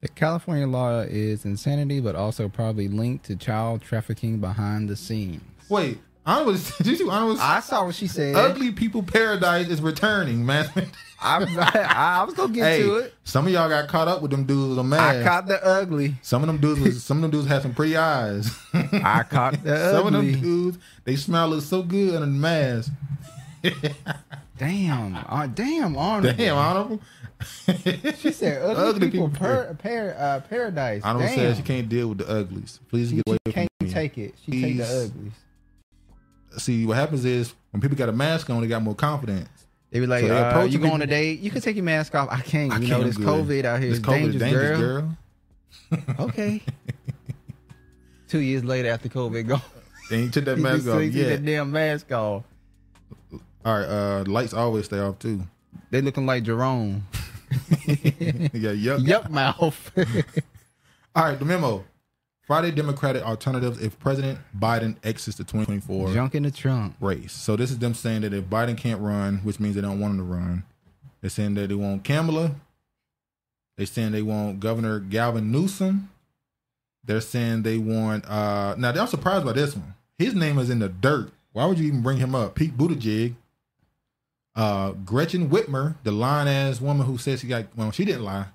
Speaker 6: The California law is insanity, but also probably linked to child trafficking behind the scenes.
Speaker 1: Wait, I was *laughs* did you see I was I saw what she said. Ugly people paradise is
Speaker 6: *laughs*
Speaker 1: returning, man.
Speaker 6: I, I, was gonna get to it.
Speaker 1: Some of y'all got caught up with them dudes with the
Speaker 6: I
Speaker 1: mask.
Speaker 6: caught the ugly.
Speaker 1: Some of them dudes was, some of them dudes had some
Speaker 6: *laughs*
Speaker 1: pretty eyes. I *laughs*
Speaker 6: caught the
Speaker 1: Some of
Speaker 6: ugly.
Speaker 1: them dudes, they smile look so good under the mask.
Speaker 6: damn. Uh, damn honorable.
Speaker 1: Damn honorable.
Speaker 6: she said ugly,
Speaker 1: Ugly
Speaker 6: people,
Speaker 1: people
Speaker 6: par- par- uh, paradise.
Speaker 1: I don't
Speaker 6: damn.
Speaker 1: say she can't deal with the uglies. Please get away
Speaker 6: can't
Speaker 1: from me.
Speaker 6: take it. She take the
Speaker 1: Please.
Speaker 6: uglies.
Speaker 1: See what happens is when people got a mask on, they got more confidence.
Speaker 6: They be like, uh, you go on a date, you can take your mask off. I can't. you know,
Speaker 1: can't,
Speaker 6: this
Speaker 1: I'm
Speaker 6: COVID
Speaker 1: good.
Speaker 6: out here
Speaker 1: This
Speaker 6: is
Speaker 1: COVID
Speaker 6: dangerous,
Speaker 1: is
Speaker 6: girl.
Speaker 1: dangerous,
Speaker 6: *laughs*
Speaker 1: *laughs*
Speaker 6: okay. Two years later, after COVID gone,
Speaker 1: Then you
Speaker 6: *laughs*
Speaker 1: took that mask
Speaker 6: just
Speaker 1: off.
Speaker 6: took
Speaker 1: Yeah.
Speaker 6: that damn mask off.
Speaker 1: All right, uh, lights always stay off too.
Speaker 6: They looking like Jerome.
Speaker 1: *laughs*
Speaker 6: *laughs*
Speaker 1: yeah, yup.
Speaker 6: Yup mouth.
Speaker 1: *laughs* All right, the memo. Friday Democratic alternatives if President Biden exits the 2024
Speaker 6: Junk in the trunk.
Speaker 1: race. So this is them saying that if Biden can't run, which means they don't want him to run, they're saying that they want Kamala. They're saying they want Governor Gavin Newsom. They're saying they want. uh Now I'm surprised by this one. His name is in the dirt. Why would you even bring him up? Pete Buttigieg, uh, Gretchen Whitmer, the lying ass woman who says she got. Well, she didn't lie.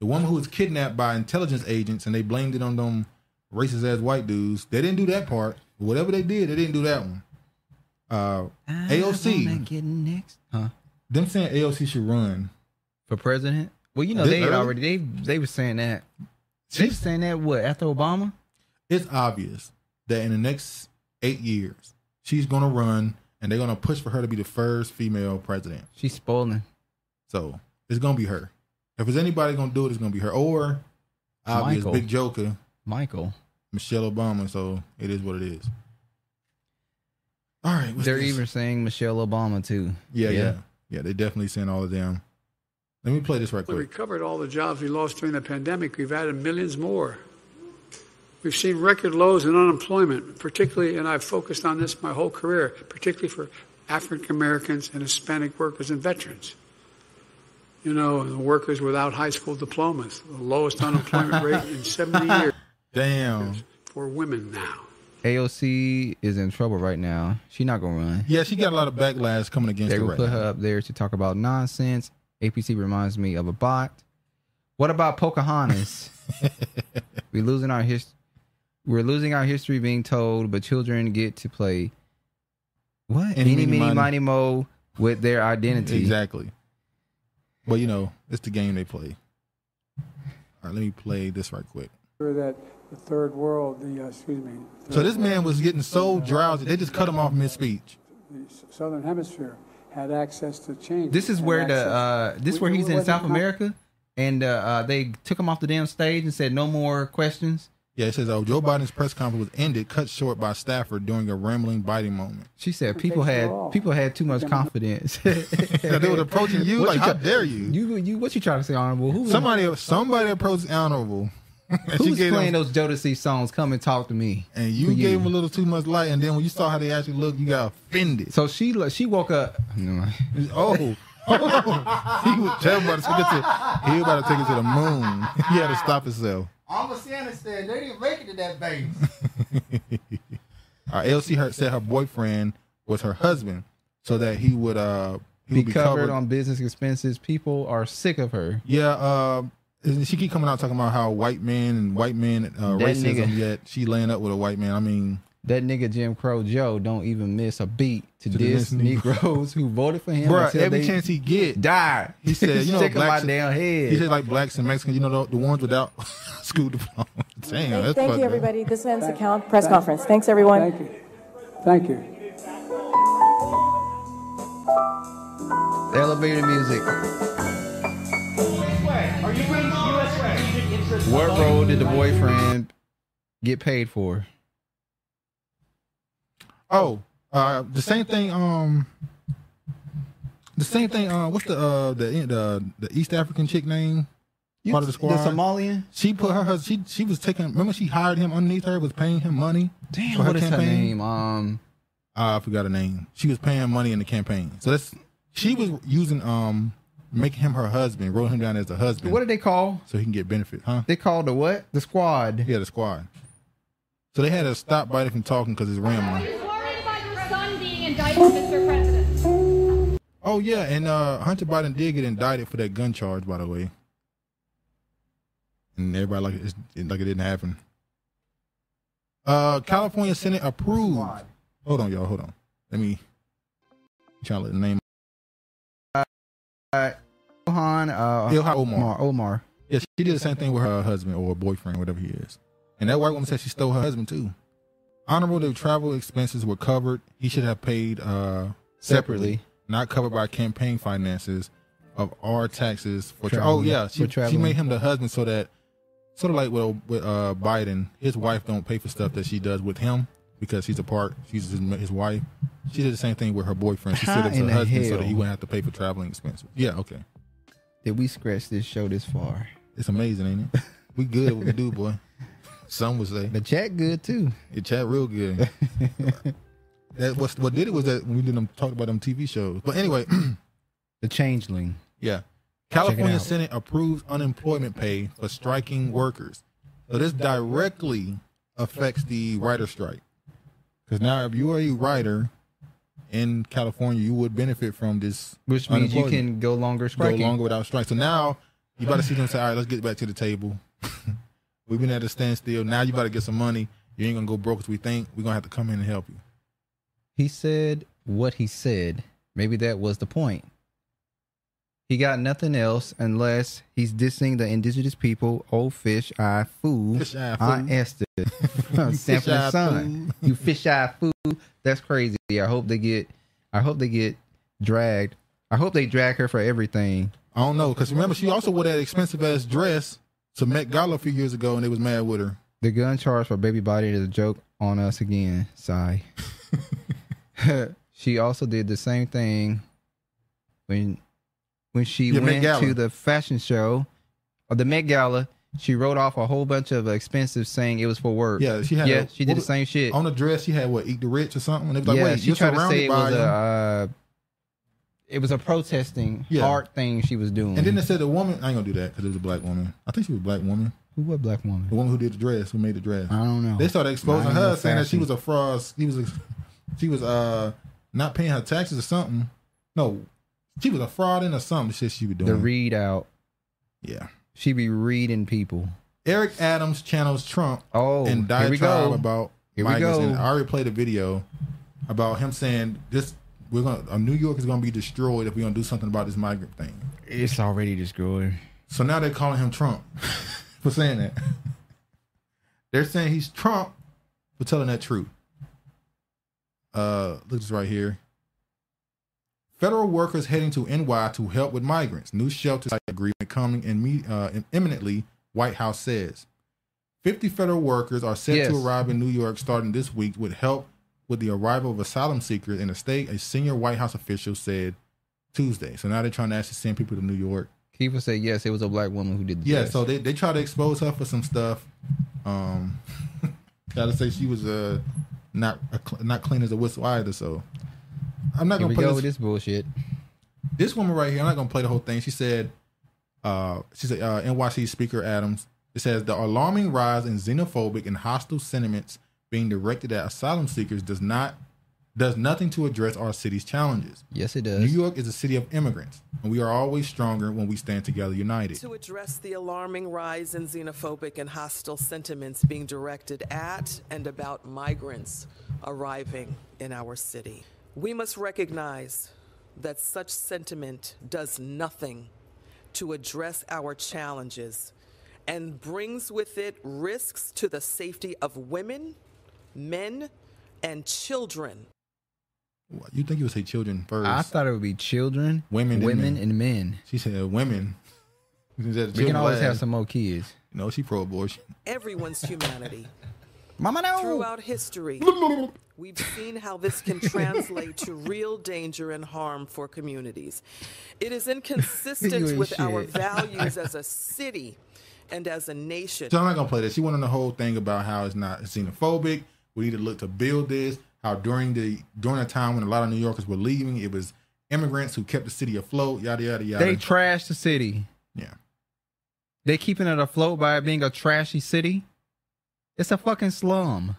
Speaker 1: The woman who was kidnapped by intelligence agents and they blamed it on them racist ass white dudes. They didn't do that part. Whatever they did, they didn't do that one. Uh, AOC.
Speaker 6: getting next. Huh?
Speaker 1: Them saying AOC should run
Speaker 6: for president. Well, you know
Speaker 1: This
Speaker 6: they had
Speaker 1: early?
Speaker 6: already they they were saying that. They were saying that what after Obama?
Speaker 1: It's obvious that in the next eight years, she's gonna run and they're gonna push for her to be the first female president.
Speaker 6: She's spoiling.
Speaker 1: So it's gonna be her. If there's anybody gonna do it, it's gonna be her or obvious
Speaker 6: Michael.
Speaker 1: big joker,
Speaker 6: Michael,
Speaker 1: Michelle Obama. So it is what it is.
Speaker 6: All right. They're even saying Michelle Obama too.
Speaker 1: Yeah, yeah, yeah. they definitely sent all of them. Let me play this right
Speaker 10: We
Speaker 1: quick.
Speaker 10: recovered all the jobs we lost during the pandemic. We've added millions more. We've seen record lows in unemployment, particularly, and I've focused on this my whole career, particularly for African Americans and Hispanic workers and veterans. You know, and workers without high school diplomas, the lowest
Speaker 1: *laughs*
Speaker 10: unemployment rate in 70 years
Speaker 1: Damn.
Speaker 10: for women now.
Speaker 6: AOC is in trouble right now. She not gonna run.
Speaker 1: Yeah, she got a lot of backlash coming against
Speaker 6: They
Speaker 1: her
Speaker 6: will
Speaker 1: right
Speaker 6: put
Speaker 1: now.
Speaker 6: her up there to talk about nonsense. APC reminds me of a bot. What about
Speaker 1: *laughs*
Speaker 6: Pocahontas? we losing our his- We're losing our history being told, but children get to play. What
Speaker 1: Any,
Speaker 6: any,
Speaker 1: meeny,
Speaker 6: mini,
Speaker 1: miny.
Speaker 6: miny, mo with their identity.
Speaker 1: Exactly. But you know, it's the game they play. All right, let me play this right quick.
Speaker 11: sure that the third world, the, uh, excuse me,
Speaker 1: So this man was getting so drowsy, they just cut him off mid speech.
Speaker 11: the s- southern hemisphere had access to change.
Speaker 6: This is
Speaker 11: had
Speaker 6: where the
Speaker 11: access-
Speaker 6: uh, this
Speaker 11: We-
Speaker 6: where
Speaker 11: we
Speaker 6: he's in
Speaker 11: wasn't
Speaker 6: South
Speaker 11: con-
Speaker 6: America, and uh, uh, they took him off the damn stage and said no more questions.
Speaker 1: Yeah, it says, "Oh, Joe Biden's press conference was ended, cut short by Stafford during a rambling, biting moment."
Speaker 6: She said people had people had too much confidence. *laughs*
Speaker 1: *laughs* they was approaching you
Speaker 6: What
Speaker 1: like, "How
Speaker 6: try-
Speaker 1: dare you?"
Speaker 6: You you what you trying to say, honorable? Who
Speaker 1: Somebody, somebody approached honorable. *laughs* And she
Speaker 6: who's
Speaker 1: gave
Speaker 6: playing
Speaker 1: him,
Speaker 6: those Jodeci songs? Come and talk to me.
Speaker 1: and you
Speaker 6: For
Speaker 1: gave him a little too much light, and then when you saw how they actually looked, you got offended.
Speaker 6: So she she woke up.
Speaker 1: Oh. *laughs* oh. *laughs* he was Joe about to take it to he about to take it to the moon. *laughs* he had to stop himself.
Speaker 18: Alma Santa said they didn't make it to that base.
Speaker 1: *laughs* Uh, LC her, said her boyfriend was her husband, so that he would uh he
Speaker 6: be
Speaker 1: would be
Speaker 6: covered, on business expenses. People are sick of her.
Speaker 1: Yeah, uh, and she keep coming out talking about how white men and white men uh,
Speaker 6: That
Speaker 1: racism.
Speaker 6: nigga.
Speaker 1: Yet she laying up with a white man. I mean,
Speaker 6: That nigga Jim Crow Joe don't even miss a beat to,
Speaker 1: To
Speaker 6: diss
Speaker 1: diss Negro-
Speaker 6: Negroes who voted for him.
Speaker 1: Bruh,
Speaker 6: until
Speaker 1: every
Speaker 6: they
Speaker 1: chance he get,
Speaker 6: die.
Speaker 1: He
Speaker 6: *laughs*
Speaker 1: said, you know,
Speaker 6: sick
Speaker 1: blacks.
Speaker 6: of my damn head.
Speaker 1: He said like blacks and Mexicans. You know, the, the ones without *laughs* school diplomas. *laughs* Damn, that's
Speaker 23: Thank
Speaker 1: fucked
Speaker 23: you,
Speaker 1: up.
Speaker 23: everybody. This ends the count press conference. Thanks, everyone.
Speaker 11: Thank you. Thank you.
Speaker 6: Elevator music.
Speaker 4: Are you bringing U.S. strategic interests?
Speaker 6: What role did the boyfriend get paid for?
Speaker 1: Oh, uh, the same thing. Um, the same thing. Uh, what's the uh the the the East African chick name?
Speaker 6: You-
Speaker 1: Part of
Speaker 6: the
Speaker 1: the squad.
Speaker 6: Somalian.
Speaker 1: She put her hus- She she was taking. Remember, she hired him underneath her. Was paying him money.
Speaker 6: Damn,
Speaker 1: for Uh,
Speaker 6: what is her name? Um,
Speaker 1: I forgot her name. She was paying money in the campaign. So that's she was using um making him her husband, wrote him down as a husband.
Speaker 6: What did they call?
Speaker 1: So he can get benefit, huh?
Speaker 6: They called the what? The squad.
Speaker 1: Yeah, the squad. So they had to stop Biden from talking because it's rambling.
Speaker 24: Worried about your son being indicted, Mr. President.
Speaker 1: Oh yeah, and uh, Hunter Biden did get indicted for that gun charge, by the way. And everybody like it's, it, like it didn't happen. Uh, California Senate approved. Hold on, y'all. Hold on. Let me try to let the name.
Speaker 6: Uh, Ilhan, uh,
Speaker 1: Ilhan Omar.
Speaker 6: Omar. Omar.
Speaker 1: Yeah, she did the same thing with her husband or boyfriend, whatever he is. And that white woman said she stole her husband too. Honorable, the travel expenses were covered. He should have paid uh, separately,
Speaker 6: Separately.
Speaker 1: not covered by campaign finances of our taxes for. Tra- oh
Speaker 6: Traveling.
Speaker 1: yeah,
Speaker 6: For
Speaker 1: she, she
Speaker 6: traveling.
Speaker 1: made him the husband so that sort of like with, with uh, Biden, his wife don't pay for stuff that she does with him because she's a part. She's his, his wife. She did the same thing with her boyfriend. She
Speaker 6: How
Speaker 1: said it was
Speaker 6: in
Speaker 1: her
Speaker 6: the
Speaker 1: husband so that
Speaker 6: hell?
Speaker 1: he wouldn't have to pay for traveling expenses. Yeah, okay.
Speaker 6: Did we scratch this show this far?
Speaker 1: It's amazing,
Speaker 6: *laughs*
Speaker 1: ain't it? We good at what we do, boy. Some would say. The
Speaker 6: chat good too.
Speaker 1: The chat
Speaker 6: *laughs*
Speaker 1: real good. that was what did it was that when we did them talked about them TV shows. But anyway,
Speaker 6: *clears throat* the changeling.
Speaker 1: Yeah.
Speaker 6: Check it
Speaker 1: California
Speaker 6: out.
Speaker 1: Senate approves unemployment pay for striking workers. So this directly affects the writer strike. Because now if you are a writer in California, you would benefit from this.
Speaker 6: Which means you
Speaker 1: unemployment.
Speaker 6: can go longer
Speaker 1: go
Speaker 6: striking.
Speaker 1: longer without strike. So now you about to see them say, all right, let's get back to the table. *laughs* We've been at a standstill. Now you about to get some money. You ain't gonna go broke as we think. We're gonna have to come in and help you.
Speaker 6: He said what he said. Maybe that was the point. He got nothing else unless he's dissing the indigenous people, old fish eye fool,
Speaker 1: Fish eye
Speaker 6: Aunt
Speaker 1: fool.
Speaker 6: Esther *laughs* from
Speaker 1: You
Speaker 6: Sanford
Speaker 1: fish eye
Speaker 6: and Son. You fish eye fool. That's crazy. I hope they get I hope they get dragged. I hope they drag her for everything.
Speaker 1: I don't know because remember she also wore that expensive ass dress to Met Gala a few years ago, and they was mad with her.
Speaker 6: The gun charge for baby body is a joke on us again.
Speaker 1: *laughs*
Speaker 6: Sigh. *laughs* she also did the same thing when when she
Speaker 1: Yeah, Met
Speaker 6: went
Speaker 1: Gala.
Speaker 6: to the fashion show or the Met Gala. She wrote off a whole bunch of expensive saying it was for work.
Speaker 1: Yeah, she had.
Speaker 6: yeah,
Speaker 1: a-
Speaker 6: she did
Speaker 1: what
Speaker 6: the
Speaker 1: was-
Speaker 6: same shit.
Speaker 1: on the dress. She had what eat the rich or something. And they was like,
Speaker 6: yeah,
Speaker 1: wait,
Speaker 6: she
Speaker 1: you're
Speaker 6: tried to
Speaker 1: surrounded
Speaker 6: say it
Speaker 1: by
Speaker 6: was a uh,
Speaker 1: them.
Speaker 6: it was a protesting
Speaker 1: Yeah.
Speaker 6: art thing she was doing.
Speaker 1: And then they said the *laughs* woman. I ain't gonna do that because it was a black woman. I think she was a black woman.
Speaker 6: Who was a black woman?
Speaker 1: The woman who did the dress, who made the dress.
Speaker 6: I don't know.
Speaker 1: They started exposing
Speaker 6: I don't know
Speaker 1: her, saying that she
Speaker 6: fashion.
Speaker 1: was a fraud. She was, a, she was uh not paying her taxes or something. No, she was a fraud in or something. Shit, she was doing.
Speaker 6: the read out.
Speaker 1: Yeah.
Speaker 6: She be reading people.
Speaker 1: Eric Adams channels Trump.
Speaker 6: Oh,
Speaker 1: and
Speaker 6: here we go.
Speaker 1: diatribe about
Speaker 6: Here we
Speaker 1: migrants.
Speaker 6: go.
Speaker 1: And I already played a video about him saying this. We're gonna uh, New York is gonna be destroyed if we don't do something about this migrant thing.
Speaker 6: It's already destroyed.
Speaker 1: So now they're calling him Trump *laughs* for saying that. they're saying he's Trump for telling that truth. Uh, look this right here. Federal workers heading to NY to help with migrants. New shelter site agreement coming imme- uh, imminently. White House says. 50 federal workers are set
Speaker 6: Yes.
Speaker 1: to arrive in New York starting this week with help with the arrival of asylum seekers in the state, a senior White House official said Tuesday. So now they're trying to actually send people to New York.
Speaker 6: People say yes, it was a black woman who did the
Speaker 1: Yeah,
Speaker 6: dress.
Speaker 1: so they, they try to expose her for some stuff. Um, *laughs* gotta say she was uh not a cl- not clean as a whistle either. So I'm not
Speaker 6: Here
Speaker 1: gonna
Speaker 6: we
Speaker 1: play
Speaker 6: go
Speaker 1: this,
Speaker 6: with this bullshit.
Speaker 1: this woman right here. I'm not gonna play the whole thing. She said, uh, she said uh, NYC Speaker Adams. It says the alarming rise in xenophobic and hostile sentiments being directed at asylum seekers does not does nothing to address our city's challenges.
Speaker 6: Yes, it does.
Speaker 1: New York is a city of immigrants, and we are always stronger when we stand together united.
Speaker 5: To address the alarming rise in xenophobic and hostile sentiments being directed at and about migrants arriving in our city, we must recognize that such sentiment does nothing to address our challenges and brings with it risks to the safety of women, men, and children.
Speaker 1: You think you would say children first?
Speaker 6: I thought it would be children,
Speaker 1: women, and
Speaker 6: women,
Speaker 1: men.
Speaker 6: and men.
Speaker 1: She said women. *laughs* We
Speaker 6: We can always have some more kids.
Speaker 1: No, she pro abortion.
Speaker 5: Everyone's humanity.
Speaker 6: Mama, no.
Speaker 5: Throughout history, we've seen how this
Speaker 1: *laughs*
Speaker 5: can translate to real danger and harm for communities. It is
Speaker 1: You
Speaker 5: inconsistent
Speaker 1: ain't
Speaker 5: with our
Speaker 1: shit.
Speaker 5: values as a city and as a nation.
Speaker 1: So I'm not gonna play this. She went on the whole thing about how it's not xenophobic. We need to look to build this. How during the during a time when a lot of New Yorkers were leaving, it was immigrants who kept the city afloat. Yada yada yada.
Speaker 6: They trashed the city.
Speaker 1: Yeah.
Speaker 6: They keeping it afloat by it being a trashy city. It's a fucking slum.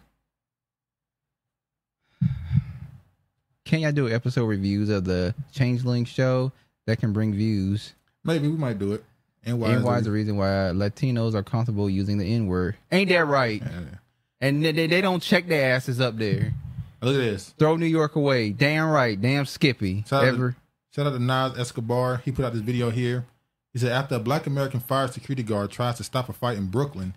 Speaker 6: Can y'all do episode reviews of the Changeling show that can bring views?
Speaker 1: Maybe we might do it. And why?
Speaker 6: And why is the
Speaker 1: the-
Speaker 6: reason why Latinos are comfortable using the N word? Ain't that right? And they, they they don't check their asses up
Speaker 1: *laughs*
Speaker 6: there.
Speaker 1: Look at this.
Speaker 6: Throw New York away. Damn right. Damn Skippy.
Speaker 1: Shout out,
Speaker 6: Ever.
Speaker 1: to, shout out to Nas Escobar. He put out this video here. He said, after a black American fire security guard tries to stop a fight in Brooklyn,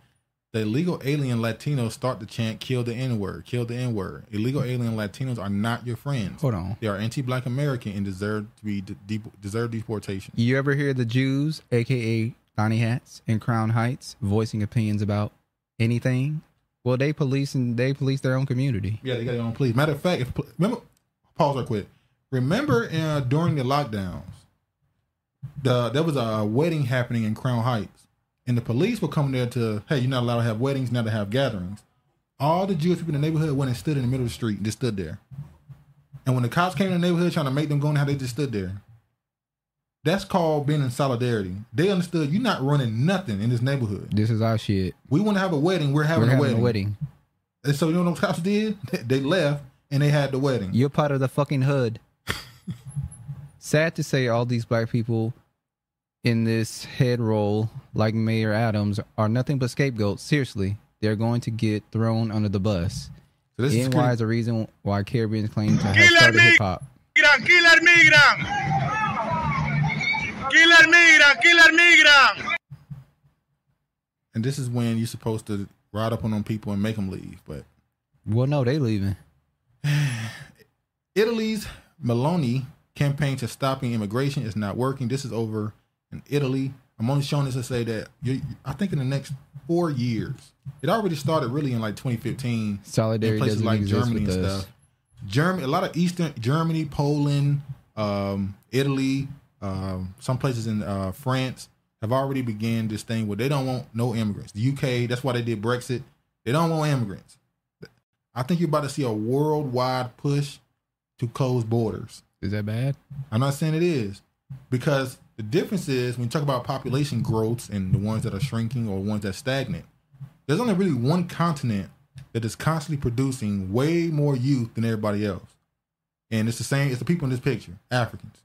Speaker 1: the illegal alien Latinos start to chant, kill the N word, kill the N word. Illegal alien Latinos are not your friends.
Speaker 6: Hold on.
Speaker 1: They are anti black American and deserve to be de- de- deserve deportation.
Speaker 6: You ever hear the Jews, aka Donny Hats and Crown Heights, voicing opinions about anything? Well, they police and they police their own community.
Speaker 1: Yeah, they got their own police. Matter of fact, if pl- remember, pause real quick. Remember uh, during the lockdowns, the there was a wedding happening in Crown Heights, and the police were coming there to, hey, you're not allowed to have weddings, not to have gatherings. All the Jewish people in the neighborhood went and stood in the middle of the street, and just stood there. And when the cops came in the neighborhood trying to make them go in, how they just stood there. That's called being in solidarity. They understood you're not running nothing in this neighborhood.
Speaker 6: This is our shit.
Speaker 1: We want to have a wedding. We're having,
Speaker 6: We're
Speaker 1: a,
Speaker 6: having
Speaker 1: wedding.
Speaker 6: a wedding.
Speaker 1: And so you know what the cops did? They left and they had the wedding.
Speaker 6: You're part of the fucking hood. Sad to say, all these black people in this head role, like Mayor Adams, are nothing but scapegoats. Seriously, they're going to get thrown under the bus.
Speaker 1: So this
Speaker 6: NY
Speaker 1: is
Speaker 6: is,
Speaker 1: clear-
Speaker 6: the reason why Caribbeans claim to have
Speaker 4: Kill that
Speaker 6: started
Speaker 4: nigga.
Speaker 6: hip hop.
Speaker 4: Migran, killer migran. Killer migran, killer migran.
Speaker 1: And this is when you're supposed to ride up on them people and make them leave. But
Speaker 6: Well, no, they
Speaker 1: *sighs*
Speaker 6: leaving.
Speaker 1: Italy's Meloni campaign to stopping immigration is not working. This is over in Italy. I'm only showing this to say that you, I think in the next four years, it already started really in like 2015.
Speaker 6: Solidarity
Speaker 1: in places
Speaker 6: doesn't
Speaker 1: like
Speaker 6: exist
Speaker 1: Germany and
Speaker 6: with us.
Speaker 1: stuff. Germany, a lot of Eastern Germany, Poland, um, Italy, um, some places in uh, France have already began this thing where they don't want no immigrants. The UK, that's why they did Brexit. They don't want immigrants. I think you're about to see a worldwide push to close borders.
Speaker 6: Is that bad?
Speaker 1: I'm not saying it is because the difference is when you talk about population growths and the ones that are shrinking or ones that stagnant, there's only really one continent that is constantly producing way more youth than everybody else. And it's the same, it's the people in this picture, Africans.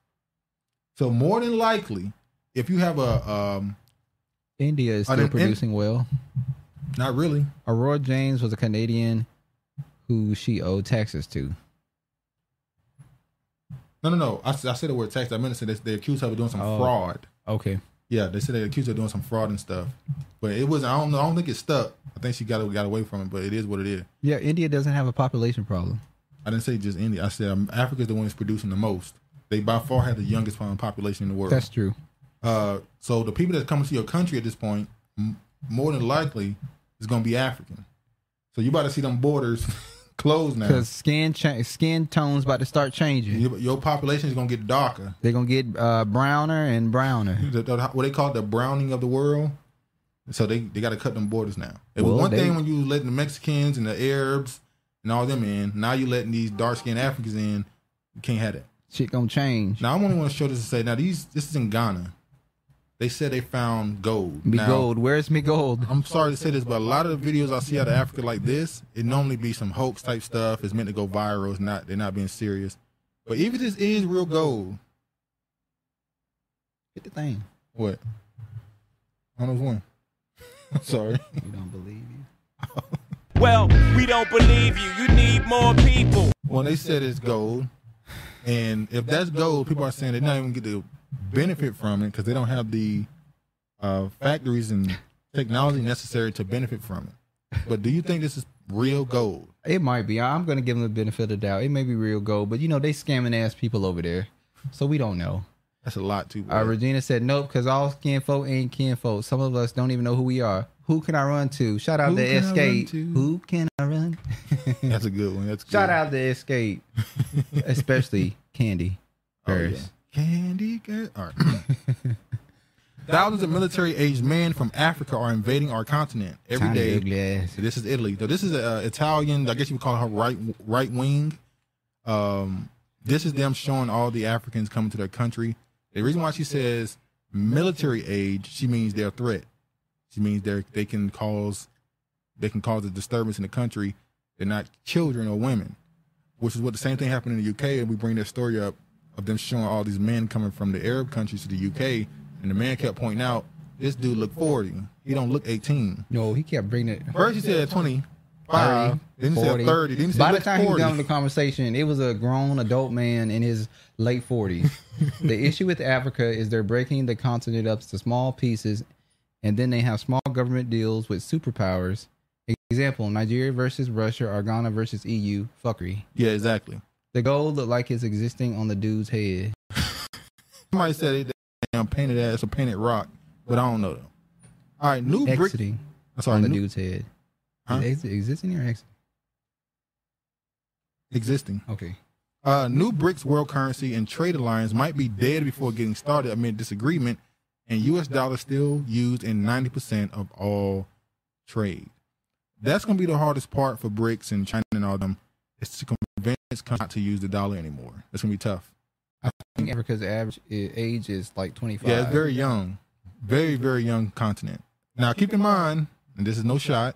Speaker 1: So more than likely, if you have a um
Speaker 6: India is
Speaker 1: Are
Speaker 6: still
Speaker 1: they-
Speaker 6: producing well.
Speaker 1: Not really.
Speaker 6: Aurora James was a Canadian who she owed taxes to.
Speaker 1: no no no, I, s- I said the word tax. I meant to say they, they accused her of doing some
Speaker 6: Oh.
Speaker 1: fraud.
Speaker 6: Okay.
Speaker 1: Yeah, they said they accused her of doing some fraud and stuff. But it wasn't I don't know, I don't think it stuck. I think she got got away from it, but it is what it is.
Speaker 6: Yeah, India doesn't have a population problem.
Speaker 1: I didn't say just India. I said um, Africa's the one that's producing the most. They by far have the youngest farm population in the world.
Speaker 6: That's true.
Speaker 1: Uh, so the people that come to your country at this point, m- more than likely, is going to be African. So you about to see them borders *laughs* closed now.
Speaker 6: Because skin cha- skin tone's about to start changing.
Speaker 1: Your, your population is going to get darker.
Speaker 6: They're gonna get uh, browner and browner.
Speaker 1: The- the- what they call the browning of the world. So they, they got to cut them borders now. It was
Speaker 6: Well,
Speaker 1: one
Speaker 6: they-
Speaker 1: thing when you was letting the Mexicans and the Arabs and all them in. Now you're letting these dark skinned Africans in. You can't have that.
Speaker 6: Shit gonna change.
Speaker 1: Now I only want to show this to say now these this is in Ghana. They said they found gold.
Speaker 6: Me
Speaker 1: Now,
Speaker 6: gold. Where's me gold?
Speaker 1: I'm sorry to say this, but a lot of the videos I see out of Africa like this, it normally be some hoax type stuff. It's meant to go viral. It's not. They're not being serious. But even this is real gold.
Speaker 6: Hit the thing.
Speaker 1: What? On those one. *laughs* I'm sorry.
Speaker 6: You don't believe you.
Speaker 16: Well, we don't believe you. You need more people.
Speaker 1: Well, they said it's gold, and if that's gold, people are saying they're not even get to benefit from it because they don't have the uh, factories and technology necessary to benefit from it. But do you think this is real gold?
Speaker 6: It might be. I'm gonna give them the benefit of the doubt. It may be real gold, but you know they scamming ass people over there, so we don't know.
Speaker 1: That's a lot too.
Speaker 6: Uh, Regina said nope, because all kinfolk ain't kinfolk. Some of us don't even know who we are. Who can I run to? Shout out
Speaker 1: Who
Speaker 6: to
Speaker 1: can I run
Speaker 6: Escape.
Speaker 1: to?
Speaker 6: Who can I run?
Speaker 1: *laughs* That's a good one. That's good.
Speaker 6: Shout out to
Speaker 1: *laughs*
Speaker 6: Escape, especially Candy.
Speaker 1: Oh, yeah.
Speaker 6: Harris.
Speaker 1: Candy Cat. All right. *laughs* Thousands of military-aged men from Africa are invading our continent every
Speaker 6: Tiny
Speaker 1: day.
Speaker 6: ugly ass.
Speaker 1: This is Italy. So this is uh, Italian. I guess you would call her right right wing. Um, this is them showing all the Africans coming to their country. The reason why she says military age, she means they're a threat. She means they they can cause they can cause a disturbance in the country. They're not children or women, which is what the same thing happened in the UK. And we bring that story up of them showing all these men coming from the Arab countries to the UK, and the man kept pointing out this dude look forty. He don't look eighteen.
Speaker 6: No, he kept bringing it.
Speaker 1: First he said twenty five, then he said thirty, then he said
Speaker 6: By the
Speaker 1: look
Speaker 6: time he was
Speaker 1: 40.
Speaker 6: done with the conversation, it was a grown adult man in his late
Speaker 1: *laughs*
Speaker 6: forties. the issue with Africa is they're breaking the continent up to small pieces, and then they have small government deals with superpowers. Example: Nigeria versus Russia, or Ghana versus EU. Fuckery.
Speaker 1: Yeah, exactly.
Speaker 6: The gold looked like it's existing on the dude's head.
Speaker 1: Somebody said they damn painted ass or painted rock, but I don't know though. All right, new brick.
Speaker 6: Exiting
Speaker 1: I'm sorry,
Speaker 6: on the
Speaker 1: new-
Speaker 6: dude's head.
Speaker 1: Huh?
Speaker 6: Is it exi- existing or exiting?
Speaker 1: Existing.
Speaker 6: Okay.
Speaker 1: Uh, new BRICS world currency and trade alliance might be dead before getting started amid disagreement, and U.S. dollars still used in 90% of all trade. That's going to be the hardest part for BRICS and China and all them is to convince countries not to use the dollar anymore. That's going to be tough.
Speaker 6: I think Africa's average i- age is like twenty five.
Speaker 1: Yeah, it's very young, very very young continent. Now keep in mind, and this is no shot,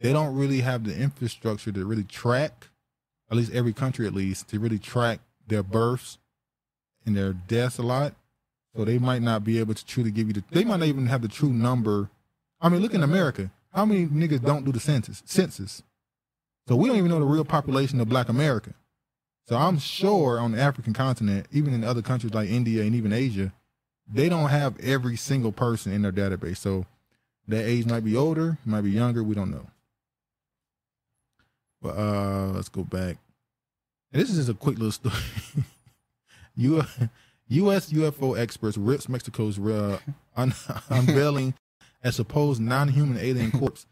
Speaker 1: they don't really have the infrastructure to really track, at least every country at least, to really track their births and their deaths a lot. So they might not be able to truly give you the. They might not even have the true number. I mean, look in America, how many niggas don't do the census? Census. So we don't even know the real population of Black America. So I'm sure on the African continent, even in other countries like India and even Asia, they don't have every single person in their database. So that age might be older, might be younger. We don't know. But *laughs* uh, let's go back. And this is just a quick little story. you U.S. UFO experts rips Mexico's uh, *laughs* un- unveiling a supposed non-human alien corpse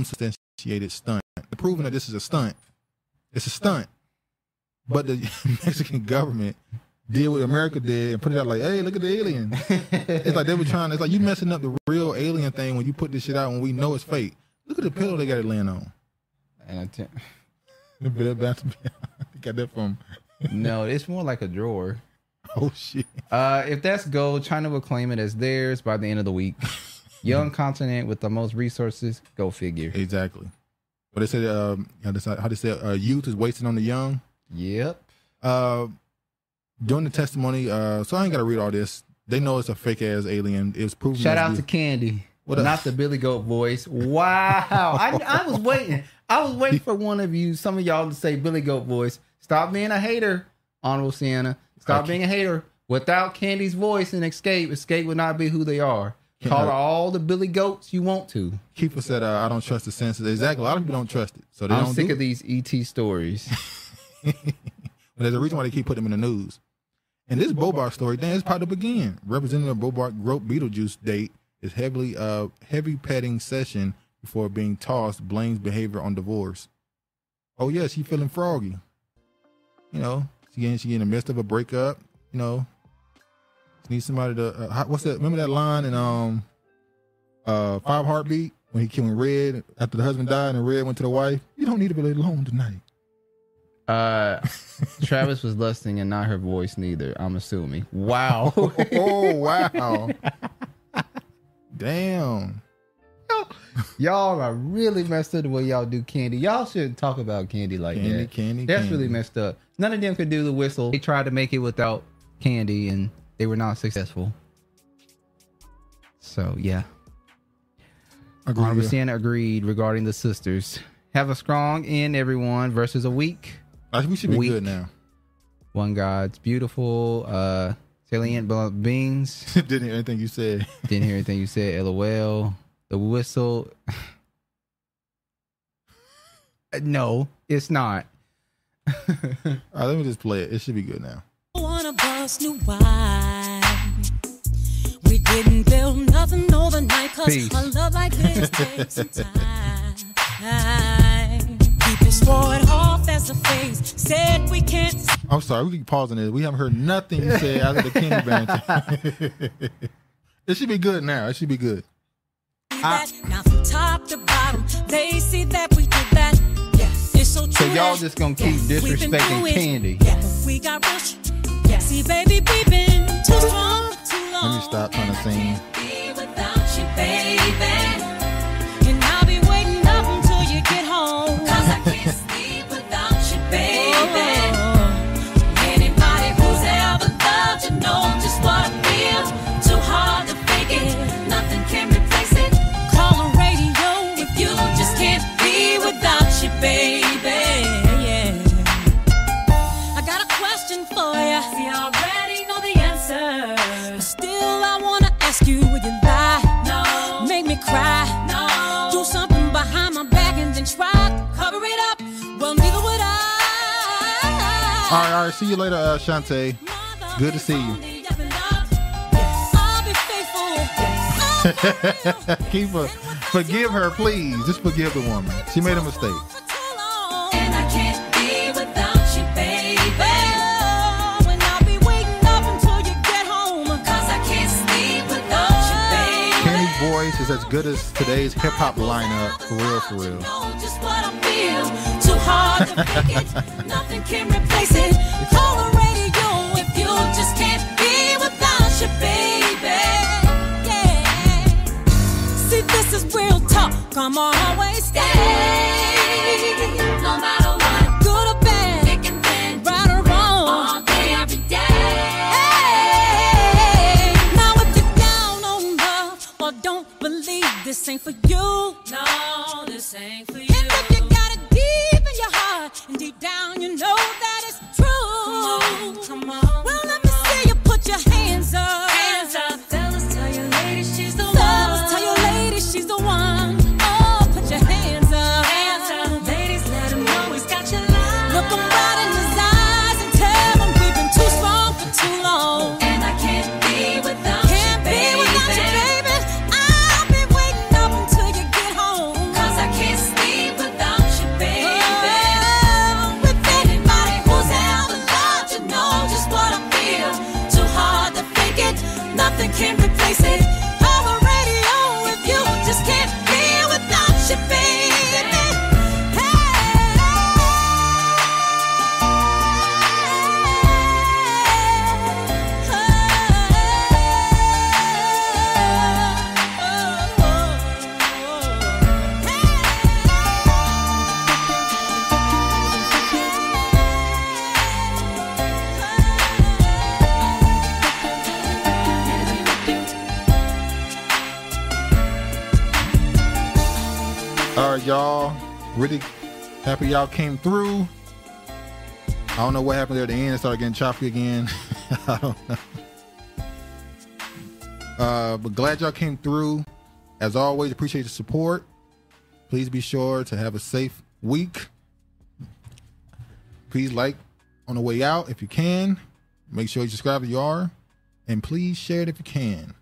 Speaker 1: unsubstantiated stunt, proving that this is a stunt. It's a stunt. But the *laughs* Mexican government did what America did and put it out like, "Hey, look at the alien." it's like they were trying. It's like you messing up the real alien thing when you put this shit out when we know it's fake. Look at the pillow they got it laying on.
Speaker 6: And I te-
Speaker 1: The bed of bath- got that from. *laughs*
Speaker 6: no, it's more like a drawer.
Speaker 1: Oh shit!
Speaker 6: Uh, if that's gold, China will claim it as theirs by the end of the
Speaker 1: *laughs*
Speaker 6: week. Young continent with the most resources. Go figure.
Speaker 1: Exactly. But they said, um, you know, that's how they say, uh, youth is wasting on the young.
Speaker 6: Yep.
Speaker 1: Uh, during the testimony, uh, so I ain't gotta read all this. They know it's a fake ass alien. It was proven.
Speaker 6: Shout
Speaker 1: as
Speaker 6: out
Speaker 1: real.
Speaker 6: to Candy.
Speaker 1: What up?
Speaker 6: Not the Billy Goat voice. Wow. I, I was waiting. I was waiting for one of you, some of y'all, to say Billy Goat voice. Stop being a hater, Honorable Sienna. Stop being a hater. Without Candy's voice and Escape, Escape would not be who they are.
Speaker 1: Can't
Speaker 6: Call
Speaker 1: hurt.
Speaker 6: all the Billy Goats you want to.
Speaker 1: Keeper said, uh, "I don't trust the senses." Exactly. A lot of people don't trust it, so they
Speaker 6: I'm
Speaker 1: don't.
Speaker 6: sick
Speaker 1: do
Speaker 6: of these ET
Speaker 1: *laughs*
Speaker 6: stories.
Speaker 1: But there's a reason why they keep putting them in the news. And this Bobart story, then it's popped up again. Representative Bobart wrote Beetlejuice date is heavily uh heavy petting session before being tossed blames behavior on divorce. Oh yeah, she feeling froggy. You know, she getting she in the midst of a breakup. You know, she needs somebody to. Uh, how- what's that? Remember that line in um uh Five Heartbeat when he killed Red after the husband died and Red went to the wife. You don't need to be alone tonight.
Speaker 6: *laughs* Uh, Travis was lusting and not her voice neither. I'm assuming. *laughs* Wow. *laughs*
Speaker 1: Oh wow. Damn.
Speaker 6: Y'all are really messed up the way y'all do candy. Y'all shouldn't talk about candy like
Speaker 1: Candy,
Speaker 6: that.
Speaker 1: candy,
Speaker 6: That's
Speaker 1: candy.
Speaker 6: really messed up. None of them could do the whistle. They tried to make it without candy and they were not successful. So yeah.
Speaker 1: Agreed.
Speaker 6: Honorable Sienna agreed regarding the sisters. Have a strong end, everyone, versus a weak.
Speaker 1: we should be good now.
Speaker 6: One God's beautiful, uh salient bl- beings.
Speaker 1: *laughs* Didn't hear anything you said.
Speaker 6: *laughs* Didn't hear anything you said. LOL. The whistle. *laughs* no, it's not. *laughs*
Speaker 1: All right, let me just play it. It should be good now.
Speaker 12: on a bus new wine. We didn't build nothing overnight, cause
Speaker 1: Peace.
Speaker 12: a love like
Speaker 1: *laughs*
Speaker 12: this takes some time. People swore it off as a phase, said we can't
Speaker 1: I'm sorry, we keep pausing this. We haven't heard nothing you said out of the Kenny Banter.
Speaker 6: *laughs*
Speaker 1: *laughs* it should be good now. It should be good.
Speaker 12: see that. Now from top to bottom, they see that we did that. Yes, it's so true.
Speaker 6: So y'all
Speaker 12: that-
Speaker 6: just gonna keep
Speaker 12: yes, we've been
Speaker 6: disrespecting
Speaker 12: through it.
Speaker 6: candy.
Speaker 12: Yes, we got rush. Yes, see, baby, we've been too strong for too long.
Speaker 1: Let me stop trying to sing.
Speaker 12: be without you, baby. And I'll be waiting up until you get home. Cause I can't sleep without you, baby. Anybody who's ever loved you know just what it feels. Too hard to fake it. Nothing can replace it. Call the radio if you just can't be without you, baby. Yeah. I got a question for you. See, I already know the answer. But still, I wanna ask you, would you lie? No. Make me cry? No. Do something behind my back and then try to cover it up. Well, neither would I.
Speaker 1: All right, all right. See you later, uh, Shantae. Good to see you. *laughs*
Speaker 12: I'll be faithful.
Speaker 1: Keep her. Forgive her, please. Just forgive the woman. She made a mistake.
Speaker 12: And I can't be without you, baby. When Oh, I'll be waiting up until you get home. Cause I can't sleep without you, baby.
Speaker 1: Kenny's voice is as good as today's hip hop lineup. For real, for real.
Speaker 12: Know just what I feel. Too hard to fake it. Nothing can replace it. Call the radio if you just can't be without you, baby. Yeah. See, this is real talk. Come on, always stay. No matter what. Good or bad. Thick and thin. Right or wrong. All day, every day. Hey. Now, if you're down on love or don't believe this ain't for you. No, this ain't for you. And if you got it deep in your heart and deep down you know that it's true. Come on, come on. Well, let me see you put your hands up. Hands up. Fellas, tell your lady she's the one. Fellas, tell your lady she's the one. Oh, put your hands up. Hands up. Ladies, let him know he's got your line. Look him right in his eyes and tell him we've been too strong for too long.
Speaker 1: y'all. Really happy y'all came through. I don't know what happened there at the end. It started getting choppy again. *laughs* I don't know. Uh, but glad y'all came through. As always, appreciate the support. Please be sure to have a safe week. Please like on the way out if you can. Make sure you subscribe if you are. And please share it if you can.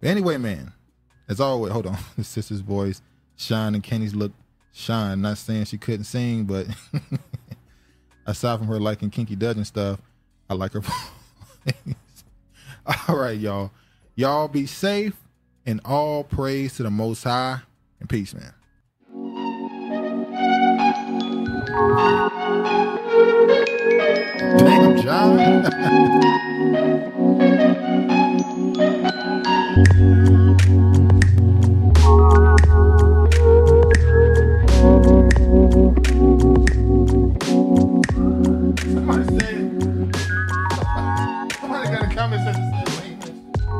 Speaker 1: But anyway, man, as always, hold on. *laughs* The sister's voice, shine, and Kenny's look shine. Not saying she couldn't sing, but *laughs* aside from her liking Kinky Dudgeon stuff, I like her *laughs* voice. All right, y'all. Y'all be safe and all praise to the Most High and peace, man. Damn, John. Somebody say it. Somebody got a comment section.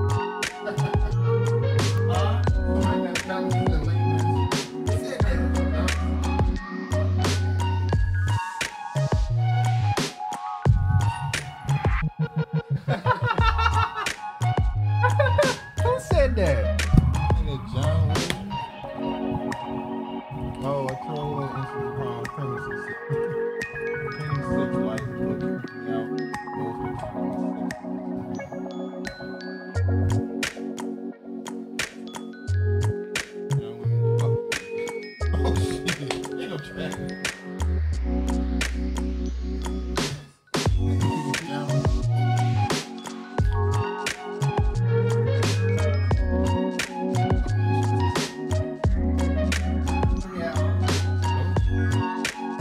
Speaker 16: Who said that?
Speaker 1: Nigga, John Wayne. Oh, a troll and some wrong premises. Penny six life will kick me out. Goes with Penny Six. John Wayne, fuck. Oh shit, they gonna try.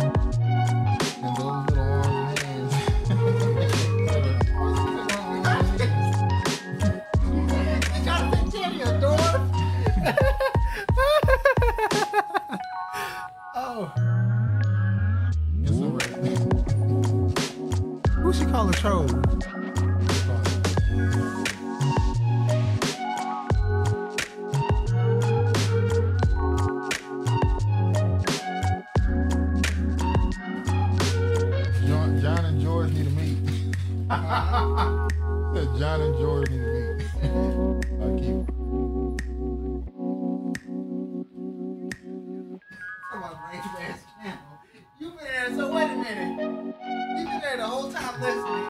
Speaker 1: And those little arms and
Speaker 4: *laughs*
Speaker 16: Oh. Who she call a troll?
Speaker 1: John, John and George need to meet. *laughs* Said John and George need to meet. I keep.
Speaker 16: You been there, so wait a minute. You been there the whole time listening.